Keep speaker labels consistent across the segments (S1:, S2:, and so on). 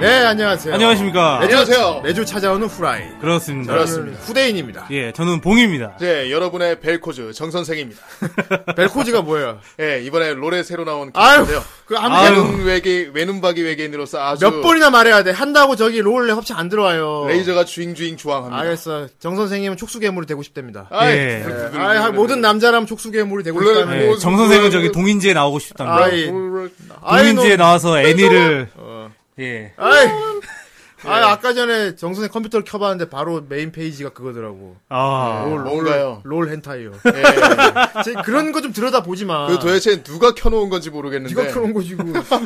S1: 네 안녕하세요.
S2: 네,
S3: 안녕하십니까.
S1: 매주, 안녕하세요. 매주 찾아오는 후라이.
S3: 그렇습니다.
S1: 그렇습니다. 후대인입니다.
S3: 예, 저는 봉입니다.
S2: 네, 여러분의 벨코즈 정선생입니다.
S1: 벨코지가 뭐예요?
S2: 예, 이번에 롤에 새로 나온
S1: 아유,
S2: 캐릭터인데요.
S1: 그 아무
S3: 아유.
S2: 외눈 외계 외눈박이 외계인으로서 아주
S1: 몇 번이나 말해야 돼. 한다고 저기 롤에 협찬 안 들어와요.
S2: 레이저가 주잉 주잉 주황합니다.
S1: 알겠어. 정 선생님은 촉수괴물이 되고 싶답니다.
S2: 아이,
S3: 예.
S2: 그- 그- 그-
S1: 아이, 하- 모든 남자라면 촉수괴물이 되고
S2: 물론-
S1: 싶다며.
S3: 예,
S2: 뭐,
S3: 정 선생은
S2: 뭐,
S3: 저기
S2: 뭐,
S3: 동인지에 나오고 싶답니다.
S1: 아이, 아이, 너- 어.
S3: 동인지에 나와서 애니를 예.
S1: 아이, 아이, 아까 전에 정 선생 컴퓨터를 켜봤는데 바로 메인 페이지가 그거더라고.
S3: 아,
S1: 롤,
S2: 뭘까요?
S1: 롤 헨타이요.
S2: 예. 그
S1: 제- 그런 거 좀 들여다 보지 마.
S2: 도대체 누가 켜놓은 건지 모르겠는데.
S1: 네가 그런 거지. 그.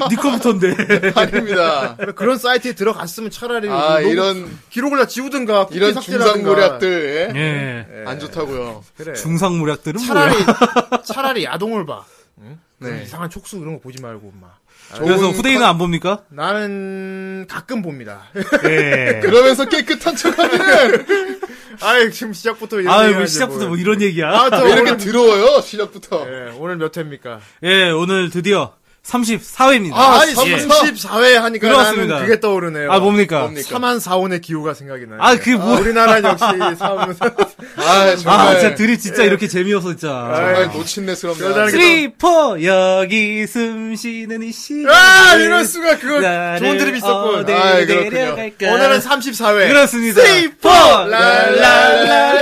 S3: 니 컴퓨터인데.
S2: 아닙니다.
S1: 그런 사이트에 들어갔으면 차라리
S2: 아
S1: 로그-
S2: 이런
S1: 기록을 다 지우든가 쿠키
S2: 이런
S1: 삭제라든가.
S2: 중상고략들 예?
S3: 예.
S2: 안 좋다고요.
S1: 그래.
S3: 중상 무략들은
S1: 차라리
S3: 뭐야?
S1: 차라리 야동을 봐. 그런
S2: 네.
S1: 이상한 촉수 이런 거 보지 말고 막.
S3: 그래서
S2: 좋은
S3: 후대인은 안 봅니까?
S1: 나는 가끔 봅니다.
S3: 예.
S2: 그러면서 깨끗한 척하는
S1: 아이 지금 시작부터 이런
S3: 아,
S1: 얘기
S3: 왜
S1: 하는지
S3: 시작부터
S1: 뭘.
S3: 뭐 이런 얘기야?
S1: 아, 저
S2: 왜 이렇게
S1: 오늘
S2: 더러워요 시작부터.
S1: 예, 오늘 몇 회입니까?
S3: 예, 오늘 드디어 34회입니다.
S1: 아,
S2: 삼-
S3: 예.
S1: 34회 하니까
S3: 그렇습니다.
S1: 나는 그게 떠오르네요.
S3: 아, 뭡니까?
S2: 뭡니까?
S1: 3한 4원의 기호가 생각이 나요.
S3: 아, 그게 뭐-
S1: 우리나라 역시 사원.
S2: 아
S3: 아,
S2: 정말
S3: 진짜 드립
S1: 예.
S3: 진짜 이렇게 재미없어 진짜.
S2: 정말 노친네스럽네요.
S1: 그러다는 게-
S3: 스리퍼 여기 숨 쉬는 이 시간.
S1: 아, 이럴 수가 그거 좋은 드립이 있었군.
S3: 네,
S2: 아이, 그렇군요.
S3: 내려갈까?
S1: 오늘은 34회.
S3: 그렇습니다.
S1: 스리퍼!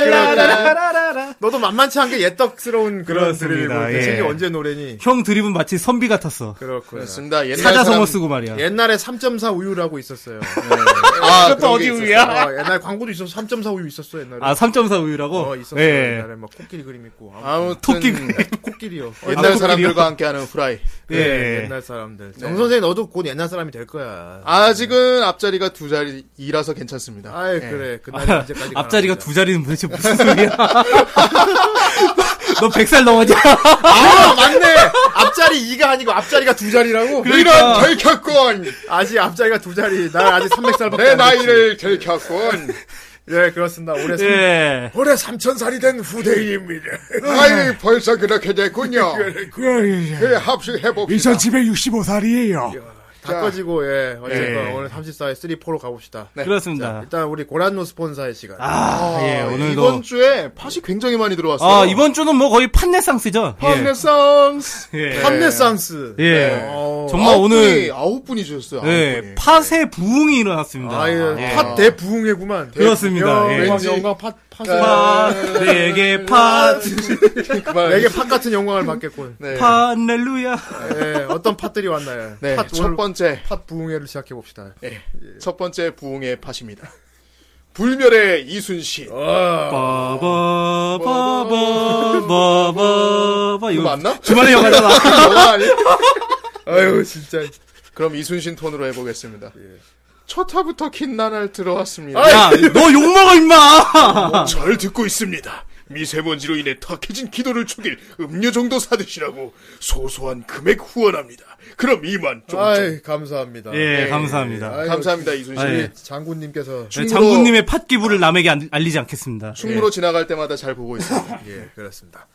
S3: 랄랄랄랄랄랄랄랄랄.
S1: 너도 만만치 않게 옛떡스러운 그런
S3: 그렇습니다.
S1: 드립이고
S3: 예.
S1: 이게 언제 노래니?
S3: 형 드립은 마치 선비 같았어.
S1: 그렇구나.
S2: 그렇습니다. 옛날
S3: 사자성어
S2: 사람-
S3: 쓰고 말이야.
S1: 옛날에 3.4 우유라고 있었어요.
S2: 아,
S3: 그것도
S2: 그런 게
S3: 어디
S2: 있었어요.
S3: 예. 우야?
S1: 어, 옛날 광고도 있었어. 3.4 우유 있었어 옛날에.
S3: 아, 3.4 우유라고?
S1: 어 있었어.
S3: 예.
S1: 옛날에 막 코끼리 그림 있고. 아무튼
S2: 아무튼
S3: 토끼
S1: 코끼리요.
S2: 옛날
S3: 아,
S2: 사람들과 함께하는 후라이.
S3: 예. 네.
S1: 예, 옛날 사람들. 정 선생 너도 곧 옛날 사람이 될 거야.
S2: 아직은 앞자리가 두 자리이라서 괜찮습니다.
S1: 아이 그래. 그날 이제까지.
S3: 예. 앞자리가 두 자리는 도대체 무슨 소리야? 너 100살 넘었냐?
S1: 아 맞네. 앞자리 2가 아니고 앞자리가 두 자리라고.
S3: 그러니까.
S2: 이런 결격권!
S1: 아직 앞자리가 두 자리. 난 아직 300살밖에.
S3: 네,
S2: 내 나이를 결격권!
S1: 예 그렇습니다. 올해 삼-
S3: 예.
S1: 올해 3,000살이 된 후대인입니다.
S2: 아이, 벌써 그렇게 됐군요.
S4: 그래,
S2: 그래, 합수해봅시다.
S1: 예.
S4: 2765살이에요.
S1: 다 꺼지고 예 어쨌건
S3: 예. 네.
S1: 오늘 34회 3,4로 가봅시다.
S3: 그렇습니다.
S1: 일단 우리 고란노 스폰사의 시간.
S3: 음, 아, 예, 오늘도.
S2: 이번 주에 팟이 굉장히 많이 들어왔어요.
S3: 아, 이번 주는 뭐 거의 판네상스죠? 예.
S2: 팜레상스!
S1: 네.
S3: 예.
S1: 팜레상스.
S3: 예.
S1: 어,
S3: 정말
S2: 아홉 분이,
S3: 오늘,
S2: 아홉 분이 주셨어요. 아홉
S3: 예,
S2: 분이.
S3: 팥의 부흥이 일어났습니다.
S1: 아, 예.
S3: 예.
S1: 팟 대부흥회구만.
S3: 그렇습니다.
S1: 영-
S3: 예. 아,
S1: 영광, 영광, 팟, 팟.
S3: 팥, 내게 팥,
S2: 그만.
S1: 내게 팟 같은 영광을 받겠군.
S2: 네.
S3: 팥날루야.
S1: 예, 어떤 팟들이 왔나요?
S2: 네,
S1: 팟,
S2: 첫
S1: 오늘
S2: 번째,
S1: 팟 부흥회를 시작해봅시다.
S2: 첫 번째 부흥의 팟입니다. 불멸의 이순신.
S3: 아, 바바바바바바바
S2: 이거
S3: 이거
S2: 맞나?
S3: 주말에 영화잖아.
S2: 영화 아니
S1: 아유, 진짜.
S2: 그럼 이순신 톤으로 해보겠습니다. 첫 화부터 긴 난을 들어왔습니다.
S3: 야, 너 욕먹어, 임마!
S2: 잘 듣고 있습니다. 미세먼지로 인해 탁해진 기도를 죽일 음료 정도 사드시라고 소소한 금액 후원합니다. 그럼 이만 좀.
S1: 아이, 감사합니다.
S3: 예, 감사합니다.
S1: 네. 아유,
S2: 감사합니다 이순신.
S3: 아, 예.
S1: 우리 장군님께서.
S3: 네, 장군님의 팥기부를 남에게 안- 알리지 않겠습니다.
S2: 충무로 지나갈 때마다 잘 보고 있습니다.
S1: 예, 그렇습니다.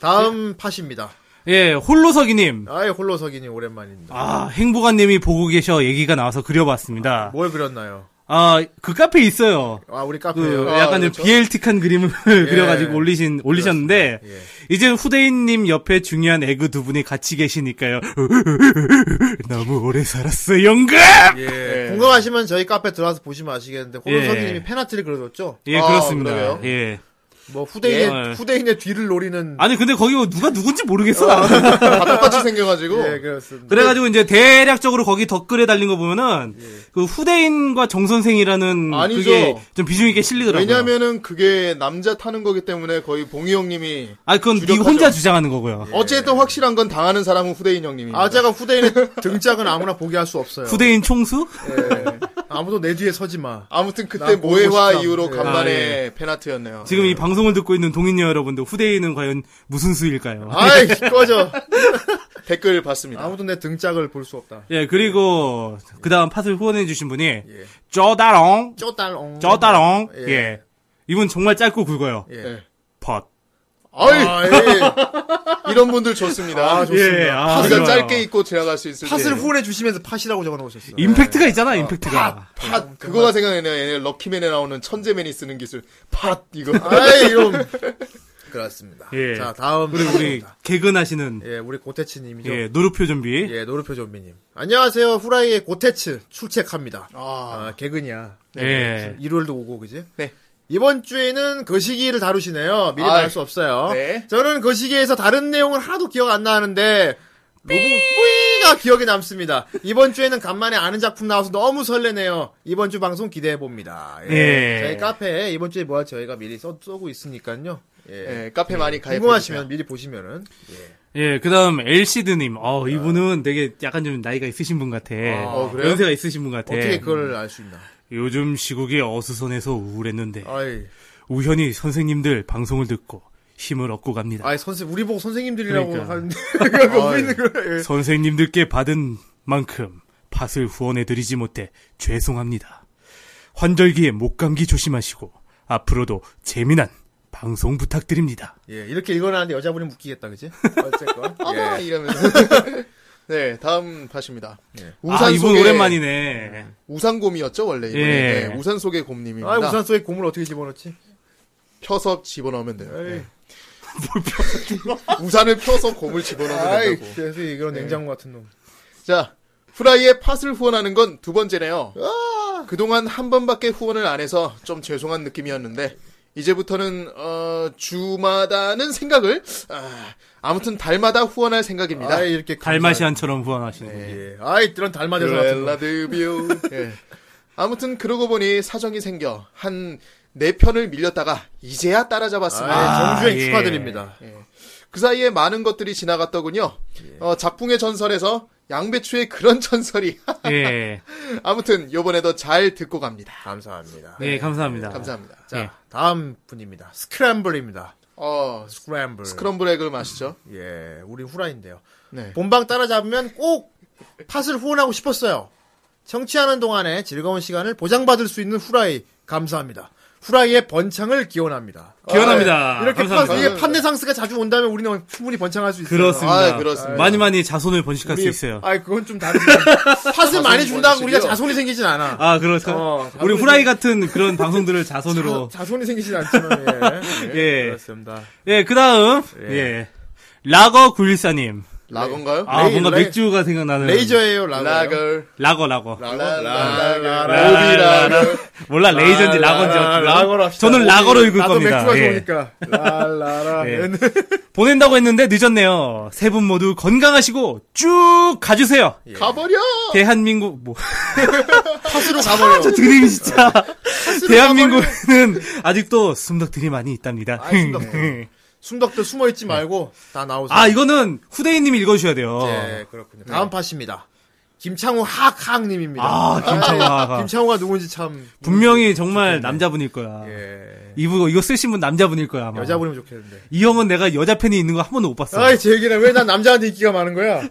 S1: 다음 팟입니다.
S3: 예, 홀로서기님.
S1: 아이, 홀로석이니 오랜만입니다.
S3: 아, 행복한님이 보고 계셔 얘기가 나와서 그려봤습니다.
S1: 뭘 그렸나요?
S3: 아, 그 카페 있어요.
S1: 아, 우리
S3: 그
S1: 카페요.
S2: 아,
S3: 약간
S2: 그렇죠? 예,
S3: 좀 비엘틱한 그림을 그려가지고 올리신 올리셨는데
S1: 그렇습니다.
S3: 이제 후대인님 옆에 중요한 에그 두 분이 같이 계시니까요. 너무 오래 살았어 영감.
S1: 예. 공감하시면 저희 카페 들어와서 보시면 아시겠는데, 홀로석이님이
S3: 예.
S1: 팬아트를 그려줬죠?
S3: 예
S2: 아,
S3: 그렇습니다.
S2: 그래요?
S3: 예.
S1: 뭐, 후대인의,
S3: 예.
S1: 후대인의 뒤를 노리는.
S3: 아니 근데 거기 누가 누군지 모르겠어.
S2: 다 똑같이 생겨가지고
S1: 예,
S2: 어.
S1: 그렇습니다.
S3: 그래가지고 이제 대략적으로 거기 덧글에 달린 거 보면은 그 후대인과 정 선생이라는
S2: 예. 아니죠.
S3: 그게 좀 비중 있게
S1: 그렇죠.
S3: 실리더라고요.
S2: 왜냐면은 그게 남자 타는 거기 때문에 거의 봉희 형님이
S3: 아 그건 네
S2: 주력하죠. 예.
S3: 혼자 주장하는 거고요.
S2: 어쨌든 확실한 건 당하는 사람은 후대인 형님입니다.
S1: 아, 제가 후대인의 등짝은 아무나 보게 할 수 없어요.
S2: 예.
S3: 후대인 총수?
S1: 아무도 내 뒤에 서지 마.
S2: 아무튼 그때
S1: 난 보고
S2: 모해화
S1: 싶다.
S2: 이후로
S1: 예.
S2: 간만에
S3: 아, 예.
S2: 페나트였네요.
S3: 지금 이 방송을 듣고 있는 동인 여러분들 후대인은 과연 무슨 수일까요?
S1: 아이 꺼져.
S2: 예. 댓글 봤습니다.
S1: 아무도 내 등짝을 볼 수 없다.
S3: 예 그리고 그 다음 팟을 후원해주신 분이 쪼다롱
S1: 쪼딸옹.
S3: 쪼다롱
S1: 예.
S3: 예. 이분 정말 짧고 굵어요.
S1: 예.
S2: 예.
S3: 팟.
S2: 아이,
S1: 아, 예.
S2: 이런 분들 좋습니다.
S1: 아, 좋습니다.
S3: 예, 아,
S2: 팟을
S3: 좋아요.
S2: 짧게 입고 지나갈 수 있을
S1: 팟을
S2: 때.
S1: 후원해 주시면서 팟이라고 적어놓으셨어요.
S3: 예. 임팩트가 있잖아 임팩트가.
S1: 아,
S2: 팟 그거가 생각나네요. 얘네 럭키맨에 나오는 천재맨이 쓰는 기술. 팟 이거.
S1: 아이 예. 이런. 그렇습니다.
S3: 예.
S1: 자 다음
S3: 우리 우리
S1: 사연입니다.
S3: 개근하시는
S1: 예 우리 고태치님이죠.
S3: 예 노루표 좀비.
S1: 예, 노르표 좀비님. 안녕하세요, 후라이의 고테츠 출첵합니다. 아, 개근이야.
S3: 예.
S1: 1월도 오고 그지?
S2: 네.
S1: 이번 주에는 그 거시기를 다루시네요. 미리
S2: 아이.
S1: 말할 수 없어요.
S2: 네.
S1: 저는 그 거시기에서 다른 내용을 하나도 기억 안 나는데 로봇 뿌이가 기억에 남습니다. 이번 주에는 간만에 아는 작품 나와서 너무 설레네요. 이번 주 방송 기대해 봅니다.
S2: 네.
S3: 예.
S1: 저희 카페에 이번 주에 뭐 할지 저희가 미리 써, 고 있으니까요. 예.
S2: 예, 카페 많이 가입해
S1: 궁금하시면 미리 보시면은
S3: 예, 그 다음, 엘시드님. 어, 이분은 되게 약간 좀 나이가 있으신 분 같아.
S1: 어, 그래요?
S3: 연세가 있으신 분 같아.
S2: 네.
S1: 어떻게 그걸 알 수 있나?
S3: 요즘 시국이 어수선해서 우울했는데,
S1: 아이,
S3: 우연히 선생님들 방송을 듣고 힘을 얻고 갑니다.
S1: 아이 선생 우리 보고 선생님들이라고
S3: 그러니까.
S1: 하는데 그거 보이는 거예요.
S3: 선생님들께 받은 만큼 팥을 후원해드리지 못해 죄송합니다. 환절기에 목감기 조심하시고, 앞으로도 재미난 방송 부탁드립니다.
S1: 예, 이렇게 읽어놨는데 여자분이 묶이겠다, 그지? 어쨌건.
S2: 어머
S1: 예.
S2: 이러면서. 예. 네, 다음 팟입니다.
S3: 아, 이분
S2: 속에-
S3: 오랜만이네.
S2: 우산곰이었죠 원래 이번에
S3: 예.
S2: 네, 우산 속의 곰님입니다.
S1: 아, 우산 속에 고물 어떻게 집어넣지? 예.
S2: 펴서 집어넣으면 돼요. 네. 우산을 펴서 곰을 집어넣으면
S1: 아이,
S2: 된다고. 예.
S1: 그래서 이런 냉장고 같은 놈.
S2: 자, 후라이의 팟을 후원하는 건 두 번째네요.
S3: 아.
S2: 그동안 한 번밖에 후원을 안 해서 좀 죄송한 느낌이었는데 이제부터는 어, 주마다는 생각을 아, 무튼 달마다 후원할 생각입니다.
S1: 아이, 이렇게. 감사한-
S3: 달마시안처럼 후원하시는 분이.
S1: 예. 아이, 이런 달마대서 같은
S2: 그
S1: 놈.
S2: 렐라드뷰. 예. 아무튼 그러고 보니 사정이 생겨 한 네 편을 밀렸다가 이제야 따라잡았습니다.
S1: 아이, 정주행
S3: 예.
S1: 축하드립니다.
S2: 그 사이에 많은 것들이 지나갔더군요.
S1: 예.
S2: 어, 작풍의 전설에서 양배추의 그런 전설이
S3: 예.
S2: 아무튼 요번에도 잘 듣고 갑니다.
S1: 감사합니다.
S3: 네, 감사합니다.
S2: 감사합니다.
S3: 자,
S1: 다음 분입니다. 스크램블입니다.
S2: 어,
S1: 스크램블.
S2: 스크럼블 에그를 마시죠.
S1: 예, 우리 후라인데요.
S2: 네.
S1: 본방 따라잡으면 꼭 팟을 후원하고 싶었어요. 청취하는 동안에 즐거운 시간을 보장받을 수 있는 후라이 감사합니다. 후라이의 번창을 기원합니다. 아, 예.
S3: 기원합니다.
S1: 이렇게
S3: 감사합니다.
S1: 판, 이게 판대상스가 자주 온다면 우리는 충분히 번창할 수 있어요.
S3: 그렇습니다.
S2: 아, 그렇습니다.
S3: 많이 많이 자손을 번식할 수 있어요.
S1: 아, 그건 좀 다르지. 팟을 많이 준다고 우리가 자손이 생기진 않아.
S3: 아, 그렇죠.
S1: 어,
S3: 우리
S1: 자손이-
S3: 후라이 같은 그런 방송들을 자손으로.
S1: 자, 손이 생기진 않지만, 예.
S3: 예.
S1: 그렇습니다.
S3: 예, 그 다음. 예. 라거 914님.
S2: 라건가요? 네.
S3: 아,
S1: 레이-
S3: 뭔가
S1: 레이-
S3: 맥주가 생각나는.
S1: 네. 레이저예요, 라고.
S2: 라걸.
S3: 라거, 라거.
S1: 라라라라.
S2: 오비라걸.
S3: 몰라, 레이저인지 라거인지. 어떻게 몰라.
S1: 아, 라거로 합시다.
S3: 저는 라거로 읽을
S1: 나도
S3: 겁니다.
S1: 맥주가
S3: 예.
S1: 좋으니까. 라라라.
S3: 예. 보낸다고 했는데 늦었네요. 세 분 모두 건강하시고 쭉 가주세요.
S2: 가버려!
S3: 대한민국, 뭐.
S1: 팟으로 가버려.
S3: 저 드림이 진짜. 대한민국은 아직도 숨덕들이 많이 있답니다.
S1: 아이, 숨덕들. 순덕들 숨어있지 말고 다 나오세요.
S3: 아, 이거는 후대인님이 읽어주셔야 돼요.
S1: 예, 그렇군요. 다음 팟입니다. 김창호 학학님입니다.
S3: 아, 김창호 하하.
S1: 김창호가 누군지 참
S3: 분명히 정말 남자분일 거야.
S1: 예,
S3: 이분 이거 쓰신 분 남자분일 거야. 아마.
S1: 여자분이면 좋겠는데.
S3: 이 형은 내가 여자 팬이 있는 거 한 번도 못 어. 봤어.
S1: 아이, 제 얘기는 왜 난 남자한테 인기가 많은 거야?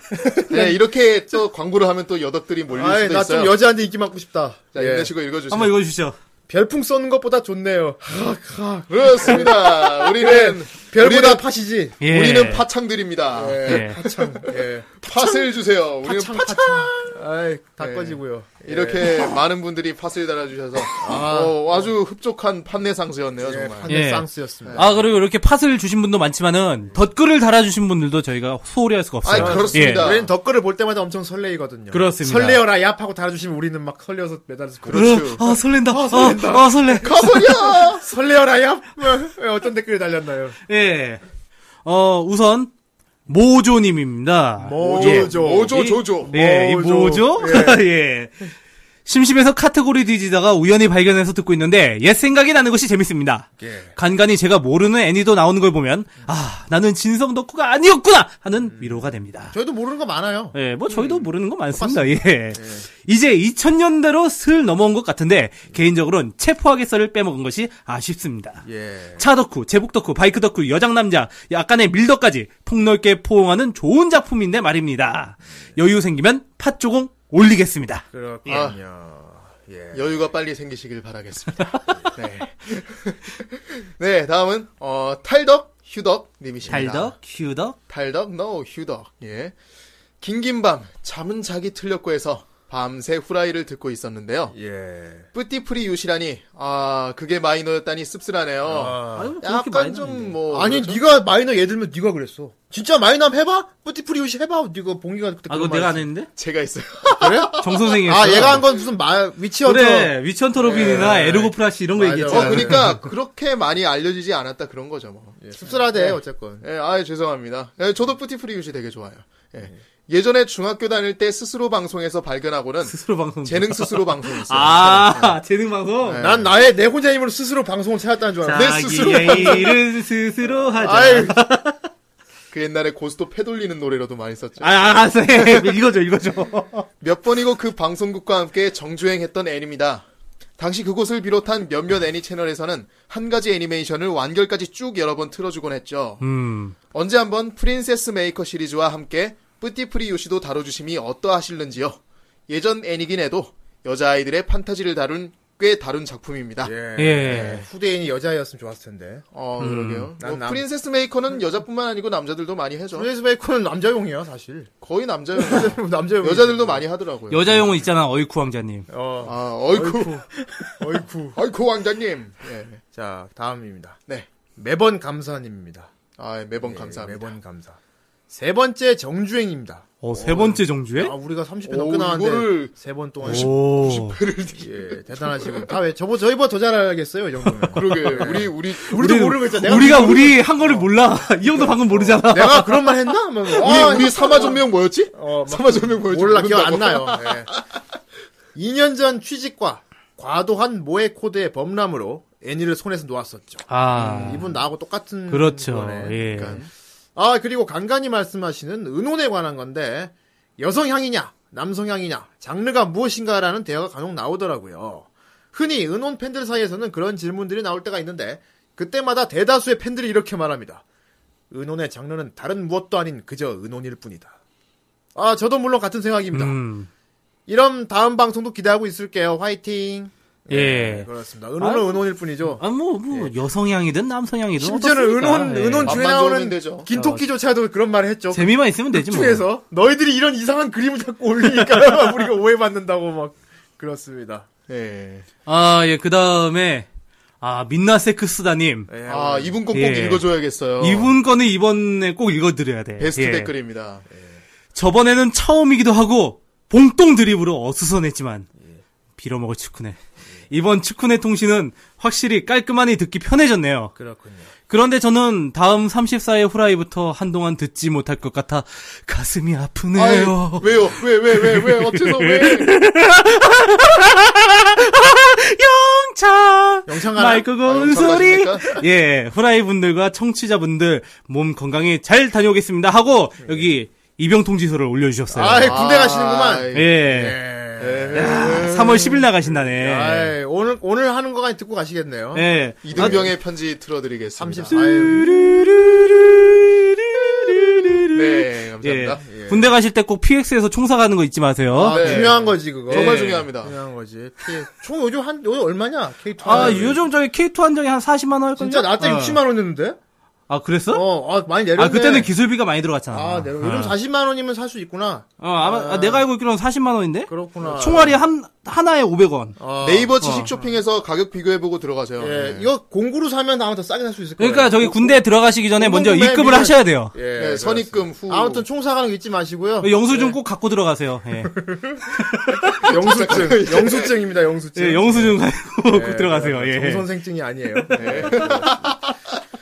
S2: 네, 이렇게 또 광고를 하면 또 여덕들이 몰릴
S1: 아이,
S2: 수도
S1: 나
S2: 있어요.
S1: 좀 여자한테 인기 많고 싶다.
S2: 자,
S1: 예.
S2: 힘내시고 읽어주세요.
S3: 한번 읽어 주시죠.
S1: 별풍 쏘는 것보다 좋네요. 학, 학.
S2: 그렇습니다. 우리는,
S1: 별보다
S2: 우리는,
S1: 팟이지.
S3: 예.
S2: 우리는 파창들입니다.
S3: 예.
S1: 파창. 예.
S2: 팥을 주세요. 우리는
S1: 파창, 파창. 아이, 다 꺼지고요. 예.
S2: 이렇게 많은 분들이 팥을 달아주셔서 아, 주 흡족한 판내 상수였네요
S1: 예,
S2: 정말.
S1: 판넬
S3: 예.
S1: 쌍스였습니다.
S3: 아 그리고 이렇게 팟을 주신 분도 많지만은 덧글을 달아주신 분들도 저희가 소홀히 할 수가 없어요.
S2: 아, 그렇습니다.
S3: 예.
S1: 우리는 덧글을 볼 때마다 엄청 설레이거든요.
S3: 그렇습니다.
S1: 설레어라 얍 하고 달아주시면 우리는 막 설레어서 매달려서 그
S2: 그렇죠.
S3: 아 설렌다. 아, 아, 설레.
S2: 가버려.
S1: 설레어라 얍 어, 어떤 댓글이 달렸나요?
S3: 예. 어 우선 모조님입니다. 뭐,
S1: 모조조.
S2: 오조 조조.
S1: 네,
S3: 예, 이
S1: 모조.
S3: 모조? 예. 심심해서 카테고리 뒤지다가 우연히 발견해서 듣고 있는데 옛 생각이 나는 것이 재밌습니다.
S1: 예.
S3: 간간히 제가 모르는 애니도 나오는 걸 보면 아 나는 진성 덕후가 아니었구나 하는 위로가 됩니다.
S1: 저희도 모르는 거 많아요.
S3: 예, 뭐 저희도 모르는 거 많습니다. 예. 이제 2000년대로 슬 넘어온 것 같은데 개인적으로는 체포하게 썰을 빼먹은 것이 아쉽습니다.
S1: 예.
S3: 차 덕후, 제복 덕후, 바이크 덕후, 여장 남자, 약간의 밀덕까지 폭넓게 포옹하는 좋은 작품인데 말입니다. 여유 생기면 팥조공 올리겠습니다.
S1: 그렇군요.
S3: 아.
S1: 예.
S2: 여유가 빨리 생기시길 바라겠습니다. 네. 네, 다음은 어, 탈덕 휴덕 님이십니다.
S3: 달덕, 큐덕,
S2: 탈덕 no 휴덕. 예. 긴긴 밤 잠은 자기 틀렸고 해서 밤새 후라이를 듣고 있었는데요.
S1: 예.
S2: 뿌띠프리 유시라니 아 그게 마이너였다니 씁쓸하네요.
S1: 아.
S2: 약간 좀
S3: 어,
S2: 뭐
S1: 아니
S2: 그렇죠?
S1: 네가 마이너 얘 들면 네가 그랬어. 진짜 마이너 한번 해봐. 뿌티프리 요시 해봐. 네가 봉기가 그때
S3: 아, 그거
S1: 그런
S3: 내가 안
S1: 말
S3: 했는데?
S2: 제가 있어요.
S1: 그래?
S3: 정 선생이
S1: 아
S3: 했어.
S1: 얘가 한 건 무슨 마 위치헌터.
S3: 그래, 위천토로빈이나 에르고프라시 이런 거
S1: 네, 맞아.
S2: 어
S3: 얘기했잖아.
S2: 그러니까 그렇게 많이 알려지지 않았다 그런 거죠 뭐.
S1: 예, 씁쓸하대 어쨌건.
S2: 예, 아 죄송합니다. 예, 저도 뿌티프리 유시 되게 좋아요. 예.
S1: 네.
S2: 예전에 중학교 다닐 때 스스로 방송에서 발견하고는
S3: 스스로 방송.
S2: 재능 스스로 방송했어요.
S3: 아, 재능 방송?
S2: 네.
S1: 난 나의 내 혼자 힘으로 스스로 방송을 찾았다는 줄 알았어.
S2: 내 스스로
S3: 자기의 일은 스스로 하자.
S1: 아유,
S2: 그 옛날에 고스톱 패돌리는 노래로도 많이 썼죠.
S3: 아, 알았어. 읽어줘, 읽어줘.
S2: 몇 번이고 그 방송국과 함께 정주행했던 애니입니다. 당시 그곳을 비롯한 몇몇 애니 채널에서는 한 가지 애니메이션을 완결까지 쭉 여러 번 틀어주곤 했죠.
S3: 음.
S2: 언제 한번 프린세스 메이커 시리즈와 함께 뿌띠프리 요시도 다뤄주심이 어떠하실는지요. 예전 애니긴 해도 여자아이들의 판타지를 다룬 꽤 다룬 작품입니다.
S1: 예.
S3: 예.
S1: 후대인이 여자였으면 좋았을 텐데.
S2: 어
S3: 음.
S2: 그러게요.
S1: 난
S2: 뭐
S1: 남- 예.
S2: 프린세스 메이커는 여자뿐만 아니고 남자들도 많이 해죠.
S1: 브레이스 베이커는 남자용이야 사실.
S2: 거의 남자요.
S1: 남자용.
S2: 여자들도 많이 하더라고요.
S3: 여자용은 있잖아, 어이쿠 왕자님.
S1: 어.
S2: 아 어이쿠
S1: 어이쿠.
S2: 어이쿠 왕자님. 예.
S1: 자 다음입니다.
S2: 네.
S1: 매번 감사님입니다.
S2: 아, 예, 매번
S3: 네,
S1: 예,
S2: 감사합니다.
S1: 매번 감사. 세 번째 정주행입니다.
S3: 어, 세 번째 정주에?
S1: 아 우리가 30회
S2: 예? 오,
S1: 넘게 나왔는데
S2: 이거를
S1: 세 번 동안
S3: 오.
S1: 예, 대단하시고. 아, 왜, 저보, 저희보다 더 잘하게 했어요, 이 정도면.
S2: 그러게 우리 우리 뭐
S1: 우리도 모르고 했잖아. 그러니까. 음, 내가
S3: 우리가
S1: 모르고
S3: 우리 한 거를 몰라. 이 형도 방금 모르잖아.
S1: 내가 그런 말 했나? 뭐, 뭐,
S2: 우리
S1: 아,
S2: 우리 사마전명 뭐였지?
S1: 어, 막
S2: 사마전명 뭐였지?
S1: 몰라, 기억 안
S2: 모른다고.
S1: 나요. 예. 2년 전 취직과 과도한 모해 코드의 범람으로 애니를 손에서 놓았었죠.
S3: 아.
S1: 이분 나하고 똑같은.
S3: 그렇죠.
S1: 거네.
S3: 예.
S1: 아, 그리고 간간히 말씀하시는 은혼에 관한 건데, 여성향이냐, 남성향이냐, 장르가 무엇인가라는 대화가 간혹 나오더라고요. 흔히 은혼 팬들 사이에서는 그런 질문들이 나올 때가 있는데, 그때마다 대다수의 팬들이 이렇게 말합니다. 은혼의 장르는 다른 무엇도 아닌 그저 은혼일 뿐이다. 아, 저도 물론 같은 생각입니다.
S3: 음.
S1: 이런 다음 방송도 기대하고 있을게요. 화이팅!
S3: 예.
S1: 네, 그렇습니다. 은혼은
S3: 아,
S1: 은혼일 뿐이죠.
S3: 아, 뭐, 뭐, 여성향이든 남성향이든.
S1: 예. 심지어는
S3: 어떻습니까?
S1: 은혼,
S3: 예.
S1: 은혼 중에
S2: 맛만
S1: 나오는
S2: 좋으면 되죠.
S1: 긴토끼조차도 그런 말을 했죠.
S3: 재미만 있으면 되지 뭐.
S1: 중에서 너희들이 이런 이상한 그림을 자꾸 올리니까 우리가 오해받는다고 막 그렇습니다.
S2: 예.
S3: 아, 예, 그 다음에, 아, 민나세크스다님.
S1: 예,
S2: 아 이분 건 꼭
S3: 예.
S2: 읽어줘야겠어요.
S3: 이분 거는 이번에 꼭 읽어드려야 돼.
S2: 베스트
S3: 예.
S2: 댓글입니다.
S3: 저번에는 처음이기도 하고, 봉똥 드립으로 어수선했지만,
S1: 예.
S3: 빌어먹을 축구네. 이번 축구네 통신은 확실히 깔끔하니 듣기 편해졌네요.
S1: 그렇군요.
S3: 그런데 저는 다음 34회 후라이부터 한동안 듣지 못할 것 같아 가슴이 아프네요.
S2: 아유, 예. 왜요? 왜 왜 왜 왜 어째서 왜?
S3: 영차!
S1: 영창 하나?
S3: 말 끄고
S2: 아,
S3: 운
S2: 영창
S3: 소리!
S2: 가십니까?
S3: 예, 후라이 분들과 청취자분들 몸 건강히 잘 다녀오겠습니다 하고, 여기 입영 통지서를 올려주셨어요.
S1: 예. 아이, 군대
S2: 아,
S1: 가시는구만.
S3: 예.
S1: 예.
S3: 야, 3월 10일 네. 나가신다네.
S1: 네. 아이, 오늘, 오늘 하는 거까지 듣고 가시겠네요.
S3: 예.
S2: 이등병의 편지 틀어드리겠습니다.
S1: 34. 아유,
S2: 네
S3: 예.
S2: 감사합니다.
S3: 군대 가실 때 꼭 PX에서 총사 가는 거 잊지 마세요.
S1: 아,
S2: 네.
S1: 중요한 거지, 그거.
S2: 정말
S1: 예.
S2: 중요합니다.
S1: 중요한 거지. 피해. 총 요즘 한, 요즘 얼마냐? K2.
S3: 아, 요즘 저기 K2 한 장에 한 40만 원 할걸요?
S1: 진짜 나 때
S3: 어.
S1: 60만 원이었는데?
S3: 아, 그랬어?
S1: 어, 아, 많이 내렸네.
S3: 아, 그때는 기술비가 많이 들어갔잖아.
S1: 아, 내려. 요즘 40만 원이면 살 수 있구나.
S3: 어, 아마 아, 내가 알고 있기로는 40만 원인데.
S1: 그렇구나.
S3: 총알이 한 하나에 500원.
S1: 아,
S3: 어.
S2: 네이버 지식 쇼핑에서 가격 비교해보고 들어가세요.
S1: 예,
S2: 네.
S1: 이거 공구로 사면 아마 더 싸게 살 수 있을 거예요.
S3: 그러니까 저기 군대 들어가시기 전에 먼저
S1: 공공구매
S3: 입금을
S1: 미만-
S3: 하셔야 돼요.
S1: 예,
S2: 네, 선입금 후.
S1: 아무튼 총사가는 거 잊지 마시고요.
S3: 영수증 꼭 갖고 들어가세요. 예.
S1: 영수증. 영수증입니다, 영수증. 아,
S3: 예, 영수증 갖고 꼭 들어가세요. 예.
S1: 정선생증이 아니에요. 네.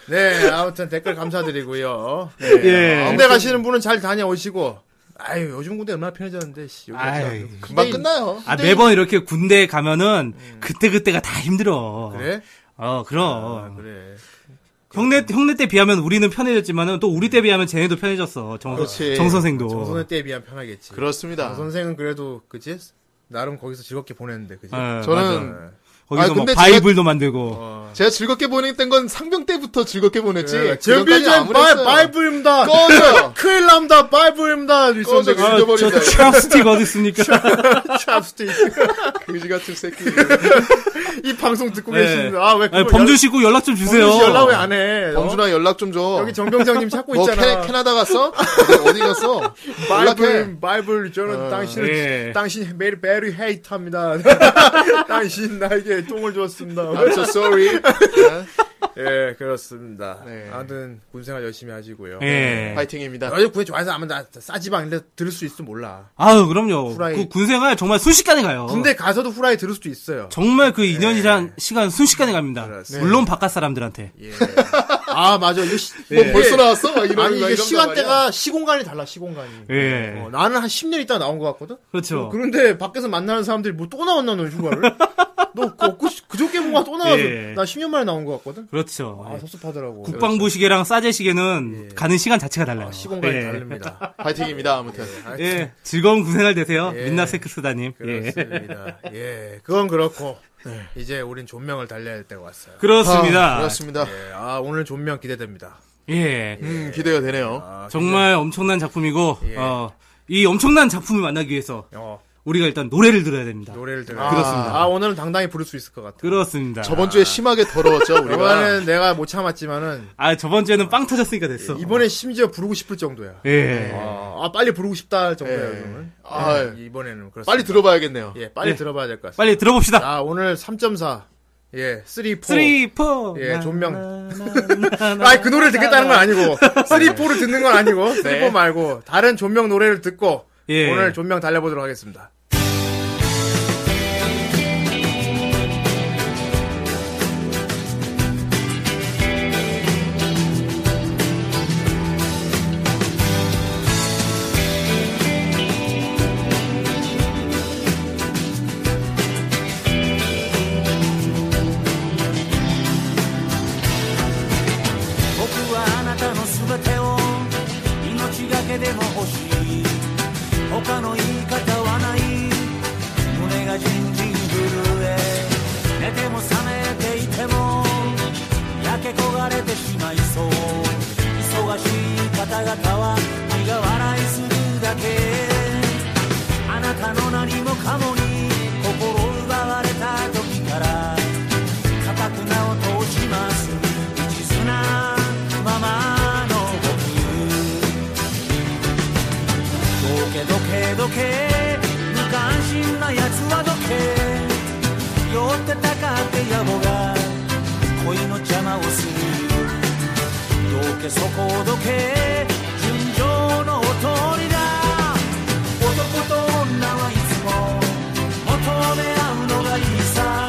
S1: 네, 아무튼 댓글 감사드리고요.
S3: 예.
S1: 군대 가시는 분은 잘 다녀오시고, 아유 요즘 군대 얼마나 편해졌는데 씨. 여기
S3: 아유,
S1: 어디 가냐고.
S2: 금방
S1: 군대인-
S2: 끝나요.
S3: 아, 매번 이렇게 군대 가면은 그때 그때가 다 힘들어.
S1: 음. 그래? 아,
S3: 어, 그럼.
S1: 그래.
S3: 형네 형네 때 비하면 우리는 편해졌지만은 또 우리 때 비하면 쟤네도 편해졌어. 정,
S2: 그렇지.
S3: 정 선생도.
S1: 정선생 때에 비하면 편하겠지.
S2: 그렇습니다.
S1: 정 아, 선생은 그래도 그지 나름 거기서 즐겁게 보냈는데 그지.
S3: 예,
S2: 저는
S3: 맞아.
S2: 아,
S3: 거기서 막
S2: 근데
S3: 바이블도 만들고.
S1: 어,
S2: 제가 즐겁게 보냈던 건 상병 때부터 즐겁게 보냈지.
S1: 네, 준비 좀 바이 바이블입니다.
S2: 꺼져.
S1: 큰일 납니다. 바이블입니다.
S2: 꺼져.
S1: 있었는데
S3: 아, 저
S2: 잊어버린다.
S3: 찹스틱 어디 있습니까?
S1: 찹스틱.
S2: 그지 같은 새끼.
S1: 이 방송 듣고
S3: 네.
S1: 계시는데 아왜
S3: 아, 범준 씨고 연락 좀 주세요.
S1: 연락 왜 안 해? 어?
S2: 영준아 연락 좀 줘.
S1: 여기 정 병장님 찾고
S2: 뭐
S1: 있잖아.
S2: 캐, 나다 갔어? 네, 어디- 어디 갔어? 연락해.
S1: 바이블 바이블 저는 당신을
S3: 예.
S1: 당신 메리 베리 헤이트합니다. 당신 나에게 똥을 줬습니다.
S2: I'm so sorry.
S1: 예 그렇습니다.
S2: 네.
S1: 아무튼 군생활 열심히 하시고요. 네.
S3: 예.
S2: 파이팅입니다.
S1: 여기 구에 좋아해서 아마 나 싸지방인데 들을 수 있을 몰라.
S3: 아유, 그럼요.
S1: 후라이.
S3: 그 군생활 정말 순식간에 가요.
S1: 군대 가서도 후라이 들을 수도 있어요.
S3: 정말 그 2년이란 시간 순식간에 갑니다.
S1: 그렇습니다. 예.
S3: 물론 바깥 사람들한테.
S1: 아 맞아. 이거 시,
S2: 뭐 벌써 나왔어? 막 이런
S1: 아니
S2: 막
S1: 이게
S2: 이런 거
S1: 시간대가 시공간이 달라 시공간이.
S3: 예.
S1: 어, 나는 한 10년 있다 나온 것 같거든.
S3: 그렇죠.
S1: 그런데 밖에서 만나는 사람들이 뭐 또 나왔나 너 휴가를? 너 그, 그, 그저께 뭔가 또 나와서
S3: 예.
S1: 나 10년 만에 나온 것 같거든.
S3: 그렇죠.
S1: 아
S3: 예.
S1: 섭섭하더라고. 아,
S3: 국방부 시계랑 싸제 시계는 가는 시간 자체가 달라요.
S1: 예. 시공간이
S3: 예.
S1: 다릅니다.
S2: 아니야? 파이팅입니다. 아무튼.
S1: 네,
S3: 예. 즐거운 군생활 되세요.
S1: 예.
S3: 민낯 세크스다님. 예.
S1: 그렇습니다. 예, 그건 그렇고 이제 우린 존명을 달려야 할 때가 왔어요.
S3: 그렇습니다.
S2: 아, 그렇습니다.
S1: 예, 아 오늘 존명 기대됩니다.
S3: 예.
S2: 음, 기대가 되네요.
S1: 아,
S3: 정말 엄청난 작품이고,
S1: 예.
S3: 어, 이 엄청난 작품을 만나기 위해서
S1: 어,
S3: 우리가 일단 노래를 들어야 됩니다.
S1: 노래를 들어.
S3: 그렇습니다.
S1: 아 오늘은 당당히 부를 수 있을 것 같아.
S3: 그렇습니다.
S2: 저번 주에 심하게 더러웠죠, 우리가.
S1: 이번에는 내가 못 참았지만은
S3: 아, 저번 주에는 빵 터졌으니까 됐어.
S1: 예, 이번에 심지어 부르고 싶을 정도야.
S3: 예.
S1: 아, 아, 빨리 부르고 싶다 할 정도야
S2: 예.
S1: 요즘은.
S2: 아,
S1: 예, 이번에는 그렇습니다.
S2: 빨리 들어봐야겠네요.
S1: 예, 빨리
S3: 예.
S1: 들어봐야 될 것 같습니다.
S3: 빨리 들어봅시다.
S1: 자, 오늘 3.4. 예, 3, 4.
S3: 3, 4.
S1: 예, 존명. 아이, 그 노래를 듣겠다는 건 아니고, 3, 4를 듣는 건 아니고, 3, 4 말고, 다른 존명 노래를 듣고,
S3: 네. 예.
S1: 오늘 존명 달려보도록 하겠습니다.
S5: 僕はあなたの全てを命がけでも欲しい他の言い方はない胸がじんじん震え寝ても覚めていても焼け焦がれてしまいそう忙しい方々は苦笑いするだけあなたの何もかもに心奪われた時から固くなを通します一途なままの僕どけどけどけ無関心なやつはどけ酔ってたかって野暮が恋の邪魔をするどけそこをどけ純情のお通りだ男と女はいつも求め合うのがいいさ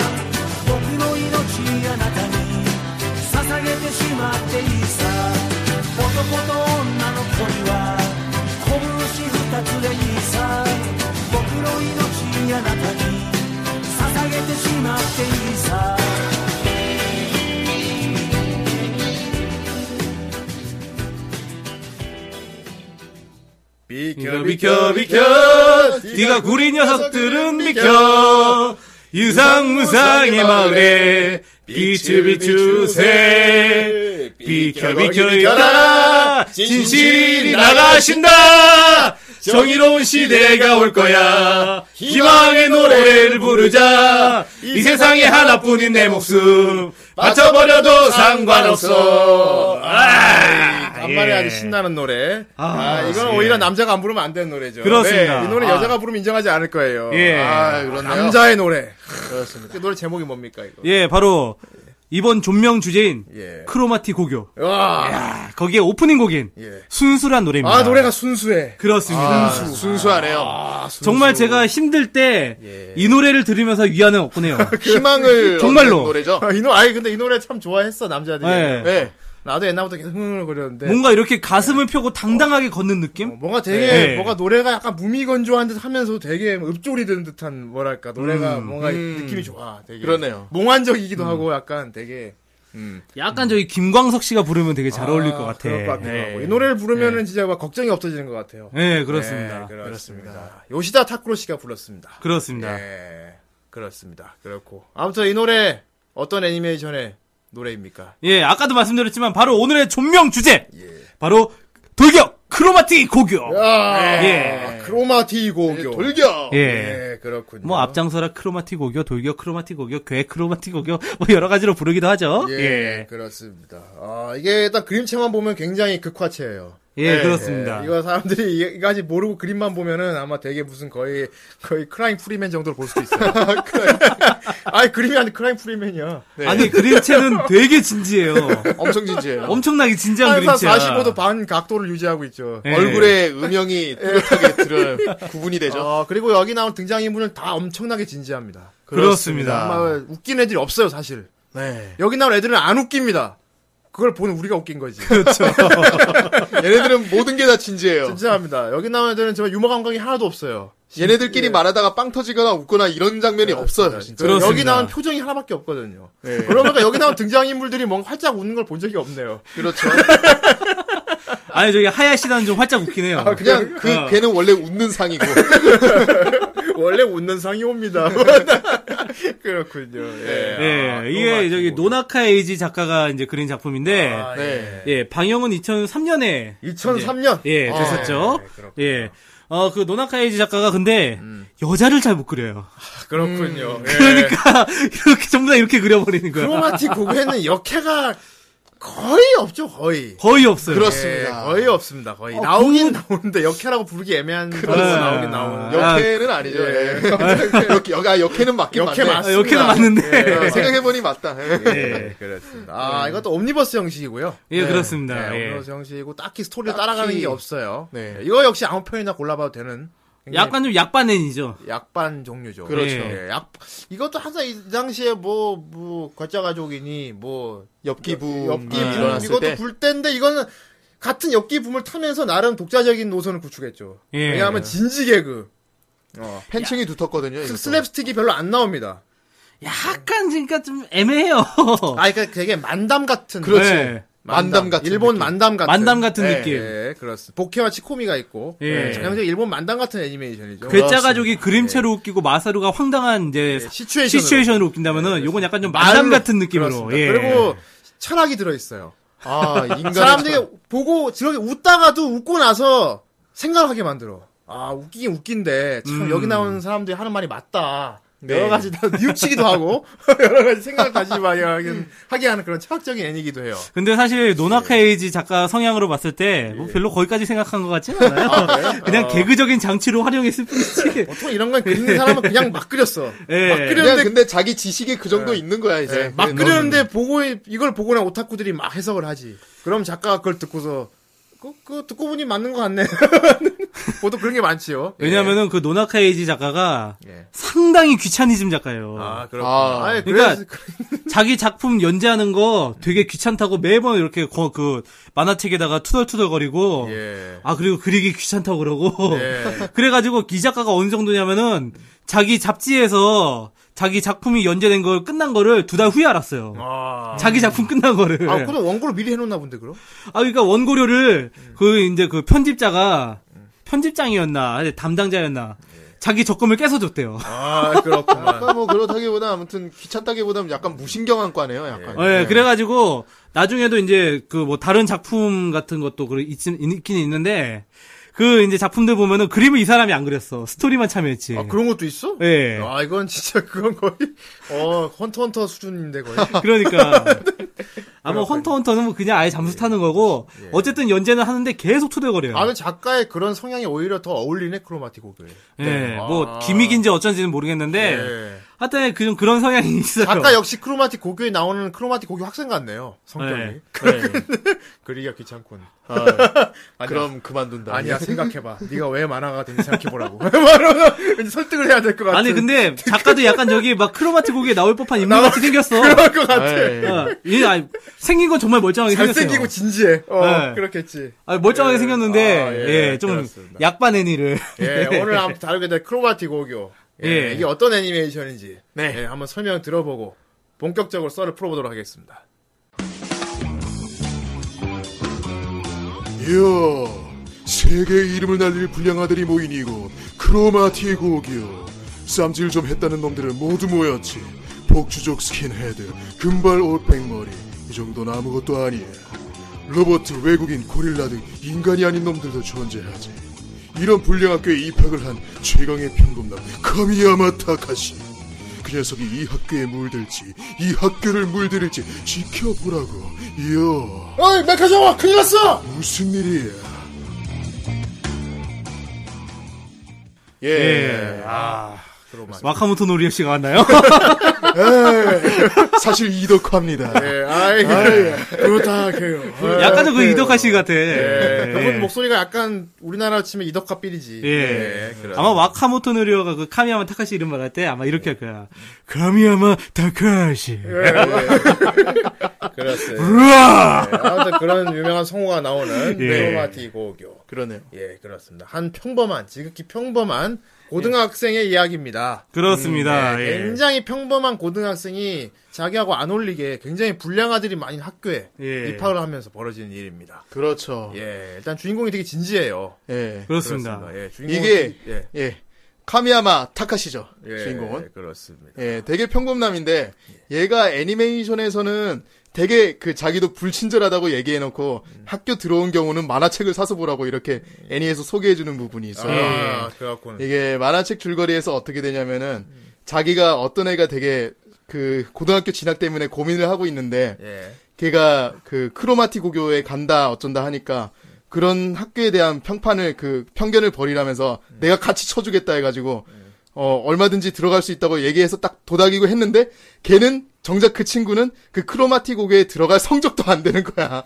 S5: 僕の命あなたに捧げてしまっていいさ男と女の恋は拳二つでいいさ僕の命あなたに捧げてしまっていいさ
S3: 비켜, 비켜, 비켜. 네가 구린 녀석들은 비켜. 유상무상의 마을에 빛을 비추세. 비켜, 비켜, 비켜라. 진실이 나가신다. 정의로운 시대가 올 거야. 희망의 노래를 부르자. 이 세상에 하나뿐인 내 목숨. 바쳐버려도 상관없어. 아!
S1: 간만에
S3: 예.
S1: 아주 신나는 노래. 아,
S3: 아,
S1: 이건
S3: 예.
S1: 오히려 남자가 안 부르면 안 되는 노래죠.
S3: 그렇습니다.
S1: 네, 이 노래
S3: 아.
S1: 여자가 부르면 인정하지 않을 거예요.
S3: 예.
S1: 아,
S2: 그렇네요.
S1: 남자의 노래.
S2: 그렇습니다.
S1: 그 노래 제목이 뭡니까, 이거?
S3: 예, 바로 이번 존명 주제인
S1: 예.
S3: 크로마티 고교.
S1: 와.
S3: 아, 거기에 오프닝 곡인
S1: 예.
S3: 순수란 노래입니다.
S1: 아, 노래가 순수해. 아,
S3: 그렇습니다.
S2: 순수하네요.
S3: 아, 정말 제가 힘들 때 이
S1: 예.
S3: 노래를 들으면서 위안을 얻곤 해요.
S2: 희망을
S3: 정말로.
S2: 얻는 노래죠.
S1: 아, 이 노, 아니, 근데 이 노래 참 좋아했어, 남자들이.
S3: 예.
S2: 네.
S1: 나도 옛날부터 계속 흥얼거렸는데
S3: 뭔가 이렇게 가슴을 펴고 당당하게 걷는 느낌?
S1: 네. 어, 뭔가 되게
S3: 네.
S1: 뭔가 노래가 약간 무미건조한 듯 하면서 되게 읍조리 드는 듯한 뭐랄까 노래가 뭔가
S2: 음.
S1: 느낌이 좋아. 되게
S2: 그러네요.
S3: 음.
S1: 몽환적이기도 하고 약간 되게
S3: 약간 저기 김광석 씨가 부르면 되게 잘 어울릴
S1: 아,
S3: 것 같아.
S1: 그럴 것 같기도
S3: 네.
S1: 하고 이 노래를 부르면은 진짜 막 걱정이 없어지는 것 같아요.
S3: 네, 그렇습니다.
S1: 네, 그렇습니다. 요시다 타쿠로 씨가 불렀습니다.
S3: 예, 그렇습니다.
S1: 네, 그렇습니다. 그렇고 아무튼 이 노래 어떤 애니메이션의 노래입니까?
S3: 예, 아까도 말씀드렸지만 바로 오늘의 존명 주제.
S1: 예.
S3: 바로 돌격 크로마틱 고교.
S1: 아,
S3: 예.
S1: 크로마티 고교.
S2: 돌격.
S3: 예.
S1: 예, 그렇군요.
S3: 뭐 앞장서라 크로마틱 고교, 돌격 크로마틱 고교, 괴 크로마틱 고교 뭐 여러 가지로 부르기도 하죠.
S1: 예,
S3: 예.
S1: 그렇습니다. 아, 이게 일단 그림체만 보면 굉장히 극화체예요.
S3: 예, 그렇습니다.
S1: 예, 이거 사람들이 이- 이거 아직 모르고 그림만 보면은 아마 되게 무슨 거의 거의 크라잉 프리맨 정도로 볼 수도 있어요. 아니 그림이 아니 크라잉 프리맨이야.
S3: 아니 그림체는 되게 진지해요.
S2: 엄청 진지해요.
S3: 엄청나게 진지한
S1: 항상
S3: 그림체야.
S1: 45도 반 각도를 유지하고 있죠.
S3: 예.
S2: 얼굴에 음영이 뚜렷하게 들어 구분이 되죠.
S1: 어, 그리고 여기 나온 등장인물은 다 엄청나게 진지합니다.
S3: 그렇습니다.
S1: 정말 웃긴 애들이 없어요 사실.
S2: 네.
S1: 여기 나온 애들은 안 웃깁니다. 그걸 보는 우리가 웃긴 거지.
S2: 얘네들은 모든 게 다 진지해요.
S1: 진지합니다. 여기 나온 애들은 정말 유머 감각이 하나도 없어요.
S2: 얘네들끼리 말하다가 빵 터지거나 웃거나 이런 장면이 없어요. 예. 네, 진짜.
S3: 그렇습니다.
S1: 여기 나온 표정이 하나밖에 없거든요. 그러니까 여기 나온 등장인물들이 뭔가 활짝 웃는 걸 본 적이 없네요.
S2: 그렇죠.
S3: 아니 저기 하야시다는 좀 활짝 웃기네요.
S1: 아,
S2: 그냥 아. 그
S3: 어.
S2: 걔는 원래 웃는 상이고
S1: 원래 웃는 상이 옵니다. 그렇군요. 예.
S3: 예, 이게 저기 노나카 에이지 작가가 이제 그린 작품인데
S1: 뭐. 아, 예.
S3: 예, 방영은 2003년에
S1: 2003년.
S3: 예,
S1: 아,
S3: 됐었죠.
S1: 예,
S3: 예. 어, 그 노나카 에이지 작가가 근데
S1: 음.
S3: 여자를 잘 못 그려요.
S1: 그렇군요. 예.
S3: 그러니까 이렇게 전부 다 이렇게 그려버리는 거야.
S1: 크로마틱 고고에는 역해가 거의 없죠, 거의.
S3: 거의 없어요.
S1: 예,
S2: 그렇습니다.
S1: 거의 없습니다, 거의. 나오긴 나오는데 역해라고 부르기 애매한 그런
S3: 그렇습니다.
S1: 나오긴 나오는데.
S3: 아,
S2: 역해는 아니죠. 예. 역, 역, 아, 역해는 맞긴
S1: 역해
S2: 맞네.
S1: 맞-
S3: 아, 여기는 맞는데.
S2: 예, 생각해보니 맞다. 예.
S1: 네.
S3: 예.
S1: 그렇습니다. 아, 이것도 옴니버스 형식이고요.
S3: 예, 그렇습니다.
S1: 네,
S3: 예.
S1: 옴니버스 형식이고 딱히 스토리를 따라가는 게 없어요.
S2: 네.
S1: 네, 이거 역시 아무 편이나 골라봐도 되는 굉장히
S3: 약간 좀 약반엔이죠.
S1: 약반 종류죠.
S3: 그렇죠.
S1: 예, 약 이것도 항상 이 당시에 뭐뭐 과자 가족이니 뭐
S2: 엽기부
S1: 엽기
S2: 음,
S1: 붐
S2: 일어났을
S1: 이것도
S2: 때
S1: 불 때인데 이거는 같은 엽기 붐을 타면서 나름 독자적인 노선을 구축했죠.
S3: 예.
S1: 왜냐하면 진지 개그
S2: 팬층이 두텁거든요. 이것도.
S1: 어.
S2: 예.
S1: 슬랩스틱이 별로 안 나옵니다.
S3: 약간 그러니까 좀 애매해요.
S1: 아, 그러니까 되게 만담 같은. 네.
S2: 그렇지.
S3: 예.
S2: 만담 같은
S1: 일본
S2: 느낌.
S1: 만담 같은.
S3: 만담 같은
S2: 예,
S3: 느낌.
S1: 예, 그렇습니다. 복해와 치코미가 있고,
S3: 예.
S1: 예. 전형적인 일본 만담 같은 애니메이션이죠.
S3: 괴짜 가족이 그림체로 웃기고 마사루가 황당한 이제
S1: 예, 네. 시츄에이션으로.
S3: 시츄에이션으로 웃긴다면은 요건 약간 좀 만담
S1: 말로.
S3: 같은 느낌으로.
S1: 그렇습니다.
S3: 예.
S1: 그리고 철학이 들어있어요.
S2: 아, 인간의
S1: 사람들이
S2: 철학.
S1: 보고 저렇게 웃다가도 웃고 나서 생각하게 만들어. 아 웃기긴 웃긴데 참
S3: 음.
S1: 여기 나오는 사람들이 하는 말이 맞다.
S2: 네.
S1: 여러 가지 다 뉘우치기도 하고 여러 가지 생각 다시 많이 하게, 하게 하는 그런 철학적인 애니기도 해요.
S3: 근데
S1: 네.
S3: 사실 노나카 에이지 작가 성향으로 봤을 때 뭐 별로 거기까지 생각한 것 같지는 않아요. 그냥 개그적인 장치로 활용했을 뿐이지.
S1: 보통 이런 건 그리는 사람은 그냥 막 그렸어.
S3: 예.
S1: 막
S2: 그냥
S1: 그렸는데
S2: 근데 자기 지식이 그 정도 있는 거야 이제. 예.
S1: 막
S2: 그래서.
S1: 그렸는데 보고 이걸 보고 난 오타쿠들이 막 해석을 하지. 그럼 작가가 그걸 듣고서 그, 그 듣고 보니 맞는 것 같네. 보통 그런 게 많지요. 예.
S3: 왜냐면은 그 노나카 에이지 작가가
S1: 예.
S3: 상당히 귀차니즘 작가예요.
S1: 아 그렇군.
S2: 아.
S1: 아, 아
S3: 그러니까
S1: 그래서
S3: 자기 작품 연재하는 거 되게 귀찮다고 매번 이렇게 거- 그 만화책에다가 투덜투덜거리고
S1: 예.
S3: 아 그리고 그리기 귀찮다고 그러고
S1: 예.
S3: 그래가지고 이 작가가 어느 정도냐면은 자기 잡지에서 자기 작품이 연재된 걸 끝난 거를 두 달 후에 알았어요.
S1: 아.
S3: 자기 작품 끝난 거를.
S1: 아, 그럼 원고를 미리 해놓나 본데, 그럼?
S3: 아, 그러니까 원고료를 그 이제 그 편집자가 편집장이었나 아니, 담당자였나 자기 적금을 깨서 줬대요.
S1: 아, 그렇구만.
S2: 아까 뭐 그렇다기보다 아무튼 귀찮다기보다는 약간 무신경한 과네요. 약간.
S3: 예, 그래가지고 나중에도 이제 그 뭐 다른 작품 같은 것도 그 있긴 있긴 있는데 그 이제 작품들 보면은 그림을 이 사람이 안 그렸어 스토리만 참여했지.
S1: 아, 그런 것도 있어?
S3: 예.
S1: 아, 이건 진짜 그건 거의, 어, 헌터 헌터 수준인데, 거의.
S3: 그러니까
S1: 네.
S3: 아마 헌터 헌터는 뭐 그냥 아예 잠수 타는 거고
S1: 예.
S3: 어쨌든 연재는 하는데 계속 투덜거려요.
S1: 나는 작가의 그런 성향이 오히려 더 어울리네, 아, 크로마티고교에.
S3: 예, 뭐 기믹인지 어쩐지는 뭐 모르겠는데
S1: 예.
S3: 하여튼 그런, 그런 성향이 있어요.
S1: 아까 역시 크로마틱 고교에 나오는 크로마틱 고교 학생 같네요. 성격이.
S3: 네.
S1: 그리기가 귀찮군. 아니야.
S2: 그럼 그만둔다.
S1: 아니야 생각해봐. 네가 왜 만화가 된지 생각해보라고. 말하면 왠지 설득을 해야 될 것 같은. 그
S3: 아니 근데 작가도 약간 저기 막 크로마티 곡에 나올 법한 인물 같이 생겼어.
S1: 그럴 것 같아.
S2: 에이.
S3: 어, 이 아니, 생긴 건 정말 멀쩡하게 생겼어요.
S1: 잘생기고 진지해. 어,
S3: 네.
S1: 그렇겠지.
S3: 아, 멀쩡하게
S1: 예.
S3: 생겼는데
S1: 아, 예.
S3: 예, 좀
S1: 그렇습니다.
S3: 약반 애니를
S1: 예, 오늘 한번 다루게 될 크로마틱 오교. 예,
S3: 예.
S1: 이게 어떤 애니메이션인지.
S2: 네.
S1: 예, 한번 설명 들어보고 본격적으로 썰을 풀어보도록 하겠습니다.
S6: 이야, 세계의 이름을 날릴 불량 아들이 모인 이곳 크로마티의 곡이요. 쌈질 좀 했다는 놈들은 모두 모였지. 복주족 스킨헤드, 금발 올백머리, 이 정도는 아무것도 아니야. 로버트, 외국인, 고릴라 등 인간이 아닌 놈들도 존재하지. 이런 불량 학교에 입학을 한 최강의 평범남 카미야마 타카시. 그 녀석이 이 학교에 물들지, 이 학교를 물들일지 지켜보라고. 이야.
S1: 어이 메카정아 큰일 났어.
S6: 무슨 일이야?
S2: 예.
S3: 아, 와카모토 노리오 씨가 왔나요?
S6: 사실 이덕화입니다. 네.
S1: 예, 아이 그렇다해요
S3: 예. 약간 좀그 이덕화 씨 같아. 예.
S1: 네, 그분 뭐- 목소리가 약간 우리나라 치면 이덕화 삘이지.
S3: 예.
S1: 그렇-
S3: 아마 와카모토 노리오가 그 카미야마 타카시 이름 말할 때 아마 이렇게 할 거야. 카미야마 타카시.
S1: 예. 그렇어요.
S3: 우와.
S1: 예, 아무튼 그런 유명한 성우가 나오는
S3: 예.
S1: 크로마틱 오교.
S2: 그러네요.
S1: 예, 그렇습니다. 한 평범한, 지극히 평범한 고등학생의 이야기입니다.
S3: 예. 그렇습니다.
S1: 예,
S3: 예.
S1: 굉장히 평범한 고등학생이 자기하고 안 어울리게 굉장히 불량 아들이 많은 학교에
S3: 예. 어.
S1: 입학을 하면서 벌어지는 일입니다.
S2: 그렇죠. 예.
S1: 예, 일단 주인공이 되게 진지해요.
S3: 그렇습니다.
S1: 예, 주인공이
S2: 이게
S1: 되게- 예,
S2: 예. 카미야마 타카시죠.
S1: 예,
S2: 주인공은.
S1: 그렇습니다.
S2: 예, 되게 평범남인데 얘가 애니메이션에서는 되게 그 자기도 불친절하다고 얘기해놓고
S1: 음.
S2: 학교 들어온 경우는 만화책을 사서 보라고 이렇게 애니에서 소개해주는 부분이
S3: 예.
S2: 있어요.
S1: 아, 그래갖고는
S2: 이게 만화책 줄거리에서 어떻게 되냐면은
S1: 음.
S2: 자기가 어떤 애가 되게 그 고등학교 진학 때문에 고민을 하고 있는데
S1: 예,
S2: 걔가 그 크로마티 고교에 간다 어쩐다 하니까 그런 학교에 대한 평판을 그 편견을 버리라면서 내가 같이 쳐주겠다 해가지고 어 얼마든지 들어갈 수 있다고 얘기해서 딱 도닥이고 했는데 걔는 정작 그 친구는 그 크로마티 고교에 들어갈 성적도 안 되는 거야.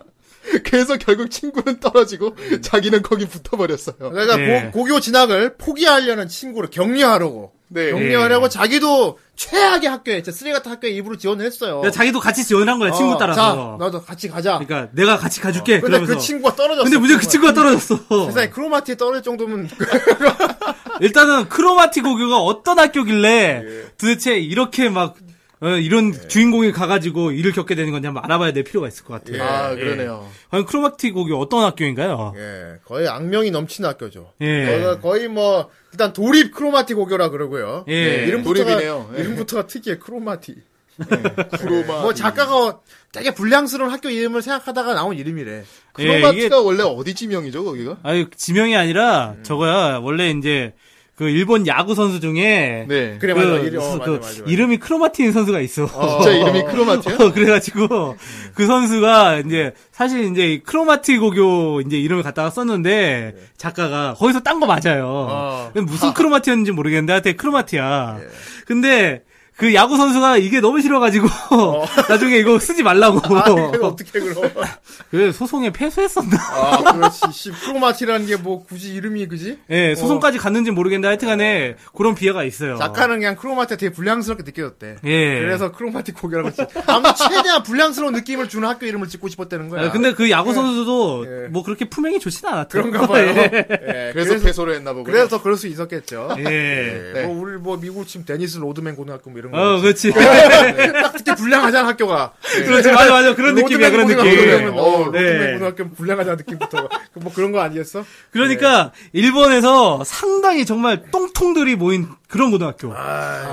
S2: 그래서 결국 친구는 떨어지고 자기는 거기 붙어버렸어요.
S1: 그러니까
S3: 예.
S1: 고, 교 진학을 포기하려는 친구를 격려하려고
S2: 네.
S1: 격려하려고 자기도 최악의 학교에 진짜 쓰레기같은 학교에 일부러 지원했어요.
S3: 그러니까 자기도 같이 지원한 을 거야 친구
S1: 어, 자,
S3: 따라서.
S1: 나도 같이 가자.
S3: 그러니까 내가 같이 가줄게.
S1: 근데
S3: 그러면서.
S1: 그 친구가 떨어졌어.
S3: 근데 문제 그 친구가 떨어졌어.
S1: 세상에 크로마티에 떨어질 정도면
S3: 일단은 크로마티 고교가 어떤 학교길래
S1: 예.
S3: 도대체 이렇게 막 어, 이런 주인공이 가가지고 일을 겪게 되는 건지 한번 알아봐야 될 필요가 있을 것 같아요.
S2: 아 그러네요.
S3: 과연 크로마티 고교 어떤 학교인가요?
S1: 예, 거의 악명이 넘치는 학교죠.
S3: 예.
S1: 거의- 거의 뭐 일단 도립 크로마티 고교라 그러고요.
S3: 예.
S1: 네, 이름부터가
S2: 도립이네요. 예.
S1: 이름부터가 특이해 크로마티.
S2: 크로마.
S1: 뭐 작가가 되게 불량스러운 학교 이름을 생각하다가 나온 이름이래.
S2: 크로마티가
S3: 예, 이게-
S2: 원래 어디 지명이죠 거기가?
S3: 아니 지명이 아니라
S1: 예.
S3: 저거야 원래 이제 그 일본 야구 선수 중에
S2: 네.
S1: 그래
S3: 그
S1: 맞아. 이름, 어,
S3: 그
S1: 맞아, 맞아, 맞아.
S3: 이름이 크로마티인 선수가 있어.
S2: 진짜 이름이 크로마티야?
S3: 어, 그래가지고 그 선수가 이제 사실 이제 이 크로마티 고교 이제 이름을 갖다가 썼는데
S1: 네.
S3: 작가가 거기서 딴 거 맞아요. 근데 무슨 크로마티였는지 모르겠는데 하여튼 크로마티야.
S1: 예.
S3: 근데 그 야구 선수가 이게 너무 싫어가지고 나중에 이거 쓰지 말라고
S1: 그걸 아, 어떻게 그럼?
S3: 그 소송에 패소했었나?
S1: 아, 그렇지. 씨, 크로마티라는 게 뭐 굳이 이름이 그지?
S3: 예, 소송까지 갔는지 모르겠는데 하여튼간에 그런 비하가
S1: 어.
S3: 있어요.
S1: 네. 작가는 그냥 크로마티가 되게 불량스럽게 느껴졌대.
S3: 예.
S1: 그래서 크로마티 고교라고 했지. 아무 최대한 불량스러운 느낌을 주는 학교 이름을 짓고 싶었다는 거야.
S3: 아, 근데 그 야구 선수도
S1: 예.
S3: 뭐 그렇게 품행이 좋진 않았대요.
S1: 그런가 봐요. 예,
S2: 그래서 패소를 했나 보고.
S1: 그래서 더 그럴 수 있었겠죠.
S3: 예.
S1: 예, 뭐 우리 뭐 미국 지금 데니스 로드맨 고등학교 뭐 이런 거. 예,
S3: 어, 그렇지.
S1: 딱 특히 불량하잖아 학교가. 예.
S3: 그렇지. 맞아, 맞아. 그런 느낌이야, 그런 느낌.
S1: 로드맨, 어,
S3: 어,
S1: 로드맨
S3: 네.
S1: 고등학교 불량하자는 느낌부터 그뭐 그런 거 아니겠어?
S3: 그러니까, 일본에서 상당히 정말 똥통들이 모인 그런 고등학교.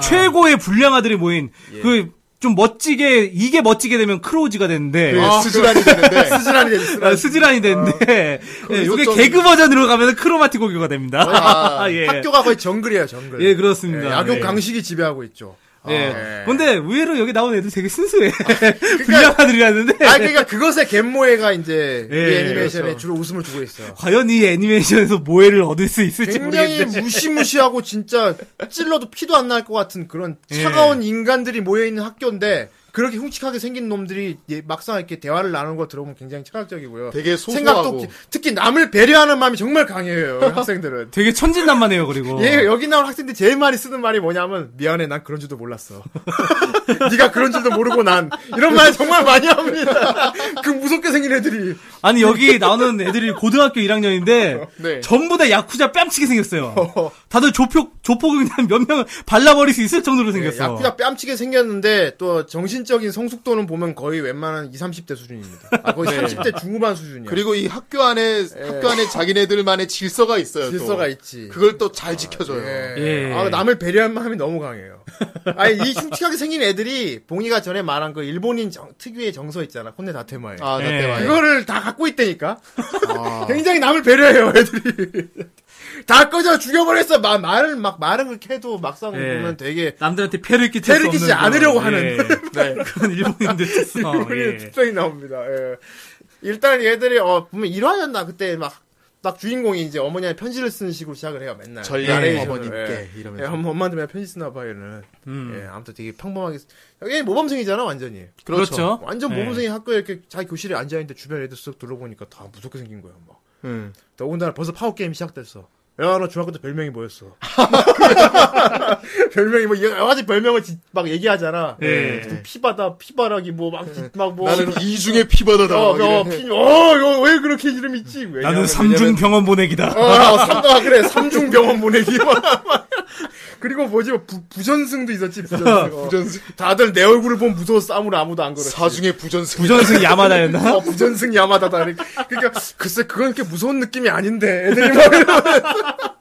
S3: 최고의 불량아들이 모인, 그, 좀 멋지게, 이게 멋지게 되면 크로우즈가 되는데,
S2: 그
S1: 아,
S2: 예, 수술하니 되는데.
S1: 스즈라니 데니스.
S3: 아, 스지란이 되는데, 예, 요게 개그 버전으로 가면 크로마티 고교가 됩니다.
S2: 아,
S3: 예.
S1: 학교가 거의 정글이에요 정글.
S3: 예, 그렇습니다.
S1: 예, 야교
S3: 예.
S1: 강식이 지배하고 있죠.
S3: 예.
S1: 네.
S3: 근데 의외로 여기 나온 애들 되게 순수해. 불량 아들이라는데.
S1: 아 그러니까 그것의 갯모해가 이제
S3: 예,
S1: 이 애니메이션에
S3: 네. 그렇죠.
S1: 주로 웃음을 주고 있어요.
S3: 과연 이 애니메이션에서 모해를 얻을 수 있을지
S1: 굉장히
S3: 모르겠는데.
S1: 무시무시하고 진짜 찔러도 피도 안 날 것 같은 그런
S3: 예.
S1: 차가운 인간들이 모여 있는 학교인데 그렇게 흉측하게 생긴 놈들이 예, 막상 이렇게 대화를 나누는 거 들어보면 굉장히 철학적이고요.
S2: 되게
S1: 생각도
S2: 소소하고
S1: 없- 특히 남을 배려하는 마음이 정말 강해요 학생들은.
S3: 되게 천진난만해요,
S2: 어.
S3: 그리고.
S1: 얘 여기 나온 학생들 제일 많이 쓰는 말이 뭐냐면 미안해 난 그런 줄도 몰랐어. 네가 그런 줄도 모르고 난 이런 말 정말 많이 합니다. 그 무섭게 생긴 애들이. 예,
S3: 아니, 여기 나오는 애들이 고등학교 1학년인데.
S2: 네.
S3: 전부 다 야쿠자 뺨치게 생겼어요. 다들 조폭, 조폭을 그냥 몇 명을 발라버릴 수 있을 정도로 생겼어.
S1: 네, 야쿠자 뺨치게 생겼는데 또 정신적인 성숙도는 보면 거의 웬만한 20, 30대 수준입니다. 아, 거의 30대 중후반 수준이야.
S2: 네. 그리고 이 학교 안에 학교 안에 자기네들만의 질서가 있어요. 또.
S1: 예. 질서가 있지.
S2: 그걸 또 잘 지켜줘요.
S1: 예.
S3: 예.
S1: 아, 남을 배려할 마음이 너무 강해요. 아니, 이 흉측하게 생긴 애들이 봉이가 전에 말한 그 일본인 정- 특유의 정서 있잖아. 콘네 다테마에.
S2: 아, 나
S3: 예.
S2: 때문에.
S1: 그거를 다 갖고 있다니까.
S2: 아.
S1: 굉장히 남을 배려해요, 애들이. 다 꺼져 죽여버렸어. 마- 말을 막 말은 그렇게 해도 막상
S3: 예.
S1: 보면 되게
S3: 남들한테 폐를 끼칠
S1: 폐를
S3: 수 없는
S1: 끼치지
S3: 그런,
S1: 않으려고 하는.
S3: 예.
S2: 네.
S3: 그런 일본인들 특성.
S2: 어,
S1: 일본인
S3: 예.
S1: 특성이 나옵니다. 예. 일단 얘들이 어 보면 일화였나 그때 막 딱 주인공이 이제 어머니한테 편지를 쓰는 식으로 시작을 해요 맨날
S2: 전략의
S1: 예.
S2: 어머님께
S1: 예.
S2: 이러면서.
S1: 예, 엄마- 엄마한테 맨날 편지 쓰나 봐요 얘는
S3: 음.
S1: 예, 아무튼 되게 평범하게 쓰- 얘 모범생이잖아 완전히
S3: 그렇죠.
S1: 완전
S2: 네.
S3: 예.
S1: 모범생이 학교에 이렇게 자기 교실에 앉아있는데 주변 애들 쓱 둘러보니까 다 무섭게 생긴 거야 막
S2: 음.
S1: 더군다나 벌써 파워게임 시작됐어. 야, 너 중학교 때 별명이 뭐였어? 별명이 뭐, 여러 가지 별명을 지- 막 얘기하잖아.
S3: 예.
S1: 뭐 피바다, 피바라기, 뭐, 막, 지- 막 뭐.
S2: 나는 이 중에 피바다다.
S1: 어,
S2: 막 이래.
S1: 어, 피, 어, 이거 왜 그렇게 이름 있지? 왜냐면-
S3: 나는 삼중 병원 보내기다.
S1: 어, 어, 삼, 아, 그래. 삼중병원 보내기. 막, 막. 그리고 뭐지? 부, 부전승도 있었지, 부전승. 어.
S2: 부전승.
S1: 다들 내 얼굴을 보면 무서워서 싸움을 아무도 안 걸었지.
S2: 그 사중의 부전승.
S3: 부전승 야마다였나?
S1: 어, 부전승 야마다다. 그러니까, 글쎄, 그건 이렇게 무서운 느낌이 아닌데. 애들이 막.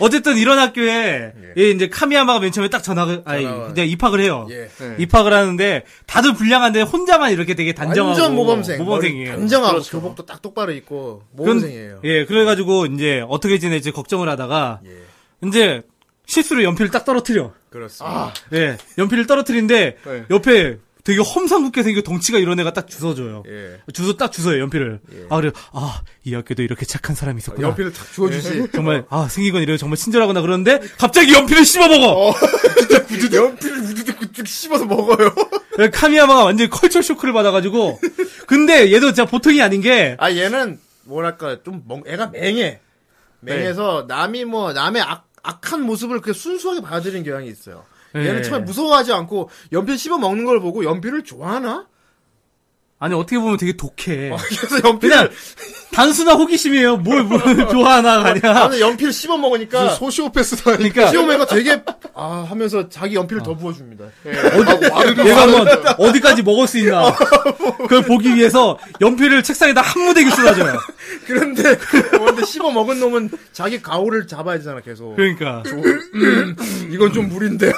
S3: 어쨌든 이런 학교에 예, 이제 카미야마가 맨 처음에 딱 전학을 아니
S1: 전학을.
S3: 이제 입학을 해요.
S1: 예.
S2: 네.
S3: 입학을 하는데 다들 불량한데 혼자만 이렇게 되게 단정하고
S1: 완전 모범생.
S3: 이에요
S1: 머리 단정하고 교복도 딱 똑바로 입고 모범생이에요.
S3: 예, 그래가지고 이제 어떻게 지낼지 걱정을 하다가
S1: 예.
S3: 이제 실수로 연필을 딱 떨어뜨려.
S1: 그렇습니다.
S3: 예, 연필을 떨어뜨린데
S2: 네.
S3: 옆에 되게 험상궂게 생긴 덩치가 이런 애가 딱 주워줘요.
S1: 예.
S3: 주워 딱 주워요 연필을. 아 그래, 아이 학교도 이렇게 착한 사람이 있었구나.
S1: 연필을 어. 탁 주워주지.
S3: 정말 아 생기건 이래 정말 친절하구나 그러는데 갑자기 연필을 씹어먹어.
S1: 연필을 우두둑 우두둑 씹어서 먹어요.
S3: 예, 카미야마가 완전히 컬처 쇼크를 받아가지고 근데 얘도 진짜 보통이 아닌 게
S1: 아 얘는 뭐랄까 좀 멍, 애가 맹해. 맹해서 남이 뭐 남의 악, 악한 모습을 그 순수하게 받아들이는 경향이 있어요.
S3: 예.
S1: 얘는 처음에 무서워하지 않고 연필 씹어 먹는 걸 보고 연필을 좋아하나?
S3: 아니 어떻게 보면 되게 독해.
S1: 그래서 연필을
S3: 그냥 단순한 호기심이에요. 뭘, 뭘 좋아하나 그러니까 가냐.
S1: 나는 연필 씹어 먹으니까
S2: 소시오패스다.
S3: 그러니까
S1: 시오메가 되게 아 하면서 자기 연필을 더 부어줍니다.
S3: 얘가 한번 어디까지 먹을 수 있나 그걸 보기 위해서 연필을 책상에다 한 무대기 쏟아져요.
S1: 그런데 그런데 씹어 먹은 놈은 자기 가오를 잡아야 되잖아 계속.
S3: 그러니까
S1: 이건 좀 무리인데.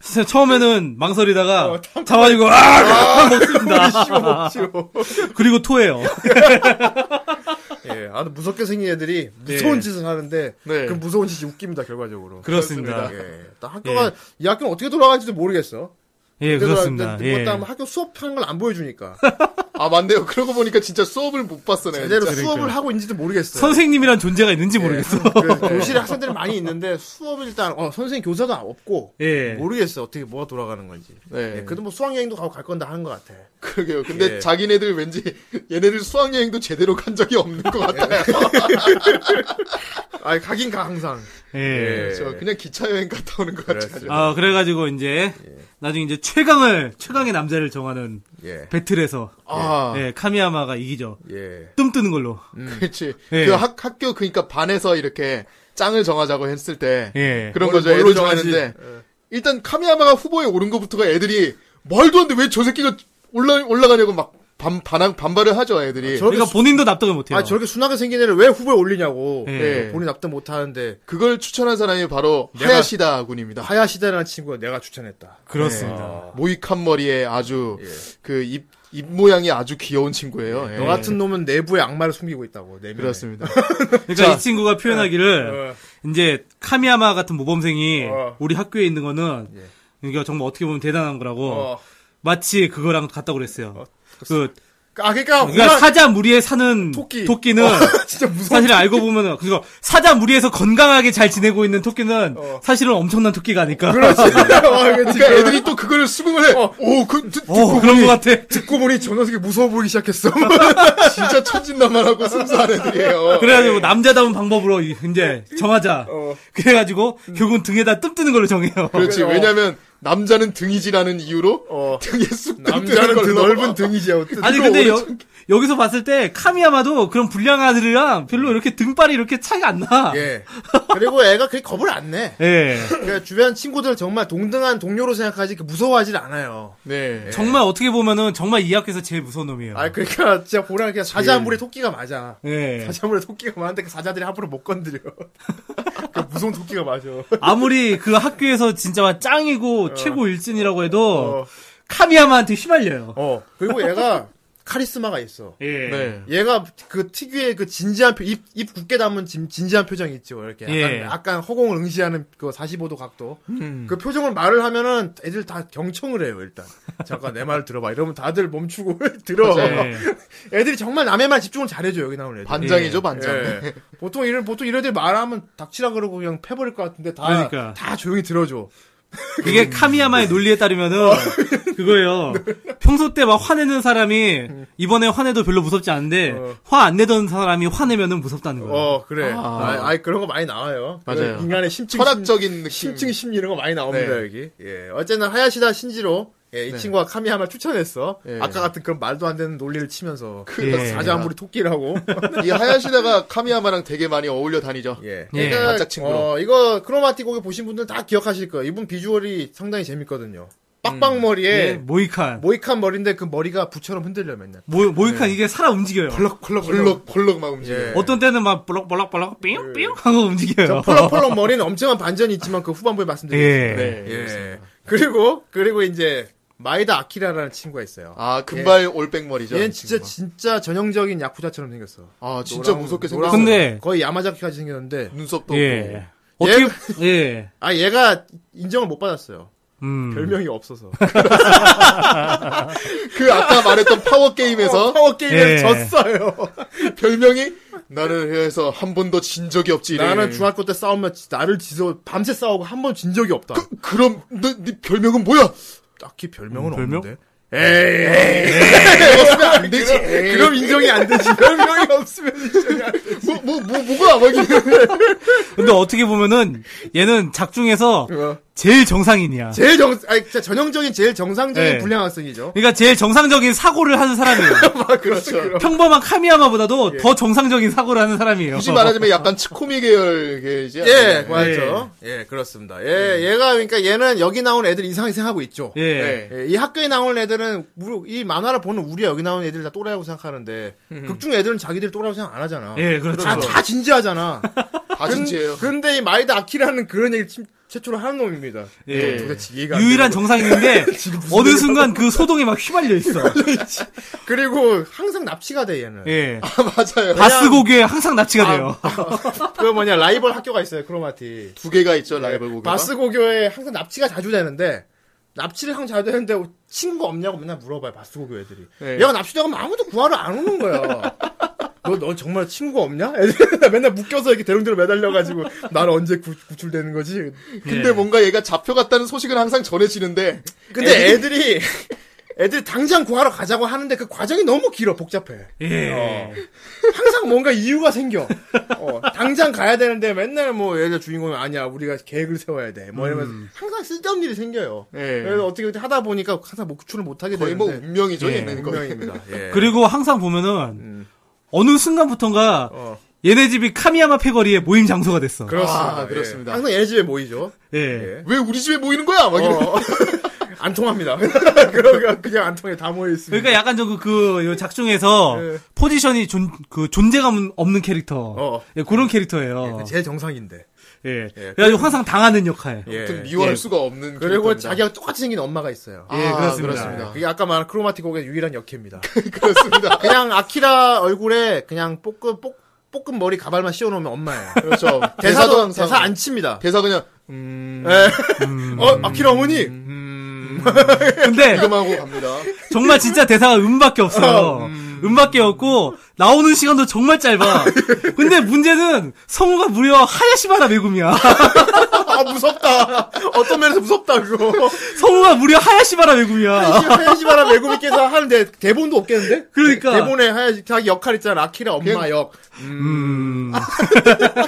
S3: 진짜 처음에는 망설이다가 잡아주고 아 먹습니다.
S1: 뭐.
S3: 그리고 토해요.
S1: 예, 아주 무섭게 생긴 애들이 무서운
S3: 예.
S1: 짓을 하는데
S2: 네.
S1: 그 무서운 짓이 웃깁니다 결과적으로.
S3: 그렇습니다.
S1: 예, 나 학교가 이 학교는 어떻게 돌아가는지도 모르겠어.
S3: 예
S1: 그래서
S3: 그렇습니다.
S1: 뭐
S3: 예.
S1: 그것도 아마 학교 수업하는 걸 안 보여주니까
S2: 아, 맞네요. 그러고 보니까 진짜 수업을 못 봤어, 내가.
S1: 제대로
S2: 진짜.
S1: 수업을 하고 있는지도 모르겠어요.
S3: 네, 선생님이란 존재가 있는지 모르겠어.
S1: 그래서 교실에 학생들이 많이 있는데 수업을 일단 어, 선생님 교사도 없고
S3: 예.
S1: 모르겠어 어떻게 뭐가 돌아가는 건지.
S2: 네.
S1: 예, 그래도 뭐 수학여행도 가고 갈 건다 하는 것 같아.
S2: 그러게요. 근데
S1: 예.
S2: 자기네들 왠지 얘네들 수학여행도 제대로 간 적이 없는 것
S1: 예.
S2: 같아요.
S1: 아 가긴 가 항상.
S3: 예.
S2: 저 그냥 기차여행 갔다 오는 것
S1: 그렇죠.
S2: 같아요.
S3: 아 그래가지고 이제 나중에 이제 최강을 최강의 남자를 정하는
S1: 예.
S3: 배틀에서
S2: 아,
S3: 예, 카미야마가 이기죠.
S1: 예.
S3: 뜸 뜨는 걸로.
S2: 그렇지.
S3: 예.
S2: 그 학, 학교 그러니까 반에서 이렇게 짱을 정하자고 했을 때
S3: 예.
S2: 네. 그런
S1: 뭘-
S2: 거죠.
S1: 뭘로
S2: 애들
S1: 뭐 정하지? 예.
S2: 정하는데 일단 카미야마가 후보에 오른 것부터가 애들이 말도 안 돼. 왜 저 새끼가 올라 올라가냐고 막 반, 반항, 반발을 하죠, 애들이.
S1: 아, 저렇게,
S3: 그러니까
S1: 수-
S3: 본인도 납득을 못해요.
S1: 아, 저렇게 순하게 생긴 애를 왜 후보에 올리냐고.
S3: 예.
S1: 예, 본인 납득 못하는데
S2: 그걸 추천한 사람이 바로
S1: 내가-
S2: 하야시다 군입니다.
S1: 하야시다라는 친구가 내가 추천했다. 네.
S3: 그렇습니다.
S2: 아. 모이칸 머리에 아주 그 입 입 모양이 아주 귀여운 친구예요. 예.
S1: 예. 너 같은 놈은 내부의 악마를 숨기고 있다고. 네 내면에.
S2: 그렇습니다.
S3: 그러니까
S2: 자.
S3: 이 친구가
S1: 예.
S3: 표현하기를 이제 카미야마 같은 모범생이
S1: 네. 어. 우리
S3: 우리 학교에 있는 거는 이게 정말 어떻게 보면 대단한 거라고
S1: 어.
S3: 마치 그거랑 같다고 그랬어요. 그
S1: 아, 그러니까,
S3: 그러니까
S1: 우리가
S3: 사자 무리에 사는
S1: 토끼. 어,
S3: 토끼. 는
S1: 진짜 무서워.
S3: 사실 알고 보면 그거 사자 무리에서 건강하게 잘 지내고 있는 토끼는
S1: 어.
S3: 사실은 엄청난 토끼가 아닐까.
S2: 그러니까 애들이 또 그거를 수긍을 해. 오, 그 듣-
S3: 어, 그런 것 같아.
S1: 듣고 보니 저 녀석이 무서워 보이기 시작했어.
S2: 진짜 천진난만하고 순수한 애들이에요.
S3: 그래가지고 남자다운 방법으로 이- 이제 정하자.
S1: 어.
S3: 그래가지고
S1: 음.
S3: 결국은 등에다 뜸 뜨는 걸로 정해요.
S2: 그렇지. 왜냐면 남자는 등이지라는 이유로
S1: 어.
S2: 등에 쑥
S1: 남자는 그 넓은 등이지. 어쨌든.
S3: 아니 근데 여, 기서 봤을 때 카미야마도 그런 불량 아들이랑 별로 이렇게 등발이 이렇게 차이가 안
S2: 아.
S3: 나. 예.
S1: 음. 예. 그리고 애가 그게 겁을 안 내. 그러니까 주변 친구들 정말 동등한 동료로 생각하지 그 무서워하질 않아요.
S2: 네.
S3: 정말 어떻게 보면은 정말 이 학교에서 제일 무서운 놈이에요.
S1: 예. 아 그러니까 진짜 보라 그냥 사자 한 물에 토끼가 맞아.
S3: 예.
S1: 사자 한 물에 토끼가 많은데 그 사자들이 함부로 못 건드려. 그 무서운 토끼가 맞아.
S3: 아무리 그 학교에서 진짜 막 짱이고 최고 일진이라고 해도
S1: 어.
S3: 카미야마한테 휘말려요.
S1: 어. 그리고 얘가 카리스마가 있어.
S3: 예.
S2: 네.
S1: 얘가 그 특유의 그 진지한 표, 입, 입 굳게 담은 진, 진지한 표정 있죠. 이렇게 약간,
S3: 예. 음.
S1: 약간 허공을 응시하는 그 45도 각도. 그 표정을 말을 하면은 애들 다 경청을 해요, 일단. 잠깐 내 말을 들어봐. 이러면 다들 멈추고 들어.
S3: 예.
S1: 애들이 정말 남의 말 집중을 잘해줘요, 여기 나오는 애들.
S2: 반장이죠,
S3: 예.
S2: 반장.
S1: 예. 보통 이런 보통 이런 애들 말하면 닥치라 그러고 그냥 패버릴 것 같은데 다 다
S3: 그러니까.
S1: 조용히 들어줘.
S3: 그게 카미야마의 논리에
S1: 어.
S3: 따르면은 그거예요.
S1: 네.
S3: 평소 때 막 화내는 사람이 이번에 화내도 별로 무섭지 않은데
S1: 음. 어.
S3: 화 안 내던 사람이 화내면은 무섭다는 거예요.
S1: 어 그래. 아, 아이, 그런 거 많이 나와요.
S2: 맞아요.
S1: 그 인간의 심층
S2: 철학적인 느낌.
S1: 심층 심리 이런 거 많이 나옵니다
S2: 네.
S1: 여기. 예 어쨌든 하야시다 신지로 예, 이 친구가 카미야마를 추천했어.
S2: 예. 그 네.
S1: 아까 같은 그런 말도 안 되는 논리를 치면서
S3: 예.
S1: 그 사자 아무리 토끼라고.
S2: 이 하야시다가 카미야마랑 되게 많이 어울려 다니죠.
S1: 예.
S3: 예.
S1: 일단,
S2: 네. 아, 바짝 친구로.
S1: 어, 이거 크로마티 곡에 보신 분들 다 기억하실 거예요. 이분 비주얼이 상당히 재밌거든요. 빡빡
S3: 예,
S1: 머리에
S2: 음.
S3: 모이칸.
S1: 모이칸 머리인데 그 머리가 부처럼 흔들려 맨날.
S3: 모, 모이칸 이게 살아 움직여요. 네.
S1: 컬럭
S2: 콜록 콜록 막 움직여.
S1: 예.
S3: 어떤 때는 막 볼록볼록볼록 삥삥 하고 움직여요.
S1: 그러니까 펄럭펄럭 머리는 엄청난 반전이 있지만 그 후반부에
S3: 예.
S1: 말씀드리겠습니다.
S2: 네.
S1: 예. 그리고 그리고 이제 마이다 아키라라는 친구가 있어요.
S2: 아, 금발 올백머리죠.
S1: 얘는
S2: 이
S1: 진짜
S2: 친구가.
S1: 진짜 전형적인 야쿠자처럼 생겼어.
S2: 아, 진짜
S1: 노랑-
S2: 무섭게
S1: 노랑-
S2: 생겼어.
S3: 근데-
S1: 거의 야마자키까지 생겼는데
S2: 눈썹도 없고.
S3: 예. 어떻게 예.
S1: 아 얘가 인정을 못 받았어요.
S3: 음.
S1: 별명이 없어서
S2: 그 아까 말했던 파워 게임에서
S1: 파워 게임에
S3: 예.
S1: 졌어요.
S2: 별명이 나는 해외에서 한 번도 진 적이 없지. 예. 이래.
S1: 나는 중학교 때 싸우면 지- 나를 지서 밤새 싸우고 한 번 진 적이 없다.
S2: 그, 그럼 너, 네 별명은 뭐야?
S1: 딱히 별명은
S3: 음, 별명?
S1: 없는데. 에이, 에이,
S2: 안 되지.
S1: 그럼 인정이 안 되지. 별명이 없으면 인정이 안 되지.
S2: 뭐, 뭐, 뭐, 뭐가 막이
S3: 근데 어떻게 보면은 얘는 작중에서 제일 정상인이야.
S1: 제일 정, 아니, 진짜 전형적인 제일 정상적인
S3: 예.
S1: 불량 학생이죠.
S3: 그러니까 제일 정상적인 사고를 하는 사람이에요.
S1: 그렇죠.
S3: 평범한 카미야마보다도 더 정상적인 사고를 하는 사람이에요.
S2: 굳이 말하자면 약간 치코미 계열 계열이지. 네.
S1: 예, 맞죠. 예, 그렇습니다. 예, 얘가 그러니까 얘는 여기 나온 애들 이상하게 생각하고 있죠.
S3: 예.
S2: 예.
S1: 예, 이 학교에 나온 애들은 우리- 이 만화를 보는 우리 여기 나온 애들 다 또라이라고 생각하는데 극중 애들은 자기들 또라이라고 생각 네. 안 하잖아.
S3: 예, 그렇죠.
S1: 다, 다 진지하잖아.
S2: 다 진지해요.
S1: 근데 이 마이다 아키라는 그런 얘기를 침- 최초로 하는 놈입니다.
S3: 예.
S1: 도대체 이해가 안
S3: 유일한
S1: 되고.
S3: 정상인데 어느 순간 그 소동에 막 휘말려 있어.
S1: 그리고 항상 납치가 돼 얘는.
S3: 예.
S2: 맞아요.
S3: 바스고교에 항상 납치가 돼요.
S1: 그 뭐냐 라이벌 학교가 있어요 크로마티.
S2: 두 개가 있죠 라이벌 고교.
S1: 네.
S2: 그러니까?
S1: 바스 고교에 항상 납치가 자주 되는데 납치를 항상 자주 되는데 친구가 없냐고 맨날 물어봐요 바스 고교 애들이.
S2: 네.
S1: 얘가 납치되면 아무도 구하러 안 오는 거야. 너, 너 정말 친구가 없냐? 애들 맨날 묶여서 이렇게 대롱대롱 매달려가지고, 난 언제 구, 구출되는 거지?
S2: 근데 뭔가 얘가 잡혀갔다는 소식은 항상 전해지는데
S1: 근데 애들이, 애들이 당장 구하러 가자고 하는데 그 과정이 너무 길어, 복잡해.
S3: 예.
S1: 어. 항상 뭔가 이유가 생겨. 어, 당장 가야 되는데 맨날 뭐 예를 들어 주인공이 아니야 우리가 계획을 세워야 돼. 뭐 이러면서 항상 쓸데없는 일이 생겨요.
S2: 예.
S1: 그래서 어떻게 어떻게 하다 보니까 항상 뭐 구출을 못 하게
S2: 거의
S1: 되는데. 예,
S2: 뭐 운명이죠 얘는 거.
S1: 운명입니다. 예. 음.
S3: 그리고 항상 보면은 어느 순간부터가
S1: 어.
S3: 얘네 집이 카미야마 패거리의 모임 장소가 됐어.
S1: 그렇습니다.
S2: 아, 그렇습니다.
S1: 예. 항상 얘네 집에 모이죠.
S3: 예.
S1: 예.
S2: 왜 우리 집에 모이는 거야? 막 이러고.
S1: 어. 안 통합니다. 그러니까 그냥 안 통해 다 모여 있습니다.
S3: 그러니까 약간 좀 그, 그, 요 작중에서
S1: 예.
S3: 포지션이 존, 그 존재감 없는 캐릭터.
S1: 어.
S3: 예, 그런
S2: 어.
S3: 캐릭터예요.
S1: 제 정상인데.
S3: 예.
S1: 예.
S3: 그래가지고 항상 당하는 역할.
S1: 예.
S2: 아무튼 미워할
S3: 예.
S2: 수가 없는
S1: 그리고
S2: 캐릭터입니다.
S1: 자기랑 똑같이 생긴 엄마가 있어요.
S2: 아,
S3: 예, 그렇습니다.
S2: 그렇습니다.
S1: 그게 아까 말한 크로마티곡의 유일한 역캐입니다.
S2: 그렇습니다.
S1: 그냥 아키라 얼굴에 그냥 뽀끔 뽀, 뽀끔 머리 가발만 씌워놓으면 엄마예요.
S2: 그렇죠.
S1: 대사도
S2: 대사도
S1: 항상
S2: 항상
S1: 대사 안 칩니다.
S2: 대사 그냥 음
S1: 어 아키라 어머니.
S3: 근데
S2: 이거만하고 갑니다.
S3: 정말 진짜 대사가 음밖에 없어요. 음. 밖에 없고 나오는 시간도 정말 짧아. 근데 문제는 성우가 무려 하야시바라 메구미야.
S1: 아 무섭다. 어떤 면에서 무섭다 그거.
S3: 성우가 무려 하야시바라 메구미야.
S1: 하야시바라 메구미께서 하는데 대본도 없겠는데?
S3: 그러니까.
S1: 대, 본에 하야시 자기 역할 있잖아. 아키라 엄마
S2: 그냥-
S1: 역.
S3: 음.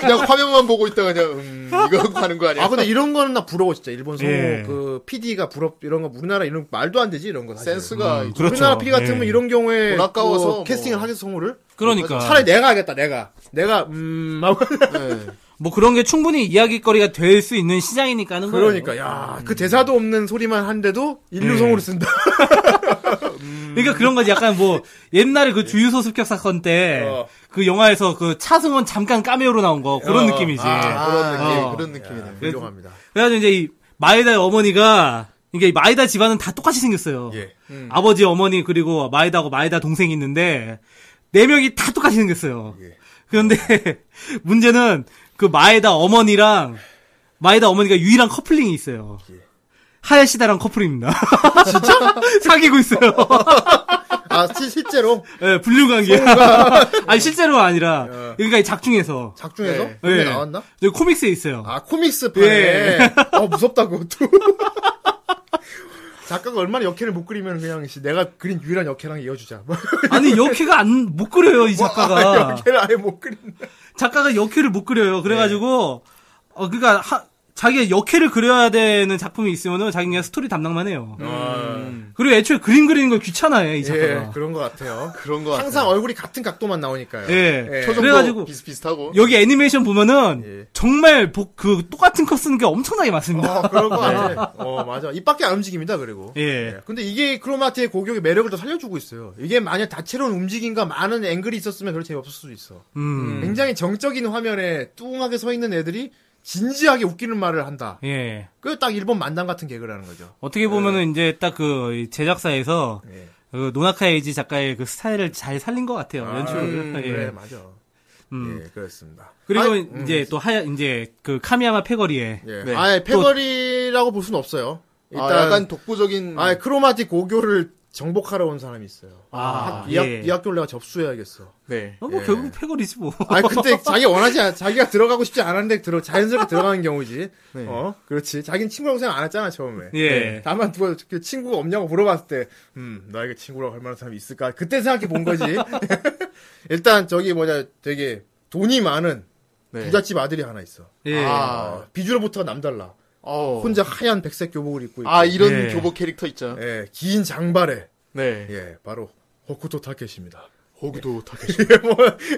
S2: 그냥 화면만 보고 있다 그냥 음 이거 하고 가는 거 아니야?
S1: 아 근데 이런 거는 나 부러워 진짜 일본 성우
S3: 예.
S1: 그 PD가 부럽 이런 거 우리나라 이런 거 말도 안 되지 이런 거 사실.
S2: 센스가 있죠.
S3: 그렇죠.
S1: 우리나라 PD 같으면
S3: 예.
S1: 이런 경우에
S2: 돈 아까워서
S1: 뭐
S2: 뭐.
S1: 캐스팅을 하겠어 성우를
S3: 그러니까
S1: 차라리 내가 하겠다 내가 내가 음 하고
S2: 네.
S3: 뭐 그런 게 충분히 이야기거리가 될 수 있는 시장이니까
S2: 음.
S3: 하는 거예요.
S1: 그러니까 야 그 대사도 없는 소리만 한데도 인류
S3: 예.
S1: 성우를 쓴다
S3: 그러니까 그런 거지. 약간 뭐 옛날에 그 주유소 습격 사건 때
S1: 어.
S3: 그 영화에서 그 차승원 잠깐 까메오로 나온 거 그런
S1: 어,
S3: 느낌이지.
S1: 아,
S2: 그런 느낌
S3: 어.
S2: 그런 느낌이네.
S3: 그래서-
S1: 훌륭합니다
S3: 그래가지고 이제 이 마에다의 어머니가 이게 마에다 집안은 다 똑같이 생겼어요.
S1: 예.
S3: 아버지, 어머니 그리고 마에다하고 마에다 동생이 있는데 네 명이 다 똑같이 생겼어요. 그런데 문제는 그 마에다 어머니랑 마에다 어머니가 유일한 커플링이 있어요. 하야시다랑 커플입니다. 진짜? 사귀고 있어요.
S1: 아 시- 실제로
S3: 예, 분류 관계야. 아니 실제로가 아니라 그러니까 이 작중에서
S1: 작중에서
S2: 네.
S1: 그게
S3: 예.
S1: 나왔나
S3: 저기 코믹스에 있어요.
S1: 아 코믹스 판에
S3: 예.
S1: 어 무섭다 그것도 작가가 얼마나 역캐를 못 그리면 그냥 씨, 내가 그린 유일한 역캐랑 이어주자 뭐
S3: 아니 역회가 안 못 그려요 이 작가가.
S1: 역캐를 아예 못 그린
S3: 작가가 역회를 못 그려요. 그래가지고 어 그러니까 하- 자기가 역회를 그려야 되는 작품이 있으면은 자기가 그냥 스토리 담당만 해요. 그리고 애초에 그림 그리는 걸
S1: 음.
S3: 귀찮아해 이
S1: 예
S3: 음. 작가가.
S1: 그런 것 같아요
S2: 그런 거 같아요.
S1: 항상 얼굴이 같은 각도만 나오니까요
S3: 예.
S2: 표정도
S3: 그래가지고
S2: 비슷비슷하고 아,
S3: 여기 애니메이션 보면은
S1: 예.
S3: 정말 복- 그 똑같은 컷 쓰는 게 엄청나게 많습니다.
S1: 어, 그럴 거 같아. 어, 맞아. 입밖에 안 움직입니다, 그리고.
S3: 예.
S1: 예. 근데 이게 크로마티의 고격의 매력을 더 살려주고 있어요. 이게 만약 다채로운 움직임과 많은 앵글이 있었으면 별 재미없을 수도 있어.
S3: 음.
S1: 굉장히 정적인 화면에 뚱하게 서 있는 애들이 진지하게 웃기는 말을 한다.
S3: 예.
S1: 그 딱 일본 만담 같은 개그라는 거죠.
S3: 어떻게 보면은 이제 딱 그 제작사에서
S1: 예.
S3: 그 노나카에이지 작가의 그 스타일을 잘 살린 것 같아요. 연출을. 예.
S1: 그래, 음, 네, 맞아.
S3: 음.
S1: 예, 그렇습니다.
S3: 그리고
S1: 아이, 음.
S3: 이제 또 하야 이제 그 카미야마 패거리에
S1: 예.
S2: 네.
S1: 아예 패거리라고 볼 수는 없어요. 일단,
S2: 아, 약간 독보적인
S1: 아예 크로마티 고교를 정복하러 온 사람이 있어요.
S3: 아,
S1: 이, 학,
S3: 예.
S1: 이 학교를 내가 접수해야겠어.
S2: 네.
S3: 어, 뭐
S1: 예.
S3: 결국 패거리지 뭐.
S1: 아니 그 근데 자기 원하지 않아 자기가 들어가고 싶지 않았는데 들어 자연스럽게 들어가는 경우지
S2: 네.
S1: 어 그렇지 자기는 친구라고 생각 안 했잖아 처음에
S3: 예.
S1: 네. 다만 누가 그 친구가 없냐고 물어봤을 때음 나에게 친구라고 할 만한 사람이 있을까 그때 생각해 본 거지 일단 저기 뭐냐 되게 돈이 많은
S2: 네.
S1: 부잣집 아들이 하나 있어
S3: 예.
S1: 아, 비주얼부터가 남달라
S2: 어.
S1: 혼자 하얀 백색 교복을 입고 있고
S2: 아 이런
S3: 예.
S2: 교복 캐릭터 있죠.
S1: 예, 긴 장발에
S2: 네.
S1: 예 바로 호쿠토 타케시입니다
S2: 호구도 타케.
S1: 예, 뭐,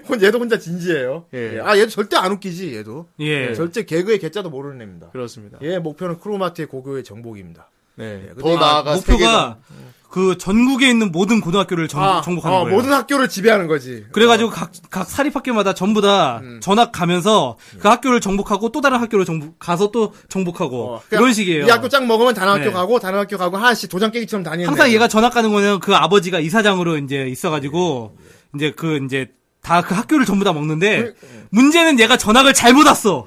S1: 혼- 얘도 혼자 진지해요
S2: 예.
S1: 예. 아 얘도 절대 안 웃기지 얘도
S3: 예.
S1: 예, 절대 개그의 개자도 모르는 애입니다.
S2: 그렇습니다.
S1: 예, 목표는 크로마티의 고교의 정복입니다.
S2: 네.
S1: 근데
S2: 더
S1: 아,
S2: 나아가 세계가
S3: 목표가 그 전국에 있는 모든 고등학교를 정,
S1: 아,
S3: 복하는
S1: 어,
S3: 거예요.
S1: 모든 학교를 지배하는 거지.
S3: 그래가지고 각, 각 사립학교마다 전부 다
S1: 음.
S3: 전학 가면서 그 학교를 정복하고 또 다른 학교를 정복, 가서 또 정복하고
S1: 어, 그냥
S3: 이런 식이에요.
S1: 이 학교 짱 먹으면 다른 학교
S3: 네.
S1: 가고 다른 학교 가고 하나씩 도장 깨기처럼 다니는.
S3: 항상
S1: 애들.
S3: 얘가 전학 가는 거는 그 아버지가 이사장으로 이제 있어가지고 이제 그 이제 다 그 학교를 전부 다 먹는데
S1: 그,
S3: 문제는 얘가 전학을 잘못 왔어.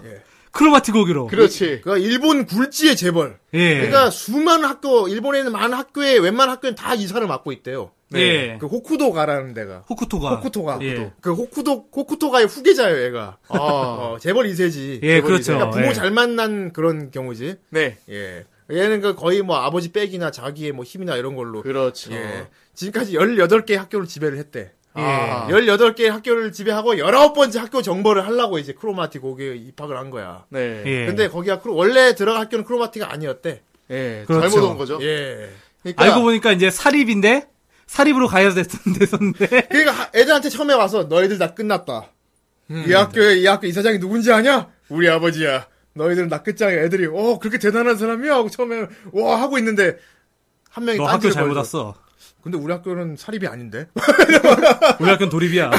S3: 크로마티 고기로.
S2: 그렇지.
S1: 예. 그러니까 일본 굴지의 재벌.
S3: 예.
S1: 그러니까 수많은 학교 일본에 있는 많은 학교에 웬만한 학교는 다 이사를 맡고 있대요.
S3: 예.
S1: 그 호쿠도가라는 데가.
S3: 호쿠토가.
S1: 호쿠토가.
S3: 예.
S1: 그 호쿠도 호쿠토가의 후계자예요, 얘가.
S2: 아.
S1: 어, 재벌 이세지.
S3: 예, 그렇죠.
S1: 그러니까 부모
S3: 예.
S1: 잘 만난 그런 경우지.
S2: 네.
S1: 예. 얘는 그 거의 뭐 아버지 백이나 자기의 뭐 힘이나 이런 걸로
S2: 그렇죠.
S1: 예. 지금까지 18개의 학교를 지배를 했대.
S2: 아.
S1: 18개의 학교를 지배하고 19번째 학교 정벌을 하려고 이제 크로마티 거기에 입학을 한 거야.
S2: 네. 예.
S3: 예.
S1: 근데 거기가 크로- 원래 들어간 학교는 크로마티가 아니었대.
S3: 그렇죠.
S2: 예. 잘못 온 거죠.
S1: 예.
S2: 그러니까
S3: 알고 보니까 이제 사립인데 사립으로 가야 됐었는데
S1: 그러니까 하- 애들한테 처음에 와서 너희들 다 끝났다.
S3: 음.
S1: 이 학교에 이 학교 이사장이 누군지 아냐? 우리 아버지야. 너희들은 나 끝장이야. 애들이 어 그렇게 대단한 사람이야 하고 처음에 와 하고 있는데 한 명이
S3: 너
S1: 딴지를
S3: 학교 잘못
S1: 벌고.
S3: 왔어.
S1: 근데 우리 학교는 사립이 아닌데.
S3: 우리 학교는 돌입이야.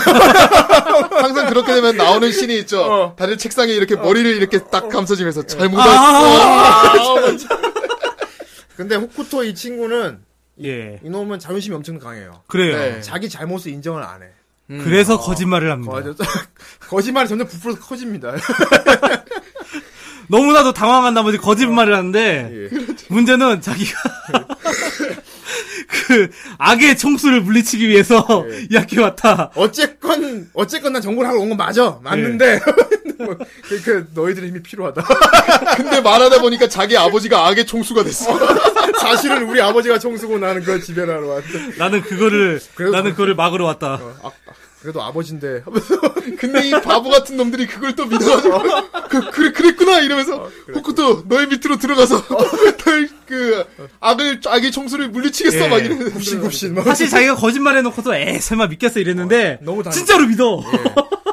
S2: 항상 그렇게 되면 나오는 신이 있죠. 다들 책상에 이렇게 머리를 이렇게 딱 감싸지면서 잘못
S1: 근데 호쿠토 이 친구는
S3: 예.
S1: 이놈은 자존심이 엄청 강해요.
S3: 그래요.
S2: 네.
S1: 자기 잘못을 인정을 안 해.
S3: 그래서 어. 거짓말을 합니다.
S1: 맞아. 거짓말이 점점 부풀어서 커집니다.
S3: 너무나도 당황한 나머지 거짓말을 하는데
S1: 예.
S3: 문제는 자기가 그 악의 총수를 물리치기 위해서 이 학교 왔다.
S1: 어쨌건 어쨌건 난 정보를 하러 온 건 맞아. 맞는데. 뭐, 그러니까 너희들의 힘이 필요하다.
S2: 근데 말하다 보니까 자기 아버지가 악의 총수가 됐어.
S1: 사실은 우리 아버지가 총수고 나는 그걸 지배하러 왔다.
S3: 나는 그거를
S1: 그래도-
S3: 나는 그거를 막으러 왔다.
S1: 그래도 아버지인데.
S2: 근데 이 바보 같은 놈들이 그걸 또 믿어가지고 그, 그래 그랬구나 이러면서 호쿠토 너의 밑으로 들어가서 너의 그 악을 악의 총수를 물리치겠어
S3: 예.
S2: 막 이러면서
S1: 굽신굽신 막.
S3: 사실 자기가 거짓말 해놓고서 에 설마 믿겠어 예. 이랬는데
S1: 너무 다-
S3: 진짜로 믿어.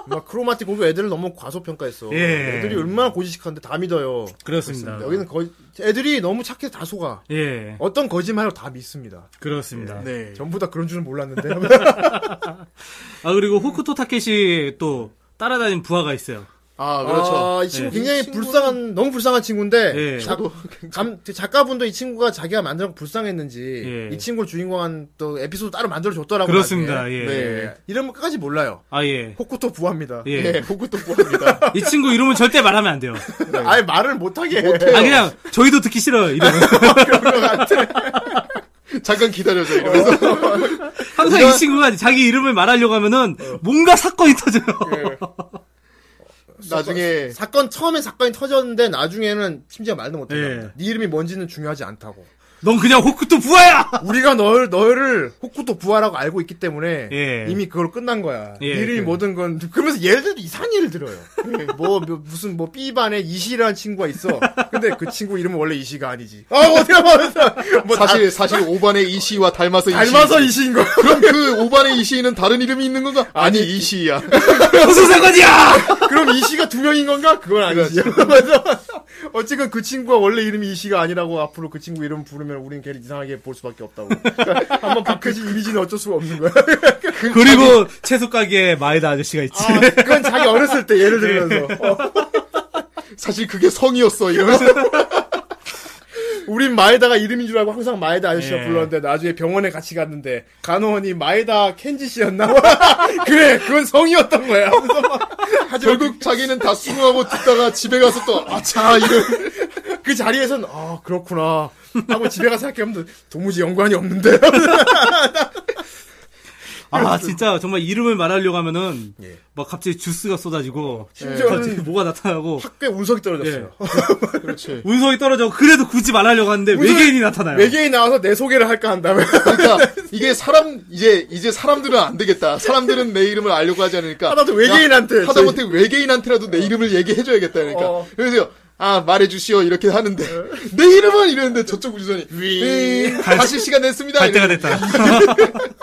S1: 막 크로마틱 고교 애들을 너무 과소평가했어.
S3: 예.
S1: 애들이 얼마나 고지식한데 다 믿어요.
S3: 그렇습니다.
S1: 여기는 거 애들이 너무 착해 다 속아.
S3: 예
S1: 어떤 거짓말을 다 믿습니다.
S3: 그렇습니다.
S2: 네.
S1: 전부 다 그런 줄은 몰랐는데.
S3: 아 그리고 후쿠토 타케시 또 따라다니는 부하가 있어요.
S2: 아 그렇죠.
S1: 아, 이 친구
S3: 예.
S1: 굉장히 불쌍한 너무 불쌍한 친구인데
S3: 예.
S1: 작, 감, 그 작가분도 이 친구가 자기가 만들어 불쌍했는지
S3: 예.
S1: 이 친구를 주인공한 또 에피소드 따로 만들어 줬더라고요.
S3: 그렇습니다.
S1: 나중에.
S3: 예.
S1: 네. 이름은 끝까지 몰라요.
S3: 아 예.
S1: 호쿠토 부합니다.
S3: 예.
S2: 예, 호쿠토 부합니다. 네.
S3: 이 친구 이름은 절대 말하면 안 돼요.
S1: 아예 말을 못하게
S2: 뭐
S1: 해.
S3: 아 그냥 저희도 듣기 싫어요. 이름.
S2: 잠깐 기다려줘 이러면서
S3: 항상 이 친구가 자기 이름을 말하려고 하면은
S1: 어.
S3: 뭔가 사건이 터져요.
S1: 네.
S3: 예.
S2: 나중에
S1: 사건 처음에 사건이 터졌는데 나중에는 심지어 말도 못해.
S3: 예.
S1: 요네 이름이 뭔지는 중요하지 않다고.
S3: 넌 그냥 호크토 부하야.
S1: 우리가 널 너를 호쿠토 부하라고 알고 있기 때문에
S3: 예.
S1: 이미 그걸 끝난 거야.
S3: 예,
S1: 이름이
S3: 그래.
S1: 뭐든 건 그러면서 예를 들어 이상한 예를 들어요. 예, 뭐, 뭐, 무슨 뭐 B 반에 이시라는 친구가 있어. 근데 그 친구 이름은 원래 이시가 아니지. 아 어떻게 보면 뭐
S2: 사실 사실 5반의 이시와 닮아서
S1: 다-
S2: 이시.
S1: 닮아서 이시인 거야.
S2: 그럼 그 5반의 이시는 다른 이름이 있는 건가? 아니 이시야.
S3: 무슨
S1: 아,
S3: 상관이야?
S1: 그럼 이시가 두 명인 건가? 그건 아니지. 맞아. 어쨌건 그 친구가 원래 이름이 이시가 아니라고 앞으로 그 친구 이름 부르면 우린 걔를 이상하게 볼 수밖에 없다고. 그러니까 한번 박혀진 이미지는 어쩔 수가 없는 거야.
S3: 그리고 채소 가게에 마에다 아저씨가 있지.
S1: 아, 그건 자기 어렸을 때 예를 들면서. 어.
S2: 사실 그게 성이었어 이러면서
S1: 우린 마에다가 이름인 줄 알고 항상 마에다 아저씨가
S3: 예.
S1: 불렀는데 나중에 병원에 같이 갔는데 간호원이 마에다 켄지 씨였나? 그래 그건 성이었던 거야. 하면서 막 하지만
S2: 결국 자기는 다 수긍하고 듣다가 집에 가서 또 아차 이런
S1: 그, 그 자리에선 아 그렇구나 하고 집에 가서 생각하면 도무지 연관이 없는데.
S3: 아 진짜 정말 이름을 말하려고 하면은
S1: 예.
S3: 막 갑자기 주스가 쏟아지고
S1: 심지어는-
S3: 갑자기 뭐가 나타나고
S1: 학교에 운석이 떨어졌어요.
S2: 그렇지.
S3: 운석이 떨어져 예. 그래도 굳이 말하려고 하는데
S1: 운석이-
S3: 외계인이 나타나요.
S1: 외계인 나와서 내 소개를 할까 한 다음에
S2: 그러니까 이게 사람 이제 이제 사람들은 안 되겠다. 사람들은 내 이름을 알려고 하지 않으니까
S1: 하다도
S2: 야,
S1: 외계인한테
S2: 하다못해 외계인한테라도 내 이름을 얘기해 줘야겠다. 그러니까
S1: 어.
S2: 그래서 아 말해주시오 이렇게 하는데 내 이름은 이러는데 저쪽 우주선이 윙 다시 시간 냈습니다.
S3: 갈 때가
S2: 이러면서.
S3: 됐다.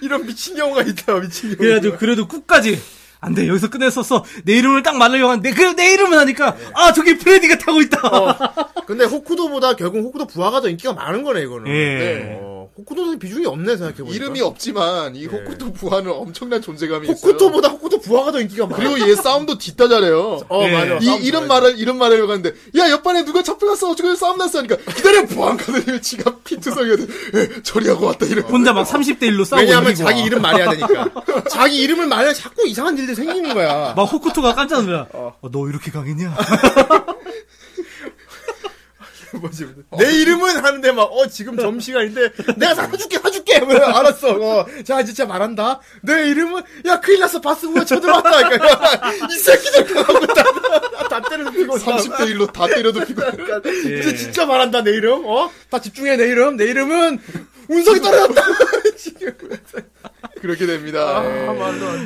S1: 이런 미친 경우가 있다 미친 경우.
S3: 그래가지고 그래도 끝까지 안 돼 여기서 끝냈었어. 내 이름을 딱 말하려고 하는데 그래도 내 이름은 하니까
S1: 네.
S3: 아 저기 프레디가 타고 있다.
S1: 어, 근데 호쿠도보다 결국 호쿠도 부하가 더 인기가 많은 거네 이거는.
S3: 예.
S1: 어, 호쿠도는 비중이 없네 생각해 보니까. 네.
S2: 이름이 없지만 이 호쿠토 부하는 엄청난 존재감이 있어요.
S1: 호쿠토보다 호쿠도 부하가 더 인기가 많아.
S2: 그리고 얘 싸움도 뒷다 잘해요.
S1: 어
S3: 예.
S1: 맞아.
S2: 이 이런 말을 이런 말을 하는데 야 옆반에 누가 잡혀갔어 어쩌고 싸움 났어 하니까 기다려 보안관을 지갑 피투성이거든 처리하고 왔다 이러고
S3: 혼자 막 30대 1로 싸우고
S1: 왜냐하면
S3: 이기고
S1: 자기
S3: 와.
S1: 이름 말해야 되니까. 자기 이름을 말해 자꾸 이상한 일들이 생기는 거야.
S3: 막 호쿠토가 깜짝 놀라. 어, 너 이렇게 강했냐?
S1: 뭐지? 내 이름은 하는데 막 어 지금 점심시간인데 내가 사줄게 사줄게. 그래, 알았어. 어, 자 진짜 말한다. 내 이름은 야 큰일 났어 바스부가 쳐들어왔다. 그러니까 야, 이 새끼들 그러고 다다 때려 어, 죽이고
S2: 30대 1로 다 때려도 피고
S1: 아, 이제 진짜 말한다 내 이름. 어다 집중해 내 이름. 내 이름은 운석이 떨어졌다. 지금.
S2: 그렇게
S1: 아,
S2: 됩니다.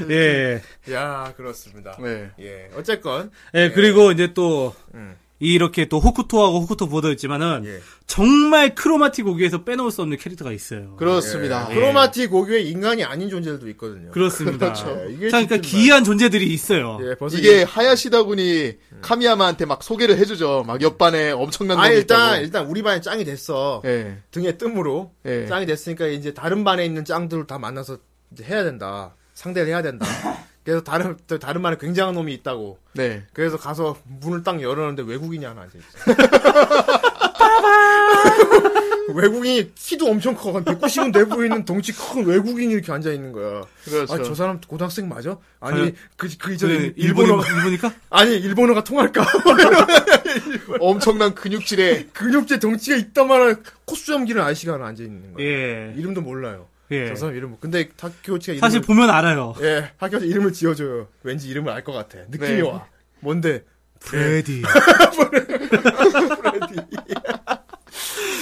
S2: 예.
S3: 예.
S1: 야 그렇습니다.
S2: 네.
S1: 예 어쨌건
S3: 예, 그리고 이제 또, 이렇게 또 호쿠토하고 호쿠토 보더였지만은
S1: 음. 예.
S3: 정말 크로마티 고기에서 빼놓을 수 없는 캐릭터가 있어요.
S2: 그렇습니다.
S3: 예.
S1: 크로마티 고교의 인간이 아닌 존재들도 있거든요.
S3: 그렇습니다.
S1: 그렇죠. 이게
S3: 자, 그러니까
S1: 쉽지만.
S3: 기이한 존재들이 있어요.
S1: 예, 벌써
S2: 이게
S3: 예.
S2: 하야시다군이 카미야마한테 막 소개를 해주죠. 막 옆반에 엄청난
S1: 아
S2: 놈이
S1: 일단
S2: 있다고.
S1: 일단 우리 반에 짱이 됐어.
S2: 예.
S1: 등에 뜸으로
S2: 예.
S1: 짱이 됐으니까 이제 다른 반에 있는 짱들을 다 만나서 이제 해야 된다. 상대를 해야 된다. 그래서 다른 또 다른 반에 굉장한 놈이 있다고.
S2: 네.
S1: 그래서 가서 문을 딱 열었는데 외국인이 하나 앉아 있어. 외국인이 키도 엄청 커. 한 190은 돼 보이는 덩치 큰 외국인이 이렇게 앉아 있는 거야.
S2: 그렇죠.
S1: 아, 저 사람 고등학생 맞아? 아니,
S3: 아니요.
S1: 그, 그
S3: 저
S1: 이전에
S3: 일본어
S1: 일본어가,
S3: 일본이니까
S1: 아니, 일본어가 통할까?
S2: 엄청난 근육질에
S1: 근육제 덩치가 있다만한 콧수염기를 아저씨가 하나 앉아 있는 거야.
S3: 예.
S1: 이름도 몰라요.
S3: 예.
S1: 저 사람 이름, 근데 타키오치가 이름을,
S3: 사실 보면 알아요.
S1: 예, 타키오치 이름을 지어줘요. 왠지 이름을 알 것 같아. 느낌이
S2: 네.
S1: 와. 뭔데?
S3: 프레디.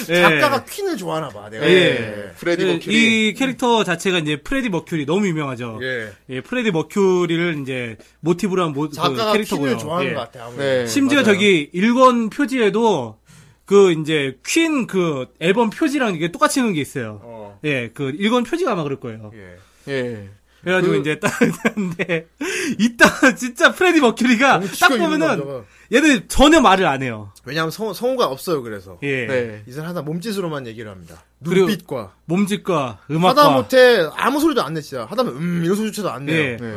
S3: 예.
S1: 작가가 퀸을 좋아하나 봐, 내가.
S3: 예.
S2: 프레디
S3: 예,
S2: 머큐리.
S3: 이 캐릭터 자체가 이제 프레디 머큐리 너무 유명하죠. 예.
S1: 예.
S3: 프레디 머큐리를 이제 모티브로 한 모, 그
S1: 작가가
S3: 캐릭터고요.
S1: 퀸을 좋아하는
S3: 예.
S1: 것 같아, 아무래도.
S2: 네.
S3: 심지어
S2: 맞아요.
S3: 저기 일권 표지에도 그 이제 퀸 그 앨범 표지랑 이게 똑같이 있는 게 있어요.
S1: 어.
S3: 예, 그 일권 표지가 아마 그럴 거예요.
S1: 예.
S2: 예.
S3: 그래가지고
S2: 그-
S3: 이제 딱 했는데 이따 진짜 프레디 머큐리가
S1: 덩치가
S3: 딱
S1: 있는
S3: 보면은
S1: 남자가.
S3: 얘는 전혀 말을 안 해요.
S1: 왜냐하면 성, 성우가 없어요, 그래서.
S3: 예,
S2: 네.
S1: 이 사람 항상 몸짓으로만 얘기를 합니다.
S3: 그리고-
S1: 눈빛과.
S3: 몸짓과 음악과
S1: 하다 못해 아무 소리도 안 내, 진짜. 하다면, 음, 이런 소리조차도 안 내요.
S3: 예.
S1: 네.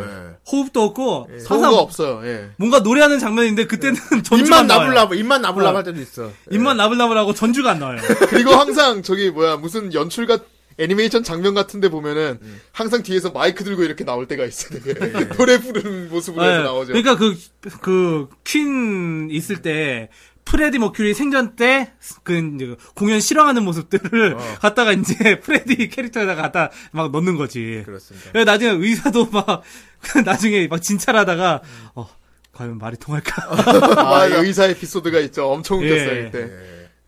S1: 호흡도
S3: 호흡도 없고
S2: 성우가
S3: 항상
S2: 없어요. 예.
S3: 뭔가 노래하는 장면인데 그때는 전주만
S1: 입만
S3: 나와요.
S1: 나불나불, 아, 뭐 입만 나불나불
S3: 어.
S1: 할 때도 있어.
S3: 입만 나불나불하고 전주가 안 나와요.
S2: 그리고 항상 저기 뭐야 무슨 연출 같 애니메이션 장면 같은데 보면은
S3: 음.
S2: 항상 뒤에서 마이크 들고 이렇게 나올 때가 있어요. 되게. 노래 부르는 모습으로 해서
S3: 예,
S2: 나오죠.
S3: 그러니까 그 그 퀸 있을 때 프레디 머큐리 생전 때 그 공연 실황하는 모습들을 갖다가 이제 프레디 캐릭터에다가 갖다 막 넣는 거지.
S1: 그렇습니다.
S3: 그래서 나중에 의사도 막 나중에 막 진찰하다가 어 과연 말이 통할까?
S2: 아, 이 의사 에피소드가 있죠. 엄청 웃겼어요
S3: 예.
S2: 그때.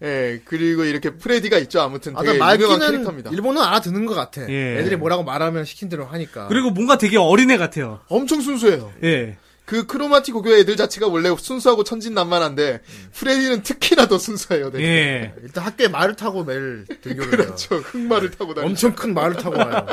S2: 예. 그리고 이렇게 프레디가 있죠. 아무튼
S1: 아,
S2: 되게
S1: 근
S2: 유명한
S1: 말기는
S2: 캐릭터입니다.
S1: 일본은 알아듣는 것 같아.
S3: 예.
S1: 애들이 뭐라고 말하면 시킨 대로 하니까.
S3: 그리고 뭔가 되게 어린애 같아요.
S2: 엄청 순수해요.
S3: 예.
S2: 그 크로마티 고교 애들 자체가 원래 순수하고 천진난만한데 프레디는 특히나 더 순수해요. 되게.
S3: 예.
S1: 일단 학교에 말을 타고 매일 등교를 해요.
S2: 그렇죠. 흑마를 타고 다니.
S1: 엄청 큰 말을 타고 와요.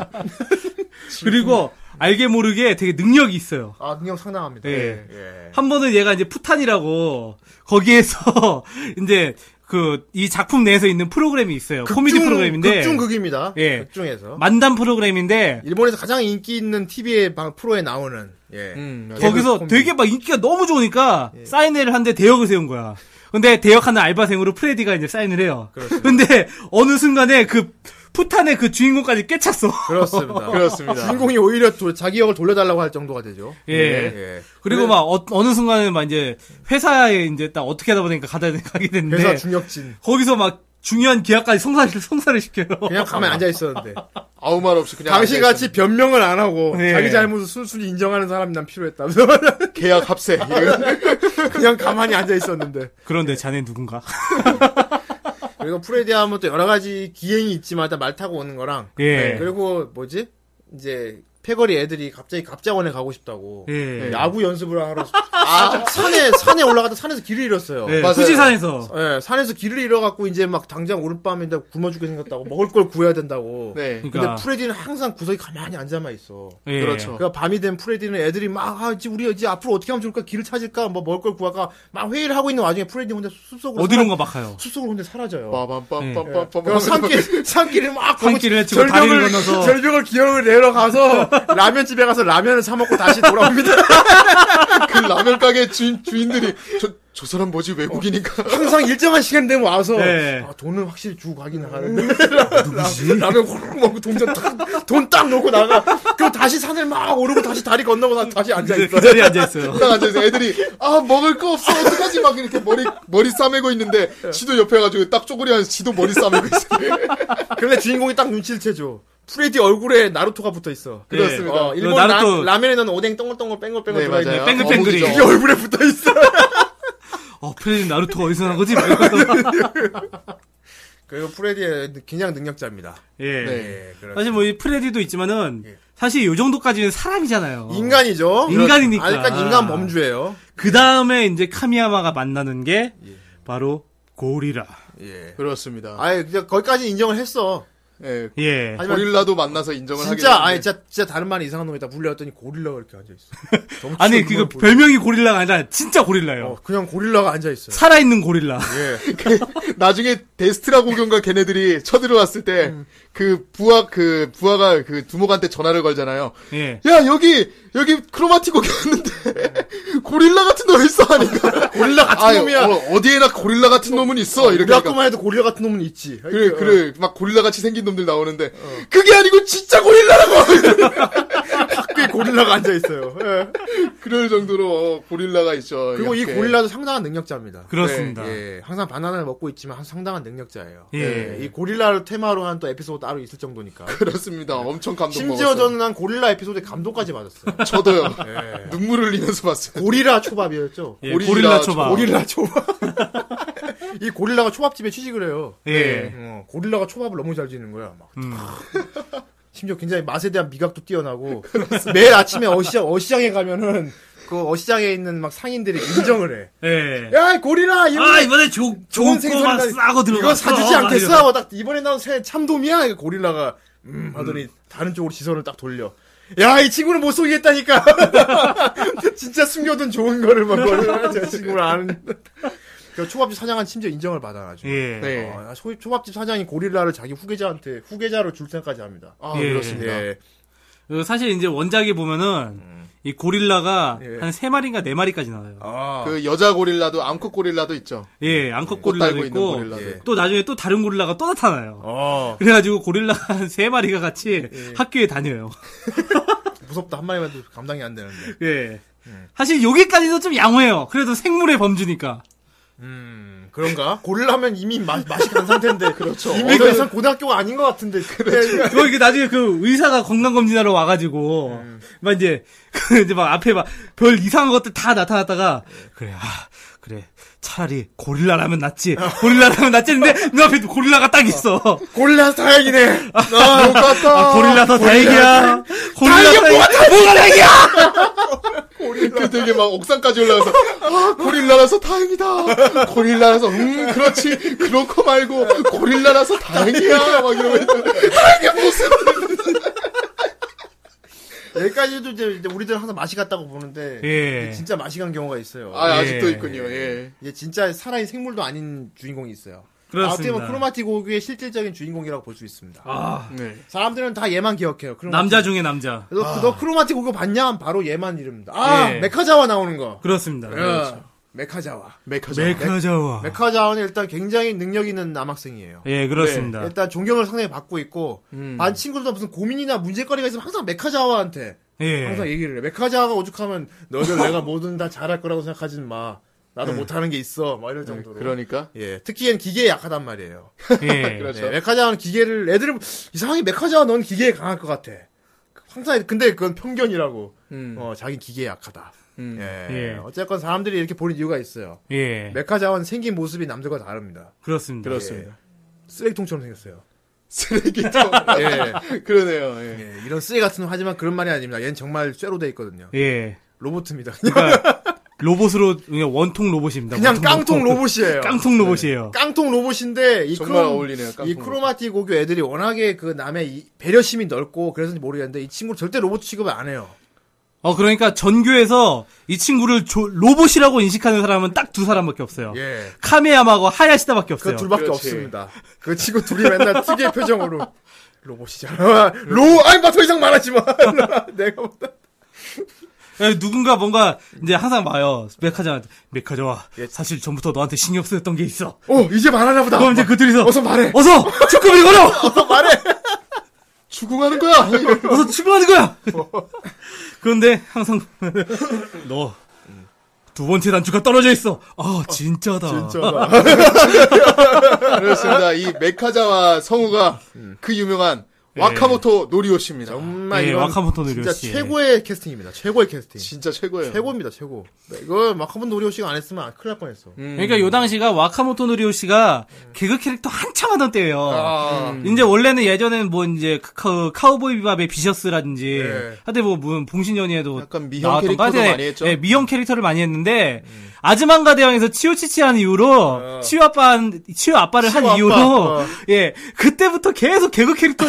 S3: 그리고
S1: 음.
S3: 알게 모르게 되게 능력이 있어요.
S1: 아, 능력 상당합니다.
S3: 예.
S1: 예.
S3: 한 번은 얘가 이제 푸탄이라고 거기에서 이제 그 이 작품 내에서 있는 프로그램이 있어요. 코미디
S1: 극중-
S3: 프로그램인데
S1: 극중극입니다.
S3: 예.
S1: 극중에서.
S3: 만담 프로그램인데
S1: 일본에서 가장 인기 있는 TV의 방, 프로에 나오는. 예.
S2: 음, 맞아요.
S3: 거기서
S1: 코미디.
S3: 되게 막 인기가 너무 좋으니까 사인회를 하는데 대역을 세운 거야. 근데 대역하는 알바생으로 프레디가 이제 사인을 해요.
S1: 그렇죠.
S3: 근데 어느 순간에 그 푸탄의 그 주인공까지 깨쳤어.
S1: 그렇습니다.
S2: 그렇습니다.
S1: 주인공이 오히려 도- 자기 역을 돌려달라고 할 정도가 되죠. 네,
S3: 예.
S2: 네.
S3: 그리고 막 어, 느 순간에 막 이제 회사에 이제 딱 어떻게 하다 보니까 가다 가게 됐는데
S1: 회사 중력진.
S3: 거기서 막 중요한 계약까지 성사를 성사를 시켜요.
S1: 그냥 가만히 앉아 있었는데.
S2: 아무 말 없이 그냥
S1: 당신같이 변명을 안 하고
S3: 예.
S1: 자기 잘못을 순순히 인정하는 사람이 난 필요했다면서
S2: 앉아있어요. 계약 합세. 이런.
S1: 그냥 가만히 앉아 있었는데.
S3: 그런데 자네 누군가?
S1: 그리고 프레디 하면 또 여러 가지 기행이 있지만 일단 말 타고 오는 거랑 네,
S3: 예.
S1: 그리고 뭐지 이제 패거리 애들이 갑자기 갑자원에 가고 싶다고
S3: 예.
S1: 야구 연습을 하러 아, 산에 산에 올라가다 산에서 길을 잃었어요.
S3: 예,
S2: 맞아요.
S3: 후지산에서
S1: 예, 산에서 길을 잃어갖고 이제 막 당장 오늘밤인데 굶어 죽게 생겼다고 먹을 걸 구해야 된다고.
S2: 네.
S3: 그러니까.
S1: 근데 프레디는 항상 구석에 가만히 앉아만 있어.
S3: 예.
S2: 그렇죠.
S1: 그러니까 밤이 된 프레디는 애들이 막 아, 이제 우리 이제 앞으로 어떻게 하면 좋을까 길을 찾을까 뭐 먹을 걸 구할까 막 회의를 하고 있는 와중에 프레디 혼자 숲속으로
S3: 어디론가 막 가요.
S1: 사라- 숲속으로 혼자 사라져요.
S2: 빠밤빰빰빰빰.
S1: 그럼 산길 산길을 막 가고
S3: 산길을 치고 다리를
S1: 절벽을
S3: 건너서.
S1: 절벽을 기어을 내려가서 라면집에 가서 라면을 사 먹고 다시 돌아옵니다.
S2: 그 라면 가게 주인 주인들이 저, 저 사람 뭐지 외국이니까
S1: 항상 일정한 시간 되면 와서
S3: 네.
S1: 아, 돈은 확실히 주고 가긴 하는데 음. 라- 라면 호로 먹고 동전 딱돈딱 놓고 나가 그럼 다시 산을 막 오르고 다시 다리 건너고 나- 다시 앉아
S3: 그
S1: 있어.
S3: 자리에 앉아있어요.
S2: 딱 앉아서 애들이 아 먹을 거 없어 어떡하지 막 이렇게 머리 머리 싸매고 있는데 지도 옆에 가지고 딱 쪼그려 앉아서 지도 머리 싸매고 있어요.
S1: 그런데 주인공이 딱 눈치를 채줘. 프레디 얼굴에 나루토가 붙어 있어.
S2: 그렇습니다.
S1: 어, 일본
S3: 그 나루토-
S1: 라, 면에 넣는 오뎅 똥글똥글 뺑글뺑글
S2: 네
S1: 들어가
S2: 맞아요.
S1: 있는
S3: 뺑글뺑글이.
S1: 그게
S2: 어묵이죠.
S1: 얼굴에 붙어 있어.
S3: 어, 프레디 나루토가 어디서 난 거지? 막 이러면서.
S1: 그리고 프레디의 굉장히 능력자입니다.
S3: 예.
S2: 네.
S1: 예, 그렇습니다.
S3: 사실 뭐 이 프레디도 있지만은
S1: 예.
S3: 사실 요 정도까지는 사람이잖아요.
S1: 인간이죠.
S3: 어. 인간이니까.
S1: 아직까지 인간 범주예요.
S3: 그 다음에 이제 카미야마가 만나는 게 바로 고리라.
S1: 예.
S2: 그렇습니다.
S1: 아예 그냥 거기까지 인정을 했어.
S2: 예.
S3: 예.
S1: 하지만
S2: 고릴라도 만나서 인정을 하게
S1: 진짜 아니
S2: 됐는데.
S1: 진짜, 진짜 다른 말에 이상한 놈이 다 불려왔더니 고릴라가 이렇게 앉아 있어.
S3: 아니 그거 별명이 고릴라가 아니라 진짜 고릴라예요.
S1: 어, 네. 그냥 고릴라가 앉아 있어. 요
S3: 살아있는 고릴라.
S1: 예.
S2: 나중에 데스트라 고경과 걔네들이 쳐들어왔을
S1: 음.
S2: 때 그 부하 그 부하가 그 두목한테 전화를 걸잖아요.
S3: 예.
S2: 야 여기 여기 크로마티 고경는데 고릴라 같은 놈 있어 아닌가? 고릴라
S1: 네. 같은 놈이야.
S2: 어, 디에나 고릴라 같은 놈은 있어 이렇게.
S1: 우리
S2: 하니까 그러니까.
S1: 학교만 해도 고릴라 같은 놈은 있지.
S2: 그래 그래 막 고릴라 같이 생긴 놈들 나오는데
S1: 어.
S2: 그게 아니고 진짜 고릴라라고
S1: 학교에 고릴라가 앉아 있어요. 예.
S2: 그럴 정도로 어, 고릴라가 있죠.
S1: 그리고 이
S2: 이렇게.
S1: 고릴라도 상당한 능력자입니다.
S3: 그렇습니다.
S1: 예, 항상 바나나를 먹고 있지만 상당한 능력자예요.
S3: 예.
S1: 이 고릴라를 테마로 한 또 에피소드 따로 있을 정도니까.
S2: 그렇습니다. 엄청 감동.
S1: 네. 심지어 저는 난 고릴라 에피소드에 감독까지 받았어요.
S2: 저도요
S1: 예.
S2: 눈물 흘리면서 봤어요.
S1: 고릴라 초밥이었죠.
S3: 예,
S2: 고릴라
S3: 고릴라, 초밥.
S1: 고릴라 초밥. 이 고릴라가 초밥집에 취직을 해요.
S3: 예.
S1: 어, 고릴라가 초밥을 너무 잘 지는 거야. 막.
S3: 음.
S1: 심지어 굉장히 맛에 대한 미각도 뛰어나고 매일 아침에 어시장 어시장에 가면은 그 어시장에 있는 막 상인들이 인정을 해.
S3: 예.
S1: 야 고릴라 이거
S3: 아 이번에 조, 좋은
S1: 생선을
S3: 거만
S1: 다-
S3: 싸고 들어갔어.
S1: 이거 사주지
S3: 아,
S1: 않겠어?
S3: 이러면서.
S1: 하고 딱 이번에 나온 새 참돔이야. 이거 고릴라가 음 하더니 다른 쪽으로 시선을 딱 돌려. 야 이 친구는 못 속이겠다니까. 진짜 숨겨둔 좋은 거를 막 거를 저 친구를 아는. 그 초밥집 사장은 심지어 인정을 받아가지고.
S3: 예.
S2: 네.
S1: 어, 나 소- 초밥집 사장이 고릴라를 자기 후계자한테 후계자로 줄 생각까지 합니다.
S2: 아
S3: 예.
S2: 그렇습니다.
S1: 예.
S3: 그 사실 이제 원작에 보면은 이 고릴라가
S1: 예.
S3: 한 세 마리인가 네 마리까지 나와요.
S1: 아.
S2: 그 여자 고릴라도 암컷 고릴라도 있죠.
S3: 예, 암컷
S2: 꽃 달고 있는
S3: 고릴라도 있고
S2: 고릴라도.
S1: 예.
S3: 또 나중에 또 다른 고릴라가 또 나타나요.
S1: 어. 예.
S3: 그래가지고 고릴라가 한 세 마리가 같이 학교에 다녀요.
S1: 무섭다 한 마리만 해도 감당이 안 되는데.
S3: 예.
S1: 음.
S3: 사실 여기까지도 좀 양호해요. 그래도 생물의 범주니까.
S1: 음 그런가? 고릴라면 이미 맛 맛이 간 상태인데. 그렇죠. 이미
S2: 어느-
S1: 더 이상 고등학교가 아닌 것 같은데. 그래.
S3: 그거 이게 나중에 그 의사가 건강검진하러 와가지고,
S1: 음.
S3: 막 이제, 그 이제 막 앞에 막 별 이상한 것들 다 나타났다가,
S1: 예.
S3: 그래, 아, 그래. 차라리 고릴라라면 낫지. 고릴라라면 낫지 했는데, 눈앞에 고릴라가 딱 있어.
S1: 고릴라 다행이네.
S3: 아, 고릴라 더 다행이야. 고릴라
S1: 다행이야, 뭐가
S3: 다행- 뭐가 다행이야!
S2: 그 되게 막 옥상까지 올라가서 아, 고릴라라서 다행이다. 고릴라라서 음 그렇지 그렇고 말고 고릴라라서 다행이야. 막 이러면서
S1: 여기까지도 이제 이제 우리들 항상 맛이 갔다고 보는데
S3: 예.
S1: 이게 진짜 맛이 간 경우가 있어요.
S2: 아,
S3: 예.
S2: 아직도 있군요. 예.
S1: 이게 진짜 살아있는 생물도 아닌 주인공이 있어요. 어떻게
S3: 그렇습니다.
S1: 보면 크로마티 고기의 실질적인 주인공이라고 볼 수 있습니다.
S3: 아,
S2: 네.
S1: 사람들은 다 얘만 기억해요. 크로마티.
S3: 남자 중에 남자.
S1: 너, 너 크로마티 고기 봤냐? 바로 얘만 이름입니다. 아
S3: 예.
S1: 메카자와 나오는 거.
S3: 그렇습니다.
S1: 야, 메카자와.
S2: 메카죠.
S3: 메카자와.
S1: 메카자와는 일단 굉장히 능력 있는 남학생이에요.
S3: 예, 그렇습니다.
S1: 일단 존경을 상당히 받고 있고 반 친구들도 무슨 고민이나 문제거리가 있으면 항상 메카자와한테
S3: 예.
S1: 항상 얘기를 해. 메카자가 오죽하면 너희들 내가 뭐든 다 잘할 거라고 생각하진 마. 나도 못하는 게 있어. 막 이럴 정도로.
S2: 음. 그러니까
S1: 예, 특히 얘는 기계에 약하단 말이에요.
S3: 예.
S2: 그렇죠.
S1: 네, 메카자는 기계를 애들은 이상하게 메카자와 넌 기계에 강할 것 같아. 항상 근데 그건 편견이라고.
S2: 음.
S1: 어, 자기 기계에 약하다.
S2: 음.
S1: 예.
S3: 예.
S1: 어쨌건 사람들이 이렇게 보는 이유가 있어요.
S3: 예.
S1: 메카자와는 생긴 모습이 남들과 다릅니다.
S3: 그렇습니다.
S2: 그렇습니다.
S1: 쓰레기통처럼 생겼어요.
S2: 쓰레기통. 예. 그러네요. 예.
S1: 예, 이런 쓰레기 같은 놈 하지만 그런 말이 아닙니다. 얘는 정말 쇠로 돼 있거든요.
S3: 예.
S1: 로봇입니다.
S3: 그러니까 로봇으로 그냥 원통 로봇입니다.
S1: 네. 그냥
S3: 원통
S1: 깡통
S3: 로봇.
S1: 로봇이에요. 네.
S3: 깡통 로봇이에요.
S1: 깡통 로봇인데 이
S2: 정말
S1: 크롬-
S2: 어울리네요, 깡통
S1: 이
S2: 로봇.
S1: 크로마티 고교 애들이 워낙에 그 남의 이 배려심이 넓고 그래서인지 모르겠는데 이 친구 절대 로봇 취급을 안 해요.
S3: 어 그러니까 전교에서 이 친구를 조- 로봇이라고 인식하는 사람은 딱 두 사람밖에 없어요.
S1: 예.
S3: 카메야마고 하야시다밖에
S1: 그
S3: 없어요.
S1: 둘밖에
S2: 그렇지.
S1: 없습니다. 그 친구 둘이 맨날 특이의 표정으로 로봇이잖아. 로 아니 뭐 마더 이상 말하지 마. 내가 뭐 보다.
S3: 예, 누군가 뭔가 이제 항상 봐요. 메카자한테 메카자와
S1: 예.
S3: 사실 전부터 너한테 신경 쓰였던 게 있어.
S1: 어 이제 말하나 보다.
S3: 그럼 이제 그 둘이서
S1: 어서 말해.
S3: 어서 축구를 걸어.
S2: 추궁하는 거야.
S3: 어서 출발하는 거야.
S1: 뭐.
S3: 그런데 항상 너 두 번째 단추가 떨어져 있어. 아 진짜다. 어.
S2: 그렇습니다. 이 메카자와 성우가 그 유명한 와카모토 노리오씨입니다.
S1: 정말
S3: 예,
S1: 이런
S3: 와카모토
S1: 진짜
S3: 노리오씨.
S1: 최고의 캐스팅입니다. 최고의 캐스팅.
S2: 진짜 최고예요.
S1: 최고입니다, 최고. 네, 이거 마카본 노리오 씨가 안 했으면 큰일 날 뻔했어.
S2: 음.
S3: 그러니까 요 당시가 와카모토 노리오 씨가 개그 캐릭터 한참 하던 때예요.
S2: 아,
S3: 이제 원래는 예전에는 뭐 이제 그- 그 카우보이 비밥의 비셔스라든지
S2: 네.
S3: 하여튼 뭐 무슨 봉신연이에도
S2: 약간 미형
S3: 나왔던
S2: 캐릭터도
S3: 빠데-
S2: 많이 했죠. 음.
S3: 예, 미형 캐릭터를 많이 했는데 아즈만가 대왕에서 치우치치한 이후로 치우 아빠 치우 아빠를
S2: 어. 치우 아빠,
S3: 한 이후로
S2: 어.
S3: 예 그때부터 계속 개그 캐릭터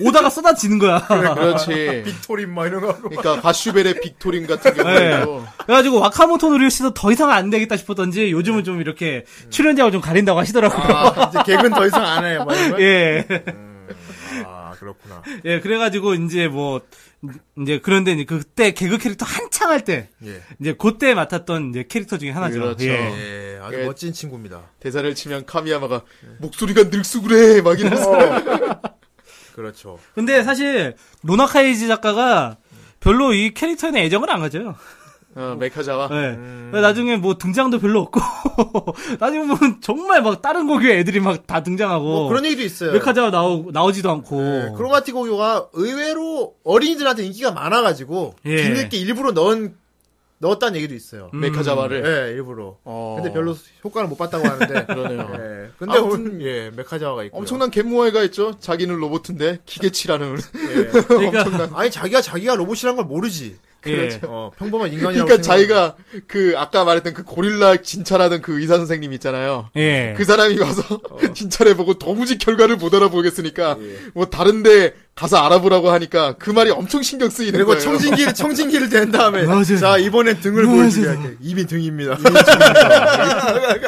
S3: 오다가 쏟아지는 거야.
S2: 그렇지.
S1: 빅토린 음. 막 이런 거.
S2: 그러니까 바슈벨의 빅토린 같은 경우에도
S3: 그래가지고 와카모토 노리오 씨도 더 이상 안 되겠다 싶었던지
S2: 네.
S3: 요즘은 좀 이렇게 출연자가 좀 가린다고 하시더라고요.
S1: 아, 이제 개그는 더 이상 안 해. 막 이런 거.
S3: 예.
S1: 아, 그렇구나.
S3: 예, 그래가지고 이제 뭐 이제 그런데 이제 그때 개그 캐릭터 한창 할 때
S1: 예.
S3: 이제 그때 맡았던 이제 캐릭터 중에 하나죠.
S2: 그렇죠.
S3: 예.
S1: 예, 아주
S2: 예.
S1: 멋진 친구입니다.
S2: 대사를 치면 카미야마가 목소리가 늙수그래 막 이러면서
S1: 그렇죠.
S3: 근데 사실 로나카이지 작가가 별로 이 캐릭터에는 애정을 안 가져요.
S2: 어, 메카자와
S3: 예.
S1: 음.
S3: 나중에 뭐 등장도 별로 없고 나중에 보면 정말 막 다른 고교의 애들이 막 다 등장하고
S1: 뭐 그런 얘기도 있어요.
S3: 메카자가 나오 나오지도 않고
S2: 어.
S1: 예, 크로마틱 오교가 의외로 어린이들한테 인기가 많아가지고
S3: 예.
S1: 뒤늦게 일부러 넣은 넣었다는 얘기도 있어요.
S2: 음. 메카자와를
S1: 예, 일부러.
S2: 어.
S1: 근데 별로 효과를 못 봤다고 하는데.
S2: 그러네요.
S1: 예. 근데
S2: 아무튼-
S1: 오늘 예, 메카자와가 있고.
S2: 엄청난 갯모아이가 있죠. 자기는 로봇인데 기계치라는
S3: 그러니까
S1: 예. 아니 자기가 자기가 로봇이란 걸 모르지.
S3: 예.
S1: 어, 평범한 인간이라고.
S2: 그러니까
S1: 생각하고.
S2: 자기가 그 아까 말했던 그 고릴라 진찰하던 그 의사 선생님 있잖아요.
S1: 네.
S3: 예.
S2: 그 사람이 와서
S1: 어.
S2: 진찰해보고 도무지 결과를 못 알아보겠으니까
S1: 예.
S2: 뭐 다른데 가서 알아보라고 하니까 그 말이 엄청 신경 쓰이는
S1: 그리고
S2: 거예요.
S1: 청진기를 청진기를 댄 다음에
S3: 맞아요.
S1: 자 이번엔 등을
S3: 맞아요.
S1: 보여주게 할게. 네, 입이 등입니다.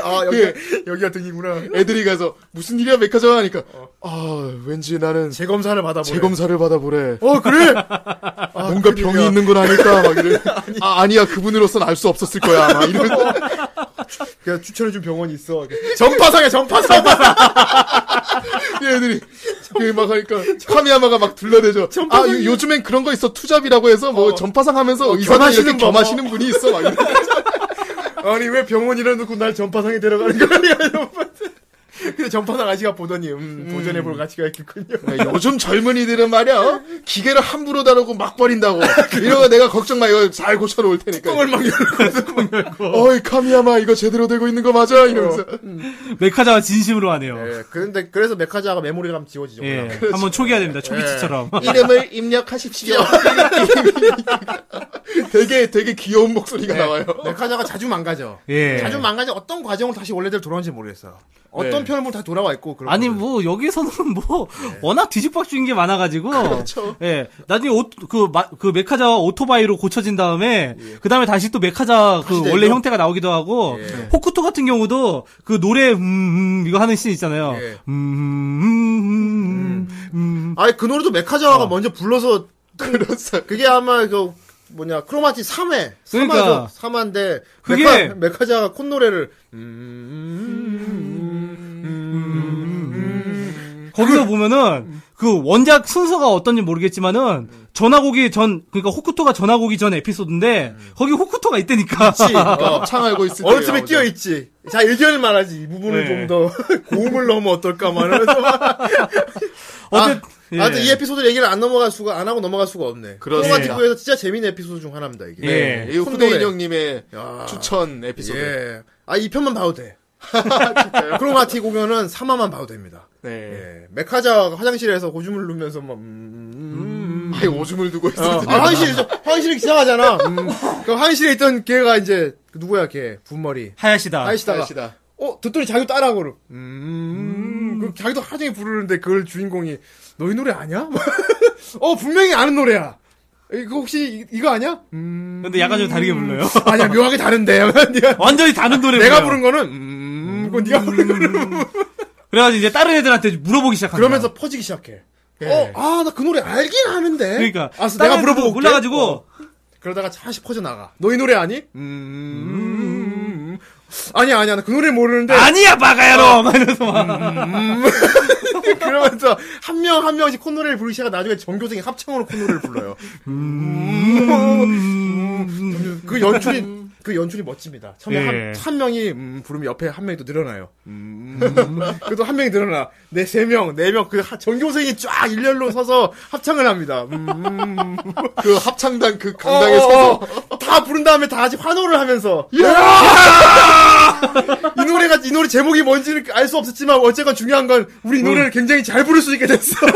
S1: 아 여기
S2: 예.
S1: 여기가 등이구나.
S2: 애들이 가서 무슨 일이야 메카자와 하니까
S1: 어.
S2: 아 왠지 나는
S1: 재검사를 받아보래.
S2: 재검사를 받아보래.
S1: 어 그래. 아,
S2: 뭔가
S1: 큰일이야.
S2: 병이 있는 건 아닐까 막 이래. 아 아니야 그분으로선 알 수 없었을 거야. 막 이러면서
S1: 그냥 그러니까 추천해준 병원이 있어. 전파상에 전파상.
S2: 얘들이 그막 하니까 카미야마가 막 둘러대죠. 아
S1: 전파상이-
S2: 요, 요즘엔 그런 거 있어 투잡이라고 해서 뭐 전파상 하면서 의사가
S1: 겸하시는
S2: 이렇게
S1: 거,
S2: 겸하시는 분이 있어. 막 이래.
S1: 아니 왜 병원이라 놓고 날 전파상에 데려가는 거야? 전파상. 근데 전파상 아씨가 보더니 음, 도전해볼 가치가 있겠군요.
S2: 야, 네, 요즘 젊은이들은 말이야 어? 기계를 함부로 다루고 막 버린다고. 이러고 내가 걱정 마 이거 잘 고쳐 놓을 테니까.
S1: 똥을 막 열고
S2: 어이 카미야마 이거 제대로 되고 있는 거 맞아 이러면서
S3: 메카자가 진심으로 하네요.
S1: 그 예, 그런데 그래서 메카자가 메모리가 하면 지워지죠.
S3: 예,
S1: 그냥.
S3: 한번 초기화 됩니다. 초기치처럼.
S2: 어. 이름을 입력하십시오. 되게 되게 귀여운 목소리가 나와요.
S1: 메카자가 자주 망가져.
S3: 예.
S1: 자주 망가져 어떤 과정을 다시 원래대로 돌아오는지 모르겠어요. 어떤
S2: 네.
S1: 편을 보면 다 돌아와 있고. 그런
S3: 아니
S1: 거죠.
S3: 뭐 여기서는 뭐
S1: 네.
S3: 워낙 뒤집박죽인 게 많아가지고
S1: 그렇죠.
S3: 예 나중에 오- 그, 마- 그 메카자와 오토바이로 고쳐진 다음에
S1: 예.
S3: 그 다음에 다시 또 메카자 그 원래 형태가 나오기도 하고
S1: 예.
S3: 호쿠토 같은 경우도 그 노래 음, 음 이거 하는 씬 있잖아요
S1: 예.
S3: 음, 음, 음, 음.
S1: 아니 그 노래도
S3: 어.
S1: 메카자와가 먼저 불러서
S2: 그래서
S1: 그게 아마 그 뭐냐 크로마티 3회 3화에서
S3: 그러니까.
S1: 3화인데
S3: 그게-
S1: 메카, 메카자가 콧노래를 음,
S3: 거기서 보면은 그 원작 순서가 어떤지 모르겠지만은
S1: 음.
S3: 전화곡이 전 그러니까 호쿠토가 전화곡이 전 에피소드인데
S1: 음.
S3: 거기 호쿠토가 있다니까
S2: 그러니까 창 알고 있을 때
S1: 어느 틈에
S2: 나오죠.
S1: 끼어있지 자 의견을 말하지 이 부분을 좀
S3: 네.
S1: 더 고음을 넣으면 어떨까 막 이러면서 막
S3: 어쨌- 예.
S1: 아무튼 이 에피소드 얘기를 안 넘어갈 수가 안 하고 넘어갈 수가 없네.
S2: 그렇습니다.
S1: 크로마티브에서 진짜 재밌는 에피소드 중 하나입니다 이게.
S3: 예.
S2: 이 후대인 형님의
S1: 야.
S2: 추천 에피소드.
S1: 아, 예. 아이 편만 봐도 돼. 크로마티 공연은 3화만 봐도 됩니다.
S2: 네.
S1: 예. 메카자가 화장실에서 고주물 누면서 막 음, 음, 음.
S2: 아이 오줌을 두고
S1: 어,
S2: 있어.
S1: 아, 화장실 화장실이 이상하잖아. 음. 그 화장실에 있던 걔가 이제 그 누구야 걔 분머리.
S3: 하야시다
S1: 아이시다가
S2: 시다
S1: 어 듣더니 자기도 따라하고 그래. 음. 그 자기도 하루 종일 부르는데 그걸 주인공이 너희 노래 아니야? 어 분명히 아는 노래야. 이거 혹시 이, 거 아니야? 음.
S3: 근데 약간 좀 다르게 불러요
S1: 아니야 묘하게 다른데. 네가-
S3: 완전히 다른 노래
S1: 내가 부른 거는 음. 그건 네가 부른 거는
S3: 그래가지고 이제 다른 애들한테 물어보기 시작한다.
S1: 그러면서 퍼지기 시작해. 어, 아, 나 그 노래 알긴 아는데.
S3: 예. 그러니까
S1: 알았어,
S3: 다른
S1: 내가
S3: 애들
S1: 물어보고. 올게.
S3: 몰라가지고
S1: 어. 그러다가 다시 퍼져나가. 너 이 노래 아니? 음, 음. 아니야, 아니야. 나 그 노래 모르는데.
S3: 아니야
S1: 어.
S3: 바가야로 막 이러면서 막
S1: 그러면서 한 명 한 명씩 콧노래를 부르기 시작해 나중에 전교생이 합창으로 콧노래를 불러요. 음. 그 연출이 그 연출이 멋집니다. 처음에
S3: 예.
S1: 한, 한 명이 음, 부르면 옆에 한 명이 또 늘어나요. 음. 그래도 한 명이 늘어나. 네, 세 명, 네 명, 그 하- 전교생이 쫙 일렬로 서서 합창을 합니다. 음.
S2: 그 합창단 그 강당에
S1: 어,
S2: 서서
S1: 어, 어. 다 부른 다음에 다 같이 환호를 하면서 이 노래가 이 노래 제목이 뭔지는 알 수 없었지만 어쨌건 중요한 건 우리 이 노래를 굉장히 잘 부를 수 있게 됐어.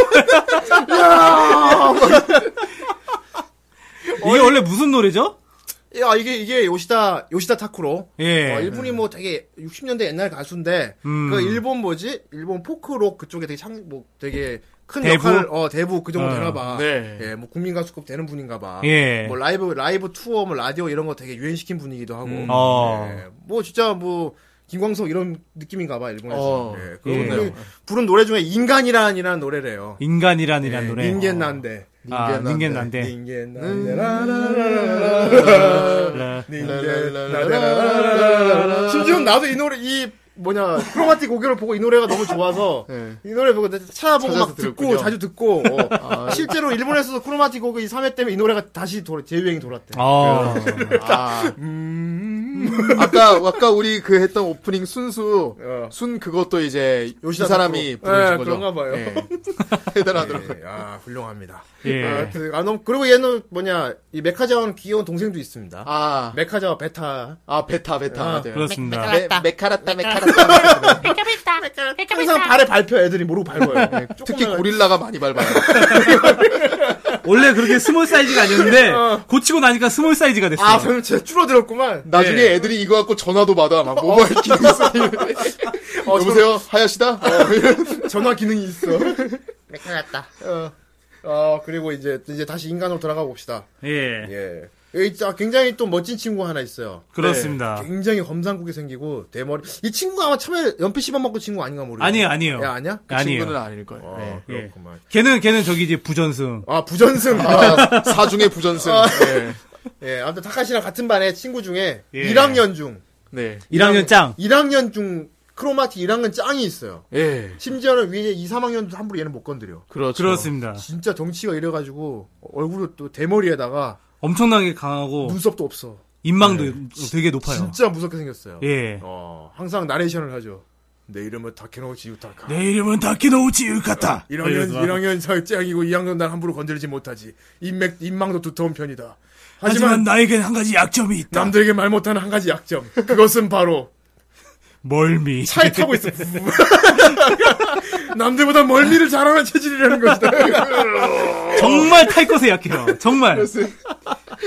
S1: 어,
S3: 이게 원래 무슨 노래죠?
S1: 야 이게 이게 요시다 요시다 타쿠로
S3: 예.
S1: 어, 일본이 뭐 되게 60년대 옛날 가수인데
S3: 음.
S1: 그 일본 뭐지 일본 포크록 그쪽에 되게 창 뭐 되게 큰
S3: 대부?
S1: 역할을 어 대부 그 정도
S3: 어,
S1: 되나봐
S2: 네.
S1: 예 뭐 국민 가수급 되는 분인가봐
S3: 예.
S1: 뭐 라이브 라이브 투어 뭐 라디오 이런 거 되게 유행시킨 분이기도 하고
S2: 음.
S3: 어.
S1: 예, 뭐 진짜 뭐 김광석 이런 느낌인가봐 일본에서
S2: 어,
S1: 예,
S3: 그러네요.
S1: 그분이 부른 노래 중에 인간이란이라는 노래래요
S3: 인간이란이란
S1: 예,
S3: 노래. 어.
S1: 인간 난데
S3: 아,
S2: 닌겐난데.
S3: 닌겐 난데.
S1: 인간 난데 라라라라라
S2: 라라라라라라라라라라라라라라라라라라라라라라라라라라라라라라라라라라라라라라라라라라라라라라라라라라라라라
S1: 심지어 나도 이 노래 이 뭐냐 크로마틱 고개를 보고 이 노래가 너무 좋아서
S2: 네.
S1: 이 노래 보고 내가 찾아보고
S2: 찾아서
S1: 막 듣고
S2: 들었군요.
S1: 자주 듣고 어. 실제로 일본에서도 크로마틱 고개 3회 때문에 이 노래가 다시 돌아, 재유행이 돌았대.
S3: 어.
S2: 아. 아까 아까 우리 그 했던 오프닝 순수
S1: 음. 어.
S2: 순 그것도 이제 이
S1: 요시다
S2: 사람이
S1: 타쿠로.
S2: 부르신
S1: 예,
S2: 거죠.
S1: 그런가 봐요.
S2: 대단하더라고요.
S1: 예, 아 훌륭합니다.
S3: 예.
S1: 아무튼, 아, 너무- 그리고 얘는 뭐냐 이 메카자와는 귀여운 동생도 있습니다.
S2: 아,
S1: 메카자와 베타
S2: 아 베타 베타
S1: 아,
S2: 맞아요.
S3: 그렇습니다.
S2: 메, 메카라타 메카라타.
S1: 항상 발에 밟혀 애들이 모르고 밟아요.
S2: 특히
S1: 조그만-
S2: 고릴라가 많이 밟아요.
S3: 원래 그렇게 스몰 사이즈가 아니었는데 고치고 나니까 스몰 사이즈가 됐어요.
S1: 어. 아 저는 진짜 줄어들었구만.
S2: 네. 나중에
S1: 예.
S2: 애들이 이거 갖고 전화도 받아. 막 모바일
S1: 어.
S2: 기능 써. 여보세요, 하야시다. 어, 이런.
S1: 전화 기능이 있어. 메카났다. 어. 어, 그리고 이제, 이제 다시 인간으로 돌아가 봅시다.
S3: 예.
S1: 예. 이 자, 굉장히 또 멋진 친구 하나 있어요.
S3: 그렇습니다.
S1: 굉장히 험상궂게 생기고, 대머리. 이 친구가 아마 처음에 연필 씹어먹고 친구 아닌가 모르겠어.
S3: 아니에요, 네. 아니에요.
S1: 야, 아니야?
S3: 그 아니에요.
S2: 친구는 아닐 거예요.
S1: 어,
S2: 예.
S1: 그렇구만.
S3: 걔는 걔는 저기 이제 부전승.
S1: 아, 부전승. 아,
S2: 아, 사중의 부전승. 예.
S1: 예, 아무튼 타카시랑 같은 반에 친구 중에
S3: 예.
S1: 1학년 중,
S2: 네.
S3: 1학년 짱.
S1: 1학년 중, 크로마티 1학년 짱이 있어요.
S2: 예.
S1: 심지어는 위에 2, 3학년도 함부로 얘는 못 건드려.
S2: 그렇죠.
S3: 그렇습니다.
S1: 진짜 덩치가 이래가지고, 얼굴도 또 대머리에다가,
S3: 엄청나게 강하고
S1: 눈썹도 없어.
S3: 인망도
S4: 네.
S3: 되게 높아요.
S1: 진짜 무섭게 생겼어요.
S3: 예.
S1: 어, 항상 나레이션을 하죠. 내 이름은 다케노우치 유타카.
S3: 네.
S4: 내 이름은 다키노우치 유카타.
S1: 1학년,
S3: 이래서.
S1: 1학년 사학장이고 2학년 날 함부로 건드리지 못하지. 인맥, 인망도 두터운 편이다.
S4: 하지만
S1: 하지만,
S4: 나에겐 한 가지 약점이 있다.
S1: 남들에게 말 못하는 한 가지 약점. 그것은 바로
S3: 멀미.
S1: 차에 타고 있어. 남들보다 멀미를 잘하는 체질이라는 것이다.
S3: 정말 탈 것에 약해요. 정말.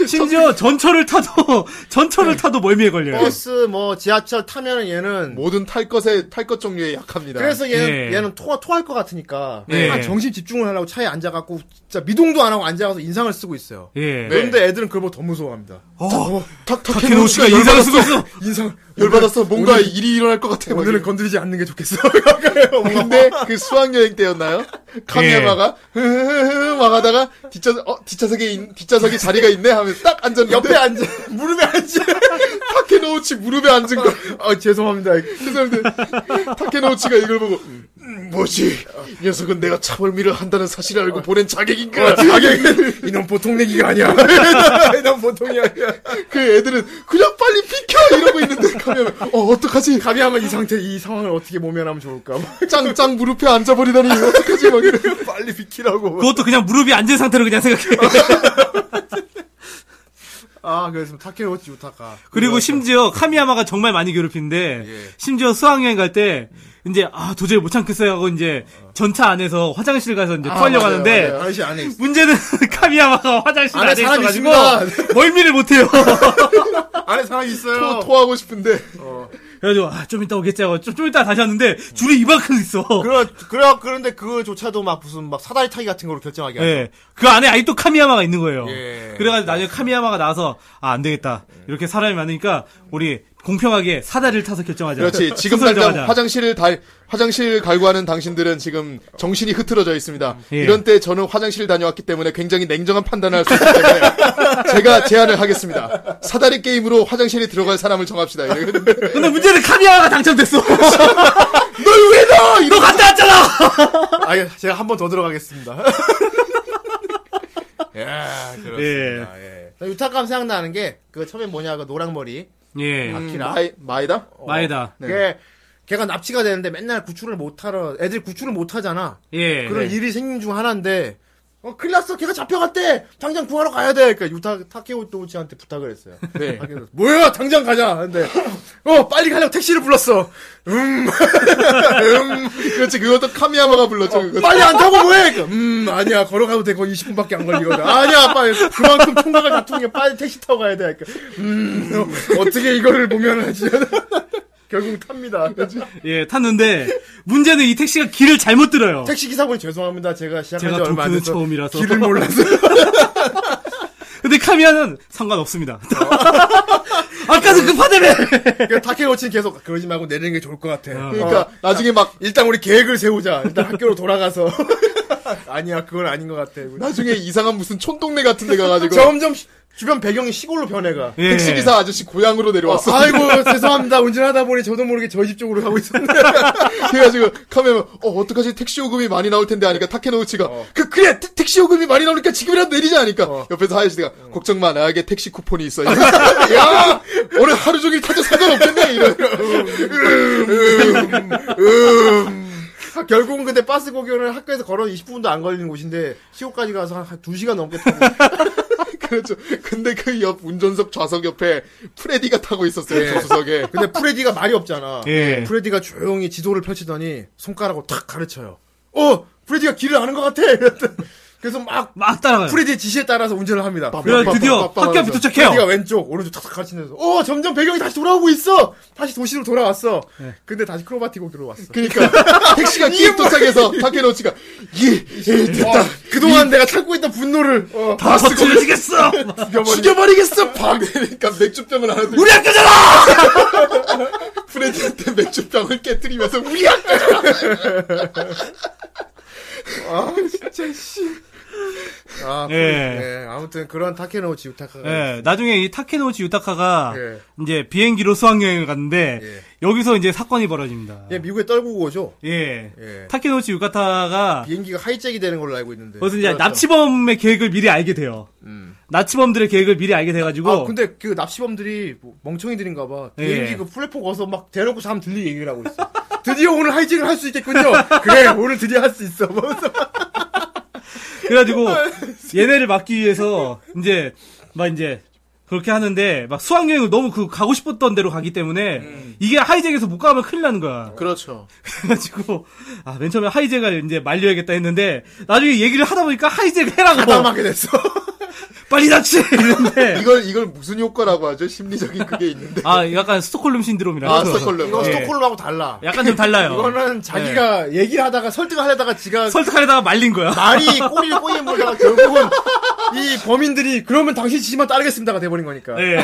S3: 심지어 전철을 타도 전철을 타도 멀미에 걸려요.
S1: 버스, 뭐 지하철 타면은 얘는
S2: 모든 탈 것에 탈 것 종류에 약합니다.
S1: 그래서 얘는
S3: 예.
S1: 얘는 토, 토할 것 같으니까
S3: 예.
S1: 아, 정신 집중을 하려고 차에 앉아갖고 진짜 미동도 안 하고 앉아가서 인상을 쓰고 있어요.
S3: 예.
S1: 그런데 애들은 그걸 보고 더 무서워합니다.
S4: 어,
S2: 탁
S3: 타케노치가
S2: 열
S3: 인상을 쓰고 있어.
S1: 인상
S2: 열받았어. 뭔가 일이 일어날 것 같아. 막
S1: 오늘은
S2: 이러고.
S1: 건드리지 않는 게 좋겠어.
S2: 근데 그 수학 여행 때였나요? 카미야마가 흐흐흐 막 하다가 뒷좌 어 뒷좌석에 인- 뒷좌석에 자리가 있네 하면서 딱 앉았는데
S1: 옆에 앉아 무릎에 앉아.
S2: 타케노우치 무릎에 앉은 거. 그
S1: 아 죄송합니다.
S2: 죄송한데 타케노우치가 이걸 보고 음, 음, 뭐지? 이 녀석은 내가 차벌미를 한다는 사실을 알고 보낸 자객인가?
S1: 어, 자기 이놈 보통 얘기가 아니야. 이놈 보통이 아니야.
S2: 그 애들은 그냥 빨리 비켜 이러고 있는데 카미야마 어 어떡하지?
S1: 감히 하면 이 상태 이 상황을 어떻게 모면하면 좋을까? 뭐.
S2: 짱짱 무릎에 앉아버리다니 어떡하지? 막 이러고.
S1: 빨리 비키라고.
S3: 그것도 그냥 무릎이 앉은 상태로 그냥 생각해.
S1: 아 그래서 타케노치 우타카.
S3: 그리고 심지어 카미야마가 정말 많이 괴롭히는데 심지어 수학여행 갈 때 이제 아 도저히 못 참겠어요 하고 이제 전차 안에서 화장실 가서 이제 토하려고
S2: 맞아요,
S3: 하는데
S2: 맞아요.
S1: 아저씨 안에 있어.
S3: 문제는 카미야마가 화장실
S1: 안에
S3: 안에
S1: 사람
S3: 있어가지고
S1: 있습니다.
S3: 멀미를 못해요.
S1: 안에 사람
S2: 토,
S1: 있어요.
S2: 토하고 싶은데
S3: 그래가지고 아, 좀 이따 오겠지 하고 좀, 좀 이따 다시 왔는데 줄이 이만큼 있어.
S1: 그래 그래 그런데 그거조차도 막 무슨 막 사다리 타기 같은 걸로 결정하게 하죠.
S3: 예. 그 안에 아직도 카미야마가 있는 거예요.
S1: 예.
S3: 그래가지고 나중에 카미야마가 나와서, 아, 안 되겠다. 이렇게 사람이 많으니까, 우리 공평하게 사다리를 타서 결정하자.
S2: 그렇지 지금
S3: 순서를
S2: 당장
S3: 정하자.
S2: 화장실을 달 화장실 갈고 하는 당신들은 지금 정신이 흐트러져 있습니다
S3: 예.
S2: 이런 때 저는 화장실 다녀왔기 때문에 굉장히 냉정한 판단을 할 수 있기 때문에 제가 제안을 하겠습니다 사다리 게임으로 화장실에 들어갈 사람을 정합시다 이러는데
S3: 근데 문제는 카미야마가 당첨됐어.
S2: 널왜 넣어
S3: 너 갔다 왔잖아!
S1: 아 예, 제가 한 번 더 들어가겠습니다. 예 그렇습니다. 예. 나 유타감 생각나는 게 그 처음에 뭐냐 그 노랑머리
S3: 예.
S1: 아키라
S2: 음, 마이, 마이다?
S3: 마에다.
S1: 그게 걔가 납치가 되는데 맨날 구출을 못 하러 애들 구출을 못 하잖아.
S3: 예.
S1: 그런 일이 생긴 중 하나인데 어 큰일 났어 걔가 잡혀갔대 당장 구하러 가야 돼 그러니까 유타 타케오 도우치한테 부탁을 했어요
S2: 네.
S1: 하긴 뭐야 당장 가자 근데 어 빨리 가려고 택시를 불렀어 음 어,
S2: 그렇지, 그것도 카미야마가 불렀죠, 그거.
S1: 빨리 안 타고 뭐해 그러니까, 음 아니야 걸어가도 되고 20분밖에 안 걸리거든 아니야 빨리 그만큼 총각을 다투는 게 빨리 택시 타고 가야 돼 그러니까, 음 어, 어떻게 이거를 보면 하지 결국 탑니다
S3: 예, 탔는데 문제는 이 택시가 길을 잘못 들어요.
S1: 택시 기사분이 죄송합니다 제가 시작한 지
S3: 제가
S1: 얼마 안
S3: 도쿄는
S1: 돼서
S3: 처음이라서.
S1: 길을 몰라서
S3: 근데 카미야는 상관없습니다.
S1: 어.
S3: 아까도 그 급하다며.
S1: 그러니까 타케오치는 계속 그러지 말고 내리는 게 좋을 것 같아.
S2: 그러니까,
S1: 어,
S2: 나중에 막,
S1: 일단 우리 계획을 세우자. 일단 학교로 돌아가서. 아니야, 그건 아닌 것 같아.
S2: 나중에 이상한 무슨 촌동네 같은 데 가가지고.
S1: 점점 시- 주변 배경이 시골로 변해가.
S3: 예.
S2: 택시기사 아저씨 고향으로 내려왔어.
S1: 아이고 죄송합니다. 운전하다 보니 저도 모르게 저희 집 쪽으로 가고 있었는데.
S2: 그래가지고 카메라 어 어떡하지 택시 요금이 많이 나올 텐데 하니까 타케노우치가
S3: 어.
S2: 그 그래 태- 택시 요금이 많이 나오니까 지금이라도 내리자 하니까 옆에서 하야시가
S3: 음.
S2: 걱정 마 나에게 택시 쿠폰이 있어 야 오늘 하루 종일 타도 상관없겠네 "음, 이런 음."
S1: 결국은 근데 버스 고교는 학교에서 걸어 20분도 안 걸리는 곳인데 시골까지 가서 한 2시간 넘게 타고
S2: 그렇죠 근데 그 옆 운전석 좌석 옆에 프레디가 타고 있었어요
S3: 네.
S1: 예.
S2: 조수석에 그
S1: 근데 프레디가 말이 없잖아.
S3: 예.
S1: 프레디가 조용히 지도를 펼치더니 손가락으로 탁 가르쳐요. 어, 프레디가 길을 아는 것 같아. 이랬더니 그래서 막
S3: 막 따라가요.
S1: 프레디의 지시에 따라서 운전을 합니다.
S3: 그래 드디어
S2: 빡빡빡빡
S3: 학교 앞에
S2: 하면서.
S1: 프레디가
S3: 도착해요.
S1: 왼쪽 오른쪽 탁탁 가르치면서 어 점점 배경이 다시 돌아오고 있어 다시 도시로 돌아왔어 근데 다시 크로마티 곡 들어왔어
S2: 그러니까 택시가 길 도착해서 타케노우치가
S1: 됐다 그동안 내가 참고 있던 분노를 어,
S3: 다 거쳐지겠어.
S2: 죽여버리겠어 방 그러니까 맥주병을 하나 들고
S3: 우리 학교잖아.
S2: 프레디한테 맥주병을 깨뜨리면서 우리 학교
S1: 아,
S3: 예.
S1: 예. 아무튼 그런 타케노치 유타카가
S3: 예. 나중에 이 타케노치 유타카가
S1: 예.
S3: 이제 비행기로 수학여행을 갔는데
S1: 예.
S3: 여기서 이제 사건이 벌어집니다.
S1: 얘 미국에 떨구고 오죠
S3: 예.
S1: 예.
S3: 타케노치 유카타가
S1: 비행기가 하이잭이 되는 걸로 알고 있는데
S3: 무슨 이제
S1: 그렇죠. 음.
S3: 납치범의 계획을 미리 알게 돼요. 납치범들의 계획을 미리 알게 돼가지고
S1: 아 근데 그 납치범들이 뭐 멍청이들인가 봐 비행기
S3: 예.
S1: 그 플랫폼 가서 막 대놓고 사람 들리 얘기를 하고 있어 드디어 오늘 하이잭을 할 수 있겠군요 그래 오늘 드디어 할 수 있어
S3: 그래가지고
S2: 어.
S3: 얘네를 막기 위해서 이제 막 이제 그렇게 하는데 막 수학여행을 너무 그 가고 싶었던 데로 가기 때문에
S2: 음.
S3: 이게 하이잭에서 못 가면 큰일 나는 거야.
S2: 그렇죠
S3: 그래가지고 아 맨 처음에 하이제가 이제 말려야겠다 했는데 나중에 얘기를 하다 보니까 하이제가 해라고
S1: 담하게 됐어
S3: 빨리 납치 이랬는데
S2: 이걸 이걸 무슨 효과라고 하죠? 심리적인 그게 있는데.
S3: 아 약간 스톡홀름 신드롬이라고
S2: 아, 스톡홀름.
S1: 이거
S3: 예.
S1: 스톡홀름하고 달라
S3: 약간 좀 달라요 예.
S1: 이거는 자기가 얘기를 하다가 설득을 하려다가 지가
S3: 설득하려다가 말린 거야
S1: 말이 꼬리를 꼬이는 거다가 결국은 이 범인들이 그러면 당신 지시만 따르겠습니다가 돼버린 거니까.
S2: 아.
S3: 예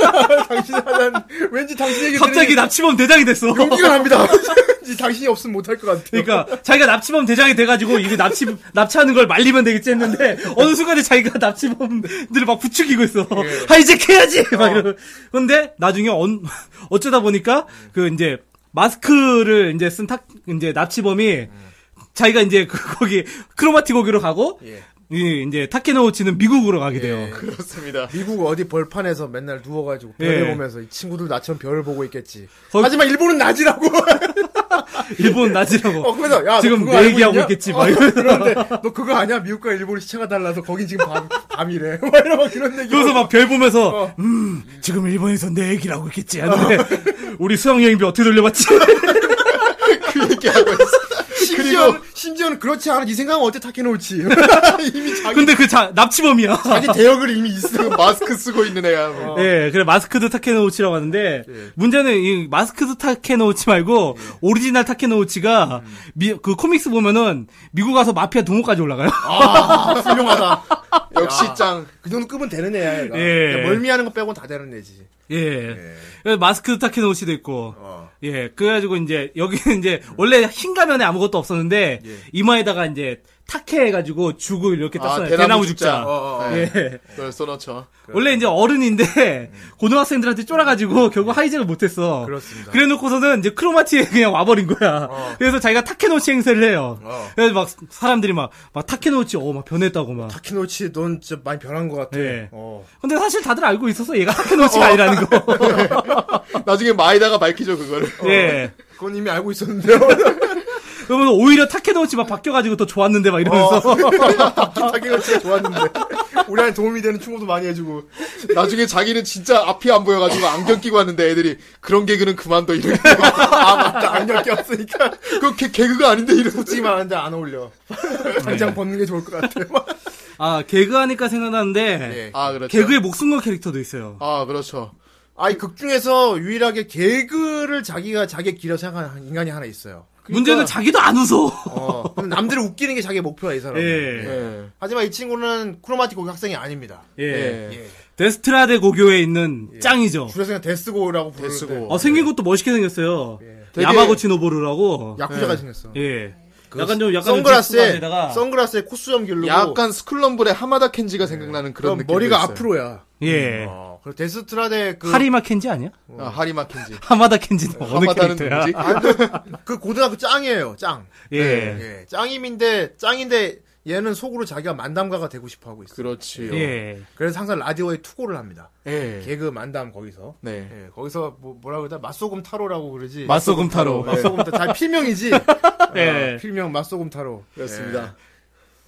S1: 당신 난 왠지 당신 얘기
S3: 갑자기
S1: 들으니
S3: 납치범 대장이 됐어
S1: 용기가 납니다. 이 당신이 없으면 못할 것 같아요.
S3: 그러니까 자기가 납치범 대장이 돼가지고 이거 납치 납치하는 걸 말리면 되겠지 했는데 어느 순간에 자기가 납치범들을 막 부추기고 있어.
S1: 예.
S3: 아, 하이잭 해야지.
S1: 어.
S3: 막 이러. 근데 나중에 언, 어쩌다 보니까 그 이제 마스크를 이제 쓴탁 이제 납치범이 자기가 이제 그 거기 크로마티 고기로 가고
S1: 예.
S3: 이 이제 타케노우치는 미국으로 가게 돼요.
S2: 그렇습니다.
S1: 미국 어디 벌판에서 맨날 누워가지고
S3: 예.
S1: 별을 보면서 이 친구들 나처럼 별을 보고 있겠지.
S3: 거기-
S1: 하지만 일본은 낮이라고.
S3: 일본 낮이라고.
S1: 어, 그래서 야, 너
S3: 지금
S1: 그거
S3: 내
S1: 알고
S3: 얘기하고
S1: 있냐?
S3: 있겠지.
S1: 어,
S3: 막 이러-
S1: 그런데 너 그거 아니야? 미국과 일본의 시차가 달라서 거긴 지금 밤, 밤이래. 막 이러 막 그런 얘기.
S3: 그래서 막 별 보면서
S1: 어.
S3: 음 지금 일본에서 내 얘기를 하고 있겠지 하는데 우리 수학여행비 어떻게 돌려봤지?
S2: 그 얘기하고 있어.
S1: 심지어 심지어는 그렇지 않아. 네 생각은 어때 타케노치? 이미 자기
S3: 근데 그 자, 납치범이야.
S1: 자기 대역을 이미 있어.
S2: 그 마스크 쓰고 있는 애야. 뭐.
S3: 예, 그래 마스크드 타케노우치라고 하는데 문제는 이 마스크드 타케노우치 말고 오리지널 타케노우치가 미, 그 코믹스 보면은 미국 가서 마피아 동호까지 올라가요.
S1: 아, 훌륭하다.
S2: 역시 짱.
S1: 그 정도 급은 되는 애야, 얘가.
S3: 예.
S1: 그냥 멀미하는 거 빼고는 다 되는 애지.
S3: 예, 그래서 마스크드 타케노우치도 있고
S1: 어.
S3: 예, 그래가지고 이제 여기는 이제 원래 흰 가면에 아무것도 없었는데 이마에다가 이제 탁해 해가지고 죽을 이렇게
S2: 아,
S3: 땄어요.
S2: 대나무
S3: 대나무
S2: 죽자. 네.
S3: 죽자.
S1: 어, 어, 어.
S3: 예.
S2: 그걸 써놓죠.
S3: 원래 이제 어른인데 고등학생들한테 쫄아가지고 결국 하이잭을 못했어.
S1: 음. 그렇습니다.
S3: 래놓고서는 이제 크로마티에 그냥 와버린 거야. 그래서 자기가 타케노치 행세를 해요.
S1: 어.
S3: 그래서 막 사람들이 막, 막 타케노치 어 막 변했다고 막.
S1: 타키노치 넌 진짜 많이 변한 것 같아.
S3: 예.
S1: 어.
S3: 근데 사실 다들 알고 있어서 얘가 타케노치가 아니라는 거.
S2: 나중에 마이다가 밝히죠 그거를.
S3: 예.
S1: 그건 이미 알고 있었는데요.
S3: 그러면 오히려 타케노치 막 바뀌어가지고 더 좋았는데 막 이러면서.
S1: 어. 타키노치가 좋았는데 우리한테 도움이 되는 충고도 많이 해주고.
S2: 나중에 자기는 진짜 앞이 안 보여가지고 안경 끼고 왔는데 애들이 그런 개그는 그만둬 이래. 아 맞다 안경
S1: 꼈으니까.
S2: 그 개, 개그가 아닌데 이러.
S1: 솔직히 말하는데 안 어울려.
S3: 예.
S1: 당장 벗는 게 좋을 것 같아.
S3: 아, 개그하니까 생각나는데.
S1: 예.
S2: 아 그렇죠.
S3: 개그에 목숨 건 캐릭터도 있어요.
S2: 아 그렇죠.
S1: 아이 극 중에서 유일하게 개그를 자기가 자기 길어 생각하는 인간이 하나 있어요.
S3: 문제는 자기도 안 웃어.
S1: 그러니까. 어, 그럼 남들을 웃기는 게 자기 의 목표야 이 사람.
S3: 예.
S1: 은
S2: 예.
S1: 하지만 이 친구는 크로마틱 고교 학생이 아닙니다.
S3: 예.
S2: 예.
S3: 데스트라데 고교에 있는
S1: 예.
S3: 짱이죠.
S1: 줄여서 그냥 데스고라고 부르는데
S2: 데스고.
S3: 어, 생긴 것도 멋있게 생겼어요.
S2: 되게-
S3: 야마고치 노보루라고.
S1: 야쿠자가 예. 생겼어.
S3: 예. 약간 좀 약간
S1: 선글라스에
S3: 가
S1: 선글라스에 코수염 길르고
S2: 약간 스쿨럼블의 하마다 켄지가 생각나는 그런
S1: 그럼
S2: 느낌.
S1: 머리가 앞으로야.
S3: 예.
S1: 어, 그리고 데스트라데 그,
S3: 하리마 켄지 아니야?
S2: 아, 하리마 켄지.
S3: 하마다 켄지는 어, 어느
S2: 하마다는
S3: 캐릭터야?
S2: 누구지?
S1: 그 고등학교 짱이에요. 짱.
S3: 예.
S1: 예. 짱임인데 짱인데 얘는 속으로 자기가 만담가가 되고 싶어 하고 있어.
S2: 그렇지요.
S3: 예.
S1: 그래서 항상 라디오에 투고를 합니다.
S2: 예.
S1: 개그 만담 거기서.
S2: 네.
S1: 예, 거기서 뭐, 뭐라 그러다 맛소금 타로라고 그러지. 어,
S3: 맛소금 타로.
S1: 맛소금 타로. 잘 필명이지.
S3: 예.
S1: 어, 필명 맛소금 타로. 예.
S2: 그렇습니다.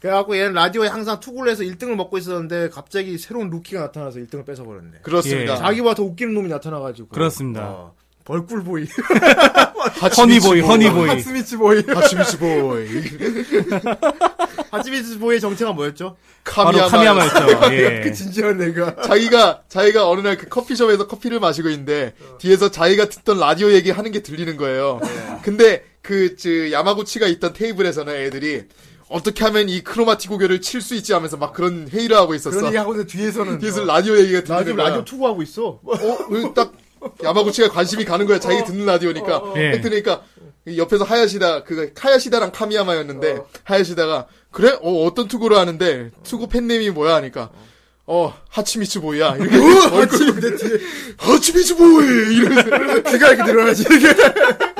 S1: 그래갖고 얘는 라디오에 항상 투구를 해서 1등을 먹고 있었는데 갑자기 새로운 루키가 나타나서 1등을 뺏어버렸네.
S2: 그렇습니다.
S3: 예.
S1: 자기보다 더 웃기는 놈이 나타나가지고.
S3: 그렇습니다.
S1: 어, 벌꿀보이.
S3: 허니보이,
S1: 그
S3: 허니보이.
S1: 하츠미츠 보이.
S2: 하치미츠 보이.
S1: 하츠미츠 보이의 정체가 뭐였죠?
S3: 바로 카미야마였죠. 예.
S1: 그 진지한 애가.
S2: 자기가 자기가 어느 날 그 커피숍에서 커피를 마시고 있는데 뒤에서 자기가 듣던 라디오 얘기 하는 게 들리는 거예요. 근데 그 저, 야마구치가 있던 테이블에서는 애들이 어떻게 하면 이 크로마티 고교를 칠 수 있지 하면서 막 그런 회의를 하고
S1: 그런
S2: 있었어.
S1: 얘기 하고 있는데 뒤에서는. 뭐
S2: 뒤에서
S1: 어,
S2: 라디오 얘기가
S1: 라디오,
S2: 들리는 거야.
S1: 라디오 투구하고 있어.
S2: 어, 왜 딱 야마구치가 관심이 가는 거야.
S1: 어.
S2: 자기 듣는 라디오니까.
S3: 예.
S2: 했더니까 옆에서 하야시다 그 하야시다랑 카미야마였는데
S1: 어.
S2: 하야시다가 그래? 어 어떤 투구를 하는데 투구 팬네임이 뭐야 하니까 어 하치미츠 보이야
S1: 어?
S2: 이렇게 하치미츠 하치미츠 보이 이러면서 그,
S1: 귀가 이렇게 늘어나지. 이렇게. 자,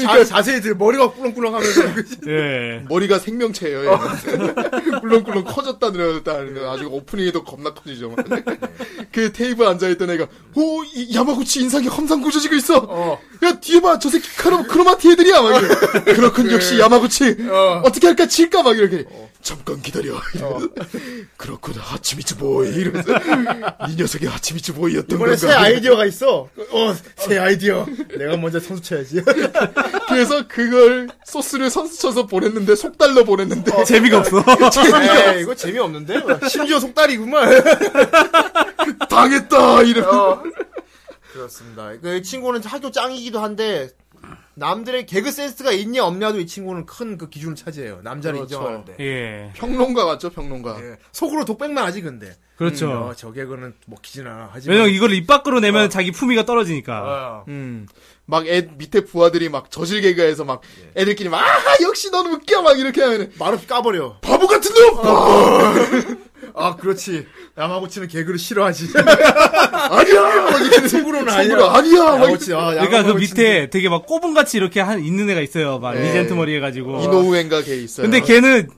S2: 그러니까
S1: 자세히 들 머리가 꾸렁꾸렁 하면서.
S3: 예.
S2: 머리가 생명체예요. 얘는. 꿀렁꿀렁 커졌다 늘어졌다 하는데 아직 오프닝에도 겁나 커지죠. 막. 그 테이블 앉아있던 애가 오 이 야마구치 인상이 험상 굳어지고 있어. 야 뒤에 봐저 새끼 크로, 크로마티 애들이야. 막 이래. 그렇군 역시 야마구치 어. 떻게 할까 칠까 막 이렇게 잠깐 기다려. 이러면서. 그렇군 하치미츠 보이 이러면서 이 녀석이 하치미츠 보이였던 건가.
S1: 이번에 새 아이디어가 있어. 어, 새 아이디어. 내가 먼저 선수 쳐야지.
S2: 그래서 그걸 소스를 선수 쳐서 보냈는데 속달러 보냈는데
S3: 재미가 없어.
S1: 그 에이, 이거 재미없는데? 심지어 속다리구만.
S2: 당했다 이러면서
S1: 그렇습니다. 그이 친구는 학교 짱이기도 한데, 남들의 개그 센스가 있냐 없냐도 이 친구는 큰 그 기준을 차지해요. 남자를
S2: 그렇죠.
S1: 인정하는데.
S3: 예.
S2: 평론가 같죠 평론가.
S1: 예. 속으로 독백만 하지, 근데.
S3: 그러니까. 그렇죠.
S1: 음, 어, 저 개그는 먹히진 않아. 하지만.
S3: 왜냐면 이걸 입 밖으로 내면 자기 품위가 떨어지니까.
S1: 어.
S2: 음. 막 애 밑에 부하들이 막 저질 개그에서 막
S1: 예.
S2: 애들끼리 막 아하 역시 넌 웃겨 막 이렇게 하면
S1: 말없이 까버려.
S2: 바보 같은 놈
S1: 어. 아, 그렇지. 야마고치는 개그를 싫어하지.
S2: 아니야 막 이렇게
S1: 속으로는
S2: 속으로
S1: 아니야.
S2: 아니야 막
S1: 야마고치, 아,
S3: 그러니까 그
S1: 야마고치는
S3: 밑에 되게 막 꼬분같이 이렇게 한 있는 애가 있어요.
S1: 예.
S3: 막 리젠트 머리 해가지고.
S2: 이노우엔가 걔 있어요.
S3: 근데 걔는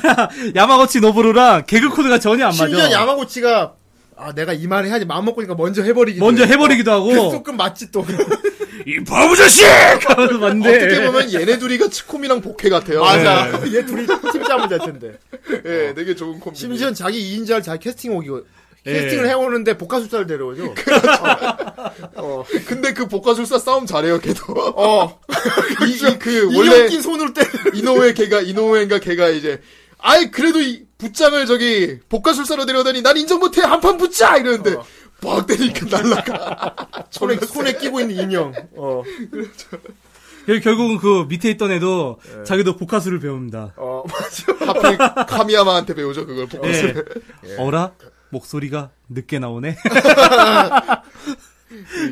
S3: 야마고치 노보루랑 개그 코드가 전혀 안
S1: 심지어
S3: 맞아.
S1: 야마고치가 아 내가 이 말을 해야지 마음 먹고 니까 먼저 해버리기도
S3: 먼저 해버리기도
S1: 예, 그
S3: 하고.
S1: 조금 맞지 또
S4: 이 바보 자식!
S3: 가면서 맞는데.
S2: 어떻게 보면 얘네 둘이가 치콤이랑 복해 같아요.
S1: 맞아 얘 둘이 팀 짜면 될 텐데
S2: 예, 되게 좋은 콤비.
S1: 심지어 자기 2인자를 잘 캐스팅 오기고
S3: 예.
S1: 캐스팅을 해오는데 복화술사를 데려오죠
S3: 그
S2: 근데 그 복과술사 싸움 잘해요, 걔도.
S1: 어
S2: 이, 이, 그
S1: 원래
S2: 원래
S1: 낀 손으로 때
S2: 이노우에 걔가 이노우엔가 걔가 이제 아이 그래도 이 부짱을 저기 복과술사로 데려다니 난 인정 못해 한판 붙자 이러는데
S1: 어.
S2: 빡 때리니까 날라가.
S1: 손에 손에 끼고 있는 인형 어,
S3: 그래서 결국은 그 밑에 있던 애도
S1: 예.
S3: 자기도 복화술을 배웁니다.
S1: 어.
S2: 하필 카미야마한테 배우죠 그걸
S3: 네.
S2: 복과술.
S3: 예. 어라? 목소리가 늦게 나오네.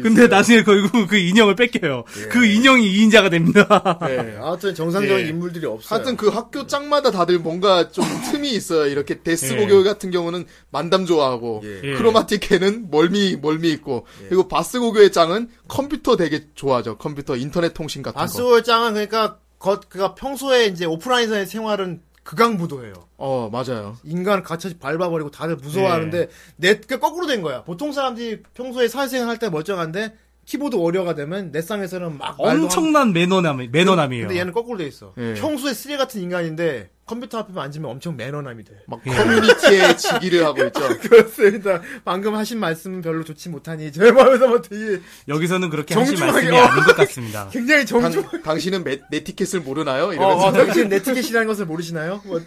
S3: 근데 나중에 결국 그 인형을 뺏겨요.
S1: 예.
S3: 그 인형이 2인자가 됩니다.
S2: 네.
S1: 아무튼 정상적인
S3: 예.
S1: 인물들이 없어요.
S2: 하여튼 그 학교 짝마다 다들 뭔가 좀 틈이 있어요. 이렇게 데스 고교 같은 경우는 만담 좋아하고
S1: 예.
S2: 크로마틱 걔는 멀미 멀미 있고 그리고 바스 고교의 짱은 컴퓨터 되게 좋아하죠. 컴퓨터 인터넷 통신 같은 거.
S1: 바스월 장은 그러니까 겉 그가 평소에 이제 오프라인에서의 생활은 극강부도예요.
S2: 어 맞아요.
S1: 인간을 같이 밟아버리고 다들 무서워하는데 내 그게 거꾸로 된 거야. 보통 사람들이 평소에 사회생활 할 때 멀쩡한데 키보드 워리어가 되면 내 쌍에서는 막 말도
S3: 엄청난 매너남, 매너남이에요.
S1: 근데 얘는 거꾸로 돼 있어.
S2: 예.
S1: 평소에 쓰레 같은 인간인데 컴퓨터 앞에만 앉으면 엄청 매너남이 돼.
S2: 막 커뮤니티에 지기를 하고 있죠.
S1: 그렇습니다. 방금 하신 말씀은 별로 좋지 못하니 제 마음에서부터 뭐 이
S3: 여기서는 그렇게 하실
S1: 정중하게,
S3: 말씀이
S1: 어.
S3: 아닌 것 같습니다.
S1: 굉장히 정중.
S2: 당, 당신은 매- 내 티켓을 모르나요?
S1: 어,
S2: 이러면서
S1: 어, 당신 네티켓이라는 것을 모르시나요? 뭐,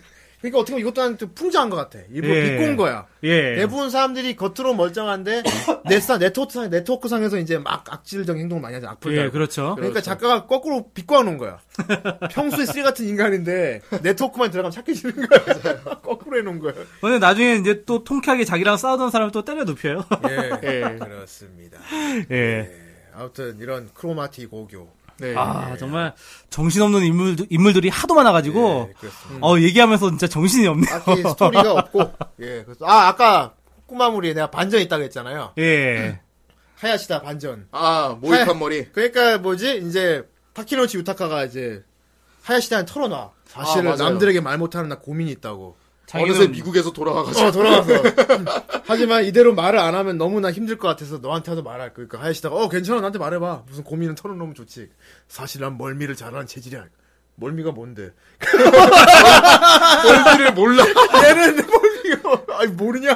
S1: 그러니까 어떻게 보면 이것도 한 좀 풍자한 것 같아. 일부러
S3: 예.
S1: 비꼰 거야.
S3: 예.
S1: 대부분 사람들이 겉으로 멀쩡한데 네트상 네트워크상 네트워크상에서 이제 막 악질적인 행동을 많이 하죠. 악플
S3: 예,
S1: 달
S3: 그렇죠.
S1: 그러니까 작가가 거꾸로 비꼬아 놓은 거야. 평소에 쓰레 같은 인간인데 네트워크만 들어가면 착해지는 거야. 거꾸로 해놓은 거야.
S3: 근데 나중에 이제 또 통쾌하게 자기랑 싸우던 사람을 또 때려 눕혀요.
S1: 예,
S2: 예.
S1: 그렇습니다.
S3: 예.
S1: 아무튼 이런 크로마티 고교.
S2: 네.
S3: 아, 정말 정신없는 인물, 인물들이 하도 많아가지고,
S1: 예, 그렇습니다.
S3: 어, 얘기하면서 진짜 정신이 없네요.
S4: 아,
S1: 딱히 스토리가 없고 예 그래서 아 아까 꼬마무리에 내가 반전 있다고 했잖아요
S3: 예.
S1: 하야시다 반전
S2: 아 모이칸 머리.
S1: 그러니까 뭐지 이제 타키노치 유타카가 이제 하야시다는 털어놔 사실은
S2: 맞아요.
S1: 남들에게 말 못하는 나 고민이 있다고
S3: 음.
S2: 어느새 미국에서 돌아와가지고
S1: 어 돌아와서 하지만 이대로 말을 안 하면 너무나 힘들 것 같아서 너한테도 말할 그러니까 하야시다가 어 괜찮아 나한테 말해봐 무슨 고민은 털어놓으면 좋지 사실 난 멀미를 잘하는 체질이야 멀미가 뭔데
S2: 멀미를 몰라.
S1: 얘는 멀미가 뭐, 아니 모르냐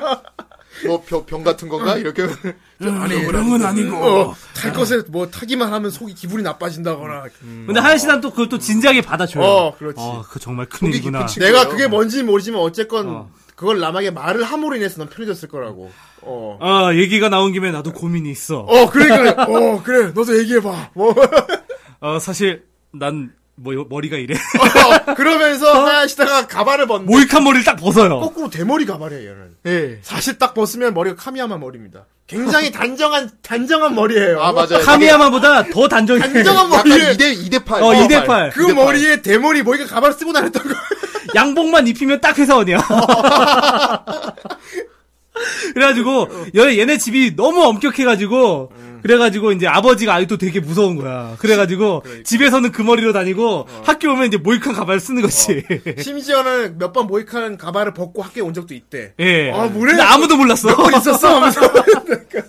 S2: 뭐병 같은 건가 이렇게.
S4: 아니 그런 음, 건 아니고
S1: 어, 탈 것을 뭐 타기만 하면 속이 기분이 나빠진다거나.
S2: 음.
S3: 근데 하야시단 또 그걸 또 진지하게 받아줘요.
S1: 어, 그렇지.
S3: 어, 그 정말 큰일이구나.
S2: 깊은
S1: 내가
S2: 그거요.
S1: 그게 뭔지 모르지만 어쨌건
S3: 어.
S1: 그걸 남에게 말을 함으로 인해서 넌 편해졌을 거라고. 어.
S3: 어, 얘기가 나온 김에 나도 고민이 있어.
S1: 어, 그래, 그래. 어, 그래. 너도 얘기해봐. 뭐.
S3: 어, 사실, 난, 뭐, 요- 머리가 이래.
S1: 어. 그러면서 하야시다가 가발을 벗는.
S3: 모이칸 머리를 딱 벗어요.
S1: 거꾸로 대머리 가발이에요, 얘는.
S2: 예.
S1: 사실 딱 벗으면 머리가 카미야마 머리입니다. 굉장히 단정한, 단정한 머리예요.
S2: 아 맞아요.
S3: 카미야마보다 더 단정해.
S1: 단정한
S2: 약간
S1: 머리에.
S2: 2대 2대 8.
S3: 어, 2대 8.
S1: 그 머리에 대머리, 뭐, 이게 가발 쓰고 다녔던 거.
S3: 양복만 입히면 딱 회사원이야. 그래가지고 얘- 얘네 집이 너무 엄격해가지고
S1: 음.
S3: 그래가지고 이제 아버지가 아직도 되게 무서운 거야. 그래가지고
S1: 그러니까.
S3: 집에서는 그 머리로 다니고 학교 오면 이제 모이칸 가발 쓰는 거지.
S1: 어. 심지어는 몇 번 모이카는 가발을 벗고 학교에 온 적도 있대.
S3: 예.
S1: 아, 뭐래?
S3: 근데 아무도 몰랐어.
S1: 있었어? 하면서.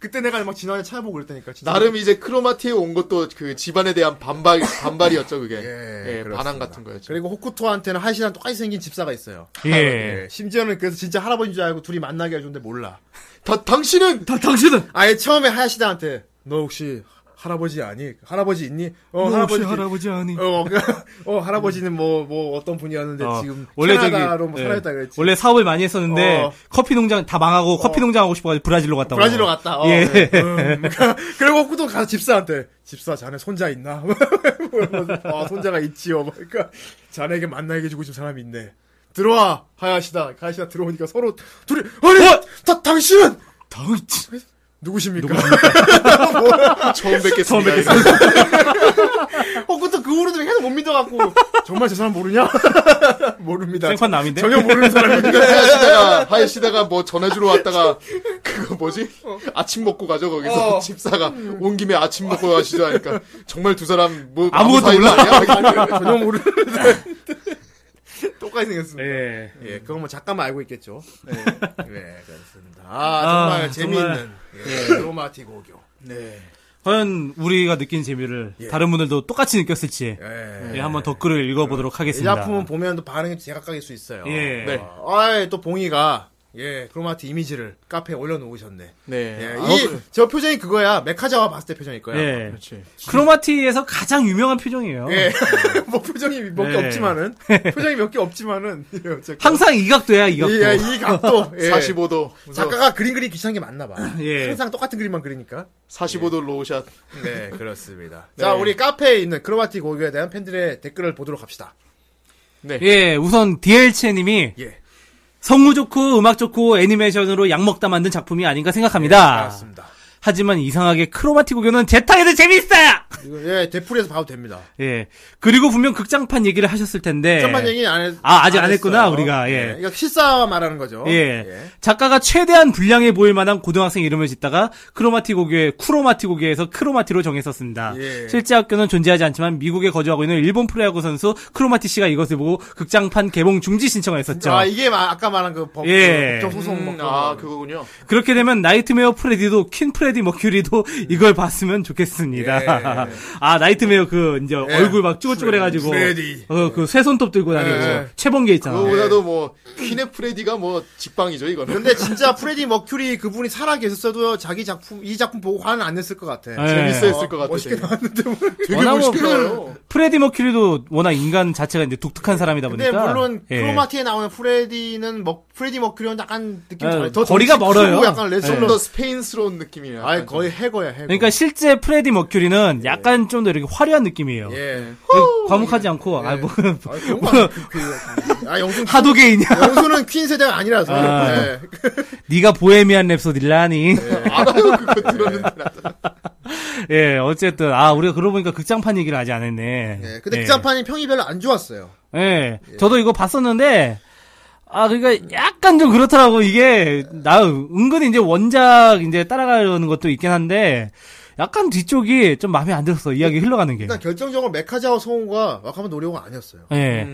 S1: 그때 내가 막 지나가다 찾아보고 그랬다니까. 진짜.
S2: 나름 이제 크로마티에 온 것도 그 집안에 대한 반발 반발이었죠 그게.
S1: 예,
S2: 예.
S1: 그렇습니다.
S2: 반항 같은 거였죠.
S1: 그리고 호쿠토한테는 하시랑 똑같이 생긴 집사가 있어요.
S3: 예.
S1: 심지어는 그래서 진짜 할아버지인 줄 알고 둘이 만나게 해줬는데 몰라.
S2: 다, 당신은
S3: 다- 당신은
S1: 아예 처음에 하시다한테 너 혹시 할아버지 아니? 할아버지 있니? 어
S3: 너 혹시
S1: 할아버지.
S3: 할아버지 아니?
S1: 어, 그, 어 할아버지는 뭐 뭐 어떤 분이었는데 지금
S3: 원래 저기
S1: 캐나다로 뭐
S3: 예.
S1: 살아있다 그랬지.
S3: 원래 사업을 많이 했었는데
S1: 어.
S3: 커피 농장 다 망하고 커피 농장 하고 싶어가지고 브라질로 갔다
S1: 브라질로
S3: 와요.
S1: 갔다. 어.
S3: 예.
S1: 음. 그리고 호쿠토 가서 집사한테 집사 자네 손자 있나? 물어보면서, 아 손자가 있지요. 막 그러니까 자네에게 만나게 해주고 싶은 사람이 있네. 들어와 하야시다. 하야시다 들어오니까 서로 둘이 아니 다 당신은
S3: 어? 당신
S1: 누구십니까?
S2: 처음 뵙겠습니다.
S3: 처음 뵙겠습니다.
S1: 호쿠토 그 후로도 계속 못 믿어갖고 정말 저 사람 모르냐? 모릅니다.
S3: 생판 남인데.
S1: 전혀 모르는 사람입니다.
S2: 하야시다가 하야시다가 뭐 전해주러 왔다가 그거 뭐지 아침 먹고 가죠 거기서 집사가 온 김에 아침 먹고 가시죠 하니까 정말 두 사람 뭐
S3: 아무것도
S2: 사이도
S3: 몰라.
S2: 아니야? 예.
S1: 전혀 모르는 사람. 똑같이 생겼습니다.
S3: 예.
S1: 예, 그건 뭐 작가만 알고 있겠죠. 네, 네, 그렇습니다. 아, 정말
S3: 아,
S1: 재미있는 예, 로마티 고교. 네,
S3: 과연 우리가 느낀 재미를 다른 분들도 똑같이 느꼈을지
S1: 예.
S3: 예, 한번 덧글을 읽어보도록
S1: 이
S3: 하겠습니다.
S1: 작품은 보면 또 반응이 제각각일 수 있어요.
S3: 예.
S2: 네.
S1: 아, 또 봉이가 예, 크로마티 이미지를 카페에 올려놓으셨네.
S2: 네.
S1: 예,
S2: 아, 그-
S1: 이저 표정이 그거야. 메카자와 봤을 때 표정일 거야.
S3: 예.
S2: 그렇지.
S3: 크로마티에서 가장 유명한 표정이에요.
S1: 예. 뭐 표정이 몇 개
S3: 예.
S1: 없지만은 표정이 몇 개 없지만은 예, 어쨌건.
S3: 항상 이각도야 이각도.
S1: 이, 예, 이 각도 예.
S2: 45도
S1: 작가가 그림 그리기 귀찮은 게 맞나 봐.
S3: 예.
S1: 항상 똑같은 그림만 그리니까.
S2: 45도 로우샷
S1: 네, 그렇습니다. 자, 우리 카페에 있는 크로마티 고교에 대한 팬들의 댓글을 보도록 합시다.
S3: 예, 우선 DLC님이
S1: 예.
S3: 성우 좋고 음악 좋고 애니메이션으로 약 먹다 만든 작품이 아닌가 생각합니다.
S1: 예, 맞습니다.
S3: 하지만 이상하게 크로마티 고교는 제 탕에서 재밌어요!
S1: 이거, 예, 대풀에서 봐도 됩니다.
S3: 예. 그리고 분명 극장판 얘기를 하셨을 텐데.
S1: 전반 얘기 안 했,
S3: 네. 아, 아직 안 했구나,
S1: 했어요.
S3: 우리가, 예.
S1: 이거 실사 말하는 거죠.
S3: 예. 작가가 최대한 분량해 보일 만한 고등학생 이름을 짓다가 크로마티 고교의 쿠로마티 고교에서 크로마티로 정했었습니다.
S1: 예.
S3: 실제 학교는 존재하지 않지만 미국에 거주하고 있는 일본 프로야구 선수 크로마티 씨가 이것을 보고 극장판 개봉 중지 신청을 했었죠.
S1: 아, 이게 마- 아까 말한 그 법,
S3: 그렇죠. 예.
S1: 그 법적 소송 뭐
S2: 음,
S1: 그런
S2: 아,
S1: 거.
S2: 그거군요.
S3: 그렇게 되면 나이트메어 프레디도 퀸 프레디 머큐리도
S1: 음.
S3: 이걸 봤으면 좋겠습니다. 아 나이트메어 그 이제 얼굴 막 쭈글쭈글해가지고
S1: 예. 프레디.
S3: 어, 그 쇠손톱 들고 다니고
S1: 예.
S3: 최범계 있잖아.
S2: 그거보다도 뭐 퀸의 프레디가 뭐 직방이죠 이거는.
S1: 근데 진짜 프레디 머큐리 그분이 살아 계셨어도 자기 작품 이 작품 보고 화는 안 냈을 것 같아.
S3: 예.
S2: 재밌어 했을 것 같아요.
S1: 멋있게
S2: 되게.
S1: 나왔는데 뭐.
S2: 되게
S3: 워낙
S2: 멋있게
S3: 뭐
S2: 나와요. 네.
S3: 프레디 머큐리도 워낙 인간 자체가 이제 독특한 사람이다
S1: 근데
S3: 보니까.
S1: 물론
S3: 예.
S1: 크로마티에 나오는 프레디는 머, 프레디 머큐리는 약간 느낌
S3: 아,
S1: 다르- 더
S3: 거리가
S1: 덩치 크고
S3: 멀어요. 예.
S2: 좀
S1: 약간 레슬러.
S2: 더 스페인스러운 느낌이야.
S1: 아니 거의 해거야 해거.
S3: 그러니까 실제 프레디 머큐리는 약간 좀 더 이렇게 화려한 느낌이에요.
S1: 예.
S3: 과묵하지 않고
S2: 예.
S3: 아, 뭐,
S1: 아, 그런 거 아니야. 그- 그- 아 영수
S3: 하도게이냐?
S1: 영수는 퀸 세대가 아니라서.
S3: 아.
S1: 예.
S3: 네가 보헤미안 랩소디라니.
S2: 예. 알아요 그거 들었는데. 나도.
S3: 예, 어쨌든 아 우리가 그러고 보니까 극장판 얘기를 아직 안 했네.
S1: 예. 근데 극장판이 평이 별로 안 좋았어요.
S3: 예. 저도 이거 봤었는데, 아, 그러니까 약간 좀 그렇더라고, 이게. 나, 은근히 이제 원작 이제 따라가려는 것도 있긴 한데, 약간 뒤쪽이 좀 마음에 안 들었어, 이야기 흘러가는 게.
S1: 일단 결정적으로 메카자와 성우가 와카마 노리오가 아니었어요.
S3: 예.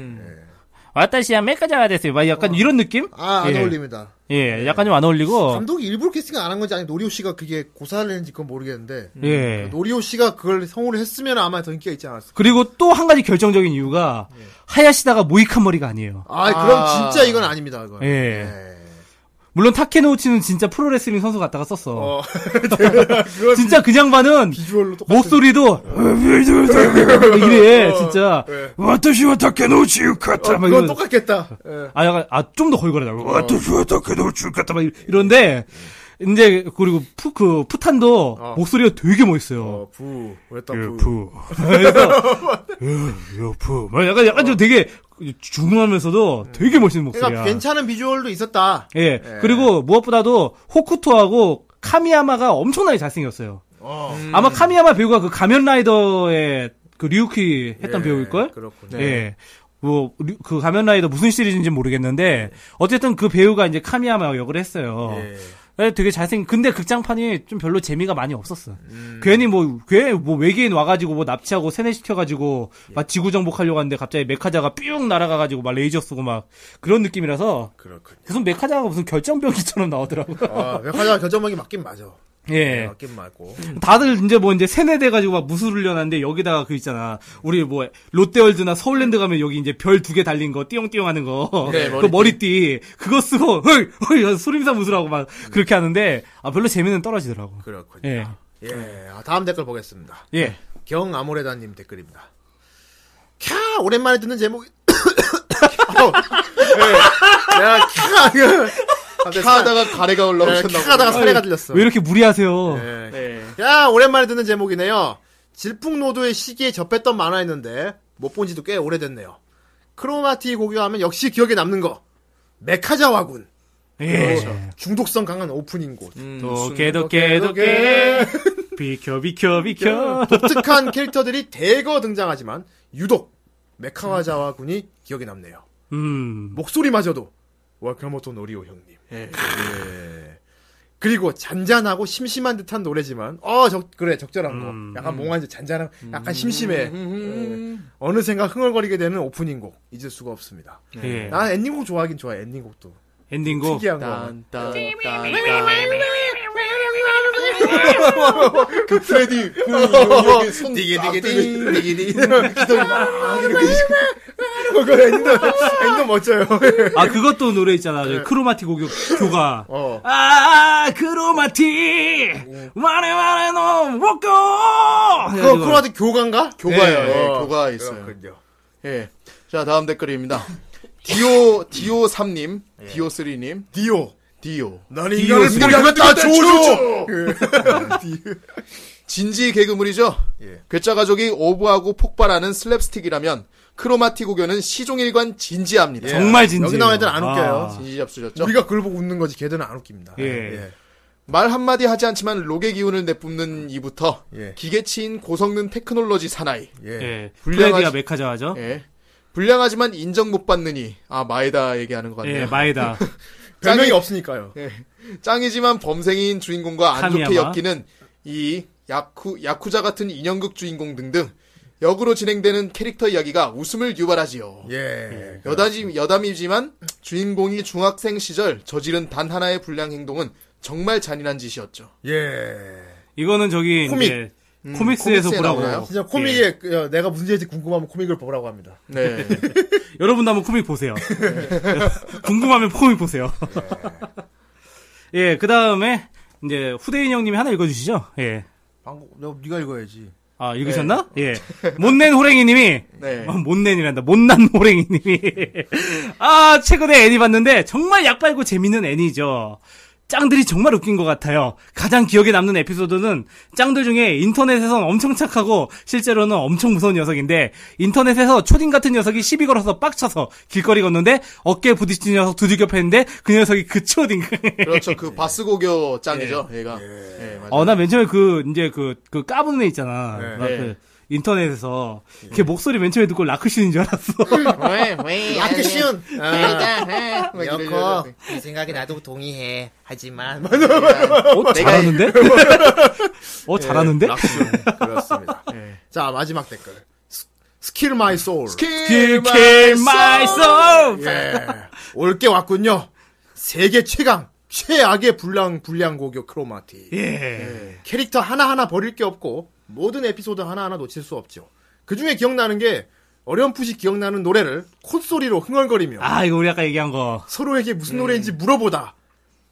S3: 와타시야 메카자가 됐어요. 막 약간 이런 느낌?
S1: 아, 안
S3: 예.
S1: 어울립니다.
S3: 예, 약간 좀 안 어울리고.
S1: 감독이 일부러 캐스팅 안 한 건지 아니면 노리오 씨가 그게 고사를 했는지 그건 모르겠는데
S3: 예.
S1: 노리오 씨가 그걸 성우를 했으면 아마 더 인기가 있지 않았을까.
S3: 그리고 또 한 가지 결정적인 이유가, 하야시다가 모이칸 머리가 아니에요.
S1: 아, 그럼 진짜 이건 아닙니다. 그건.
S3: 예.
S1: 예.
S3: 물론 타케노우치는 진짜 프로레슬링 선수 같다가 썼어.
S1: 어.
S3: 진짜 그 양반은
S1: 비주얼로 똑같은. 어,
S3: 목소리도 이래 진짜
S4: 와타시와 타케노치 카타.
S3: 아, 막
S1: 네. 그건
S3: 이런-
S1: 똑같겠다. 어. 예.
S3: 아 약간 아좀 더 걸거려 와
S4: 와타시와 타케노치 카타.
S3: 막 이런데 이제 그리고 푸 그 푸탄도
S1: 어.
S3: 목소리가 되게 멋있어요.
S1: 어, 부. 그랬다, 부.
S4: 유프.
S3: 그래서 어,
S4: 유프.
S3: 막 약간 약간 좀 되게 중후하면서도 되게 멋있는 목소리야.
S1: 그러니까 괜찮은 비주얼도 있었다.
S3: 예. 그리고 무엇보다도 호쿠토하고 카미야마가 엄청나게 잘생겼어요. 아마 카미야마 배우가 그 가면 라이더의 그 류키 했던 배우일 걸?
S1: 예. 그렇군요.
S3: 예. 뭐, 류- 그 가면라이더 무슨 시리즈인지 모르겠는데, 어쨌든 그 배우가 이제 카미야마 역을 했어요. 예, 되게 잘생, 근데 극장판이 좀 별로 재미가 많이 없었어. 괜히 뭐, 괜히 뭐 외계인 와가지고 뭐 납치하고 세뇌시켜가지고, 막 지구 정복하려고 하는데 갑자기 메카자가 뿅 날아가가지고 막 레이저 쓰고 막, 그런 느낌이라서,
S1: 그렇군요.
S3: 무슨 메카자가 무슨 결정병기처럼 나오더라고요.
S1: 아, 메카자가 결정막이 맞긴 맞아.
S3: 예.
S1: 맞긴 맞고.
S3: 다들 이제 뭐 이제 세뇌돼가지고 막 무술을 려는데 여기다가 그 있잖아. 우리 뭐 롯데월드나 서울랜드 가면 여기 이제 별 두 개 달린 거 띠용띠용 하는 거.
S2: 네,
S3: 그 머리띠. 그거 쓰고, 헐! 헐! 수림사 무술하고 막 그렇게 하는데, 아, 별로 재미는 떨어지더라고.
S1: 그렇군요.
S3: 예.
S1: 예. 아, 다음 댓글 보겠습니다.
S3: 예.
S1: 경 아모레다님 댓글입니다. 캬! 오랜만에 듣는 제목. 어, 예. 내가 캬! 그, 예,
S2: 하다가 가래가 올라오셨나
S1: 캬! 네, 하다가 사례가 들렸어.
S3: 왜 이렇게 무리하세요?
S1: 예.
S2: 네.
S1: 야, 오랜만에 듣는 제목이네요. 질풍노도의 시기에 접했던 만화였는데 못 본 지도 꽤 오래됐네요. 크로마티 고교하면 역시 기억에 남는 거. 메카자와군. 그렇죠.
S3: 예.
S1: 중독성 강한 오프닝 곡.
S3: 도깨, 음, 도깨, 도깨. 비켜, 비켜, 비켜.
S1: 독특한 캐릭터들이 대거 등장하지만 유독 메카와자와 군이 기억에 남네요.
S3: 음.
S1: 목소리마저도 와카모토 노리오 형님. 예. 그리고 잔잔하고 심심한 듯한 노래지만 어 적, 그래 적절한 거
S2: 음.
S1: 약간 몽환지 잔잔한 약간 심심해 예. 어느샌가 흥얼거리게 되는 오프닝곡 잊을 수가 없습니다
S2: 네.
S3: 예.
S1: 난 엔딩곡 좋아하긴 좋아해 엔딩곡도
S3: 엔딩곡.
S1: 특이한 거
S2: 딴딴딴그
S1: 그
S2: 프레디 그손
S1: 디기디기디 디기디 어, 그거 엔딩 엔딩 멋져요
S3: 아, 그것도 노래 있잖아. 그 크로마티 고교, 교가.
S1: 네. 어.
S3: 아, 크로마티! 마네, 마네, 너, 먹고!
S1: 아, 어, 그거 크로아티 교관가?
S2: 교과예요.
S1: 예,
S2: 예,
S1: 어.
S2: 교과 있어요.
S1: 그렇군요.
S2: 예. 자, 다음 댓글입니다. 디오, 디오3님,
S1: 예.
S2: 디오3님,
S1: 디오
S2: 디오.
S1: 난 인간을 생각했다 예. 조조
S2: 진지 개그물이죠?
S1: 예.
S2: 괴짜 가족이 오버하고 폭발하는 슬랩스틱이라면 크로마티 고교는 시종일관 진지합니다.
S1: 예.
S3: 정말 아. 진지.
S1: 여기 나온 애들 안 웃겨요.
S2: 진지 잡수셨죠?
S1: 우리가 그걸 보고 웃는 거지 걔들은 안 웃깁니다
S3: 예.
S2: 말 한마디 하지 않지만 록의 기운을 내뿜는 이부터
S1: 예.
S2: 기계치인 고성능 테크놀로지 사나이.
S1: 예.
S3: 예.
S2: 불량하지-
S3: 플레디아 메카자와죠.
S2: 예. 불량하지만 인정 못 받느니 아 마에다 얘기하는 것 같네요.
S3: 예, 마에다.
S1: 별명이
S2: 짱이-
S1: 없으니까요.
S3: 예.
S2: 짱이지만 범생인 주인공과 안 좋게
S3: 카미야마.
S2: 엮이는 이 야쿠 야쿠자 같은 인형극 주인공 등등 역으로 진행되는 캐릭터 이야기가 웃음을 유발하지요.
S1: 예.
S2: 여담이, 여담이지만 주인공이 중학생 시절 저지른 단 하나의 불량 행동은 정말 잔인한 짓이었죠.
S1: 예.
S3: 이거는 저기
S1: 코믹.
S3: 이제 음, 코믹스에서
S2: 코믹스에
S3: 보라고.
S2: 나오나요?
S1: 진짜
S3: 예.
S1: 코믹에 그, 어, 내가 무슨 죄인지 궁금하면 코믹을 보라고 합니다.
S2: 네.
S3: 여러분도 한번 코믹 보세요. 궁금하면 코믹 보세요.
S1: 네.
S3: 예, 그 다음에 이제 후대인 형님이 하나 읽어주시죠. 예.
S1: 방금 너 네가 읽어야지.
S3: 아, 읽으셨나? 예. 못낸 호랭이님이
S2: 네.
S3: 어, 못낸이란다. 못난 호랭이님이. 아, 최근에 애니 봤는데 정말 약발고 재밌는 애니죠. 짱들이 정말 웃긴 것 같아요. 가장 기억에 남는 에피소드는 짱들 중에 인터넷에선 엄청 착하고 실제로는 엄청 무서운 녀석인데 인터넷에서 초딩 같은 녀석이 시비 걸어서 빡쳐서 길거리 걷는데 어깨에 부딪힌 녀석 두들겨 패는데 그 녀석이 그 초딩.
S2: 그렇죠. 그 바스고교 짱이죠. 얘가. 예, 맞아요.
S3: 어, 나 맨 처음에 그, 이제 그, 그 까부는 애 있잖아.
S1: 네. 예.
S3: 나
S2: 네.
S3: 그 인터넷에서 걔 목소리 맨 처음에 듣고 라크신인 줄 알았어.
S1: 아크시온.
S2: 막
S1: 여커.
S2: 이래가지고.
S1: 이 생각에 나도 동의해. 하지만
S3: 어, 잘하는데?
S1: 예,
S3: 어, 잘하는데? 예.
S1: 그렇습니다. 자 마지막 댓글. 스- 스킬 마이 소울.
S2: 스킬
S3: Kill my soul!
S1: 예. 올게 왔군요. 세계 최강 최악의 불량 불량 고교 크로마티.
S3: 예.
S1: 캐릭터 하나하나 버릴 게 없고 모든 에피소드 하나하나 놓칠 수 없죠. 그 중에 기억나는 게 어렴풋이 기억나는 노래를 콧소리로 흥얼거리며
S3: 아, 음. 이거 우리 아까 얘기한 거.
S1: 서로에게 무슨 노래인지 물어보다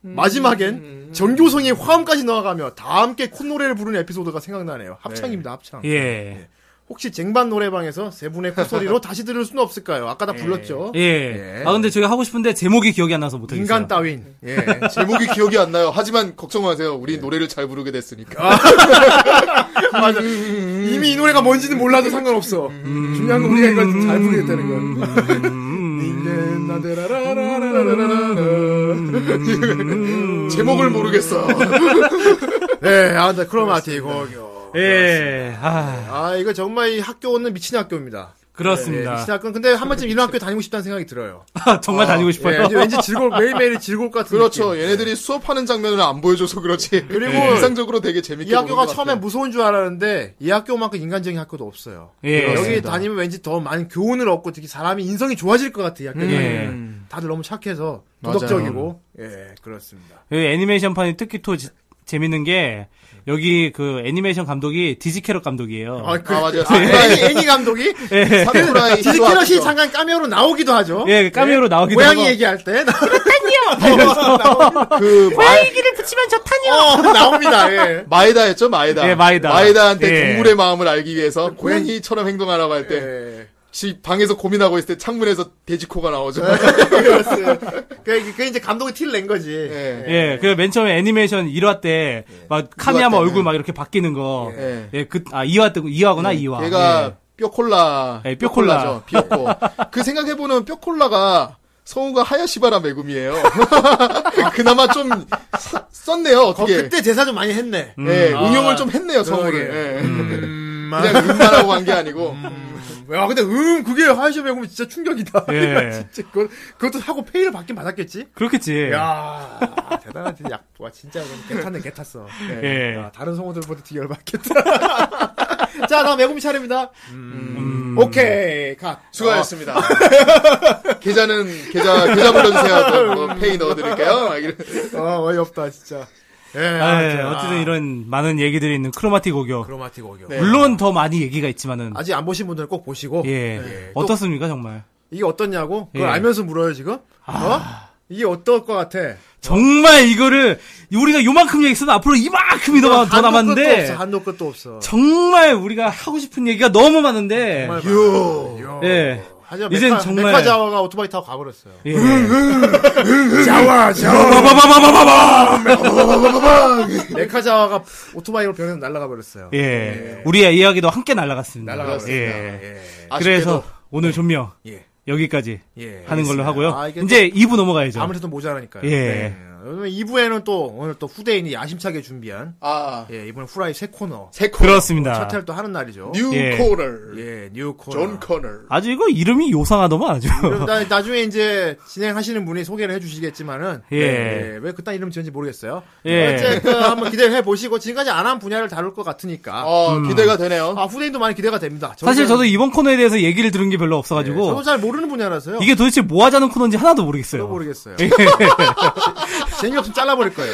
S3: 음.
S1: 마지막엔 정교성의 화음까지 넣어가며 다 함께 콧노래를 부르는 에피소드가 생각나네요. 합창입니다, 합창.
S3: 예.
S1: 혹시 쟁반 노래방에서 세 분의 콧소리로 다시 들을 수는 없을까요? 아까 다 불렀죠.
S3: 예.
S1: 예.
S3: 아, 근데 저기 하고 싶은데 제목이 기억이 안 나서 못하겠어요.
S1: 인간 따윈. 예.
S2: 제목이 기억이 안 나요. 하지만 걱정 마세요.
S3: 예.
S2: 우리 노래를 잘 부르게 됐으니까.
S1: 맞아. 이미 이 노래가 뭔지는 몰라도 상관없어.
S3: 음.
S1: 중요한 건 우리가 이걸 좀잘 부르게 되는 거야.
S3: 음.
S1: 닉넨
S3: 음.
S1: 나데라라라라라라라.
S2: 제목을 모르겠어.
S1: 예, 아, 근데 크로마티 고교.
S3: 예. 아,
S1: 아, 이거 정말 이 학교는 미친 학교입니다. 예,
S3: 그렇습니다.
S1: 미친 학교는 근데 한 번쯤 이런 학교 다니고 싶다는 생각이 들어요.
S3: 정말 다니고
S1: 예,
S3: 싶어요.
S1: 왠지- 왠지 즐거울, 매일매일 즐거울 것 같은
S2: 그렇죠.
S1: 느낌.
S2: 얘네들이 수업하는 장면을 안 보여줘서 그렇지.
S1: 그리고
S2: 인상적으로 되게 재밌게
S1: 이 학교가
S2: 보는 것
S1: 처음에
S2: 같아요.
S1: 무서운 줄 알았는데 이 학교만큼 인간적인 학교도 없어요.
S3: 예.
S1: 여기
S3: 그렇습니다.
S1: 다니면 왠지 더 많은 교훈을 얻고 특히 사람이 인성이 좋아질 것 같아. 요 약간
S3: 예.
S1: 다들 너무 착해서
S2: 맞아요.
S1: 도덕적이고 예 그렇습니다.
S3: 여기 애니메이션판이 특히 또 지- 재밌는 게 여기 그 애니메이션 감독이 디지캐럿 감독이에요.
S1: 그,
S2: 아, 맞아요.
S1: 아, 애니, 애니 감독이
S3: 예.
S2: 사쿠라이
S1: 디지키럿이
S2: 히로아키죠.
S1: 잠깐 까메오로 나오기도 하죠.
S3: 예, 까메오로 나오기도
S1: 고양이
S3: 하고.
S1: 얘기할 때
S2: 그
S3: 고양이기를 붙이면 좋다니요.
S1: 어, 나옵니다. 예.
S2: 마에다였죠, 마에다.
S3: 예, 마에다.
S2: 한테
S3: 예.
S2: 동물의 마음을 알기 위해서 고양이처럼 행동하라고 할 때,
S1: 예.
S2: 집 방에서 고민하고 있을 때 창문에서 돼지코가 나오죠.
S1: 그, 그 이제 감독이 티를 낸 거지.
S2: 예.
S3: 예, 그 맨 처음에 애니메이션 1화 때
S1: 예.
S3: 막 카미야마 얼굴 막 이렇게 바뀌는 거. 예,
S2: 예.
S3: 그 아 2화 때
S1: 예.
S3: 2화구나 예. 2화.
S2: 얘가 뼈콜라,
S3: 예, 뼈콜라.
S2: 예. 뼈콜라죠. 뼈코. 그 생각해보면 뼈콜라가 성우가 하야시바라 메구미예요. 그나마 좀 써- 썼네요.
S1: 거,
S2: 어떻게?
S1: 그때 제사 좀 많이 했네.
S2: 예,
S1: 아.
S2: 응용을 좀 했네요 성우를.
S1: 그러게.
S2: 예.
S1: 음,
S2: 그냥 음반하고 한 게 아니고.
S1: 야, 근데 음 그게 하이쇼 배우면 진짜 충격이다.
S3: 예.
S1: 진짜 그걸 그것도 하고 페이를 받긴 받았겠지.
S3: 그렇겠지.
S1: 야 대단하지 약와 진짜 그럼 개탔네 개탔어. 예.
S3: 예.
S1: 야, 다른 성우들보다 되게 열받겠다. 자, 다음 매구미 차례입니다.
S3: 음.
S1: 오케이, 갓.
S2: 수고하셨습니다. 계좌는 계좌 계좌 불러주세요. 또 뭐 페이 넣어드릴게요. 막 이런.
S1: 어, 어, 어이없다, 진짜. 예,
S3: 아, 예,
S1: 자,
S3: 어쨌든 이런 많은 얘기들이 있는 크로마틱 오교.
S1: 크로마틱 오교.
S2: 네.
S3: 물론 더 많이 얘기가 있지만은
S1: 아직 안 보신 분들은 꼭 보시고.
S3: 예.
S1: 예. 또
S3: 어떻습니까, 정말?
S1: 이게 어떻냐고? 그걸
S3: 예. 아.
S1: 알면서 물어요, 지금? 어? 이게 어떨 것 같아?
S3: 정말 이거를 우리가 요만큼 얘기했어도 앞으로 이만큼이 더, 더
S1: 한도 끝도 없어,
S3: 남았는데
S1: 한도 끝도 없어.
S3: 정말 우리가 하고 싶은 얘기가 너무 많은데
S1: 유. 유.
S3: 예.
S1: 하지만
S3: 이젠
S1: 메카,
S3: 정말-
S1: 메카 자와가 오토바이 타고 가버렸어요.
S3: 예.
S1: 자와, 자와.
S3: 빠바바바바바밤!
S1: 메카 자와가 오토바이로 변해서 날아가 버렸어요.
S3: 예. 우리의 이야기도 함께 날아갔습니다.
S1: 날아갔습니다.
S3: 예.
S1: 예.
S3: 그래서 오늘 조명
S1: 예.
S3: 여기까지
S1: 예.
S3: 하는 걸로
S1: 알겠습니다.
S3: 하고요.
S1: 아, 이게
S3: 이제 2부 넘어가야죠.
S1: 아무래도 모자라니까요.
S3: 예.
S1: 네. 왜냐면 2부에는 또 오늘 또 후대인이 야심차게 준비한
S2: 아,
S1: 예, 이번 후라이 새 코너
S2: 세 코너.
S3: 그렇습니다.
S1: 첫 회를 또 하는 날이죠.
S2: 뉴
S3: 예.
S2: 코너.
S1: 예, 뉴 코너.
S2: 존 코너.
S3: 아주 이거 이름이 요상하더만 아주.
S1: 그럼 나, 나중에 이제 진행하시는 분이 소개를 해주시겠지만은
S3: 예.
S1: 네, 왜 그딴 이름 지은지 모르겠어요.
S3: 예.
S1: 어쨌든 한번 기대를 해보시고 지금까지 안 한 분야를 다룰 것 같으니까
S2: 어, 기대가 되네요.
S1: 아 후대인도 많이 기대가 됩니다. 저는-
S3: 사실 저도 이번 코너에 대해서 얘기를 들은 게 별로
S1: 예, 저도
S3: 없어가지고
S1: 잘 모르는 분야라서요.
S3: 이게 도대체 뭐 하자는 코너인지 하나도 모르겠어요.
S1: 저도 모르겠어요.
S3: 예.
S1: 재미없으면 잘라버릴 거예요.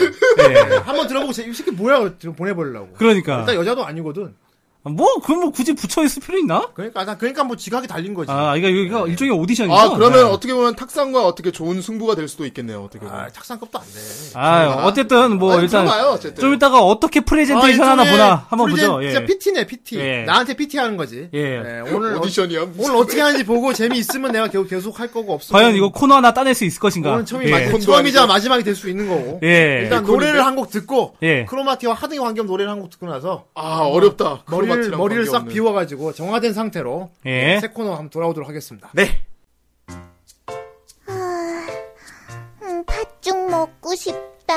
S1: 예, 한번 들어보고 제- 이 새끼 뭐야 지금 보내버리려고.
S3: 그러니까
S1: 일단 여자도 아니거든.
S3: 뭐 그럼 뭐 굳이 붙여 있을 필요 있나?
S1: 그러니까 나 그러니까 뭐 지각이 달린 거지.
S3: 아 이거 이거 일종의 오디션이죠.
S2: 아, 그러면
S3: 네.
S2: 어떻게 보면 탁상과 어떻게 좋은 승부가 될 수도 있겠네요. 어떻게 보면.
S1: 아, 탁상급도 안 돼.
S3: 아 어쨌든 뭐
S2: 아니,
S3: 일단
S2: 들어봐요, 어쨌든.
S3: 좀 이따가 어떻게 프레젠테이션
S1: 아,
S3: 하나
S1: 일종의
S3: 보나 한번
S1: 프리젠-
S3: 보죠.
S1: 진짜
S3: 예.
S1: PT네 PT.
S3: 예.
S1: 나한테 PT 하는 거지.
S3: 예.
S1: 오늘 어-
S2: 오디션이야.
S1: 오늘 어떻게 하는지 보고 재미 있으면 내가 계속 계속 할 거고 없으면
S3: 과연 이거 코너 하나 따낼 수 있을 것인가?
S1: 오늘 처음이
S3: 예.
S1: 마,
S2: 콘도
S1: 처음이자
S2: 아니고.
S1: 마지막이 될 수 있는 거고.
S3: 예.
S1: 일단 노래를 한 곡 듣고
S3: 예.
S1: 크로마티와 하등의 환경 노래를 한 곡 듣고 나서
S2: 아, 어렵다.
S1: 머리를
S2: 크로마티랑
S1: 머리를 싹
S2: 관계없는.
S1: 비워가지고 정화된 상태로
S3: 예. 네.
S1: 새 코너 한번 돌아오도록 하겠습니다.
S7: 음, 팥죽 먹고 싶다.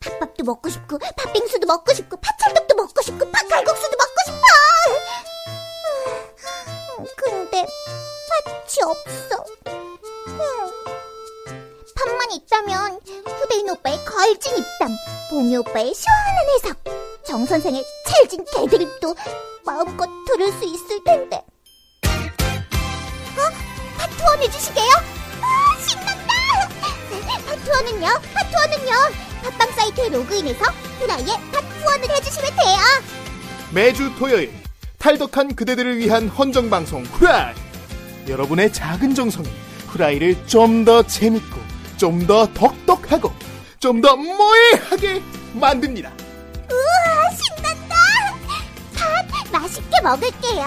S7: 팥밥도 먹고 싶고, 팥빙수도 먹고 싶고, 팥찰떡도 먹고 싶고, 팥갈국수도 먹고 싶어! 음, 근데, 팥이 없어. 음. 팥만 있다면, 후대인 오빠의 걸진 입담, 봉이 오빠의 시원한 해석, 정선생의 찰진 개드립도 마음껏 들을 수 있을 텐데. 어? 팥 투원 해주시게요? 아, 신난다! 팥 투원은요? 팥 투원은요? 팥빵 사이트에 로그인해서 후라이에 팥 투원을 해주시면 돼요!
S2: 매주 토요일 탈덕한 그대들을 위한 헌정 방송 후라이. 여러분의 작은 정성이 후라이를 좀 더 재밌고 좀 더 덕덕하고 좀 더 모해하게 만듭니다.
S7: 우와, 신난다! 팥 맛있게 먹을게요!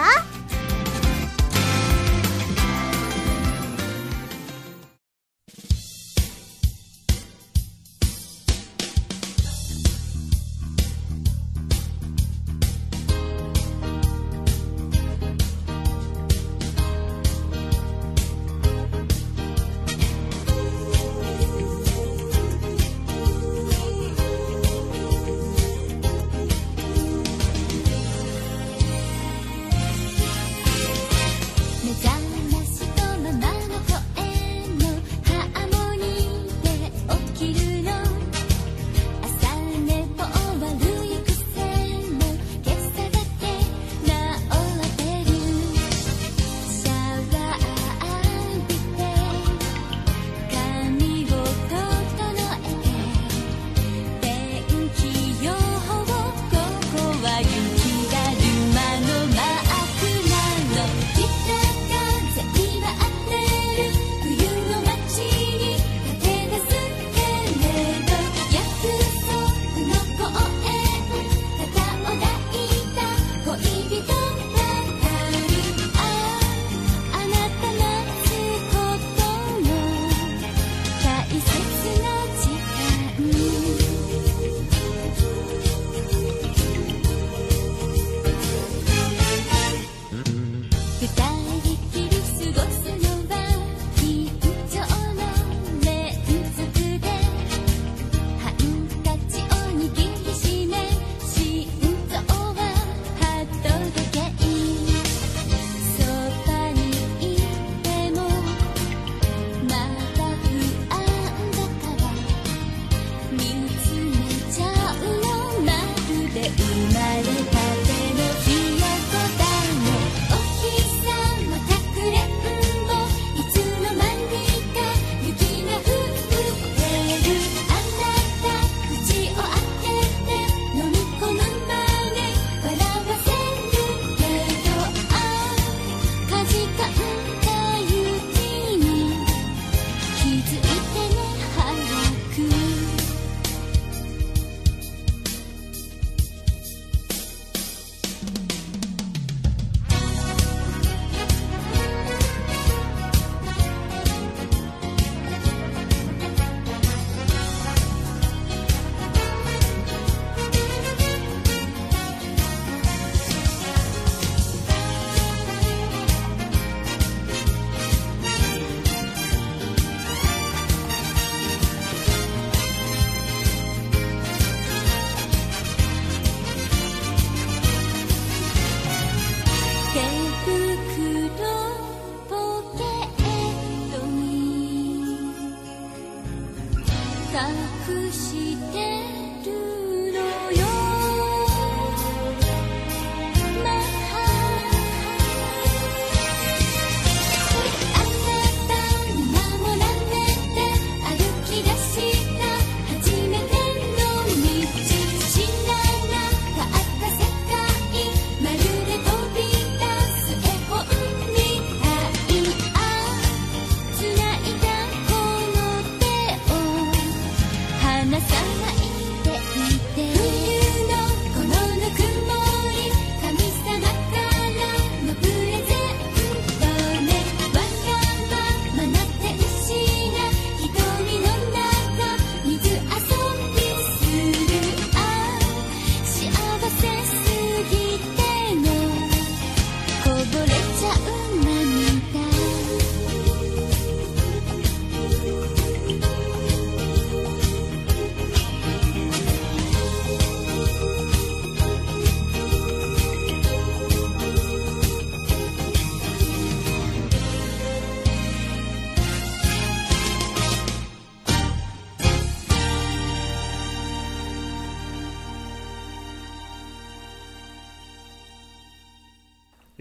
S8: 託してるのよ」「マッハあなた守られて歩き出した初めての道知らなかった世界まるで飛び出す絵本みたいあ繋いだこの手を離さないでいて冬のこのぬくもり神様からのプレゼントねわがままな天使が瞳の中水遊びするあ幸せすぎてもこぼれちゃう涙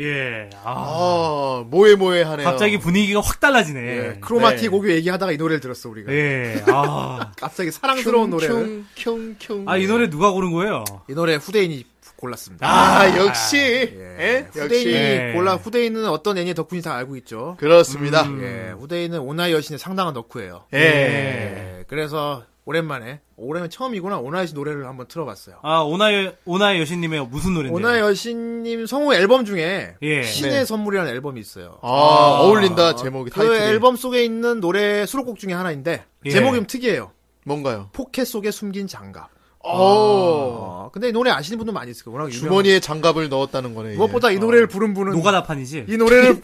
S3: 예. 아.
S2: 아, 뭐해 뭐해 하네요.
S3: 갑자기 분위기가 확 달라지네.
S1: 예, 크로마티
S2: 네.
S1: 고교 얘기하다가 이 노래를 들었어 우리가.
S3: 예. 아.
S1: 갑자기 사랑스러운 노래를
S2: 켕켕켕.
S3: 아, 이 노래 누가 고른 거예요?
S1: 이 노래 후대인이 골랐습니다.
S2: 아, 역시. 예,
S1: 후대인이
S2: 역시.
S3: 예.
S1: 골라 후대인은 어떤 애니 덕분이 다 알고 있죠.
S2: 그렇습니다.
S1: 예, 후대인은 오나이 여신의 상당한 덕후예요.
S2: 음. 예.
S1: 예, 그래서 오랜만에 오랜만 처음이구나 오나이 여신 노래를 한번 틀어봤어요.
S3: 아, 오나이, 오나이 여신님의 무슨 노래인데요?
S1: 오나이 여신님 성우 앨범 중에
S3: 예.
S1: 신의
S2: 네.
S1: 선물이라는 앨범이 있어요.
S2: 아, 어울린다 제목이
S1: 그
S2: 타이틀이.
S1: 앨범 속에 있는 노래 수록곡 중에 하나인데
S3: 예.
S1: 제목이 좀 특이해요.
S2: 뭔가요?
S1: 포켓 속에 숨긴 장갑.
S2: 아, 어.
S1: 어, 근데 이 노래 아시는 분도 많이 있을 거예요. 워낙 유명.
S2: 주머니에 어. 장갑을 넣었다는 거네. 이게.
S1: 무엇보다 이 노래를 부른 분은
S3: 노가다판이지?
S1: 이 노래를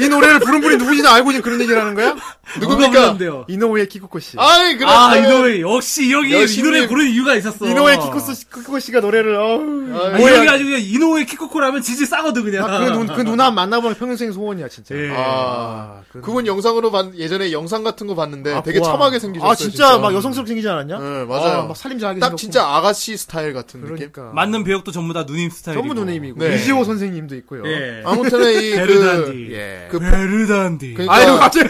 S1: 이 노래를 부른 분이 누구인지 알고 지금 그런 얘기를 하는 거야?
S3: 누가
S2: 누굽니까?
S3: 불렀는데요?
S1: 이노우의 키쿠코 씨.
S2: 어. 아이, 그렇죠.
S3: 아, 이 노래, 역시, 여기, 이
S2: 여신님.
S3: 노래 고른 이유가 있었어.
S1: 이노우의 키쿠코 씨, 키쿠코 씨가 노래를 어우.
S3: 아,
S2: 뭐야.
S3: 여기 아주 그냥 이노우의 키코코라면 진짜 싸거든, 그냥.
S1: 아, 그눈그 누나 만나보면 평생 소원이야 진짜.
S3: 예.
S2: 아,
S1: 그-
S2: 그건 영상으로 봤, 예전에 영상 같은 거 봤는데 되게
S1: 고와.
S2: 참하게 생기셨어요.
S1: 아 진짜, 막 여성스럽게 생기지 않았냐?
S2: 네, 맞아요.
S1: 아, 막 살림잘하게
S2: 딱
S1: 생겼고.
S2: 진짜 아가씨 스타일 같은 느낌.
S1: 그러니까.
S3: 맞는 배역도 전부 다 누님 스타일이고.
S1: 전부 누님이고
S2: 네.
S1: 이지호 선생님도 있고요.
S3: 예.
S2: 아무튼 이 그,
S3: 베르단디.
S1: 예.
S2: 그
S3: 베르단디.
S2: 그러니까
S1: 아유 갑자기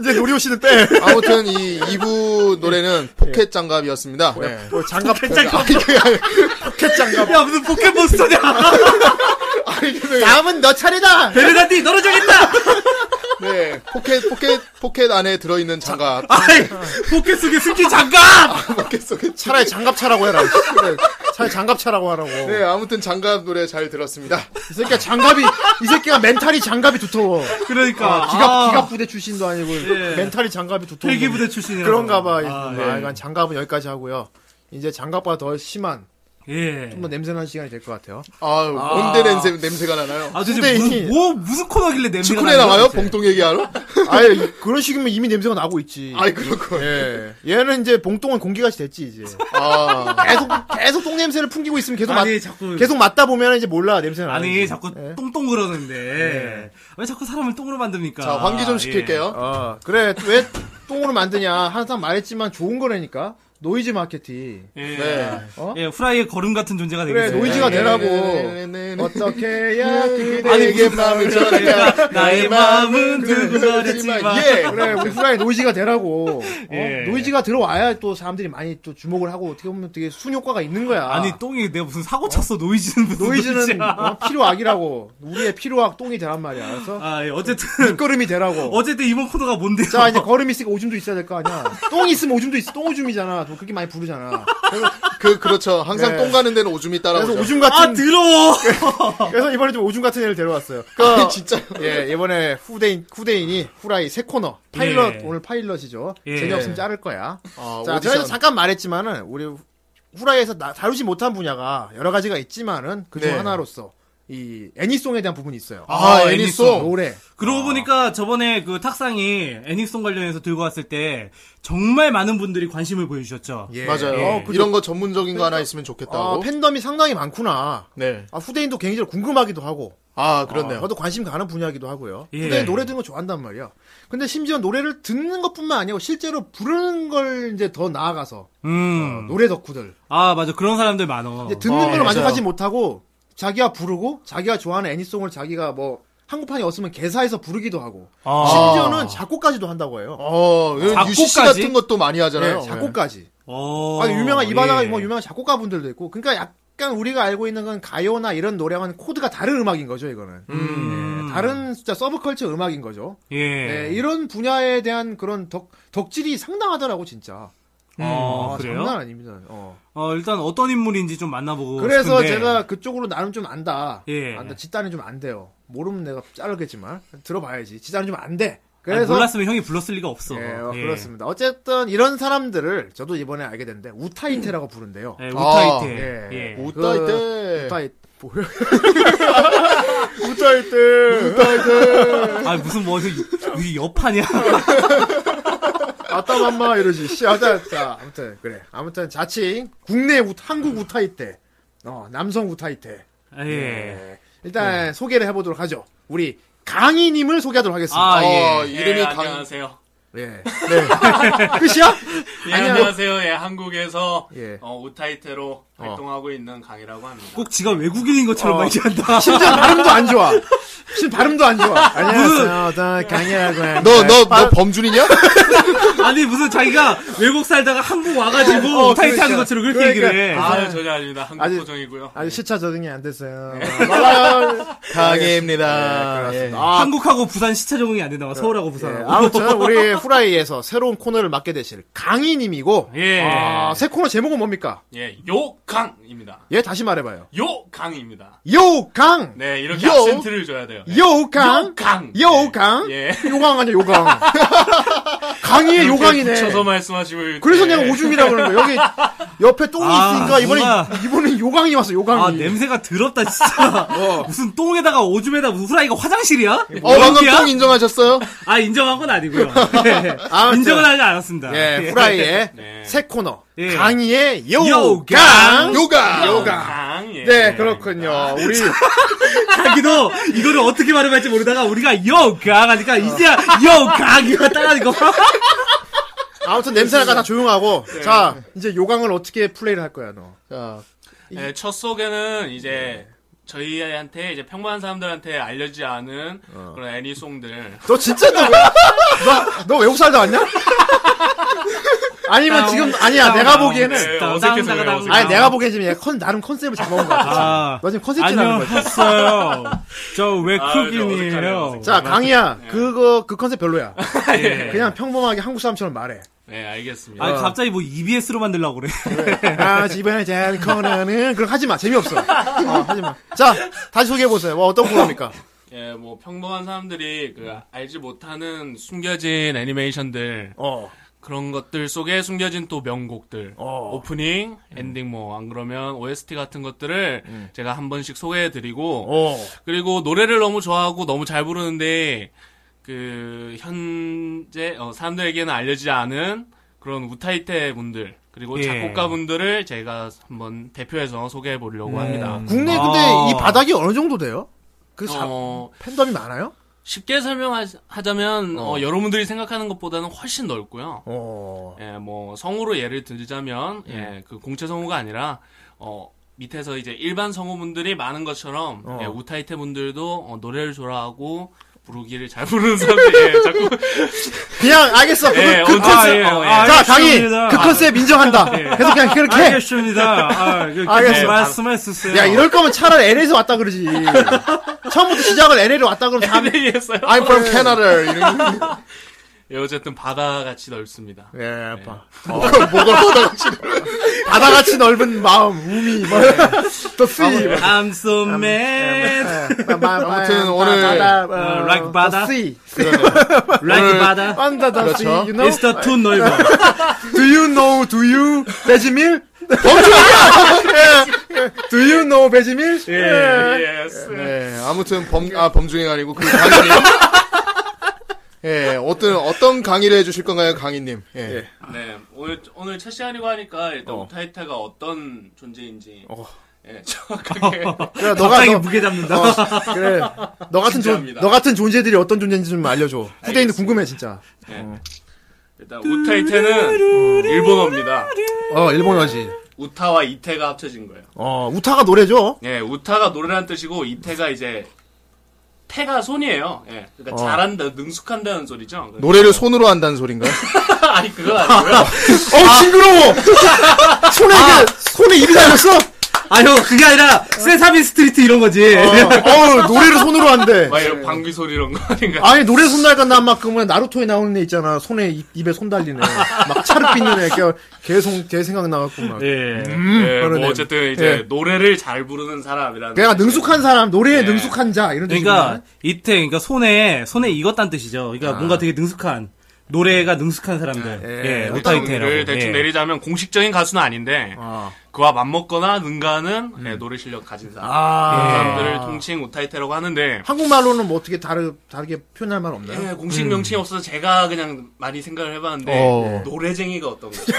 S1: 이제 노리오 씨는 빼.
S2: 아무튼 이 2부 노래는 포켓 장갑이었습니다. 네.
S1: 예. 뭐 장갑
S2: 아, 이게 아니-
S1: 포켓 장갑.
S3: 야, 무슨 포켓몬스터냐!
S1: 다음은 너 차례다.
S3: 베르단디, 너는 저기 있다!
S2: 네, 포켓 포켓 포켓 안에 들어있는 장갑.
S3: 아이, 포켓 속에 숨긴 장갑!
S2: 포켓 속에
S1: 차라리 장갑 차라고 해라. 차라리 장갑 차라고 하라고.
S2: 네, 아무튼 장갑 노래 잘 들었습니다.
S1: 이 새끼가 장갑이 이 새끼가 멘탈이 장갑이 두터워.
S3: 그러니까.
S1: 기갑
S3: 아,
S1: 기갑부대 출신도 아니고 멘탈이 장갑이 두터워.
S3: 헬기부대 출신이라.
S1: 그런가봐.
S3: 아,
S1: 아,
S3: 예.
S1: 간 장갑은 여기까지 하고요. 이제 장갑보다 더 심한
S3: 예.
S1: 좀 더 냄새나는 시간이 될 것 같아요.
S2: 아, 뭔데 냄새 냄새가 나나요?
S3: 아, 도대체
S1: 후대인이-
S3: 무슨, 뭐, 무슨 코너길래 냄새가
S2: 축구에
S3: 나는 거야,
S2: 나와요?
S3: 도대체?
S2: 봉통 얘기하러?
S1: 아예 그런 식이면 이미 냄새가 나고 있지.
S2: 아이 그렇군.
S1: 예. 얘는 이제 봉똥은 공기같이 됐지 이제.
S2: 아,
S1: 계속 계속 똥 냄새를 풍기고 있으면 계속 맡
S3: 아니, 자꾸. 그
S1: 계속 맡다 보면 이제 몰라 냄새 나.
S3: 아니, 자꾸 똥똥 그러는데. 왜 자꾸 사람을 똥으로 만듭니까?
S2: 자 환기
S1: 아,
S2: 좀
S3: 예.
S2: 시킬게요.
S1: 어 그래 왜 똥으로 만드냐 항상 말했지만 좋은 거라니까 노이즈 마케팅.
S3: 예.
S2: 네.
S1: 어?
S3: 예, 후라이의 걸음 같은 존재가 되겠네.
S1: 그래 노이즈가
S2: 네,
S1: 되라고.
S2: 네, 네, 네, 네.
S1: 어떻게
S3: 예.
S1: 해야
S2: 아니, 예.
S1: 그대에게
S2: 무슨
S1: 마음을
S2: 소리야.
S1: 전해.
S3: 그러니까 나의 마음은 두근거렸지만.
S1: 예, 그래 우리 후라이 노이즈가 되라고. 어?
S3: 예.
S1: 노이즈가 들어와야 또 사람들이 많이 또 주목을 하고 어떻게 보면 되게 순효과가 있는 거야.
S3: 아니, 똥이 내가 무슨 사고 쳤어, 노이즈는. 무슨
S1: 노이즈는
S3: 노이즈야.
S1: 어, 필요악이라고 우리의 필요악 똥이 되란 말이야. 그래서
S3: 아, 예, 어쨌든.
S1: 밑거름이 되라고.
S3: 어쨌든 이번 코너가 뭔데요?
S1: 뭐. 자 이제 거름이 있으니까 오줌도 있어야 될 거 아니야. 똥이 있으면 오줌도 있어. 똥오줌이잖아. 또 그렇게 많이 부르잖아.
S2: 그 그렇죠. 항상
S1: 예.
S2: 똥 가는 데는 오줌이
S1: 그래서
S2: 따라오죠.
S1: 오줌
S3: 아,
S1: 같은
S3: 더러워!
S1: 그래서 이번에 좀 오줌 같은 애를 데려왔어요.
S2: 아, 진짜.
S1: 아, 그, 예, 이번에 후대인 후대인이 후라이 새 코너 파일럿
S3: 예.
S1: 오늘 파일럿이죠.
S3: 예.
S1: 재미없으면 자를 거야.
S2: 아,
S1: 자,
S2: 오디션.
S1: 전에도 잠깐 말했지만은 우리 후라이에서 나- 다루지 못한 분야가 여러 가지가 있지만은 그중
S2: 네.
S1: 하나로서 이 애니송에 대한 부분이 있어요.
S2: 아, 애니송.
S1: 노래.
S3: 그러고 보니까 저번에 그 탁상이 애니송 관련해서 들고 왔을 때 정말 많은 분들이 관심을 보여주셨죠.
S1: 예.
S2: 맞아요.
S1: 예.
S2: 어, 이런 거 전문적인 거 하나 있으면
S1: 아,
S2: 좋겠다고.
S1: 팬덤이 상당히 많구나.
S2: 네.
S1: 아, 후대인도 굉장히 궁금하기도 하고.
S2: 아
S1: 아,
S2: 그렇네요.
S1: 저도 관심 가는 분야이기도 하고요.
S3: 예.
S1: 후대인 노래 듣는 거 좋아한단 말이야. 근데 심지어 노래를 듣는 것뿐만 아니고 실제로 부르는 걸 이제 더 나아가서 어,
S3: 음.
S1: 노래 덕후들
S3: 아 맞아 그런 사람들 많어.
S1: 이제 듣는
S2: 어,
S1: 걸
S2: 맞아요.
S1: 만족하지 못하고 자기가 부르고 자기가 좋아하는 애니송을 자기가 뭐 한국판이 없으면 개사해서 부르기도 하고
S3: 아.
S1: 심지어는 작곡까지도 한다고 해요.
S2: 어,
S3: 작곡까지?
S2: 유시 씨 같은 것도 많이 하잖아요. 네.
S1: 네, 작곡까지.
S3: 어,
S1: 아니, 유명한 이바나가
S3: 예.
S1: 뭐 유명한 작곡가 분들도 있고, 그러니까 약간 우리가 알고 있는 건 가요나 이런 노래와는 코드가 다른 음악인 거죠, 이거는.
S3: 음.
S1: 예, 다른 진짜 서브컬처 음악인 거죠.
S3: 예.
S1: 네, 이런 분야에 대한 그런 덕 덕질이 상당하더라고 진짜.
S3: 어,
S1: 아,
S3: 그래요?
S1: 장난 아닙니다. 어.
S3: 어, 일단 어떤 인물인지 좀 만나보고.
S1: 그래서
S3: 싶은데.
S1: 제가 그쪽으로 나름 좀 안다.
S3: 예.
S1: 안다. 지단이 좀 안 돼요. 모르면 내가 자르겠지만 들어봐야지. 지단이 좀 안 돼.
S3: 아니,
S1: 그래서
S3: 몰랐으면 형이 불렀을 리가 없어.
S1: 예, 어, 그렇습니다. 어쨌든 이런 사람들을 저도 이번에 알게 됐는데 우타이테라고 부른대요.
S3: 예, 우타이테.
S1: 예.
S3: 예.
S2: 우타이 때.
S1: 우타이 뭐야?
S2: 우타이 때. 우타이 때.
S3: 아 무슨 뭐 이- 이 여파냐?
S1: 아따 맘마 이러지. 씨, 아따, 자, 아무튼 그래. 아무튼 자칭 국내 우, 한국 우타이테, 어 남성 우타이테.
S3: 예.
S1: 일단 소개를 해보도록 하죠. 우리 강희님을 소개하도록 하겠습니다.
S2: 아,
S3: 아,
S2: 예.
S9: 어,
S3: 예.
S2: 이름이 강.
S9: 안녕하세요.
S1: 예. 네. 끝이야?
S9: 예,
S1: 아니요.
S9: 안녕하세요. 예, 한국에서
S1: 예.
S9: 어, 우타이테로 활동하고 있는 강이라고 합니다.
S3: 꼭 지가 외국인인 것처럼 말 얘기한다.
S1: 어. 심지어 발음도 안 좋아. 지금 발음도 안 좋아. 안녕하세요. 저는 강희라고 합니다.
S2: 너, 너, 너 범준이냐?
S3: 아니 무슨 자기가 외국 살다가 한국 와가지고 우타이테 하는 것처럼 그렇게
S1: 어, 그러니까.
S3: 얘기를 해.
S9: 아, 전혀 아닙니다. 한국
S1: 아직-
S9: 고정이고요.
S1: 아직 시차 적응이 안 됐어요. 아,
S2: 강해입니다. 예.
S3: 한국하고 부산 시차 적응이 안 된다. 서울하고
S1: 예,
S3: 부산하고.
S1: 아무튼 우리 후라이에서 새로운 코너를 맡게 되실 강희님이고
S3: 예.
S1: 아, 새 코너 제목은 뭡니까?
S9: 예, 요강입니다.
S1: 예, 다시 말해봐요.
S9: 요강입니다.
S1: 요강!
S9: 네, 이렇게
S1: 요-
S9: 악센트를 줘야 돼요. 예.
S1: 요강!
S9: 요강.
S1: 요강!
S9: 예.
S1: 요강 아니야, 요강. 강의의
S9: 이렇게
S1: 요강이네.
S9: 예. 붙여서 말씀하시면
S1: 그래서
S9: 예.
S1: 내가 오줌이라고 그러는 거야. 여기 옆에 똥이
S3: 아,
S1: 있으니까 이번에,
S3: 정말.
S1: 이번에 요강이 왔어, 요강이.
S3: 아 냄새가 더럽다 진짜.
S1: 어.
S3: 무슨 똥에다가 오줌에다 무슨 후라이가 화장실이야?
S2: 어, 방금
S3: 연기야?
S2: 똥 인정하셨어요?
S3: 아 인정한 건 아니고요. 네.
S1: 예, 아무튼.
S3: 인정은 하지 않았습니다.
S1: 예, 후라이의
S9: 네.
S1: 새 코너.
S3: 아, 예.
S1: 강의의
S3: 요강.
S1: 요강! 요강!
S9: 요강. 예.
S1: 네, 그렇군요. 우리,
S3: 자기도 이거를 어떻게 발음할지 모르다가 우리가 요강 하니까 이제야 요강 이거 따라하니까
S1: 아무튼 냄새가 다 조용하고, 자, 이제 요강을 어떻게 플레이를 할 거야, 너.
S2: 자,
S9: 예, 첫 소개는 이제 저희한테 이제 평범한 사람들한테 알려지지 않은
S1: 어.
S9: 그런 애니송들
S1: 너 진짜 너, 너, 너 외국 살다 왔냐? 아니면 지금, 아니야, 내가 보기에는.
S9: 네, 어색해서 그래요, 어색해서.
S1: 아니 내가 보기엔 지금 얘 컨, 나름 컨셉을 잡아온 것 같아.
S3: 아.
S1: 너 지금 컨셉 짜는 거야.
S3: 안녕하세요. 저왜
S9: 아, 저
S3: 크긴이에요?
S9: 어색하네요,
S1: 자 강희야 그거 그 컨셉 별로야.
S9: 예.
S1: 그냥 평범하게 한국 사람처럼 말해.
S9: 네, 알겠습니다.
S1: 어.
S3: 아 갑자기 뭐 EBS로 만들려고 그래.
S1: 아 집안의 잘 커나는 그럼 하지 마 재미없어. 어, 하지 마. 자 다시 소개해 보세요. 뭐 어떤 코너입니까?
S9: 예, 뭐 평범한 사람들이 그 알지 못하는 숨겨진 애니메이션들
S1: 어.
S9: 그런 것들 속에 숨겨진 또 명곡들
S1: 음.
S9: 오프닝, 엔딩 뭐 안 그러면 OST 같은 것들을 제가 한 번씩 소개해드리고
S1: 어.
S9: 그리고 노래를 너무 좋아하고 너무 잘 부르는데 그 현재 어, 사람들에게는 알려지지 않은 그런 우타이테 분들 그리고
S3: 예.
S9: 작곡가 분들을 제가 한번 대표해서 소개해
S1: 네.
S9: 보려고 합니다.
S1: 국내 근데
S3: 아.
S1: 이 바닥이 어느 정도 돼요? 그 사,
S9: 어,
S1: 팬덤이 많아요?
S9: 쉽게 설명하자면 어, 여러분들이 생각하는 것보다는 훨씬 넓고요.
S1: 어.
S9: 예, 뭐 성우로 예를 들자면 예, 그 공채 성우가 아니라 어, 밑에서 이제 일반 성우분들이 많은 것처럼
S1: 어.
S9: 예, 우타이테 분들도 어, 노래를 좋아하고 부르기를 잘 부르는 사람들 예, 자꾸
S1: 그냥 알겠어. 그,
S9: 예,
S1: 그
S9: 어,
S1: 컨셉.
S9: 아, 예, 어, 예.
S3: 아,
S1: 자 강희
S3: 알겠습니다.
S1: 그 컨셉 인정한다. 그래서 그냥 그렇게. 해.
S3: 알겠습니다. 아,
S1: 알겠습니다.
S3: 알겠습니다. 말씀해 주세요.
S1: 야 이럴 거면 차라리 LA에서 왔다 그러지. 처음부터 시작을 LA로 왔다 그러면 다음에
S9: 했어요.
S2: I'm from Canada. 이런 거.
S9: 예, 어쨌든 바다 같이 넓습니다.
S1: 예, 봐. 뭐가, 뭐가 바다같이 넓- 바다같이 넓은 마음, 우미, 뭐. 또 쓰이. 뭐.
S3: 아, I'm so mad.
S1: 예, 마- 마- 마-
S2: 아무튼
S1: 마-
S2: 오늘-
S1: 바다,
S3: 어, like 바다?
S1: 더 쓰이. 어,
S2: 네.
S3: Like 바다.
S1: Under the sea, you know?
S3: It's the too 넓어.
S1: Do you know, do you? 배지밀? 범준이야! 예, Do you know 배지밀?
S9: 예스.
S2: 네, 아무튼 범, 아, 범중이가 아니고 그 강의님. 예, 어떤, 어떤 강의를 해주실 건가요, 강의님? 예.
S1: 예.
S9: 네 오늘 오늘 첫 시간이고 하니까 일단
S1: 어.
S9: 우타이타가 어떤 존재인지
S1: 어.
S9: 예 정확하게
S1: 그래, 너가
S3: 갑자기 뭐.
S1: 너,
S3: 무게 잡는다.
S1: 어, 그래. 너 같은 존,
S9: 진짜입니다.
S1: 너 같은 존재들이 어떤 존재인지 좀 알려줘. 후대인도 궁금해 진짜.
S9: 예. 일단 우타이테는 일본어입니다.
S1: 어 일본어지.
S9: 우타와 이태가 합쳐진 거예요.
S1: 어 우타가 노래죠.
S9: 예, 우타가 노래라는 뜻이고 이태가 이제 태가 손이에요. 예,
S1: 어.
S9: 그러니까 잘한다, 능숙한다는 소리죠.
S2: 노래를 손으로 한다는 소린가요?
S9: 아니 그건 아니고요.
S1: 어 징그러워. 손에 이게 손에 입이 달렸어.
S3: 아, 형, 그게 아니라, 세사민 스트리트 이런 거지.
S1: 어 노래를 손으로 한대.
S9: 막 이런 방귀 소리 이런 거 아닌가?
S1: 아니 노래 손 달간다 한 만큼은 나루토에 나오는 애 있잖아. 손에 입, 입에 손 달리네. 막 차를 삐는 애. 걔- 계속 걔 생각 나갖고 막.
S3: 예.
S9: 예,
S1: 음, 그러네.
S9: 뭐 어쨌든 이제
S1: 예.
S9: 노래를 잘 부르는 사람이라는.
S1: 걔가 능숙한 사람, 노래에
S9: 네.
S1: 능숙한 자 이런
S3: 그러니까
S1: 뜻이구나. 아.
S3: 이태 그러니까 손에 손에 익었단 뜻이죠. 그러니까 뭔가 되게 능숙한 노래가 능숙한 사람들.
S1: 예,
S3: 예,
S9: 뜻이죠.
S3: 오타이테라고. 예.
S9: 정의를 대충 내리자면 공식적인 가수는 아닌데
S1: 아.
S9: 그와 맞먹거나 능가하는 예, 노래 실력 가진 사람.
S1: 음. 아.
S9: 그런 사람들을 통칭 우타이테라고 하는데
S1: 한국말로는 뭐 어떻게 다르, 다르게 표현할 말 없나요?
S9: 예, 공식 명칭이
S1: 음.
S9: 없어서 제가 그냥 많이 생각을 해봤는데
S2: 어.
S9: 노래쟁이가 어떤 거죠?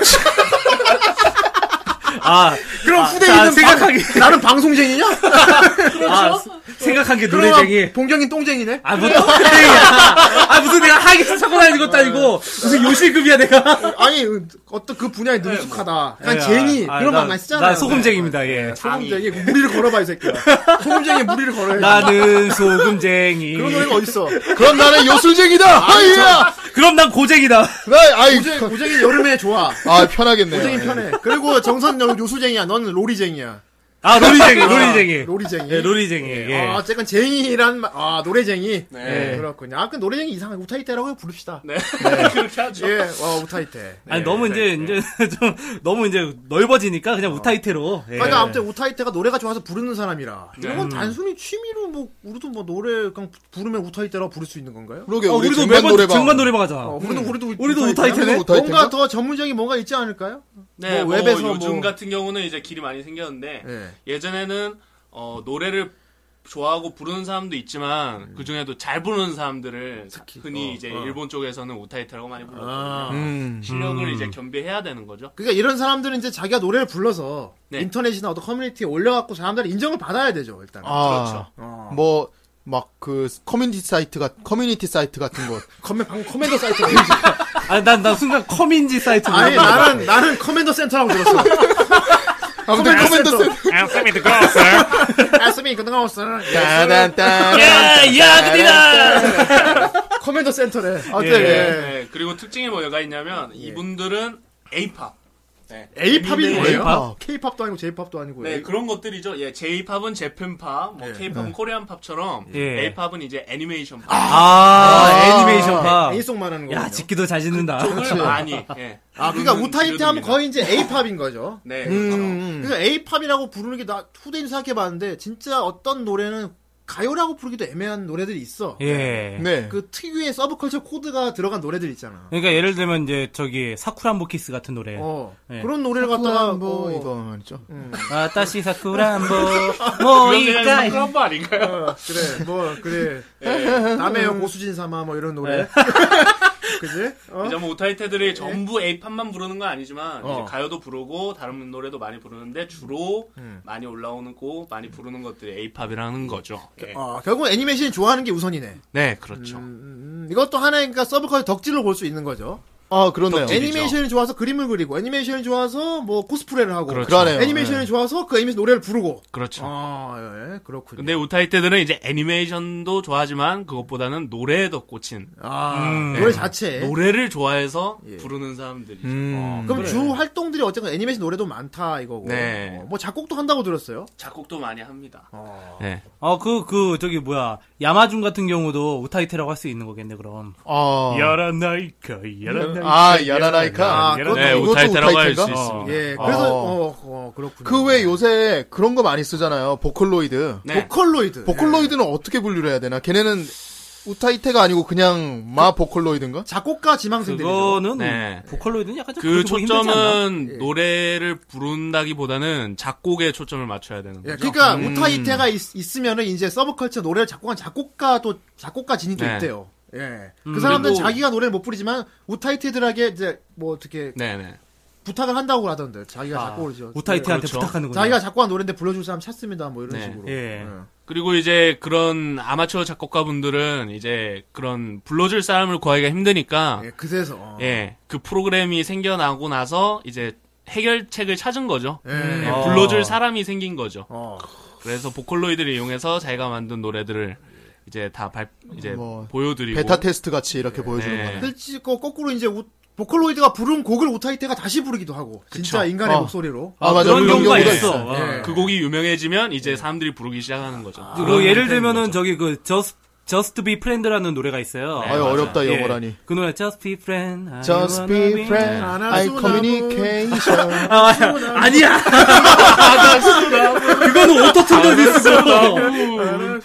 S3: 아,
S1: 그럼
S3: 아, 자,
S1: 후대인은
S3: 생각하기.
S1: 방- 나는 방송쟁이냐?
S3: 아, 생각한 게
S1: 그러면
S3: 노래쟁이.
S1: 봉경이 똥쟁이네?
S3: 아, 뭐 똥쟁이야. 아, 무슨 내가 하기에서 찾고 다니는 것도 아니고 무슨 요실급이야 내가.
S1: 아니, 어떤 그 분야에 능숙하다. 약간
S3: 예,
S1: 제니,
S3: 아,
S1: 그런
S3: 나-
S1: 말 많이 쓰잖아요. 네.
S3: 나 소금쟁이입니다. 예.
S1: 소금쟁이, 무리를 걸어봐, 이 새끼야. 소금쟁이 무리를 걸어야
S3: 나는 소금쟁이.
S1: 예. 그런 노래가 어딨어.
S2: 그럼 나는 요술쟁이다! 아이야! 예!
S3: 그럼 난 고쟁이다.
S2: 나, 아이,
S1: 고쟁, 고쟁이 여름에 좋아.
S2: 아, 편하겠네.
S1: 고쟁이 편해. 그리고 정선 너 요수쟁이야. 너는 로리쟁이야. 아,
S3: 아, 로리쟁이, 로리쟁이.
S1: 로리쟁이.
S3: 예, 로리쟁이. 예.
S1: 아, 어쨌건 쟁이란 말, 아, 노래쟁이.
S9: 네.
S1: 네, 그렇군요. 아, 그 노래쟁이 이상한 우타이테라고 부릅시다.
S9: 네. 그렇게 하죠.
S1: 예, 와, 우타이테. 네.
S3: 아니 너무 이제 이제 좀 너무 이제 넓어지니까 그냥 우타이테로. 예.
S1: 그러니까 아무튼 우타이테가 노래가 좋아서 부르는 사람이라
S2: 네.
S1: 이런
S3: 음.
S1: 건 단순히 취미로 뭐 우리도 뭐 노래 그냥 부르면 우타이테라고 부를 수 있는 건가요?
S2: 예. 그러게,
S3: 아,
S2: 우리
S3: 우리도
S2: 등반
S3: 매번
S2: 노래방.
S3: 등반 노래방 하잖아.
S1: 어, 우리도 우리도
S3: 우리도
S1: 우타이테네?
S2: 우리도 우타이테인가?
S1: 뭔가 더 전문적인 뭔가 있지 않을까요?
S9: 네,
S1: 뭐
S9: 뭐
S1: 웹에서
S9: 요즘
S1: 뭐-
S9: 같은 경우는 이제 길이 많이 생겼는데
S2: 네.
S1: 예.
S9: 예전에는 어, 노래를 좋아하고 부르는 사람도 있지만
S1: 음.
S9: 그 중에도 잘 부르는 사람들을 흔히 이제 일본 쪽에서는 우타이테라고 많이 불러요.
S1: 어, 아.
S2: 음.
S9: 실력을 이제 겸비해야 되는 거죠.
S1: 그러니까 이런 사람들은 이제 자기가 노래를 불러서
S9: 네.
S1: 인터넷이나 어떤 커뮤니티에 올려갖고 사람들이 인정을 받아야 되죠 일단.
S2: 아, 뭐, 막, 그, 커뮤니티 사이트 같, 커뮤니티 사이트 같은 곳.
S1: 커맨 방금 커맨더 사이트. 아니지?
S3: 아니 난, 난 순간 커민지 사이트.
S1: 아니 나는 나는 커맨더 센터라고 들었어.
S2: 아무튼 커맨더 센터. 네,
S1: 아스미 그동안없어
S2: 따단따단.
S3: 예.
S1: 커맨더 센터래.
S2: 아무튼,
S9: 네.
S2: 예.
S9: 네, 그리고 특징이 뭐가
S1: 예.
S9: 있냐면 이분들은 에이팝. 네.
S1: A팝이
S9: 네,
S1: 뭐예요?
S3: A팝?
S1: 어, K팝도 아니고 J팝도 아니고.
S9: 네,
S1: A-
S9: 그런 것들이죠. 예, J팝은 재팬팝,
S1: 예.
S9: 뭐 K팝은
S1: 네.
S9: 코리안팝처럼
S3: 예.
S9: A팝은 이제 애니메이션팝.
S3: 아, 애니메이션 파.
S1: 애니송 말하는 거예요.
S3: 야 짓기도 잘 짓는다.
S9: 을 많이. 예.
S1: 아, 그러니까
S9: 부르는
S1: 우타이테 하면
S9: 그룹입니다.
S1: 거의 음, 이제 A팝인 거죠.
S9: 네.
S1: 그래서 A팝이라고 부르는 게 나 후대인 생각해봤는데 진짜 어떤 노래는 가요라고 부르기도 애매한 노래들이 있어.
S3: 예.
S2: 네.
S1: 그 특유의 서브컬처 코드가 들어간 노래들 있잖아.
S3: 그러니까 예를 들면 이제 저기 사쿠란보 키스 같은 노래.
S1: 어
S3: 네.
S1: 그런 노래를 갖다가
S2: 뭐,
S1: 어,
S2: 이거 말이죠.
S3: 아따시 사쿠란보 그러니까 모이까.
S9: 그런 거 아닌가요?
S1: 어, 그래 뭐 그래 남해요 고수진 사마 뭐 이런 노래. 그지? 어?
S9: 이제 뭐 우타이테들이 전부 A팝만 부르는 건 아니지만
S1: 어.
S9: 이제 가요도 부르고 다른 노래도 많이 부르는데 주로
S1: 음.
S9: 많이 올라오는 거 많이 부르는 것들이 A팝이라는 거죠. 예.
S1: 아, 결국 애니메이션 좋아하는 게 우선이네.
S9: 네, 그렇죠.
S1: 음, 이것도 하나의 그러니까 서브컬 덕질로 볼 수 있는 거죠.
S2: 아, 그렇네요.
S9: 덕질이죠.
S1: 애니메이션이 좋아서 그림을 그리고 애니메이션이 좋아서 뭐 코스프레를 하고
S9: 그렇죠.
S2: 그러네요.
S1: 애니메이션이 좋아서 그 애니메이션 노래를 부르고.
S9: 그렇죠.
S1: 아, 예, 그렇군요.
S9: 근데 우타이테들은 이제 애니메이션도 좋아하지만 그것보다는 노래에 더 꽂힌
S1: 아,
S3: 음.
S1: 노래 자체.
S9: 노래를 좋아해서
S1: 예.
S9: 부르는 사람들이죠. 어,
S2: 음.
S1: 그럼 주 활동들이 어쨌건 애니메이션 노래도 많다 이거고.
S9: 네.
S1: 어, 뭐 작곡도 한다고 들었어요.
S9: 작곡도 많이 합니다.
S1: 어,
S9: 네.
S3: 어그그 저기 뭐야 야마준 같은 경우도 우타이테라고 할 수 있는 거겠네 그럼.
S2: 아.
S3: 야라나이카 야라나이카.
S2: 아, 야라나이카.
S1: 아, 그것도
S9: 네,
S2: 이것도
S9: 우타이테라고 할 수
S2: 우타이테인가?
S9: 있습니다.
S1: 예.
S2: 아.
S1: 그래서 어, 어, 그렇군요.
S2: 그 외 요새 그런 거 많이 쓰잖아요. 보컬로이드.
S9: 네.
S1: 보컬로이드.
S2: 보컬로이드는 어떻게 분류를 해야 되나? 걔네는 우타이테가 아니고 그냥 마 보컬로이드인가?
S1: 예. 작곡가 지망생들이죠.
S3: 그거는
S9: 네.
S3: 보컬로이드는 약간 좀
S9: 그
S3: 그렇게 네, 보기 뭐 힘들지 않나?
S9: 초점은 노래를 부른다기보다는 작곡에 초점을 맞춰야 되는 거죠.
S1: 예, 그러니까
S9: 음.
S1: 우타이테가 있, 으면은 이제 서브컬처 노래를 작곡한 작곡가도 작곡가 진입도
S9: 네.
S1: 있대요. 예. 그
S9: 음,
S1: 사람들은
S9: 그리고-
S1: 자기가 노래를 못 부리지만 우타이테들에게 이제 뭐 어떻게
S9: 네네.
S1: 부탁을 한다고 하던데 자기가
S9: 아,
S1: 작곡을 지어.
S3: 우타이트한테
S9: 그렇죠.
S3: 부탁하는
S1: 네.
S3: 거죠.
S1: 자기가 작곡한 노래인데 불러줄 사람 찾습니다. 뭐 이런
S9: 네.
S1: 식으로.
S3: 예.
S9: 그리고 이제 그런 아마추어 작곡가분들은 이제 그런 불러줄 사람을 구하기가 힘드니까
S1: 예, 그새서. 어.
S9: 예, 그 프로그램이 생겨나고 나서 이제 해결책을 찾은 거죠.
S1: 예.
S9: 예,
S3: 어.
S9: 불러줄 사람이 생긴 거죠.
S1: 어.
S9: 그래서 보컬로이드를 이용해서 자기가 만든 노래들을 이제 다 발, 이제
S2: 뭐,
S9: 보여드리고 예.
S2: 베타 테스트 같이 이렇게 보여주는
S9: 네.
S2: 거네.
S1: 실제로 거꾸로 이제 우- 보컬로이드가 부른 곡을 우타이테가 다시 부르기도 하고 진짜
S9: 그쵸.
S1: 인간의
S2: 어.
S1: 목소리로.
S2: 아, 맞아.
S3: 그런
S2: 그런
S3: 경우가
S2: 경우도
S3: 있어.
S2: 있어.
S3: 어.
S1: 예.
S9: 그 곡이 유명해지면 이제 사람들이 부르기 시작하는 거죠.
S3: 그리고 예를 들면은 저기 그 Just Just Be Friend라는 노래가 있어요.
S9: 네,
S2: 아유
S9: 맞아.
S2: 어렵다
S3: 예.
S2: 영어라니.
S3: 그 노래 Just Be Friend. I
S2: Just
S3: wanna
S2: be friend, I communication.
S3: 아, 아, 아니야. 그거는 오토톤을
S2: 아,
S3: 있어.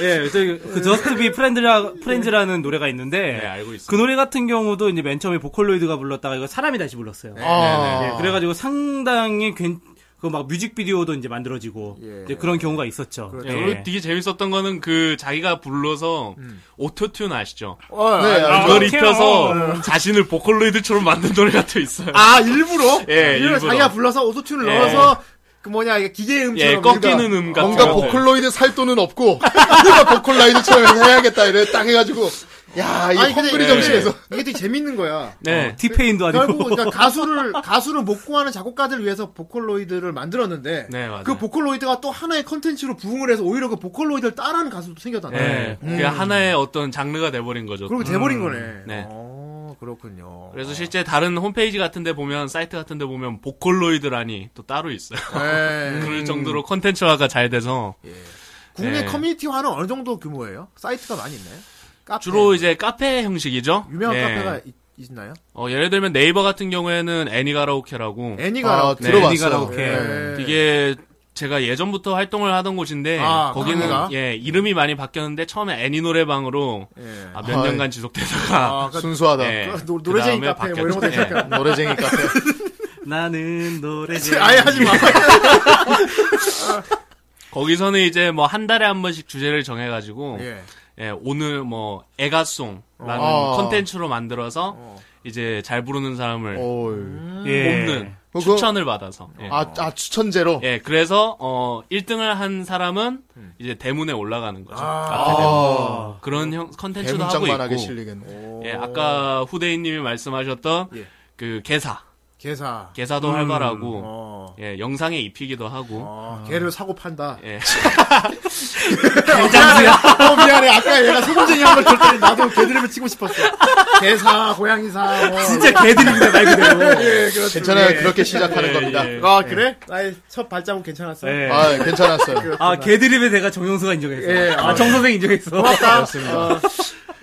S3: 예, 저기 그 Just Be Friend라 Friends라는 노래가 있는데
S9: 네, 알고 있습니다.
S3: 그 노래 같은 경우도 이제 맨 처음에 보컬로이드가 불렀다가 이거 사람이 다시 불렀어요.
S2: 아,
S3: 예, 그래가지고 상당히 그 막 뮤직비디오도 이제 만들어지고 이제 그런 경우가 있었죠.
S9: 예, 그리고 되게 재밌었던 거는 그 자기가 불러서 오토튠 아시죠?
S2: 네, 알죠.
S9: 그걸 입혀서 자신을 보컬로이드처럼 만든 노래가 또 있어요.
S1: 어. 아 일부러?
S9: 예,
S1: 일부러,
S9: 일부러.
S1: 자기가 불러서 오토튠을
S9: 예.
S1: 넣어서 그 뭐냐 이게 기계
S9: 예,
S1: 음처럼
S9: 꺾이는 음 같은
S2: 뭔가
S9: 것들.
S2: 보컬로이드 살 돈은 없고 뭔가 보컬라이드처럼 해야겠다 이래 딱 해가지고 야이
S1: 아니 근데
S2: 헝그리
S1: 이게,
S2: 정신에서
S1: 이게 되게 재밌는 거야.
S9: 네.
S3: 디페인도 아니고.
S1: 결국 그러니까 가수를 가수를 못 구하는 작곡가들 을 위해서 보컬로이드를 만들었는데
S9: 네, 맞아요.
S1: 그 보컬로이드가 또 하나의 컨텐츠로 부흥을 해서 오히려 그 보컬로이드를 따라하는 가수도 생겼다.
S9: 예. 그게 하나의 어떤 장르가 돼버린 거죠.
S1: 음. 그리고 돼버린 거네.
S9: 네.
S1: 어, 그렇군요.
S9: 그래서 실제 다른 홈페이지 같은 데 보면 사이트 같은 데 보면 보컬로이드라니 또 따로 있어요.
S1: 예.
S9: 그럴 정도로 컨텐츠화가 잘 돼서
S1: 국내
S9: 예.
S1: 커뮤니티화는 어느 정도 규모예요? 사이트가 많이 있나요? 카페.
S9: 주로 이제 카페 형식이죠.
S1: 유명한
S9: 예.
S1: 카페가 있, 있나요?
S9: 어, 예를 들면 네이버 같은 경우에는 애니가라오케라고
S1: 애니가
S2: 아,
S1: 아,
S2: 들어봤어.
S3: 애니가라오케.
S1: 예.
S9: 네. 이게 제가 예전부터 활동을 하던 곳인데
S1: 아,
S9: 거기는
S1: 그런가?
S9: 예 이름이 많이 바뀌었는데 처음에 애니 노래방으로
S1: 예.
S9: 아, 몇
S2: 아이.
S9: 년간 지속되다가
S1: 아, 그러니까
S2: 순수하다.
S9: 예,
S1: 노- 노래쟁이
S9: 그다음에
S1: 카페 뭐 이런 것도
S9: 바뀌었죠. 네.
S1: 있으니까.
S2: 노래쟁이 카페.
S3: 나는 노래.
S1: 아예 하지 마.
S9: 거기서는 이제 뭐 한 달에 한 번씩 주제를 정해가지고 예.
S1: 예.
S9: 오늘 뭐 애가송라는
S2: 어.
S9: 컨텐츠로 만들어서 이제 잘 부르는 사람을
S2: 올.
S3: 예.
S9: 뽑는
S2: 어. 그거-
S9: 추천을 받아서 예.
S2: 아, 아 추천제로.
S9: 예, 그래서 어 1등을 한 사람은 이제 대문에 올라가는 거죠.
S1: 아,
S2: 아,
S9: 그런 형 컨텐츠도 하고
S2: 대문짝만하게
S9: 있고
S2: 실리겠네.
S9: 예, 아까 후대인님이 말씀하셨던
S1: 예.
S9: 그 개사,
S1: 개사.
S9: 개사도 활발하고
S1: 음. 어.
S9: 예, 영상에 입히기도 하고
S1: 어, 개를 사고 판다.
S9: 예.
S1: 미안해. 어, 미안해. 아까 얘가 소금쟁이 한번 줬더니 나도 개드립을 치고 싶었어. 개사, 고양이사, 뭐.
S3: 진짜 개들입니다 말 그대로.
S1: 예, 그렇죠.
S2: 괜찮아요.
S1: 예.
S2: 그렇게 시작하는
S9: 예,
S2: 겁니다.
S9: 예.
S1: 아, 그래? 나의 첫 발자국 괜찮았어.
S3: 예.
S2: 아, 괜찮았어요.
S3: 아 개드립에 내가 정영수가 인정했어.
S1: 예,
S3: 아 정선생 인정했어.
S1: 아,
S2: 그렇습니다.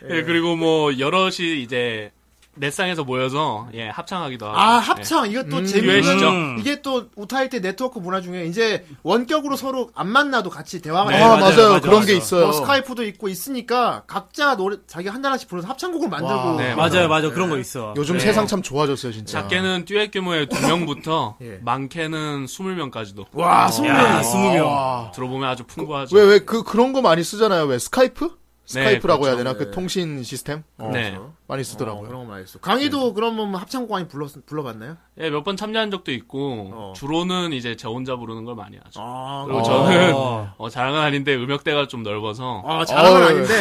S9: 예, 그리고 뭐 여럿이 이제 넷상에서 모여서 예, 합창하기도 하고.
S1: 아, 합창. 이것도
S2: 음,
S1: 재밌는.
S9: 유해시죠.
S1: 이게 또 우타일 때 네트워크 문화 중에 이제 원격으로 서로 안 만나도 같이 대화가
S3: 네,
S2: 아, 맞아요.
S3: 맞아요, 맞아요,
S2: 그런 게
S3: 맞아요.
S2: 있어요.
S1: 뭐 스카이프도 있고 있으니까 각자 노래 자기 한 단어씩 부르면서 합창곡을 만들고
S2: 와.
S9: 네,
S3: 맞아요, 맞아 그런 거 있어.
S2: 요즘
S9: 네.
S2: 세상 참 좋아졌어요, 진짜.
S9: 작게는 듀엣 규모의 2명부터
S1: 예.
S9: 많게는 20명까지도
S1: 와, 소리.
S3: 야, 스무 명.
S9: 들어보면 아주 풍부하죠.
S2: 왜, 왜, 그, 그런 거 많이 쓰잖아요. 왜, 스카이프? 스카이프라고
S9: 그렇죠.
S2: 해야 되나? 그 통신 시스템? 어,
S9: 네.
S2: 많이
S1: 어,
S2: 쓰더라고요.
S1: 그런 거 많이 있어. 강희도 그런 뭐 합창곡 많이 불러 불러봤나요?
S9: 예, 몇 번 참여한 적도 있고
S1: 어.
S9: 주로는 이제 저 혼자 부르는 걸 많이 하죠.
S1: 아,
S9: 그리고
S2: 어.
S3: 그렇죠. 네.
S9: 저는 어, 자랑은 아닌데 음역대가 좀 넓어서
S1: 아, 자랑은
S2: 어,
S1: 아닌데.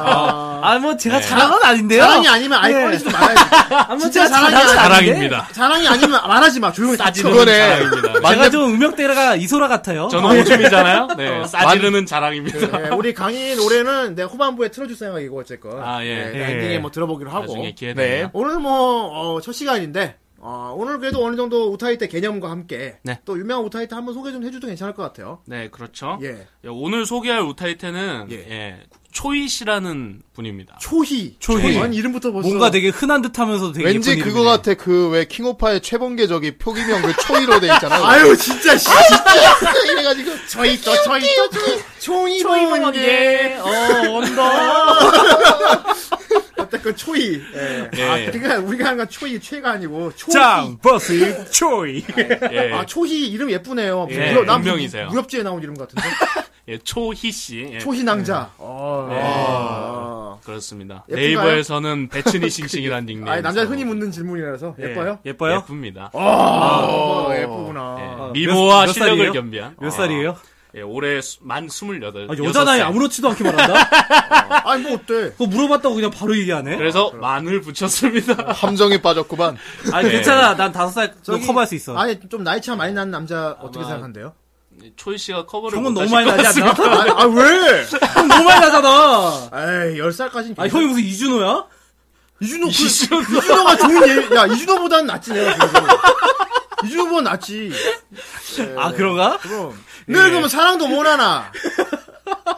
S1: 아,
S3: 아 뭐
S9: 네.
S3: 제가 자랑은 아닌데요.
S1: 자랑이 아니면 아예
S3: 네.
S1: 꺼내지도 말아야지.
S3: 아, 뭐
S1: 진짜
S3: 제가
S1: 자랑이
S3: 자랑은 아닌데?
S9: 자랑입니다.
S1: 자랑이 아니면 말하지 마. 조용히
S9: 싸지는
S1: 닥쳐.
S9: 자랑입니다. 네.
S3: 제가 좀 음역대가 이소라 어? 같아요.
S9: 저는 오줌이잖아요. 예. 네, 싸지르는 자랑입니다.
S1: 네, 우리 강희 노래는 내 후반부에 틀어줄 생각이고 어쨌건.
S9: 아, 예.
S1: 네,
S3: 예.
S1: 엔딩에 뭐 들어보기로 하고.
S9: 나중에 기회 되면
S1: 오늘 뭐 첫 시간인데 어, 오늘 그래도 어느 정도 우타이테 개념과 함께
S9: 네.
S1: 또 유명한 우타이테 한번 소개 좀 해줘도 괜찮을 것 같아요.
S9: 네, 그렇죠.
S1: 예.
S9: 예, 오늘 소개할 우타이테는
S1: 예.
S9: 예, 초이 씨라는 분입니다.
S1: 초희.
S3: 초희.
S1: 아니, 이름부터 벌써.
S3: 뭔가 되게 흔한 듯하면서도 되게
S2: 왠지
S3: 예쁜
S2: 그거
S3: 이름이네.
S2: 같아. 그 왜 킹오파의 최범계 저기 표기명 그 초이로 돼 있잖아.
S1: 아유, 진짜, 씨.
S2: 이래가지고
S1: 저희 또, 저희 또, 초희
S9: 예, 어, 언더.
S1: 어쨌건 초희. 예.
S9: 예.
S1: 아, 그러니까 우리가 하는 건 초희, 최가 아니고, 초희.
S3: 짱 버스 초이.
S9: 예,
S1: 아, 초희 이름 예쁘네요.
S9: 예,
S1: 무협- 난
S9: 분명이세요.
S1: 무협지에 나온 이름 같은데.
S9: 예, 초희 씨. 예,
S1: 초희 낭자. 어,
S9: 예.
S1: 아.
S9: 그렇습니다.
S1: 예쁜가요?
S9: 네이버에서는 배치니 싱싱이라는 닉네임.
S1: 아, 남자 흔히 묻는 질문이라서 예뻐요?
S3: 예뻐요?
S9: 예쁩니다.
S1: 어, 예쁘구나.
S9: 예,
S3: 아,
S9: 미모와
S3: 몇- 몇
S9: 실력을
S3: 살이에요?
S9: 겸비한.
S3: 몇 살이에요?
S9: 예, 올해 수- 만 28.
S3: 아, 여자 나이
S9: 여섯 살.
S3: 아무렇지도 않게 말한다?
S1: 아니, 뭐 어때?
S3: 그거 물어봤다고 그냥 바로 얘기하네?
S9: 그래서 만을 붙였습니다.
S2: 함정에 빠졌구만.
S3: 아니, 괜찮아. 난 다섯 살
S1: 저기-
S3: 커버할 수 있어.
S1: 아니, 좀 나이 차 많이 나는 남자 어떻게
S9: 아마-
S1: 생각한대요?
S9: 초이 씨가 커버를
S3: 형은
S9: 못
S3: 너무
S9: 하실
S3: 많이
S9: 것
S3: 나지
S9: 같습니다.
S3: 않나?
S1: 아, 왜?
S3: 형 너무 많이 나잖아!
S1: 에이, 10살까지는.
S3: 아, 형이 무슨 이준호야?
S1: 이준호, 그, 이준호가 좋은 예, 야, 이준호보다는 낫지, 내가. 그래도. 이준호보다 낫지. 네,
S3: 아, 그런가?
S1: 그럼. 늙으면 사랑도 못 하나.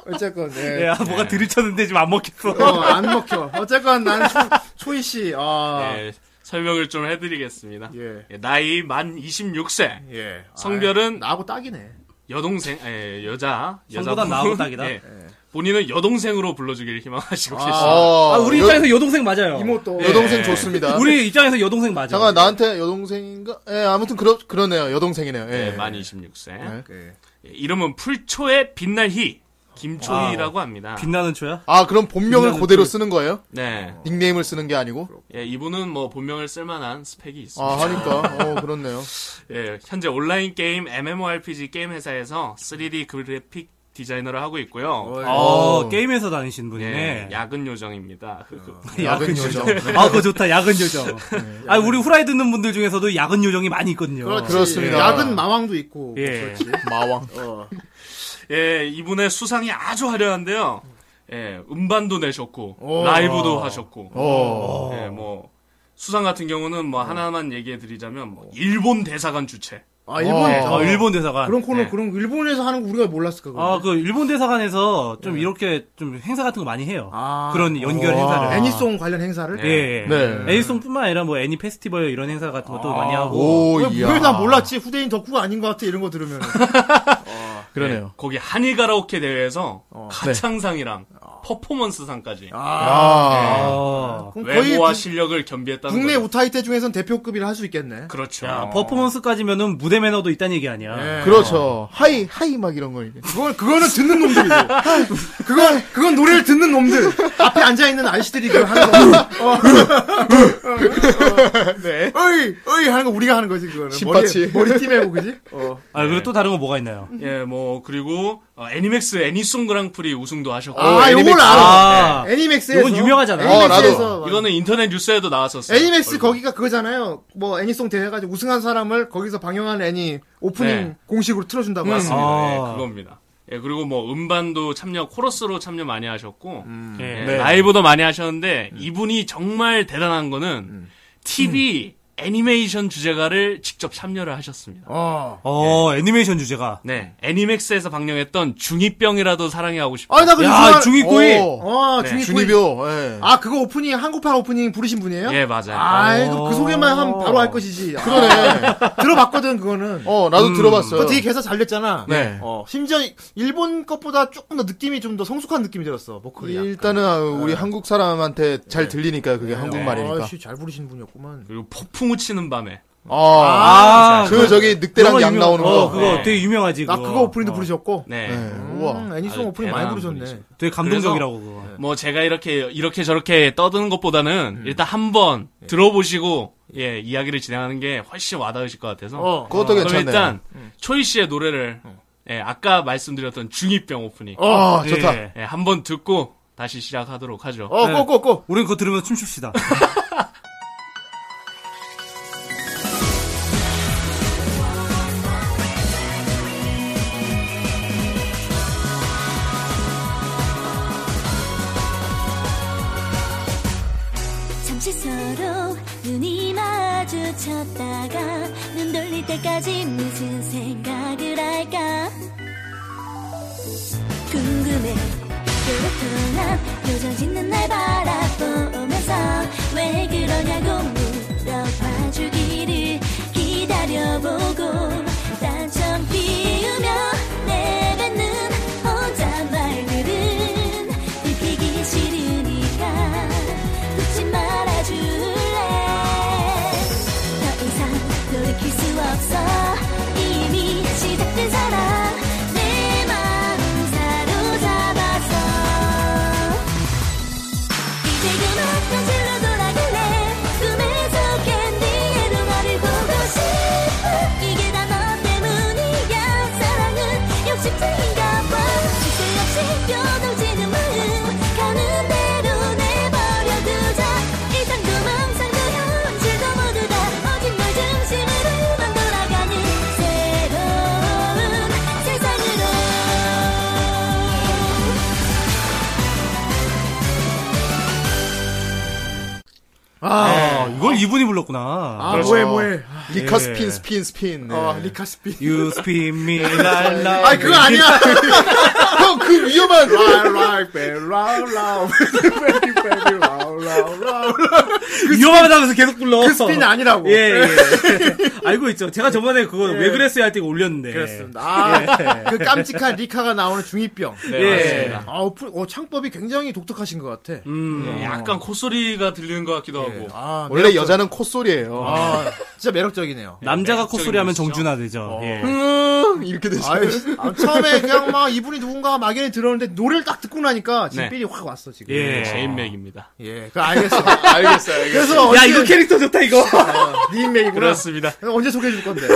S1: 어쨌건, 예.
S3: 야,
S9: 네.
S3: 뭐가 들이쳤는데 지금 안 먹겠어.
S1: 어, 안 먹혀. 어쨌건 난 초, 초희 씨, 아.
S9: 예, 설명을 좀 해드리겠습니다.
S1: 예.
S9: 예, 나이 만 26세.
S1: 예.
S9: 성별은
S1: 아이, 나하고 딱이네.
S9: 여동생, 예, 여자.
S3: 전보다
S9: 여자분.
S3: 나하고 딱이다.
S9: 예. 본인은 여동생으로 불러주길 희망하시고 계십니다.
S2: 아,
S3: 아, 우리
S2: 여,
S3: 입장에서 여동생 맞아요.
S1: 어, 이모 또.
S2: 여동생 좋습니다.
S3: 우리 입장에서 여동생 맞아.
S2: 잠깐 나한테 네, 여동생인가? 예, 아무튼 그러 그러네요. 여동생이네요. 예.
S9: 예, 만 26세.
S3: 네.
S1: 예.
S9: 예, 이름은 풀초의 빛날 희. 김초희라고 합니다.
S3: 아. 빛나는 초야?
S2: 아, 그럼 본명을
S3: 빛나는
S2: 그대로
S3: 그-
S2: 쓰는 거예요?
S9: 네.
S2: 닉네임을 쓰는 게 아니고?
S9: 예, 이분은 뭐 본명을 쓸만한 스펙이 있습니다.
S2: 아, 하니까. 어, 그렇네요.
S9: 예, 현재 온라인 게임 MMORPG 게임 회사에서 3D 그래픽 디자이너를 하고
S1: 아,
S9: 있고요.
S3: 어, 게임에서 다니신 분이네.
S9: 예, 야근 요정입니다.
S3: 야근 요정.
S1: 네.
S3: 아, 그거 좋다. 야근 요정. 아, 우리 후라이 듣는 분들 중에서도 야근 요정이 많이 있거든요.
S1: 그렇지.
S2: 그렇습니다.
S1: 야근 마왕도 있고.
S3: 예.
S1: 그렇지.
S2: 마왕.
S1: 어.
S9: 예, 이분의 수상이 아주 화려한데요. 예, 음반도 내셨고
S1: 오.
S9: 라이브도 하셨고.
S2: 어.
S9: 예, 뭐 수상 같은 경우는 뭐 하나만 얘기해 드리자면 뭐 일본 대사관 주최.
S1: 아, 일본.
S3: 아,
S1: 어,
S3: 일본 대사관.
S1: 그런 코너,
S9: 네.
S1: 그런, 일본에서 하는 거 우리가 몰랐을까, 그거.
S3: 아, 그 일본 대사관에서 좀 이렇게 좀 행사 같은 거 많이 해요.
S1: 네. 아.
S3: 그런 연결
S2: 와.
S3: 행사를.
S1: 애니송 관련 행사를?
S9: 네.
S3: 예.
S2: 네.
S3: 애니송뿐만 아니라 뭐 애니 페스티벌 이런 행사 같은 것도
S1: 아.
S3: 많이 하고.
S2: 오, 이야.
S1: 왜나 몰랐지? 후대인 덕후가 아닌 것 같아, 이런 거 들으면.
S9: 예,
S2: 그러네요.
S9: 거기 한일 가라오케 대회에서
S1: 어. 네.
S9: 가창상이랑 퍼포먼스상까지
S2: 아.
S3: 아.
S1: 그럼 거의
S9: 외모와
S1: 국-
S9: 실력을 겸비했다는
S1: 국내
S9: 거죠.
S1: 우타이테 중에선 대표급이라 할 수 있겠네.
S9: 그렇죠.
S3: 야, 아, 퍼포먼스까지면은 무대 매너도 있다는 얘기 아니야.
S1: 네.
S2: 그렇죠. 하이, 하이 막 이런 거 이게.
S1: 그건, 그거는 듣는 놈들이고. 그건, 그건 노래를 듣는 놈들. 앞에 앉아있는 아저씨들이 그걸 하는 거. 어. 어. 네. 어이, 어이 하는 거 우리가 하는 거지, 그거는.
S2: 신받치.
S1: 머리, 머리 띠매고, 그지? 어.
S3: 아, 그리고 또 다른 거 뭐가 있나요?
S9: 예, 뭐 그리고 어, 애니맥스 애니송 그랑프리 우승도 하셨고
S1: 아,
S2: 애니맥스.
S1: 요걸 알아.
S3: 아.
S1: 애니맥스에서.
S3: 요건 유명하잖아.
S1: 애니맥스에서.
S9: 어, 이거는 인터넷 뉴스에도 나왔었어요.
S1: 애니맥스
S9: 얼굴.
S1: 거기가 그거잖아요. 뭐 애니송 대회가지고 우승한 사람을 거기서 방영한 애니 오프닝
S9: 네.
S1: 공식으로 틀어준다고
S9: 맞습니다. 예,
S3: 아.
S9: 그겁니다. 예, 그리고 뭐 음반도 참여 코러스로 참여 많이 하셨고
S1: 네.
S3: 예.
S9: 예, 라이브도 많이 하셨는데 이분이 정말 대단한 거는 TV 애니메이션 주제가를 직접 참여를 하셨습니다.
S1: 어.
S3: 어, 애니메이션 주제가.
S9: 네, 애니맥스에서 방영했던 중이병이라도 사랑해 하고 싶어.
S1: 아니 나그
S3: 야,
S1: 좋아.
S3: 중위꼬이!
S2: 오,
S1: 어,
S9: 네.
S1: 중이 중이
S2: 준이표. 예.
S1: 아 그거 오프닝 한국판 오프닝 부르신 분이에요?
S9: 예, 맞아요.
S1: 아이
S3: 어.
S1: 그 소개만 하면 바로 알 것이지. 아,
S2: 그러네.
S1: 들어봤거든 그거는.
S2: 어, 나도 들어봤어요.
S1: 그거 되게 개사 잘 됐잖아.
S2: 네.
S1: 어, 심지어 일본 것보다 조금 더 느낌이 좀 더 성숙한 느낌이 들었어. 보컬이. 약간.
S2: 일단은 아, 우리 한국 사람한테 잘 들리니까 그게 한국말이니까.
S1: 아씨 잘 부르시는 분이었구만.
S9: 그리고 폭풍 우치는 밤에.
S2: 아,
S3: 아,
S2: 그 저기
S1: 네.
S2: 늑대랑 양 나오는
S3: 어,
S2: 거.
S3: 그거
S9: 네.
S3: 되게 유명하지.
S1: 나 그거 오프닝도
S3: 어.
S1: 부르셨고.
S9: 네.
S2: 예, 우와.
S1: 음, 애니송
S9: 아주
S1: 오프닝 많이
S9: 대단한
S1: 부르셨네.
S9: 분이죠.
S3: 되게 감동적이라고 그거.
S9: 뭐 제가 이렇게 이렇게 저렇게 떠드는 것보다는 일단 한번 들어보시고 예 이야기를 진행하는 게 훨씬 와닿으실 것 같아서
S1: 어.
S2: 그것도
S9: 그럼
S2: 괜찮네.
S9: 일단
S1: 음.
S9: 초이 씨의 노래를 예 아까 말씀드렸던 중이병 오프닝
S1: 어.
S2: 아, 좋다.
S3: 예.
S9: 예 한번 듣고 다시 시작하도록 하죠.
S1: 어, 꼬꼬꼬.
S3: 우린 그거 들으면서 춤춥시다.
S8: 잠시 서로 눈이 마주치 멈췄다가 눈 돌릴 때까지 무슨 생각을 할까 궁금해 그렇구나 요정 짓는 날 바라보면서 왜 그러냐고 물어봐 주기를 기다려보고 딴청 피우며 내뱉는 혼자 말들은 들키기 싫으니까 웃지 말아줄래 더 이상 돌이킬 수 없어 이미 시작된 사랑 내 마음 사로잡아서 이제 그만 현실로 돌아갈래 꿈에서 캔디의 눈알을 보고 싶어 이게 다 너 때문이야 사랑은 욕심쟁인가 봐 질색 없이 요동지는 마음 가는 대로 내버려두자 이상도 망상도 현실도 모두 다 어딘 널 중심으로만 돌아가는 새로운 세상으로
S3: 아, 이걸 이분이 불렀구나.
S1: 아, 뭐해, 뭐해.
S2: 리카
S3: 예.
S2: 스핀 스핀 스핀. 네.
S1: 아, 리카스피.
S3: You spin me like love.
S1: 아, 그거 아니야!
S2: 형, 그 위험한.
S3: 위험하다면서 계속 불러.
S1: 그 스피는 아니라고.
S3: 예, 예. 알고 있죠. 제가 저번에 그거 왜 그랬어요 할 때 올렸는데.
S9: 네.
S1: 그렇습니다. 아, 그 깜찍한 리카가 나오는 중이병.
S3: 예.
S9: 예. 네, 맞습니다.
S1: 아, 어, 어, 창법이 굉장히 독특하신 것 같아.
S3: 음.
S9: 예, 약간 콧소리가 들리는 것 같기도 하고.
S1: 아,
S2: 원래 여자는 콧소리예요.
S1: 아, 진짜 매력적이네요.
S3: 남자가
S9: 네,
S3: 콧소리 하면
S9: 멋있죠.
S3: 정준하 되죠. 예.
S2: 음, 이렇게 되죠.
S1: 아유, 아, 처음에 그냥 막 이분이 누군가 막연히 들었는데 노래를 딱 듣고 나니까 지금
S9: 네.
S1: 삘이 확 왔어, 지금.
S3: 예.
S9: 제인맥입니다.
S1: 예, 그 알겠어.
S2: 알겠어요. 알겠어요.
S1: 그래서
S3: 야,
S1: 언제,
S3: 이거 캐릭터 좋다, 이거.
S1: 네 인맥이구나.
S9: 그렇습니다.
S1: 그래서 언제 소개해 줄 건데?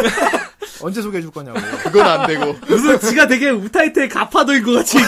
S1: 언제 소개해 줄 거냐고.
S2: 그건 안 되고.
S3: 무슨 지가 되게 우타이트의 가파도인 것 같이.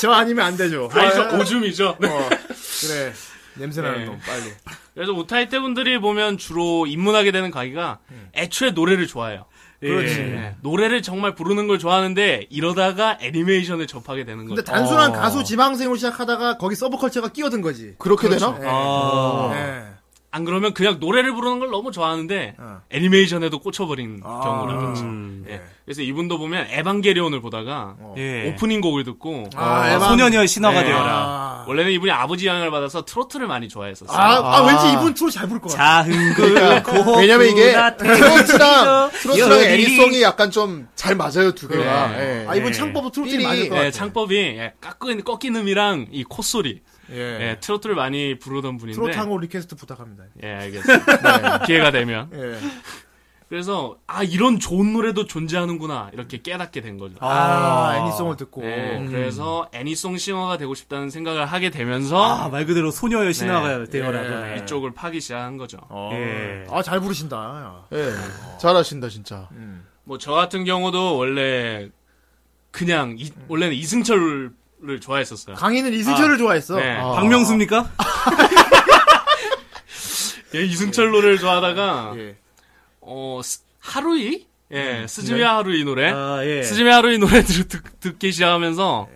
S1: 저 아니면 안 되죠.
S9: 아니, 저 고줌이죠.
S1: 어, 그래. 냄새나는
S9: 네.
S1: 놈, 빨리.
S9: 그래서 오타이테 분들이 보면 주로 입문하게 되는 가기가
S1: 음.
S9: 애초에 노래를 좋아해요.
S3: 그렇지.
S9: 예. 노래를 정말 부르는 걸 좋아하는데 이러다가 애니메이션을 접하게 되는
S1: 근데
S9: 거죠.
S1: 단순한 가수 지망생으로 시작하다가 거기 서브컬처가 끼어든 거지.
S2: 그렇게 되나?
S1: 예.
S3: 아.
S1: 예.
S9: 안 그러면 그냥 노래를 부르는 걸 너무 좋아하는데
S1: 어.
S9: 애니메이션에도 꽂혀버린
S1: 아.
S9: 경우라든지. 예. 그래서 이분도 보면 에반게리온을 보다가
S3: 예.
S9: 오프닝 곡을 듣고
S1: 어. 아,
S3: 어,
S1: 에반.
S3: 소년이여 신화가
S9: 네.
S3: 되어라.
S1: 아,
S9: 원래는 이분이 아버지 영향을 받아서 트로트를 많이 좋아했었어요.
S1: 아, 아, 왠지 이분 트로트 잘 부를 것 같아.
S3: 작은 그 고.
S2: 왜냐면 이게 트로트랑
S3: 트로트랑
S2: 트로트랑 애니송이 약간 좀 잘 맞아요 두 개가. 예.
S1: 아, 이분 창법은 트로트
S2: 삘이-
S1: 맞을 것
S9: 예,
S1: 같아.
S9: 창법이 예, 깎은 꺾인 음이랑 이 콧소리, 예. 트로트를 많이 부르던 분인데,
S1: 네. 트로트하고 리퀘스트 부탁합니다.
S9: 예, 알겠습니다. 네, 기회가 되면.
S1: 예.
S9: 그래서 아 이런 좋은 노래도 존재하는구나 이렇게 깨닫게 된 거죠.
S1: 아, 애니송을 듣고.
S9: 예,
S3: 음.
S9: 그래서 애니송 싱어가 되고 싶다는 생각을 하게
S3: 아,
S9: 되면서
S3: 말 그대로 소녀여 신화가
S9: 네.
S3: 되어라. 예.
S9: 이쪽을 파기 시작한 거죠.
S3: 예.
S1: 아, 잘 부르신다.
S2: 예. 잘하신다 진짜.
S9: 뭐 저 같은 경우도 원래 그냥 이-
S3: 음.
S9: 원래는 이승철을 좋아했었어요.
S1: 강희는 이승철을 좋아했어.
S9: 네.
S3: 박명수입니까?
S9: 예, 이승철 노래를 좋아하다가
S1: 예.
S9: 어 스- 하루이 예 스즈메 하루이 노래
S3: 음, 네. 아, 예.
S9: 스즈메 하루이 노래들을 듣, 듣기 시작하면서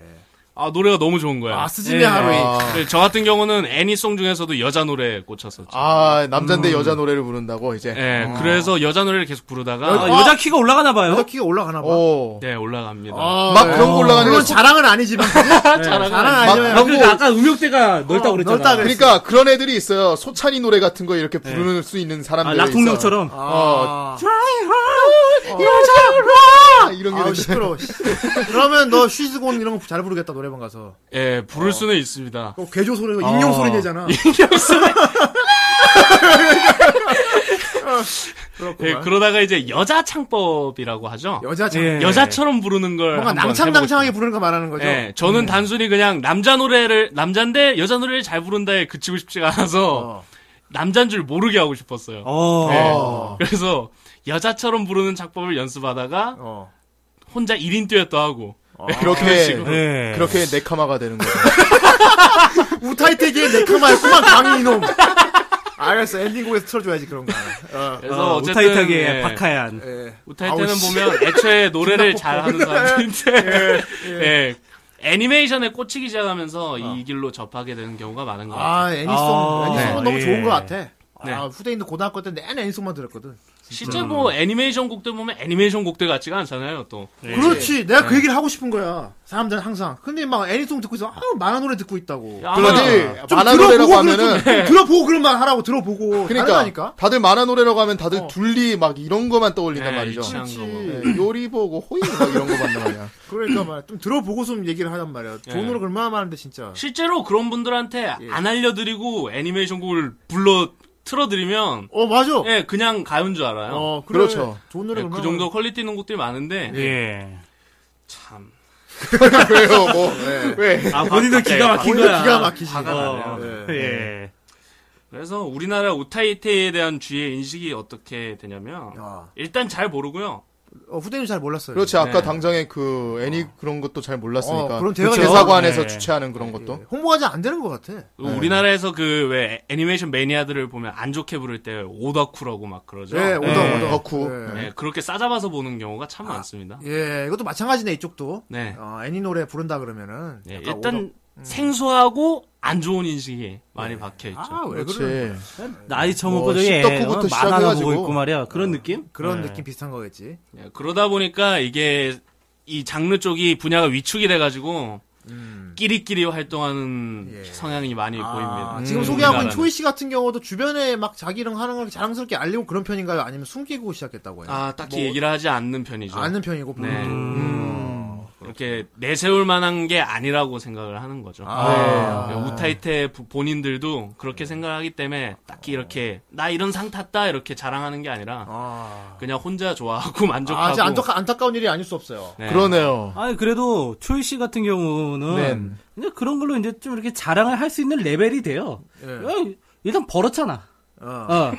S9: 아 노래가 너무 좋은 거야.
S1: 아,
S9: 요
S1: 스즈메
S3: 예.
S2: 네.
S1: 하루이.
S9: 저 같은 경우는 애니송 중에서도 여자 노래에 꽂혔었죠.
S2: 아 남잔데 여자 노래를 부른다고 이제.
S9: 예, 그래서 여자 노래를 계속
S3: 아,
S9: 부르다가
S3: 네. 여자 키가 올라가나 봐요.
S1: 여자 키가 올라가나 봐. 어.
S2: 오.
S9: 네 올라갑니다.
S2: 어,
S1: 아.
S2: 막
S1: 네.
S2: 그런 거 올라가는 거.
S1: 물론 자랑은 아니지만. 네. 자랑은 아니야.
S3: 아, 그러니까 아까 음역대가 넓다고 그랬잖아. 네.
S1: 넓다 그랬어.
S2: 그러니까 그런 애들이 있어요. 소찬이 노래 같은 거 이렇게 부르는 수 있는 사람들.
S3: 아, 락통령처럼.
S1: 아,
S2: 아, 이런 게
S1: 아우,
S2: 있는데.
S1: 시끄러워. 씨. 그러면 너 쉬즈곤 이런 거 잘 부르겠다, 노래방 가서.
S9: 예,
S1: 어.
S9: 부를 수는 있습니다.
S1: 그거 괴조 소리가 인형 소리 내잖아.
S9: 예, 그러다가 이제 여자 창법이라고 하죠.
S1: 여자 장.
S3: 예.
S9: 여자처럼 부르는 걸
S1: 뭔가
S9: 한번
S1: 낭창낭창하게
S9: 해보고
S1: 부르는 거 말하는 거죠. 네.
S9: 싶어요. 예, 저는 단순히 그냥 남자 노래를 남잔데 여자 노래를 잘 부른다에 그치고 싶지가 않아서
S1: 어.
S9: 남잔 줄 모르게 하고 싶었어요.
S3: 어.
S9: 예. 그래서 여자처럼 부르는 창법을 연습하다가
S1: 어. 아,
S9: 혼자 1인 듀엣도 하고
S2: 그렇게
S1: 네.
S3: 예.
S2: 그렇게 네카마가 되는 거예요.
S1: 우타이테기의 네크마였구만, 강이 이놈. 알겠어. 엔딩곡에서 틀어줘야지, 그런 거. 어.
S9: 그래서
S3: 어,
S9: 어, 쨌든
S3: 우타이타게 박하얀.
S1: 예.
S9: 우타이 때는 보면 애초에 노래를 잘하는 사람인데 예, 애니메이션에 꽂히기 시작하면서 이 길로 접하게 되는 경우가 많은 것 같아요.
S1: 아, 애니송.
S3: 아,
S1: 애니송은
S3: 네.
S1: 너무 좋은 것 같아. 아, 후대인도 고등학교 때 내내 엔소만 들었거든.
S9: 실제 뭐 애니메이션 곡들 보면 애니메이션 곡들 같지가 않잖아요, 또. 예.
S1: 그렇지. 내가 그 얘기를 하고 싶은 거야. 사람들은 항상. 근데 막 애니송 듣고 있어. 아우, 만화 노래 듣고 있다고.
S9: 야,
S2: 그러니
S1: 좀
S2: 만화
S1: 들어보고
S2: 노래라고
S1: 그래, 좀
S2: 하면은 예.
S1: 들어보고 그런 말 하라고 들어보고.
S2: 그러니까
S1: 그러니까.
S2: 다들 만화 노래라고 하면 다들 둘리 막 이런 거만 떠올린단
S9: 네,
S2: 말이죠.
S9: 유치한 거 뭐.
S2: 네, 요리 보고 호이 막 이런 거 봤단 말이야.
S1: 그러니까 말이야. 좀 들어보고 좀 얘기를 하단 말이야. 좋은
S9: 예.
S1: 노래 얼마나 많은데 진짜.
S9: 실제로 그런 분들한테 안 알려드리고 애니메이션 곡을 불러 틀어드리면
S1: 어, 맞아.
S9: 예, 그냥 가요인 줄 알아요.
S1: 어, 그래.
S2: 그렇죠.
S1: 좋은
S9: 예,
S1: 노래 얼마나
S9: 그 정도 퀄리티 있는 곡들이 많은데
S3: 예.
S9: 참
S2: 왜요? 뭐 왜?
S3: 아, 본인도 기가 막힌 거야.
S1: 기가 막히지.
S9: 화가
S3: 어,
S9: 나네요.
S1: 예.
S3: 예.
S9: 그래서 우리나라 오타이테에 대한 주의 인식이 어떻게 되냐면
S1: 야.
S9: 일단 잘 모르고요.
S1: 어, 후대인 잘 몰랐어요.
S2: 그렇지 아까
S9: 네.
S2: 당장에 그 애니 그런 것도 잘 몰랐으니까
S1: 어, 그럼
S2: 그
S1: 대화가
S2: 제사관에서
S3: 네.
S2: 주최하는 그런
S1: 예.
S2: 것도
S1: 홍보가 잘 안 되는 것 같아.
S9: 우리나라에서 그 왜 애니메이션 매니아들을 보면 안 좋게 부를 때 오덕후라고 막 그러죠.
S1: 예, 오더,
S3: 네.
S1: 오더.
S2: 덕후.
S1: 예.
S9: 네, 그렇게 싸잡아서 보는 경우가 참 많습니다.
S1: 예, 이것도 마찬가지네, 이쪽도.
S9: 네.
S1: 어, 애니 노래 부른다 그러면은.
S9: 네,
S1: 약간 음.
S9: 일단
S1: 오덕-
S9: 생소하고 안 좋은 인식이 많이 박혀 있죠.
S1: 아, 왜
S2: 그렇지.
S1: 그래?
S3: 나이
S2: 뭐,
S3: 처먹고 저기 애,
S2: 십덕후부터
S3: 어, 만화나
S2: 시작해가지고.
S3: 보고 있고 말이야. 그런 느낌?
S1: 그런
S3: 네.
S1: 느낌 비슷한 거겠지.
S9: 예, 그러다 보니까 이게 이 장르 쪽이 분야가 위축이 돼가지고 끼리끼리 활동하는
S1: 음. 예.
S9: 성향이 많이 보입니다.
S1: 아, 지금
S9: 음,
S1: 소개하고 있는
S9: 우리나라는.
S1: 초이 씨 같은 경우도 주변에 막 자기랑 하는 걸 자랑스럽게 알리고 그런 편인가요? 아니면 숨기고 시작했다고요?
S9: 아, 딱히
S1: 뭐,
S9: 얘기를 하지 않는 편이죠.
S1: 아는 편이고
S9: 네. 음.
S1: 본인도.
S9: 이렇게 내세울 만한 게 아니라고 생각을 하는 거죠.
S1: 아. 네.
S9: 네. 우타이테 부- 본인들도 그렇게 생각하기 때문에 딱히 이렇게 나 이런 상 탔다 이렇게 자랑하는 게 아니라
S1: 아,
S9: 그냥 혼자 좋아하고 음, 만족하고
S1: 아, 진짜 안타까, 안타까운 일이 아닐 수 없어요.
S9: 네.
S2: 그러네요.
S3: 아니 그래도 초이 씨 같은 경우는
S1: 네.
S3: 이제 그런 걸로 이제 좀 이렇게 자랑을 할 수 있는 레벨이 돼요. 야, 일단 벌었잖아.
S1: 예. 어.
S3: 어.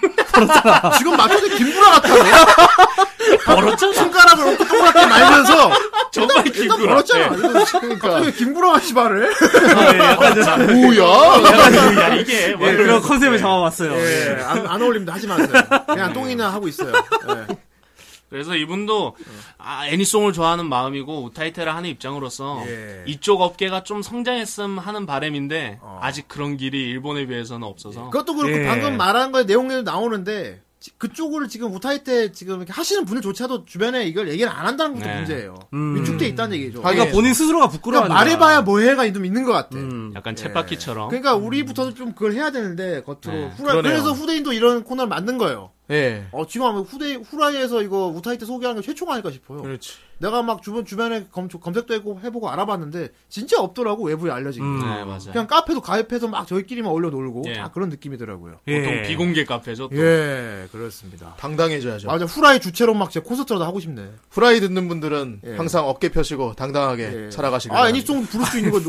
S1: 지금 마치 김구라 같아.
S3: 벌었잖아.
S1: 손가락을 이렇게 동그랗게 말면서
S9: 정말 네.
S1: 일단
S9: 기분
S1: 걸었잖아. 이거 갑자기 김구라 같이 말을.
S9: 네. 아,
S3: 예, 약간
S1: 아,
S3: 좀-
S2: 뭐야?
S9: 야 이게 뭐
S3: 예, 그런 컨셉을 잡아봤어요.
S1: 예,
S9: 네.
S1: 안, 안 어울립니다. 하지 마세요. 그냥 똥이나 하고 있어요. 예.
S9: 그래서 이분도 아, 애니송을 좋아하는 마음이고 우타이테를 하는 입장으로서
S1: 예.
S9: 이쪽 업계가 좀 성장했음 하는 바람인데 아직 그런 길이 일본에 비해서는 없어서
S1: 어. 그것도 그렇고
S3: 예.
S1: 방금 말한 거에 내용에도 나오는데 지- 그쪽을 지금 우타이 때 지금 이렇게 하시는 분들조차도 주변에 이걸 얘기를 안 한다는 것도
S9: 네.
S1: 문제예요.
S3: 음.
S1: 위축돼 있다는 얘기죠.
S3: 그러니까 본인 스스로가 음. 부끄러워.
S1: 예. 그러니까 말해봐야 음. 뭐해가 좀 있는 것 같아.
S9: 약간 챗바퀴처럼
S1: 그러니까 우리부터는 좀 그걸 해야 되는데 겉으로
S9: 네,
S1: 후라
S2: 그러네요.
S1: 그래서 후대인도 이런 코너를 만든 거예요.
S2: 예.
S1: 어 지금 아마 후대 후라이에서 이거 우타이 때 소개하는 게 최초가 아닐까 싶어요.
S9: 음.
S2: 그렇지.
S1: 내가 막 주변 주변에 검, 색도 해보고, 해보고 알아봤는데 진짜 없더라고 외부에 알려진 게.
S9: 네 맞아요.
S1: 그냥 카페도 가입해서 막 저희끼리만 올려놓고
S9: 예.
S1: 다 그런 느낌이더라고요.
S3: 예.
S9: 보통 비공개 카페죠. 또.
S1: 예 그렇습니다.
S2: 당당해져야죠.
S1: 맞아 후라이 주체로 막 제 콘서트라도 하고 싶네.
S2: 후라이 듣는 분들은
S1: 예.
S2: 항상 어깨 펴시고 당당하게
S1: 예.
S2: 살아가시길
S1: 아
S2: 바랍니다.
S1: 애니송 부를 수 있는 거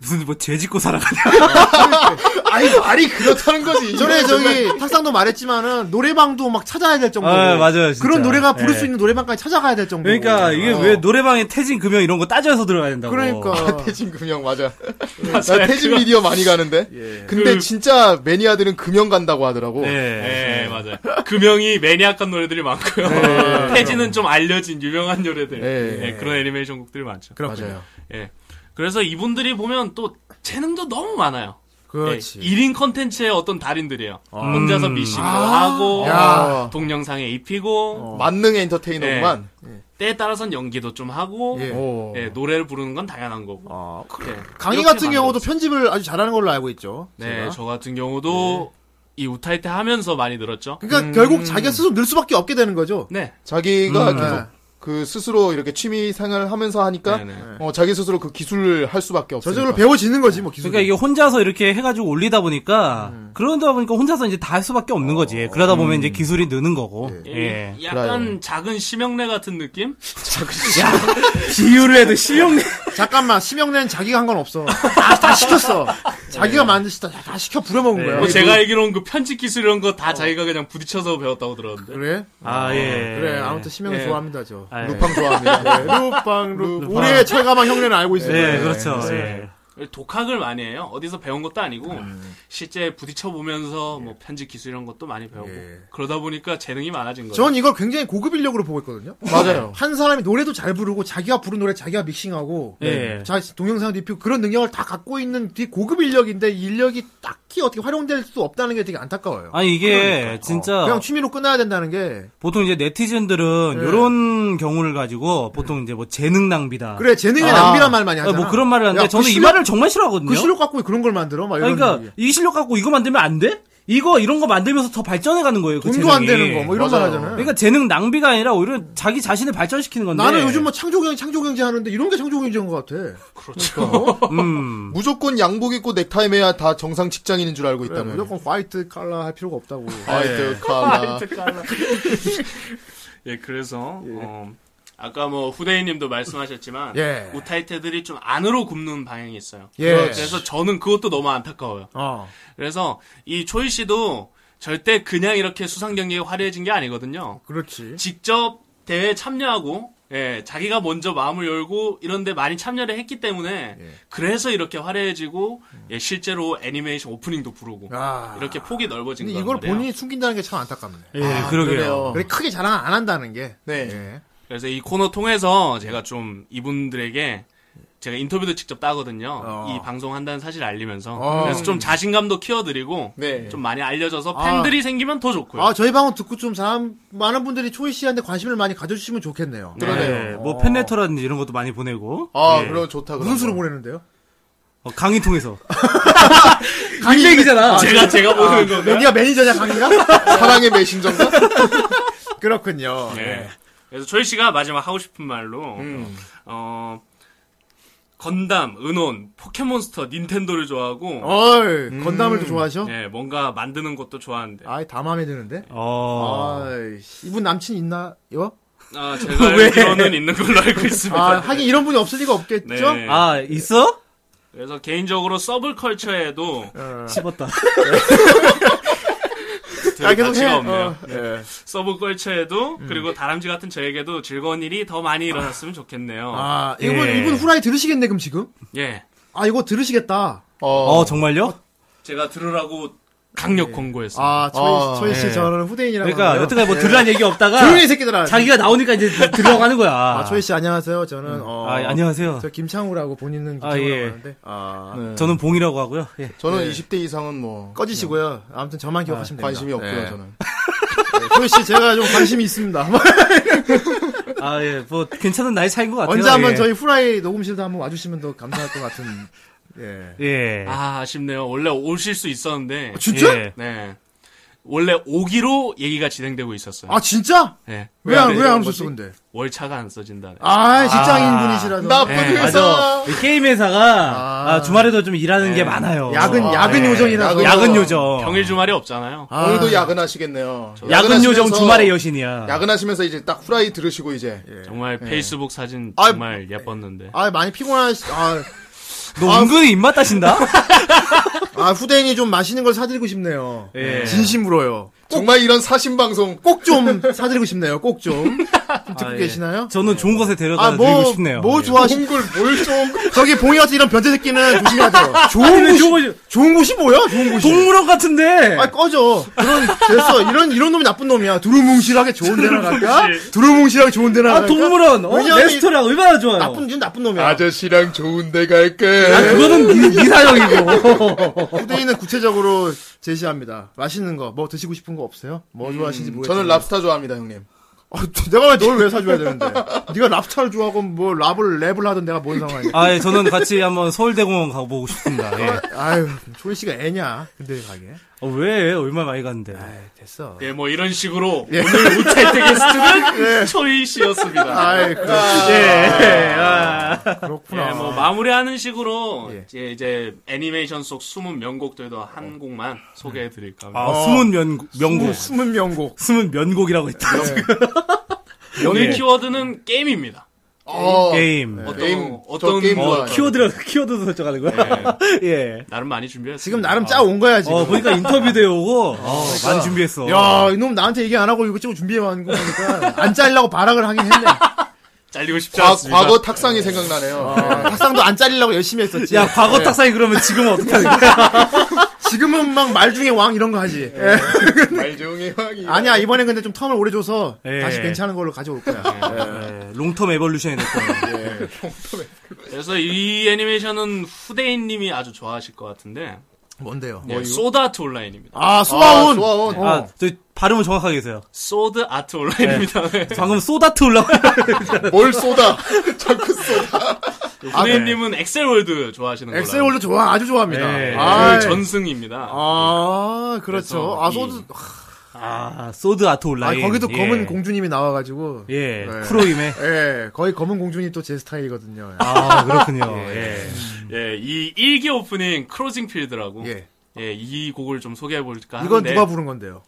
S3: 무슨 뭐 죄짓고 살아가냐.
S2: 아니, 말이 그렇다는 거지.
S1: 전에 저기 탁상도 말했지만은 노래방도 막 찾아야 될 정도로
S3: 아, 맞아요, 진짜.
S1: 그런 노래가 부를
S3: 예.
S1: 수 있는 노래방까지 찾아가야 될 정도.
S3: 그러니까 이게
S1: 어.
S3: 왜 노래방에 태진 금영 이런 거 따져서 들어가야 된다고.
S1: 그러니까
S2: 태진 금영 맞아. 나 태진 미디어 많이 가는데. 근데
S9: 그-
S2: 진짜 매니아들은 금영 간다고 하더라고.
S3: 예.
S9: 예, 맞아요. 금영이 매니악한 노래들이 많고요.
S1: 네.
S9: 태진은 좀 알려진 유명한 노래들.
S2: 예.
S9: 예, 그런 애니메이션 곡들이 많죠.
S2: 맞아요.
S9: 예. 그래서 이분들이 보면 또 재능도 너무 많아요.
S1: 그렇지. 아.
S9: 예, 1인 컨텐츠의 어떤 달인들이에요. 혼자서 미싱도 하고
S2: 야.
S9: 동영상에 입히고
S1: 어.
S2: 만능 엔터테이너구만.
S9: 때에 따라선 연기도 좀 하고
S1: 예. 아,
S2: 오.
S9: 예, 노래를 부르는 건 당연한 거고. 예,
S1: 강희
S9: 이렇게
S1: 같은 경우도 편집을 아주 잘하는 걸로 알고 있죠.
S9: 네,
S1: 제가.
S9: 저 같은 경우도 이 우타이테 하면서 많이 늘었죠.
S1: 네. 그러니까 결국 자기가 스스로 늘 수밖에 없게 되는 거죠. 네.
S9: 네.
S2: 자기가
S3: 음.
S2: 계속 그 스스로 이렇게 취미 생활을 하면서 하니까
S9: 네, 네.
S2: 어, 자기 스스로 그 기술을 할 수밖에 없어요.
S1: 저절로 배워지는 거지 뭐 기술.
S3: 그러니까 이게 혼자서 이렇게 해가지고 올리다 보니까
S1: 음.
S3: 그러다 보니까 혼자서 이제 다 할 수밖에 없는
S1: 어.
S3: 거지. 그러다 보면 이제 기술이 느는 거고. 예.
S9: 예, 약간
S2: 그래요.
S9: 작은 심형래 같은 느낌?
S3: 비유를 해도 실용.
S1: 잠깐만 심영래는 자기가 한 건 없어. 다, 다 시켰어. 자기가 만드시다 다, 다 시켜 부려먹은 거야.
S9: 뭐 제가 알기로는 그 편집 기술 이런 거 다 자기가 그냥 부딪혀서 배웠다고 들었는데.
S1: 그래?
S3: 아 예.
S1: 그래 아무튼 심영래
S9: 예.
S1: 좋아합니다 저.
S3: 아, 예.
S2: 루팡 좋아합니다.
S1: 루팡, 루 우리의 철가망 형네는 알고 있습니다.
S3: 예, 그렇죠. 예.
S9: 독학을 많이 해요. 어디서 배운 것도 아니고
S1: 음.
S9: 실제 부딪혀 보면서 뭐 편집 기술 이런 것도 많이 배우고
S1: 예.
S9: 그러다 보니까 재능이 많아진 거예요.
S1: 전 이걸 굉장히 고급 인력으로 보고 있거든요.
S2: 맞아요.
S1: 한 사람이 노래도 잘 부르고 자기가 부른 노래 자기가 믹싱하고
S9: 예.
S1: 자 동영상도 입히고 그런 능력을 다 갖고 있는 되게 고급 인력인데 이 인력이 딱히 어떻게 활용될 수 없다는 게 되게 안타까워요.
S3: 아니 이게 진짜
S1: 그냥 취미로 끊어야 된다는 게
S3: 보통 이제 네티즌들은
S1: 예.
S3: 이런 경우를 가지고 보통 이제 뭐 재능 낭비다.
S1: 그래 재능의
S3: 아.
S1: 낭비란 말 많이
S3: 아,
S1: 하잖아.
S3: 뭐 그런 말을 하는데
S1: 야, 그
S3: 저는 이
S1: 실력-
S3: 말을 정말 싫어하거든요.
S1: 그 실력 갖고 그런 걸 만들어 막
S3: 아니,
S1: 이런
S3: 그러니까
S1: 얘기.
S3: 이 실력 갖고 이거 만들면 안 돼? 이거 이런 거 만들면서 더 발전해 가는 거예요. 그
S1: 돈도 안
S3: 재능이.
S1: 되는 거 뭐 이런 말 하잖아요.
S3: 그러니까 재능 낭비가 아니라 오히려 자기 자신을 발전시키는 건데.
S1: 나는 요즘 뭐 창조경 창조경제 하는데 이런 게 창조경제인 것 같아. 그렇죠.
S3: 음.
S2: 무조건 양복 입고 넥타이 매야 다 정상 직장인인 줄 알고
S1: 그래,
S2: 있다면.
S1: 네, 뭐
S2: 아,
S1: 무조건 화이트 칼라 할 필요가 없다고.
S2: 화이트 칼라.
S9: 예, 그래서 어, 아까 뭐 후대인님도 말씀하셨지만
S1: 예.
S9: 우타이테들이 좀 안으로 굽는 방향이 있어요.
S1: 예.
S9: 뭐 그래서 저는 그것도 너무 안타까워요.
S1: 어.
S9: 그래서 이 초이 씨도 절대 그냥 이렇게 수상 경기에 화려해진 게 아니거든요.
S1: 그렇지.
S9: 직접 대회에 참여하고 예, 자기가 먼저 마음을 열고 이런데 많이 참여를 했기 때문에
S1: 예.
S9: 그래서 이렇게 화려해지고 예, 실제로 애니메이션 오프닝도 부르고
S1: 아.
S9: 이렇게 폭이 넓어진
S1: 근데
S9: 거예요.
S1: 이걸 본인이 숨긴다는 게 참 안타깝네. 아,
S3: 예, 그러게요.
S1: 그래 크게 자랑 안 한다는 게.
S2: 네.
S1: 예.
S9: 그래서 이 코너 통해서 제가 좀 이분들에게 제가 인터뷰도 직접 따거든요.
S1: 어.
S9: 이 방송 한다는 사실 알리면서
S1: 어.
S9: 그래서 좀 자신감도 키워드리고
S2: 네.
S9: 좀 많이 알려져서 팬들이 생기면 더 좋고요.
S1: 아 저희 방송 듣고 좀 사람 많은 분들이 초이 씨한테 관심을 많이 가져주시면 좋겠네요.
S9: 네.
S3: 예, 뭐 팬레터라든지 이런 것도 많이 보내고
S2: 아,
S9: 예.
S2: 그럼 좋다.
S1: 무슨
S2: 그런
S1: 수로
S2: 거.
S1: 보내는데요?
S3: 어, 강의 통해서 강의 얘기잖아.
S9: 제가 제가 보는 건가요?
S1: 여기가 네, 매니저냐 강의가?
S2: 사랑의 메신저인가?
S1: 그렇군요.
S9: 네. 그래서 조희 씨가 마지막 하고 싶은 말로
S1: 음.
S9: 어 건담, 은혼, 포켓몬스터, 닌텐도를 좋아하고
S1: 어이 건담을 또 좋아하셔?
S9: 예, 뭔가 만드는 것도 좋아하는데
S1: 아이 다 마음에 드는데.
S3: 어.
S1: 아이씨. 이분 남친 있나요?
S9: 아, 제가 알기로는 있는 걸로 알고 있습니다.
S1: 아 하긴 이런 분이 없을 리가 없겠죠?
S9: 네.
S3: 아, 있어?
S9: 그래서 개인적으로 서브컬처에도
S1: 아, 네.
S3: 씹었다.
S9: 별
S1: 계속 해.
S9: 가치가 없네요.
S1: 어. 음.
S9: 네. 서브컬처에도 그리고 다람쥐 같은 저에게도 즐거운 일이 더 많이 일어났으면 좋겠네요.
S1: 아 이분
S3: 예.
S1: 이분 후라이 들으시겠네 그럼 지금?
S9: 예,
S1: 아 이거 들으시겠다.
S2: 어.
S3: 어, 정말요?
S9: 제가 들으라고 강력 권고했어요.
S1: 아
S2: 아,
S1: 초이 초이 씨
S3: 예.
S1: 저는 후대인이라고.
S3: 그러니까
S1: 하는데요.
S3: 여태까지 뭐 들으란 얘기 없다가
S1: 어. 조용히 이 새끼들아. 네.
S3: 자기가 나오니까 이제 들어가는 거야.
S1: 아, 초이 씨 안녕하세요. 저는 어,
S3: 아, 안녕하세요.
S1: 저 김창우라고 본인은
S3: 아,
S1: 김창우라고
S3: 예.
S1: 하는데 아, 네.
S3: 저는 봉이라고 하고요. 예.
S2: 저는 20대 이상은 뭐
S1: 꺼지시고요. 아무튼 저만 기억하시면 됩니다.
S2: 관심이 없고요,
S1: 예.
S2: 저는.
S1: 네, 초이 씨 제가 좀 관심이 있습니다.
S3: 아, 예. 뭐 괜찮은 나이 차인 것 같아요.
S1: 언제 한번
S3: 예.
S1: 저희 후라이 녹음실도 한번 와주시면 더 감사할 것 같은. 예.
S3: 예.
S9: 아, 아쉽네요. 원래 오실 수 있었는데.
S1: 진짜?
S3: 예.
S9: 네. 원래 오기로 얘기가 진행되고 있었어요.
S1: 아 진짜?
S9: 네.
S1: 왜안
S2: 안
S1: 왜안
S2: 되는
S1: 오셨어 근데?
S9: 월차가 안 써진다.
S1: 아 직장인
S3: 아.
S1: 분이시라서.
S2: 나쁜
S9: 네,
S2: 회사.
S3: 맞아. 이 게임 회사가
S1: 아. 예.
S3: 아, 주말에도 좀 일하는 게 많아요.
S1: 야근
S3: 어,
S1: 야근
S3: 예.
S1: 요정이라서.
S3: 야근 요정.
S9: 평일 주말이 없잖아요.
S1: 아.
S2: 오늘도 야근하시겠네요.
S3: 야근 요정
S2: 야근하시면서-
S3: 주말의 여신이야.
S2: 야근하시면서 이제 딱 후라이 들으시고 이제
S9: 정말 페이스북 사진
S1: 아,
S9: 정말 예뻤는데.
S1: 아 많이 피곤하시. 아,
S3: 너 은근히 입맛 따신다?
S1: 아 후대인이 좀 맛있는 걸 사드리고 싶네요.
S3: 예.
S1: 진심으로요.
S2: 정말 이런 사신 방송
S1: 꼭 좀 사드리고 싶네요. 꼭 좀. 듣고
S3: 예.
S1: 계시나요?
S3: 저는 좋은 곳에 데려다
S1: 아,
S3: 드리고
S1: 뭐,
S3: 싶네요.
S1: 뭐
S3: 예.
S1: 좋아하시,
S2: 뭘, 뭘 좀.
S1: 저기 봉이 같은 이런 변태 새끼는 조심해야 돼요. 좋은
S3: 근데
S1: 곳이,
S3: 좋은 곳이-
S1: 좋은 곳이 뭐야? 좋은 곳이.
S3: 뭐 동물원 같은데.
S1: 아, 꺼져. 그런, 됐어. 이런, 이런 놈이 나쁜 놈이야. 두루뭉실하게 좋은 데나 갈까? 두루뭉실하게 좋은 데나
S3: 아,
S1: 갈까?
S3: 동물원. 어?
S1: 그러니까 왜냐면
S3: 레스토랑 얼마나 좋아요.
S1: 나쁜, 이 나쁜 놈이야.
S2: 아저씨랑 좋은데 갈게.
S3: 아, 그거는 니, 니 사정이고.
S1: 후대인은 구체적으로 제시합니다. 맛있는 거, 뭐 드시고 싶은 거 없어요? 뭐 좋아하시는지 모르겠어요.
S2: 저는 랍스타 좋아합니다, 형님.
S1: 내가 왜 널 왜 사줘야 되는데? 네가 랍스타를 좋아하고 뭐 랍을 랩을 하던 내가 뭔 상관이야?
S3: 아, 예, 저는 같이 한번 서울대공원 가보고 싶습니다. 예.
S1: 아유, 조이 씨가 애냐? 근데 가게.
S3: 어, 왜? 얼마 많이 갔는데.
S1: 아이, 됐어.
S9: 네, 뭐 이런 식으로 오늘 우차이트 게스트는 초이 씨였습니다.
S1: 아이, 아. 그렇지.
S9: 예,
S1: 그렇구나.
S9: 뭐 마무리하는 식으로
S1: 예.
S9: 이제, 이제 애니메이션 속 숨은 명곡들도 한 곡만 소개해 드릴까 합니다.
S3: 아, 숨은 면, 명곡.
S1: 숨은 명곡.
S3: 숨은 면곡이라고 했다.
S9: 오늘 키워드는 게임입니다.
S2: 어,
S3: 예. 게임.
S9: 어떤
S2: 게임, 저
S9: 어떤
S2: 게임
S9: 뭐-
S3: 어,
S2: 좋아해요.
S3: 키워드로, 키워드 설정하는 거야? 예.
S9: 나름 많이 준비했어요.
S1: 지금 나름 짜 온 거야, 지금.
S3: 어, 보니까 인터뷰도 해오고, 어, 많이 준비했어.
S1: 야, 이놈 나한테 얘기 안 하고 이거 찍고 준비해 왔는 거 보니까 안 잘려고 발악을 하긴 했네.
S9: 아, 잘리고 싶지
S2: 과,
S9: 않습니다.
S2: 과거 탁상이 생각나네요.
S1: 아, 탁상도 안 잘리려고 열심히 했었지.
S3: 야, 과거 탁상이 그러면 지금은 어떡하냐.
S1: 지금은 막 말 중에 왕 이런 거 하지. 예.
S2: 말종의 황이.
S1: 아니야 이번엔 근데 좀 텀을 오래 줘서
S3: 예.
S1: 다시 괜찮은 걸로 가져올 거야.
S3: 네, 롱텀 에볼루션이 됐고.
S9: 그래서 이 애니메이션은 후대인님이 아주 좋아하실 것 같은데
S1: 뭔데요?
S9: 예, 소드 아트 온라인입니다.
S1: 아
S2: 아,
S1: 소아온. 어.
S2: 소아온.
S3: 아, 저 발음은 정확하게 해서요.
S9: 소드 아트 온라인입니다. 네.
S3: 방금 소다트 올라고.
S2: 뭘 쏟아. 자꾸 쏟아.
S9: 후대인님은 엑셀월드 좋아하시는 걸로.
S1: 엑셀월드 좋아 아주 좋아합니다.
S9: 네,
S1: 아,
S9: 그 전승입니다.
S1: 아 그렇죠.
S9: 그래서
S1: 아
S9: 이-
S1: 소드.
S3: 아, 소드 아트
S1: 아
S3: 온라인.
S1: 거기도
S3: 예.
S1: 검은 공주님이 나와가지고.
S3: 예,
S1: 네.
S3: 쿠로임의.
S1: 예, 거의 검은 공주님 또 제 스타일이거든요.
S3: 아, 그렇군요. 예.
S9: 예, 이 1기 오프닝 크로징 필드라고. 예.
S1: 예.
S9: 이 곡을 좀 소개해 볼까 하는데
S1: 이건 누가 부른 건데요?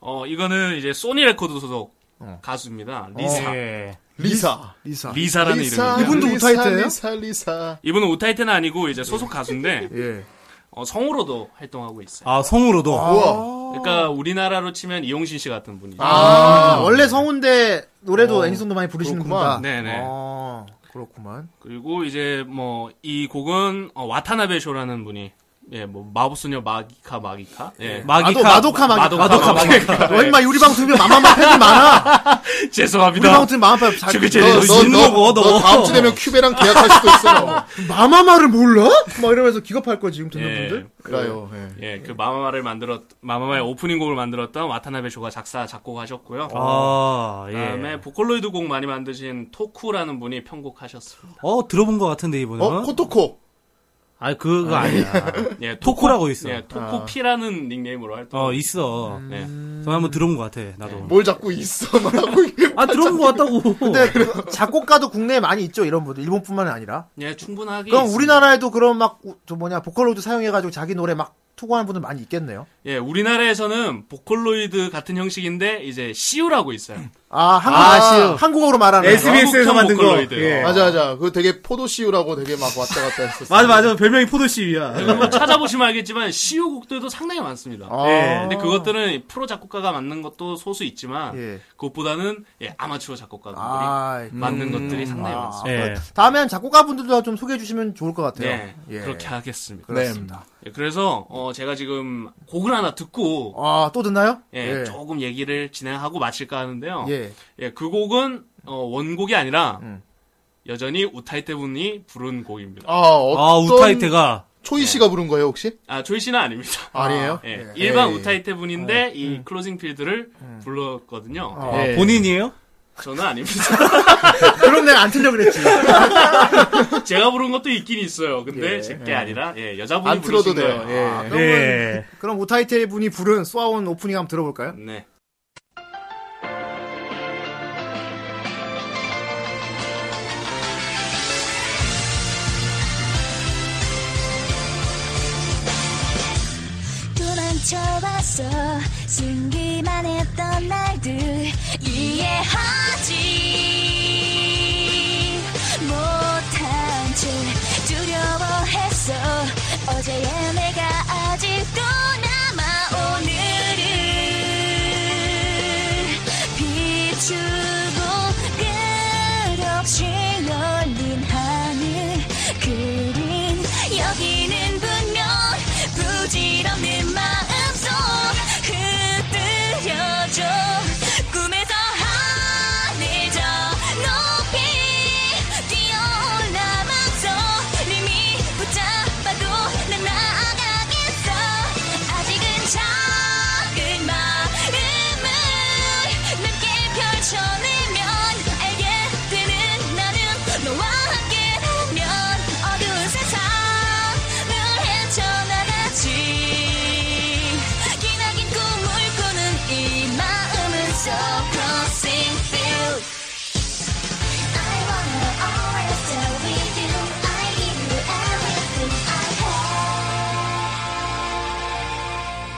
S9: 어, 이거는 이제 소니 레코드 소속
S1: 어.
S9: 가수입니다. 리사.
S3: 예.
S2: 리사.
S1: 리사.
S9: 리사라는
S2: 리사.
S9: 이름이에요.
S1: 이분도
S2: 리사,
S1: 우타이트예요?
S2: 리사, 리사.
S9: 이분은 우타이테는 아니고 이제 소속 가수인데
S1: 예.
S9: 어, 성우로도 활동하고 있어요.
S3: 아, 성우로도.
S2: 우와.
S9: 그러니까 우리나라로 치면 이용신 씨 같은 분이죠.
S1: 아, 원래 성우인데 노래도 애니송도 많이 부르시는구나.
S2: 그렇구만.
S9: 네네.
S1: 아, 그렇구만.
S9: 그리고 이제 뭐 이 곡은 어, 와타나베 쇼라는 분이 예, 뭐 마법소녀 마기카 마기카. 예.
S3: 마기카.
S1: 마도, 마도카 마기카.
S9: 마도카 마도카 마기카.
S1: 너 임마 우리 방 들으면 맘만 팬이 많아.
S9: 예,
S1: 우리 방
S9: 죄송합니다.
S1: 들으면 맘만 팬.
S9: 저기
S1: 잘...
S9: 제- 너
S3: 있는 거고, 너.
S2: 너 다음 주 되면 큐베랑 계약할 수도 있어. 뭐.
S1: 마마마를 몰라? 막 이러면서 기겁할 거야 지금 듣는
S9: 예.
S1: 분들.
S2: 그래요. 예.
S9: 예, 그 마마마를 만들었 마마마의 오프닝 곡을 만들었던 와타나베 쇼가 작사 작곡하셨고요.
S3: 아, 예.
S9: 그다음에 보컬로이드 곡 많이 만드신 토쿠라는 분이 편곡하셨습니다.
S3: 어, 들어본 것 같은데, 이분은.
S2: 어, 코토코.
S3: 아, 그거 아니야.
S9: 예,
S3: 토쿠라고 있어.
S9: 예, 토쿠피라는 닉네임으로 활동.
S3: 어, 음. 있어.
S9: 네.
S3: 저 한번 들어본 것 같아, 나도.
S2: 뭘 자꾸 있어 말하고 이게
S3: 아, 들어본 것 같다고.
S1: 뭐, 근데 작곡가도 국내에 많이 있죠 이런 분들. 일본뿐만 아니라.
S9: 예, 충분하게.
S1: 그럼
S9: 있습니다.
S1: 우리나라에도 그런 막저 뭐냐 보컬로드 사용해가지고 자기 노래 막 투고하는 분들 많이 있겠네요.
S9: 예, 우리나라에서는 보컬로이드 같은 형식인데 이제 시우라고 있어요. 예,
S1: 아 한국
S2: 아,
S1: 한국어로 말하는. 거.
S9: 에서 만든 거.
S2: 맞아 맞아. 그 되게 포도씨우라고 되게 막 왔다 갔다 했었어.
S3: 맞아, 맞아. 별명이 포도씨야.
S1: 네.
S9: 한번 찾아보시면 알겠지만 시우 곡들도 상당히 많습니다. 예,
S1: 아.
S9: 근데 그것들은 프로 작곡가가 만든 것도 소수 있지만
S1: 예.
S9: 그것보다는 예, 아마추어 작곡가들이
S1: 아,
S9: 만든 것들이 상당히
S1: 아.
S9: 많습니다.
S3: 예.
S1: 다음엔 작곡가분들도 좀 소개해 주시면 좋을 것 같아요.
S9: 네,
S1: 예.
S9: 그렇게 하겠습니다.
S1: 그렇습니다.
S9: 예, 그래서 어, 제가 지금 곡을 하나 듣고
S1: 아, 또 듣나요?
S9: 예, 조금 얘기를 진행하고 마칠까 하는데요.
S1: 예.
S9: 예, 그 곡은 어, 원곡이 아니라
S1: 음.
S9: 여전히 우타이테 분이 부른 곡입니다.
S2: 아,
S3: 아,
S2: 어떤
S3: 우타이테가.
S2: 초이 씨가 부른 거예요, 혹시?
S9: 아, 조이 씨는 아닙니다.
S2: 아니에요?
S9: 예, 일반
S2: 에이.
S9: 우타이테 분인데 이 클로징 필드를 불렀거든요.
S3: 아,
S1: 네.
S2: 예.
S3: 본인이에요?
S9: 저는 아닙니다.
S1: 그럼 내가 안 틀려 그랬지.
S9: 제가 부른 것도 있긴 있어요. 근데 제게 아니라 예, 여자분이
S2: 안 틀어도
S9: 부르신
S2: 돼요.
S9: 거예요.
S2: 예.
S1: 아, 그러면-
S3: 예.
S1: 그럼 우타이테 분이 부른 쏘아온 오프닝 한번 들어볼까요?
S9: 네.
S8: 도망쳐와서 숨기만 했던 날들 이해하지 못한 채 두려워했어 어제의 내가 아직도 남아 오늘을 비추고 끝없이 열린 하늘 그린 여기는 분명 부질없는 마음속 흔들려줘 꿈에서 하늘 저 높이 뛰어올라 망소 님이 붙잡아도 난 나아가겠어 아직은 작은 마음을 넓게 펼쳐내면 알게 되는 나는 너와 함께라면 어두운 세상을 헤쳐나가지 기나긴 꿈을 꾸는 이 마음은 so crossing field I wanna always stay with you I give you everything I have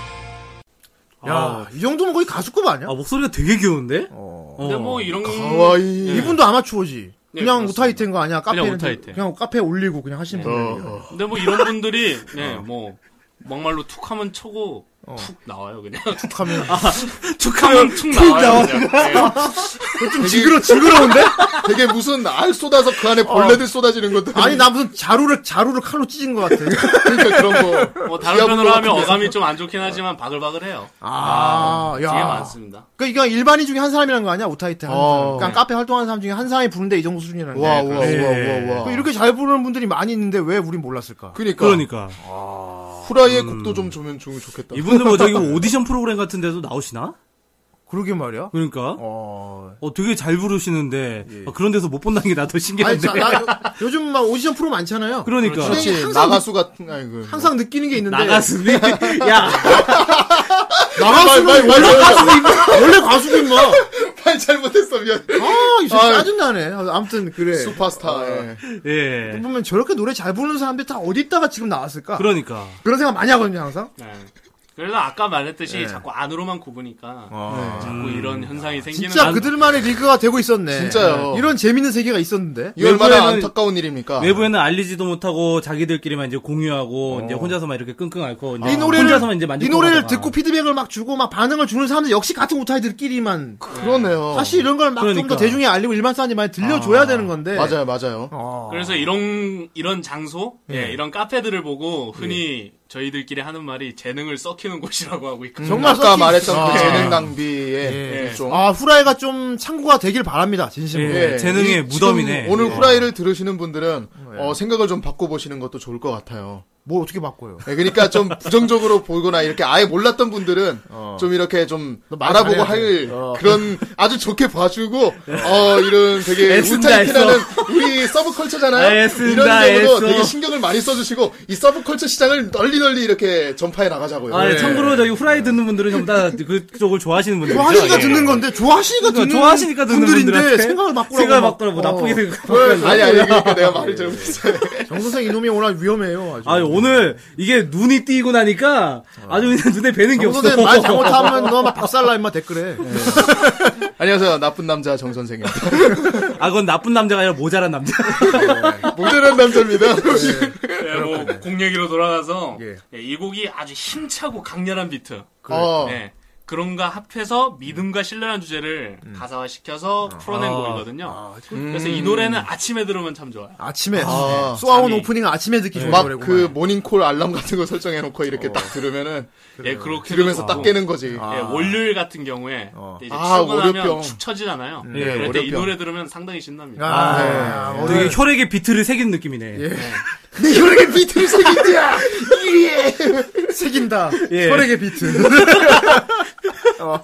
S1: 야, 이 정도면 거의 가수급 아니야?
S3: 아, 목소리가 되게 귀여운데?
S1: 어.
S9: 근데 뭐 이런
S2: 가와이.
S9: 예.
S1: 이분도 아마추어지.
S9: 네,
S1: 그냥
S9: 그렇습니다.
S1: 우타이테인 거 아니야? 카페에
S9: 우타이테.
S1: 그냥 카페에 올리고 그냥 하시는
S2: 어,
S1: 분들.
S2: 어.
S9: 근데 뭐 이런 분들이 네, 뭐 막말로 툭 하면 쳐고 툭 나와요 그냥
S1: 툭하면
S9: 네, 툭 하면 툭 나와요 그냥.
S1: 좀 징그러 징그러운데? 어.
S2: 되게 무슨 알 쏟아서 그 안에 벌레들 쏟아지는 것도
S1: 아니 나 무슨 자루를 자루를 칼로 찢은 것 같아.
S2: 그러니까 그런 거.
S9: 뭐 다른
S2: 디아블로
S9: 편으로
S2: 같은
S9: 하면
S2: 데서.
S9: 어감이 좀 안 좋긴 하지만 바글바글해요.
S1: 아,
S9: 되게 많습니다.
S1: 그러니까 이거 일반인 중에 한 사람이라는 거 아니야 우타이트. 하는
S2: 어.
S1: 사람. 그러니까 카페 활동하는 사람 중에 한 사람이 부른데 이 정도 수준이라는
S2: 우와
S1: 거.
S2: 우와 우와 우와
S1: 네, 그
S2: 우와.
S1: 이렇게 잘 부르는 분들이 많이 있는데 왜 우린 몰랐을까?
S2: 그러니까,
S3: 그러니까.
S2: 후라이의
S1: 음.
S2: 곡도 좀 주면 좋- 좋겠다.
S3: 이분들 뭐 저기 뭐 오디션 프로그램 같은 데도 나오시나?
S1: 그러게 말이야.
S3: 그러니까.
S1: 어. 예.
S3: 어, 되게 잘 부르시는데. 아, 그런 데서 못 본다는 게 나도
S1: 아니,
S3: 신기한데.
S1: 자, 나 요- 요즘 막 오디션 프로 많잖아요.
S3: 그러니까.
S1: 그렇지.
S2: 그렇지.
S1: 항상
S2: 나가수 같은 아니 그
S1: 항상 느끼는 게 있는데
S3: 나가슴이.
S1: 네.
S3: 야.
S1: 나가수는
S2: 말, 말, 말,
S1: 원래
S2: 말,
S1: 가수 임마 원래 가수 임마
S2: 말 잘못했어 미안.
S1: 아이
S2: 아유.
S1: 짜증나네 아무튼 그래
S2: 슈퍼스타.
S1: 어.
S2: 예.
S3: 예.
S1: 보면 저렇게 노래 잘 부르는 사람들이 다 어디 있다가 지금 나왔을까
S3: 그러니까.
S1: 그런 생각 많이 하거든요 항상
S9: 네. 그래서 아까 말했듯이 자꾸 안으로만 구으니까 자꾸 이런 현상이 생기는
S1: 진짜
S9: 거-
S1: 그들만의 리그가 되고 있었네
S2: 진짜요.
S1: 이런 재밌는 세계가 있었는데
S3: 예.
S2: 이 얼마나
S3: 외부에는-
S2: 안타까운
S1: 아.
S2: 일입니까?
S3: 외부에는 알리지도 못하고 자기들끼리만 이제 공유하고 이제 혼자서만 이렇게 끙끙 앓고 이제
S1: 어. 아. 이 노래를
S3: 아, 혼자서만 이제 만족
S1: 이 노래를 듣고 피드백을 막 주고 막 반응을 주는 사람들 역시 같은 오타이들끼리만
S2: 그러네요.
S1: 사실 이런 걸 막 좀 더
S3: 그러니까.
S1: 대중에 알리고 일반 사람들이 많이 들려줘야 되는 건데
S2: 맞아요 맞아요.
S1: 어.
S9: 그래서 이런 이런 장소, 예, 이런 카페들을 보고 흔히 저희들끼리 하는 말이 재능을 썩히는 곳이라고 하고 있거든요.
S1: 정말
S2: 아까
S1: 썩히-
S2: 말했던 그
S1: 아.
S2: 재능 낭비의
S1: 예.
S2: 일종.
S1: 아 후라이가 좀 창고가 되길 바랍니다 진심으로
S3: 예. 재능의
S2: 이-
S3: 무덤이네.
S2: 지금 오늘
S3: 예.
S2: 후라이를 들으시는 분들은
S1: 예.
S2: 어, 생각을 좀 바꿔보시는 것도 좋을 것 같아요.
S1: 뭘 어떻게 바꿔요
S2: 예, 그러니까 좀 부정적으로 보거나 이렇게 아예 몰랐던 분들은 좀 이렇게 좀
S1: 말
S2: 알아보고
S1: 잘해야
S2: 할
S1: 돼. 어.
S2: 그런 아주 좋게 봐주고 어 이런 되게
S3: 애쓴다,
S2: 우타이테라는 우리 서브컬처잖아요.
S3: 애쓴다,
S2: 이런 경우도
S3: 애써.
S2: 되게 신경을 많이 써주시고 이 서브컬처 시장을 널리 널리 이렇게 전파해 나가자고요.
S3: 아,
S2: 예.
S3: 참고로 저기 후라이 듣는 분들은 전부 다 그쪽을 좋아하시는 분들.
S1: 뭐 좋아하시니까 듣는 건데 좋아하시니까 듣는
S3: 좋아하시니까 예. 그러니까 듣는
S1: 분들인데
S3: 분들한테
S1: 생각을 바꾸라고
S3: 생각을
S1: 막-
S3: 바꾸라고
S1: 어.
S3: 나쁘게 생각.
S2: 아니 아니 그러니까 내가 말을 잘못했어요.
S1: 정 선생 이놈이 워낙 위험해요 아주
S3: 아 오늘 이게 눈이 띄고 나니까 아주 그냥 눈에 뵈는 게 네.
S1: 정
S3: 없어.
S1: 선생 말 잘못하면 너 막 박살나 임마 댓글에
S2: 안녕하세요 나쁜 남자 정 선생님.
S3: 아 그건 나쁜 남자가 아니라 모자란 남자.
S1: 네.
S2: 모자란 남자입니다. 네.
S9: 예, 뭐, 곡 얘기로 돌아가서,
S1: 예.
S9: 예, 이 곡이 아주 힘차고 강렬한 비트.
S2: 어,
S9: 예, 그런가 합해서 믿음과 신뢰라는 주제를 가사화시켜서 풀어낸 곡이거든요. 그래서 이 노래는 아침에 들으면 참 좋아요.
S1: 아침에
S2: 아,
S1: 쏘아온
S9: 잠이.
S1: 오프닝 아침에 듣기 좋은
S2: 막 그
S1: 노래고
S2: 모닝콜 알람 같은 거 설정해놓고 이렇게 딱 들으면은
S9: 예, 그렇게
S2: 들으면서
S9: 듣고,
S2: 딱 깨는 거지.
S9: 예, 월요일 같은 경우에 이제
S2: 아, 월요병.
S9: 출근하면 축 처지잖아요.
S3: 예,
S9: 그럴 때 이
S2: 월요병.
S9: 노래 들으면 상당히 신납니다.
S1: 아, 네. 예.
S3: 되게 혈액에 비트를 새기는 느낌이네.
S2: 내 혈액에 비트를 새긴다.
S1: 새긴다
S3: 예.
S1: 혈액의 비트 어,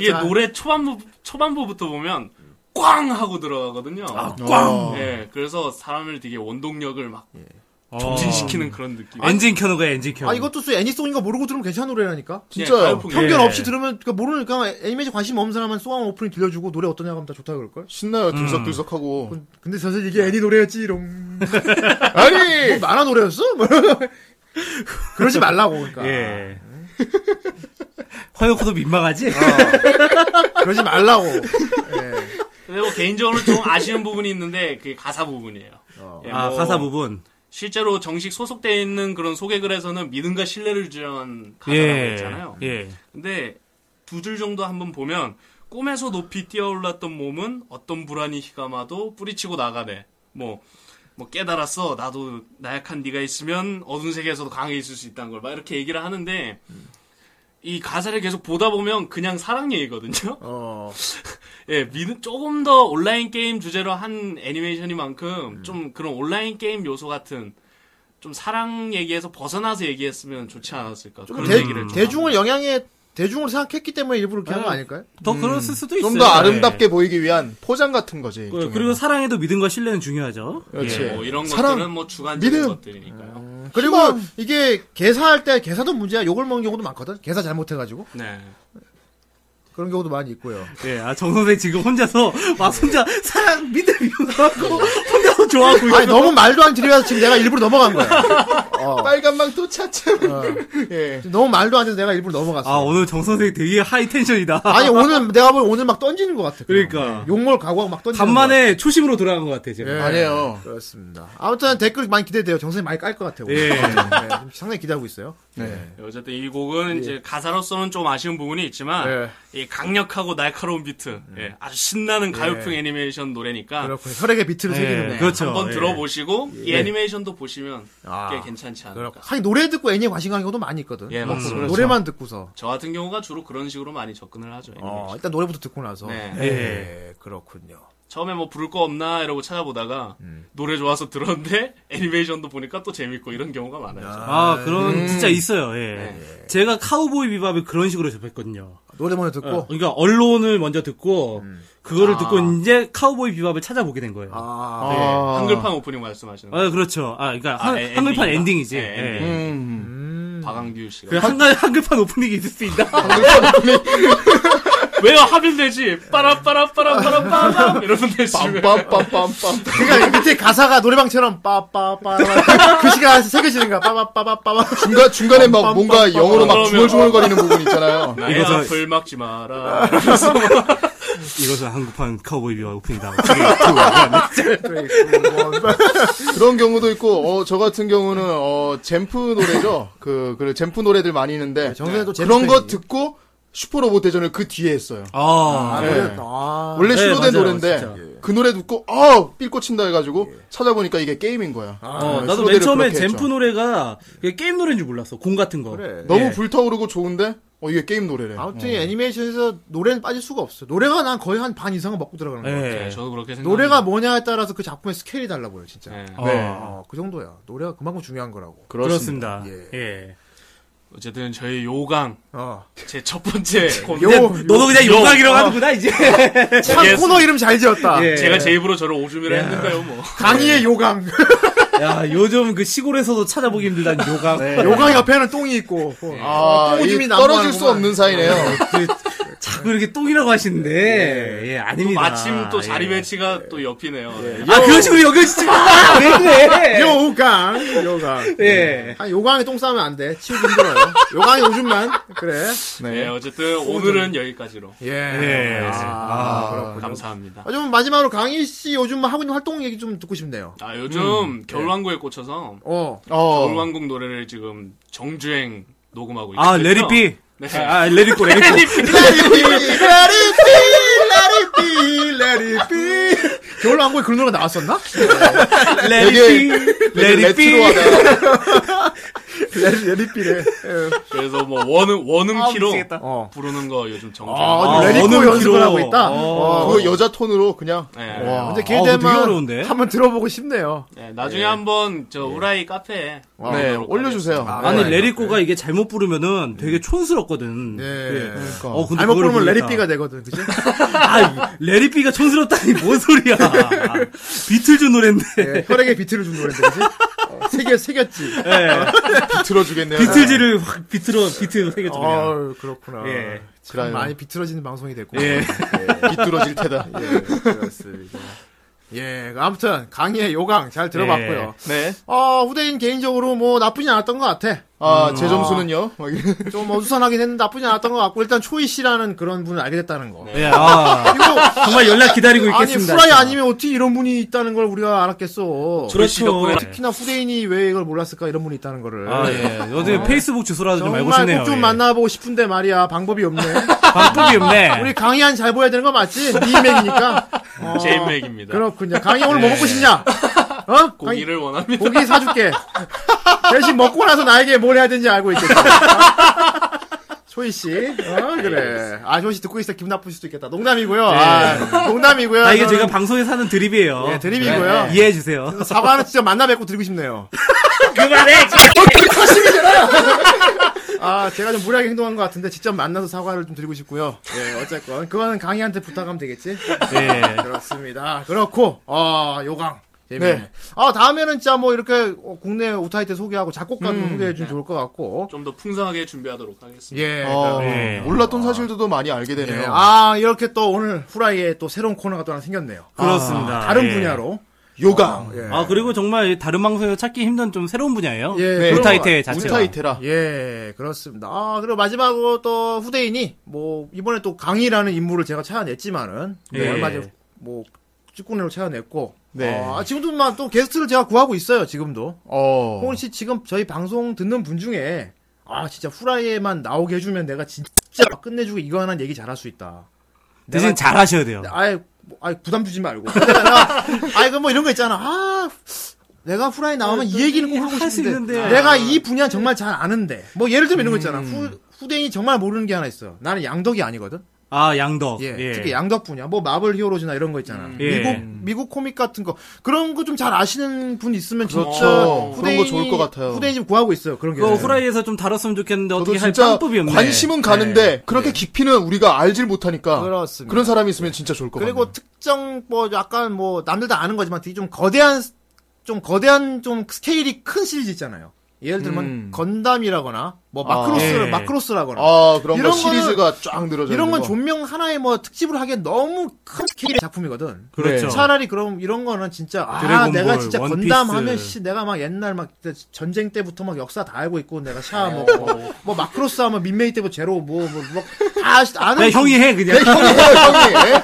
S9: 이게
S1: 그렇죠.
S9: 노래 초반부 초반부부터 보면 꽝 하고 들어가거든요.
S3: 아, 꽝.
S9: 예, 그래서 사람을 되게 원동력을 막
S3: 어.
S9: 촉진시키는 그런 느낌. 예,
S3: 엔진 켜는 거야 엔진 켜.
S1: 아 이것도 수 애니송인 거 모르고 들으면 괜찮은 노래라니까
S2: 진짜요?
S1: 편견
S3: 예.
S1: 없이 들으면 그러니까 모르니까 애니메이션 관심 없는 사람은 쏘아온 오프닝 들려주고 노래 어떠냐고 하면 다 좋다 그럴걸
S2: 신나요
S3: 음.
S2: 들썩들썩하고.
S1: 근데 사실 이게 애니 노래였지롱
S2: 아니
S1: 뭐 만화 노래였어? 뭐. 그러지 말라고 그러니까
S3: 예. 화요코도 민망하지?
S9: 아,
S1: 그러지 말라고
S9: 근데 뭐 개인적으로 좀 아쉬운 부분이 있는데 그게 가사 부분이에요. 예,
S3: 아
S9: 뭐
S3: 가사 부분.
S9: 실제로 정식 소속되어 있는 그런 소개글에서는 믿음과 신뢰를 주장한 가사라고 뭐
S3: 예.
S9: 했잖아요.
S3: 예.
S9: 근데 두 줄 정도 한번 보면 꿈에서 높이 뛰어올랐던 몸은 어떤 불안이 휘감아도 뿌리치고 나가네. 뭐, 뭐 깨달았어. 나도 나약한 네가 있으면 어두운 세계에서도 강해 있을 수 있다는 걸 막 이렇게 얘기를 하는데 이 가사를 계속 보다 보면 그냥 사랑 얘기거든요.
S1: 어.
S9: 예, 믿음 조금 더 온라인 게임 주제로 한 애니메이션이만큼
S1: 음.
S9: 좀 그런 온라인 게임 요소 같은 좀 사랑 얘기에서 벗어나서 얘기했으면 좋지 않았을까.
S1: 좀
S9: 그런
S1: 대,
S9: 얘기를 좀
S1: 대중을 영향에 대중을 생각했기 때문에 일부러 이렇게 한 거
S3: 아,
S1: 아닐까요?
S9: 음.
S3: 더 그랬을 수도 있어요.
S2: 좀 더
S3: 예.
S2: 아름답게 보이기 위한 포장 같은 거지.
S3: 그-
S2: 일종의.
S3: 그리고 사랑에도 믿음과 신뢰는 중요하죠.
S2: 그렇지.
S9: 예, 뭐 이런
S2: 사랑,
S9: 것들은 뭐 주관적인
S2: 믿음.
S9: 것들이니까요.
S1: 그리고 이게 개사할 때 개사도 문제야 욕을 먹는 경우도 많거든 개사 잘못해가지고
S9: 네.
S1: 그런 경우도 많이 있고요
S3: 예, 아, 정선생 지금 혼자서, 막 혼자, 사랑, 믿음, 이러고, 혼자서 좋아하고 있어.
S1: 아니 너무 말도 안 들여서 지금 내가 일부러 넘어간 거야
S2: 빨간망 또 차츰. 예.
S1: 지금 너무 말도 안 돼서 내가 일부러 넘어갔어
S3: 아, 오늘 정선생 되게 하이 텐션이다.
S1: 아니 오늘 내가 보면 오늘 막 던지는 것 같아 그냥.
S3: 그러니까.
S1: 욕먹을 각오하고 막 던지는 것
S3: 간만에 초심으로 돌아간 것 같아, 제가.
S1: 같아. 예.
S2: 아니에요.
S1: 그렇습니다 아무튼 댓글 많이 기대돼요 정선이 많이 깔 것 같아요 오늘.
S3: 예.
S1: 네, 지금 상당히 기대하고 있어요
S2: 네.
S9: 어쨌든 이 곡은 이제 가사로서는 좀 아쉬운 부분이 있지만
S1: 예.
S9: 이 강력하고 날카로운 비트, 예, 아주 신나는 가요풍 애니메이션 노래니까
S1: 예. 그렇군요. 혈액의 비트를
S3: 예.
S1: 새기는 거.
S3: 그렇죠.
S9: 한번
S1: 예.
S9: 들어보시고 이 애니메이션도 보시면
S1: 아.
S9: 꽤 괜찮지 않을까.
S1: 그렇고. 하긴 노래 듣고 애니에 관심 가는 경우도 많이 있거든.
S9: 예, 맞습니다.
S1: 음, 노래만 듣고서.
S9: 저 같은 경우가 주로 그런 식으로 많이 접근을 하죠.
S1: 어,
S9: 애니메이션.
S1: 일단 노래부터 듣고 나서.
S9: 예. 네.
S1: 예, 그렇군요.
S9: 처음에 뭐 부를 거 없나 이러고 찾아보다가
S1: 음.
S9: 노래 좋아서 들었는데 애니메이션도 보니까 또 재밌고 이런 경우가 많아요.
S3: 아, 그런, 진짜
S1: 음.
S3: 있어요, 예.
S1: 네.
S3: 제가 카우보이 비밥을 그런 식으로 접했거든요.
S1: 노래 먼저 듣고.
S3: 어, 그러니까 언론을 먼저 듣고, 그거를 듣고 이제 카우보이 비밥을 찾아보게 된 거예요. 아,
S1: 아,
S9: 네,
S2: 아.
S9: 한글판 오프닝 말씀하시는 거.
S3: 그렇죠. 아, 그러니까
S9: 아,
S3: 한,
S9: 에-
S3: 한글판
S9: 엔딩인가?
S3: 엔딩이지.
S9: 예,
S3: 예.
S9: 엔딩.
S2: 음.
S9: 박항규 씨가.
S3: 그 한글, 한글판 오프닝이 있을 수 있나?
S9: 왜요? 하면 되지. 빠라빠라빠라빠라빠람 이러면 되지. 왜.
S2: 빰빰빰빰빰.
S1: 그러니까 이 밑에 가사가 노래방처럼 빠빠빠 글씨가 새겨지는 거야. 빠빠빠빠빠.
S2: 중간 중간에 막 뭔가 영어로 막
S9: 그러면- 네.
S2: 중얼중얼거리는 부분 있잖아요.
S9: 나의
S3: 이거죠.
S9: 앞을 막지 마라.
S3: 이것은 한국판 카우보이 비밥 오프닝이다.
S2: 그런 경우도 있고 어 저 같은 경우는 어 잼프 노래죠. 그 그래 잼프 노래들 많이
S3: 네,
S2: 있는데
S1: 네, 정선에도 잼프
S2: 그런 거
S1: 팬이지.
S2: 듣고 슈퍼로봇 대전을 그 뒤에 했어요.
S3: 아,
S1: 아,
S2: 네.
S1: 그래. 아.
S2: 원래
S3: 네,
S2: 슈로된
S3: 맞아요,
S2: 노래인데
S3: 진짜. 예.
S2: 그 노래 듣고 어 삘꽂힌다 해가지고 찾아보니까 이게 게임인 거야.
S3: 어,
S2: 네,
S3: 나도
S2: 슈로데를
S3: 맨 처음에
S2: 그렇게 했죠.
S3: 잼프 노래가 그게 게임 노래인 줄 몰랐어. 공 같은 거.
S1: 그래.
S2: 너무
S3: 예.
S2: 불타오르고 좋은데 어 이게 게임 노래래.
S1: 아무튼 이 애니메이션에서 노래는 빠질 수가 없어. 노래가 난 거의 한 반 이상은 먹고 들어가는 거야.
S3: 예.
S9: 네, 저도 그렇게 생각.
S1: 노래가 뭐냐에 따라서 그 작품의 스케일이 달라 보여 진짜.
S9: 네.
S3: 어,
S1: 어, 그 정도야. 노래가 그만큼 중요한 거라고.
S3: 그렇습니다.
S1: 그렇습니다.
S3: 예.
S9: 어쨌든 저희 요강
S1: 어.
S9: 제 첫 번째 콘.
S1: 요-
S3: 근데 어, 너도 그냥
S9: 어, 요-
S3: 요각이라고 하는구나 이제.
S1: 참
S9: 예.
S1: 코너 이름 잘 지었다.
S3: 예.
S9: 제가 제 입으로 저를 오줌이라 했는가요, 뭐.
S1: 강의의 요강.
S3: 예. 야 요즘 그 시골에서도 찾아보기 힘들다는 요각.
S1: 요강 옆에는 똥이 있고. 어.
S2: 아,
S1: 똥오줌이
S2: 이
S1: 난무하는구만.
S2: 떨어질 수 없는 사이네요.
S3: 그, 자꾸 이렇게 똥이라고 하시는데 예, 아닙니다.
S9: 마침 또 자리
S3: 예.
S9: 배치가 또 옆이네요. 네.
S3: 아 그런 식으로 여겨지지 마. 왜 그래?
S1: 예. 요강. 요강.
S3: 예.
S1: 아, 요강에 똥 싸면 안 돼. 치우기 힘들어요. 요강에 오줌만. 그래.
S9: 네, 어쨌든 오늘은 여기까지로.
S1: 예.
S9: 네.
S3: 예.
S1: 아, 그렇군요.
S9: 감사합니다.
S1: 아, 좀 마지막으로 강희 씨 요즘 하고 있는 활동 얘기 좀 듣고 싶네요.
S9: 아, 요즘 겨울왕국에 꽂혀서
S1: 어.
S2: 어.
S9: 겨울왕국 노래를 지금 정주행 녹음하고 있거든요.
S3: 아 레리피.
S9: 네.
S3: 아 레리코 레리코.
S1: 겨울 왕국에 그런 노래 나왔었나?
S3: 레리피. 레리피. 아,
S2: 레트로하다.
S1: 레리피래.
S9: 그래서 뭐 원음
S3: 아,
S9: 원음 키로
S3: 미치겠다.
S1: 어.
S9: 부르는 거 요즘 정주행.
S1: 아,
S3: 아,
S1: 레리코
S3: 어느
S1: 연습을
S3: 키로.
S1: 하고 있다.
S3: 어.
S1: 어.
S2: 그거 여자 톤으로 그냥
S9: 네.
S2: 와.
S1: 근데
S3: 아,
S1: 길
S3: 그거 되게
S1: 되면
S3: 어려운데?
S1: 한번 들어보고 싶네요.
S9: 네, 나중에 한번 저 우라이 카페에
S2: 네, 올려주세요.
S1: 아,
S3: 아니
S1: 네.
S3: 레리코가 이게 잘못 부르면은 되게 촌스럽거든.
S1: 예.
S2: 그러니까.
S3: 어, 근데
S1: 잘못 부르면
S3: 그걸 모르겠다.
S1: 레리피가 되거든, 그지?
S3: 아, 레리피가 촌스럽다니 뭔 소리야. 비틀즈 노랜데.
S1: 예, 혈액에 비트를 준 노래인데, 그지? 어, 새겨, 새겼지.
S3: 네.
S2: 비틀어주겠네요.
S3: 비틀즈를 확 비틀어 비틀 새겨줘 그냥.
S1: 어, 그렇구나.
S3: 예.
S1: 참
S2: 그래요.
S1: 많이 비틀어지는 방송이 됐고.
S3: 예.
S2: 비뚤어질 테다.
S1: 그렇습니다. 예, 아무튼 강의의 요강 잘 들어봤고요.
S2: 네.
S1: 어, 후대인 개인적으로 뭐 나쁘진 않았던 것 같아. 음. 아,
S2: 아, 제 점수는요? 막 이렇게.
S1: 좀 어수선하긴 했는데 나쁘진 않았던 것 같고 일단 초이 씨라는 그런 분을 알게 됐다는 거.
S3: 예, 아,
S1: 그리고
S3: 정말 연락 기다리고
S1: 아니
S3: 있겠습니다.
S1: 후라이 아니면 어떻게 이런 분이 있다는 걸 우리가 알았겠어.
S3: 그렇죠.
S1: 특히나 후대인이 왜 이걸 몰랐을까 이런 분이 있다는 거를.
S3: 아, 예. 어제 페이스북 주소라도 좀 알고
S1: 정말
S3: 싶네요.
S1: 꼭 좀
S3: 예.
S1: 만나보고 싶은데 말이야 방법이 없네.
S3: 방법이
S9: 예.
S3: 없네.
S1: 우리 강의한 잘 보여야 되는 거 맞지? 니 맥이니까. 어,
S9: 제임맥입니다. 네.
S1: 그렇군요. 강의 오늘 뭐 먹고 싶냐? 어? 강의-
S9: 고기를 원합니다.
S1: 고기 사줄게. 대신 먹고 나서 나에게 뭘 해야 되는지 알고 있겠지. 초이 씨, 어, 그래. 아, 초이 씨 듣고 있어 기분 나쁠 수도 있겠다. 농담이고요.
S9: 네.
S1: 아, 농담이고요.
S3: 아, 이게
S1: 저는-
S3: 제가 방송에 사는 드립이에요.
S1: 예, 드립이고요.
S3: 이해해 주세요.
S1: 사과는 진짜 만나 뵙고 드리고 싶네요.
S3: 그만해.
S1: 아, 제가 좀 무리하게 행동한 것 같은데 직접 만나서 사과를 좀 드리고 싶고요. 예, 어쨌건 그거는 강희한테 부탁하면 되겠지.
S3: 예.
S1: 그렇습니다. 그렇고, 아, 요강. 재밌네.
S2: 네.
S1: 아, 다음에는 진짜 뭐 이렇게 어, 국내 우타이 때 소개하고 작곡가도
S3: 음.
S1: 소개해 주면 좋을 것 같고.
S9: 좀 더 풍성하게 준비하도록 하겠습니다.
S1: 예.
S2: 어,
S3: 네. 네.
S2: 몰랐던 사실도 많이 알게 되네요.
S1: 예, 아 이렇게 또 오늘 후라이에 또 새로운 코너가 또 하나 생겼네요. 아,
S3: 그렇습니다.
S1: 다른
S3: 예.
S1: 분야로.
S2: 요강.
S1: 예.
S3: 아, 그리고 정말 다른 방송에서 찾기 힘든 좀 새로운 분야예요.
S1: 예,
S2: 네.
S3: 우타이테 자체가.
S2: 우타이테라.
S1: 예, 그렇습니다. 아, 그리고 마지막으로 또 후대인이 뭐 이번에 또 강희라는 인물을 제가 찾아냈지만은 네,
S3: 예.
S1: 얼마 전뭐 직군으로 찾아냈고.
S2: 네.
S1: 아, 지금도 막 또 게스트를 제가 구하고 있어요. 지금도.
S2: 어.
S1: 홍은 씨 지금 저희 방송 듣는 분 중에 아 진짜 후라이에만 나오게 해주면 내가 진짜 끝내주고 이거 하나 얘기 잘할 수 있다.
S3: 대신
S1: 내가-
S3: 잘하셔야 돼요.
S1: 아예 뭐, 아예 부담 주지 말고. 내가- 아이 그뭐 이런 거 있잖아. 아 내가 후라이 나오면 이 얘기는 꼭 하고
S3: 할수
S1: 싶은데 아.
S3: 있는데.
S1: 내가 이 분야 정말 잘 아는데 뭐 예를 들면 이런 거 있잖아. 후, 후대인이 정말 모르는 게 하나 있어요. 나는 양덕이 아니거든.
S3: 아 양덕.
S1: 예, 음.
S3: 예.
S1: 특히 양덕 분야, 뭐 마블 히어로즈나 이런 거 있잖아.
S3: 예.
S1: 미국 미국 코믹 같은 거 그런 거 좀 잘 아시는 분 있으면 진짜
S2: 그렇죠. 그런 거 좋을 것 같아요.
S1: 후대인 지금 구하고 있어요. 그런 게.
S3: 그거 후라이에서 좀 다뤘으면 좋겠는데
S2: 저도
S3: 어떻게 할
S2: 진짜
S3: 방법이 없네.
S2: 관심은 가는데 그렇게 깊이는 우리가 알질 못하니까
S1: 예. 그렇습니다.
S2: 그런 사람이 있으면 진짜 좋을 것 같아요.
S1: 그리고 특정 뭐 약간 뭐 남들 다 아는 거지만 되게 좀 거대한 좀 거대한 좀 스케일이 큰 시리즈 있잖아요. 예를 들면
S2: 음.
S1: 건담이라거나 뭐
S2: 아,
S1: 마크로스
S3: 예.
S1: 마크로스라거나
S2: 아 그런
S1: 이런
S2: 거
S1: 거는-
S2: 시리즈가 쫙
S3: 그렇죠,
S2: 늘어져
S1: 이런
S2: 있는
S1: 건
S2: 거.
S1: 존명 하나의 뭐 특집으로 하기엔 너무 큰 스케일의 작품이거든.
S3: 그렇죠.
S1: 네, 차라리 그럼 이런 거는 진짜 아
S3: 드래곤볼,
S1: 내가 진짜
S3: 원피스.
S1: 건담 하면 씨 내가 막 옛날 막 그때 전쟁 때부터 막 역사 다 알고 있고 내가 샤 뭐뭐 뭐 마크로스 하면 민메이 때부터 제로 뭐, 뭐뭐다 아는
S3: 네, 형이 해 그냥.
S2: 어, 형이 해요, 예? 형이.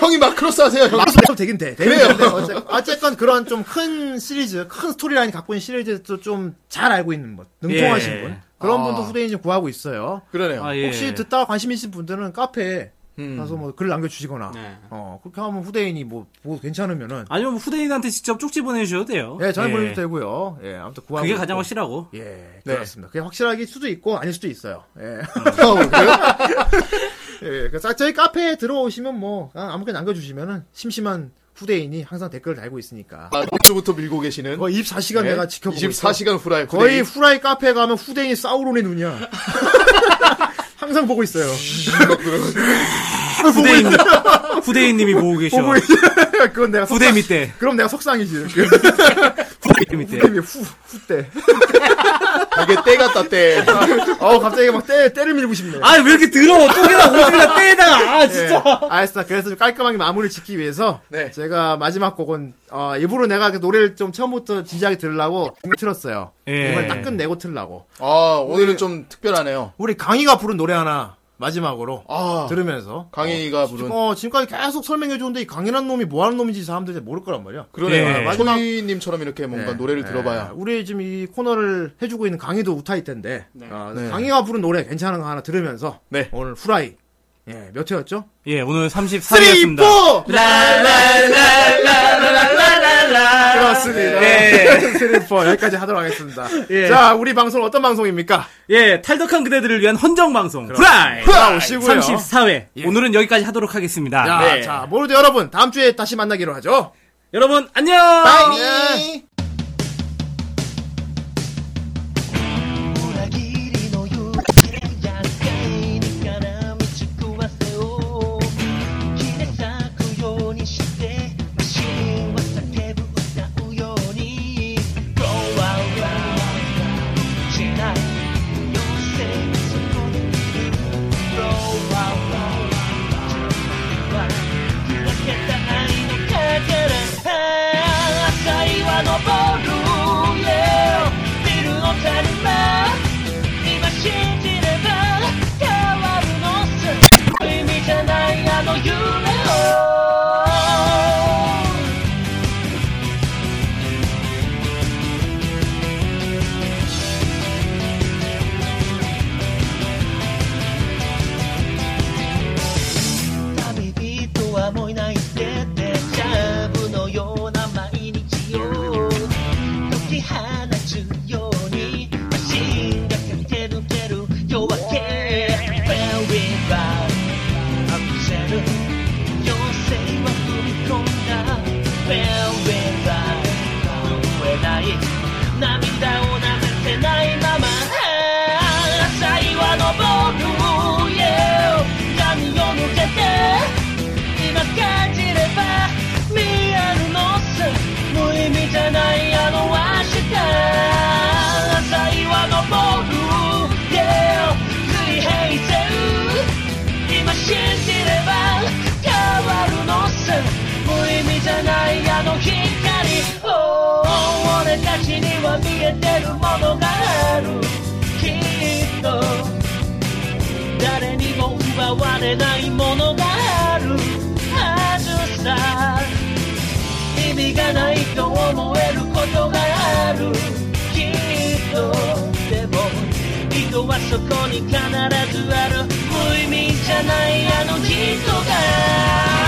S2: 형이 마크로스 하세요, 형이.
S1: 마크로스 되긴 돼. 되긴 돼. 아, 어쨌- 어쨌건 그런 좀 큰 시리즈, 큰 스토리라인 갖고 있는 시리즈도 좀 잘 알고 있는 분, 능통하신
S3: 예.
S1: 분 그런
S2: 아.
S1: 분도 후대인 좀 구하고 있어요.
S2: 그러네요.
S3: 아, 예.
S1: 혹시 듣다가 관심 있으신 분들은 카페에
S2: 음.
S1: 가서 뭐 글 남겨주시거나
S10: 네.
S1: 어 그렇게 하면 후대인이 뭐, 뭐 괜찮으면은
S3: 아니면 후대인한테 직접 쪽지 보내주셔도 돼요.
S1: 예 전화
S3: 예.
S1: 보내도 되고요 예 아무튼 구하고
S3: 그게
S1: 있고.
S3: 가장 확실하고.
S1: 예 그렇습니다 그게 확실하게 수도 있고 아닐 수도 있어요 예, 예 그래서 저희 카페에 들어오시면 뭐 아, 아무렇게나 남겨주시면은 심심한 후대인이 항상 댓글을 달고 있으니까
S2: 아, 목주부터 밀고 계시는.
S1: 거의 네. 24시간 내가 지켜보고 있어
S2: 24시간 후라이.
S1: 거의 후라이 카페 가면 후대인이 사우론의 눈이야 항상 보고 있어요
S3: 후대인 후대인님이 보고 계셔.
S1: 보고 있 그건 내가
S3: 후대
S1: 속상-
S3: 밑에.
S1: 그럼 내가 속상이지
S3: 후대 밑에.
S1: 후대미 후 후대
S2: 되게 때 같다, 때.
S1: 어우 갑자기 막 때, 때를 밀고 싶네
S3: 아 왜 이렇게 더러워? 똥이나 오줌이나 때에다가 아 진짜.
S1: 예, 알았어. 그래서 좀 깔끔하게 마무리를 짓기 위해서
S2: 네.
S1: 제가 마지막 곡은 어, 일부러 내가 그 노래를 좀 처음부터 진지하게 들으려고 틀었어요.
S3: 예.
S1: 이걸 딱 끝내고 틀려고.
S2: 아, 오늘은 좀 특별하네요.
S1: 우리 강희가 부른 노래 하나 마지막으로
S2: 아,
S1: 들으면서
S2: 강희가 부른.
S1: 어, 지금까지 계속 설명해 줬는데 이 강인한 놈이 뭐 하는 놈인지 사람들이 잘 모를 거란 말이야.
S3: 예.
S2: 그러네요. 아,
S1: 마지막-
S2: 소희님처럼 이렇게 뭔가
S1: 네.
S2: 그러니까 노래를
S1: 네.
S2: 들어봐야.
S1: 우리 지금 이 코너를 해주고 있는 강희도 우타일 텐데 아,
S2: 네.
S1: 강희가 부른 노래 괜찮은 거 하나 들으면서
S2: 네.
S1: 오늘 후라이 예, 몇 회였죠?
S3: 예 오늘 33회였습니다.
S1: 그렇습니다.
S3: 예.
S1: 슬리퍼 여기까지 하도록 하겠습니다.
S3: 예.
S1: 자, 우리 방송 은 어떤 방송입니까?
S3: 예 탈덕한 그대들을 위한 헌정 방송 프라이
S1: 돌아오시고요.
S3: 34회 오늘은 여기까지 하도록 하겠습니다.
S1: 자,
S3: 네.
S1: 자, 모두 여러분 다음 주에 다시 만나기로 하죠.
S3: 여러분 안녕.
S1: 예.
S8: 裏切りの勇気厄介に絡みつく汗を切れ裂くようにしてマシンは叫ぶ歌うように Go out loud 時代のせいそこにいる Go out loud 砕けた愛のかけら朝日は昇る Yeah ビルの谷間今信じれば変わるのさ意味じゃないあの夢を旅人はもういないってデジャブのような毎日を解き放つようにマシンが駆け抜ける夜明け Very loud アクセル妖精は踏み込んだ Very loud 燃えない涙を流せないまま朝日は昇る Yeah 闇を抜けて今感じれば見えるのさ無意味じゃないあの明日朝日は昇る Yeah 水平線今信じれば変わるのさ無意味じゃないあの光 Oh 俺たちには見えてるものがあるきっと誰にも奪われないものがあるはずさ意味がないと思えることがあるきっとでも一そこに必ずある無意味じゃないあの人が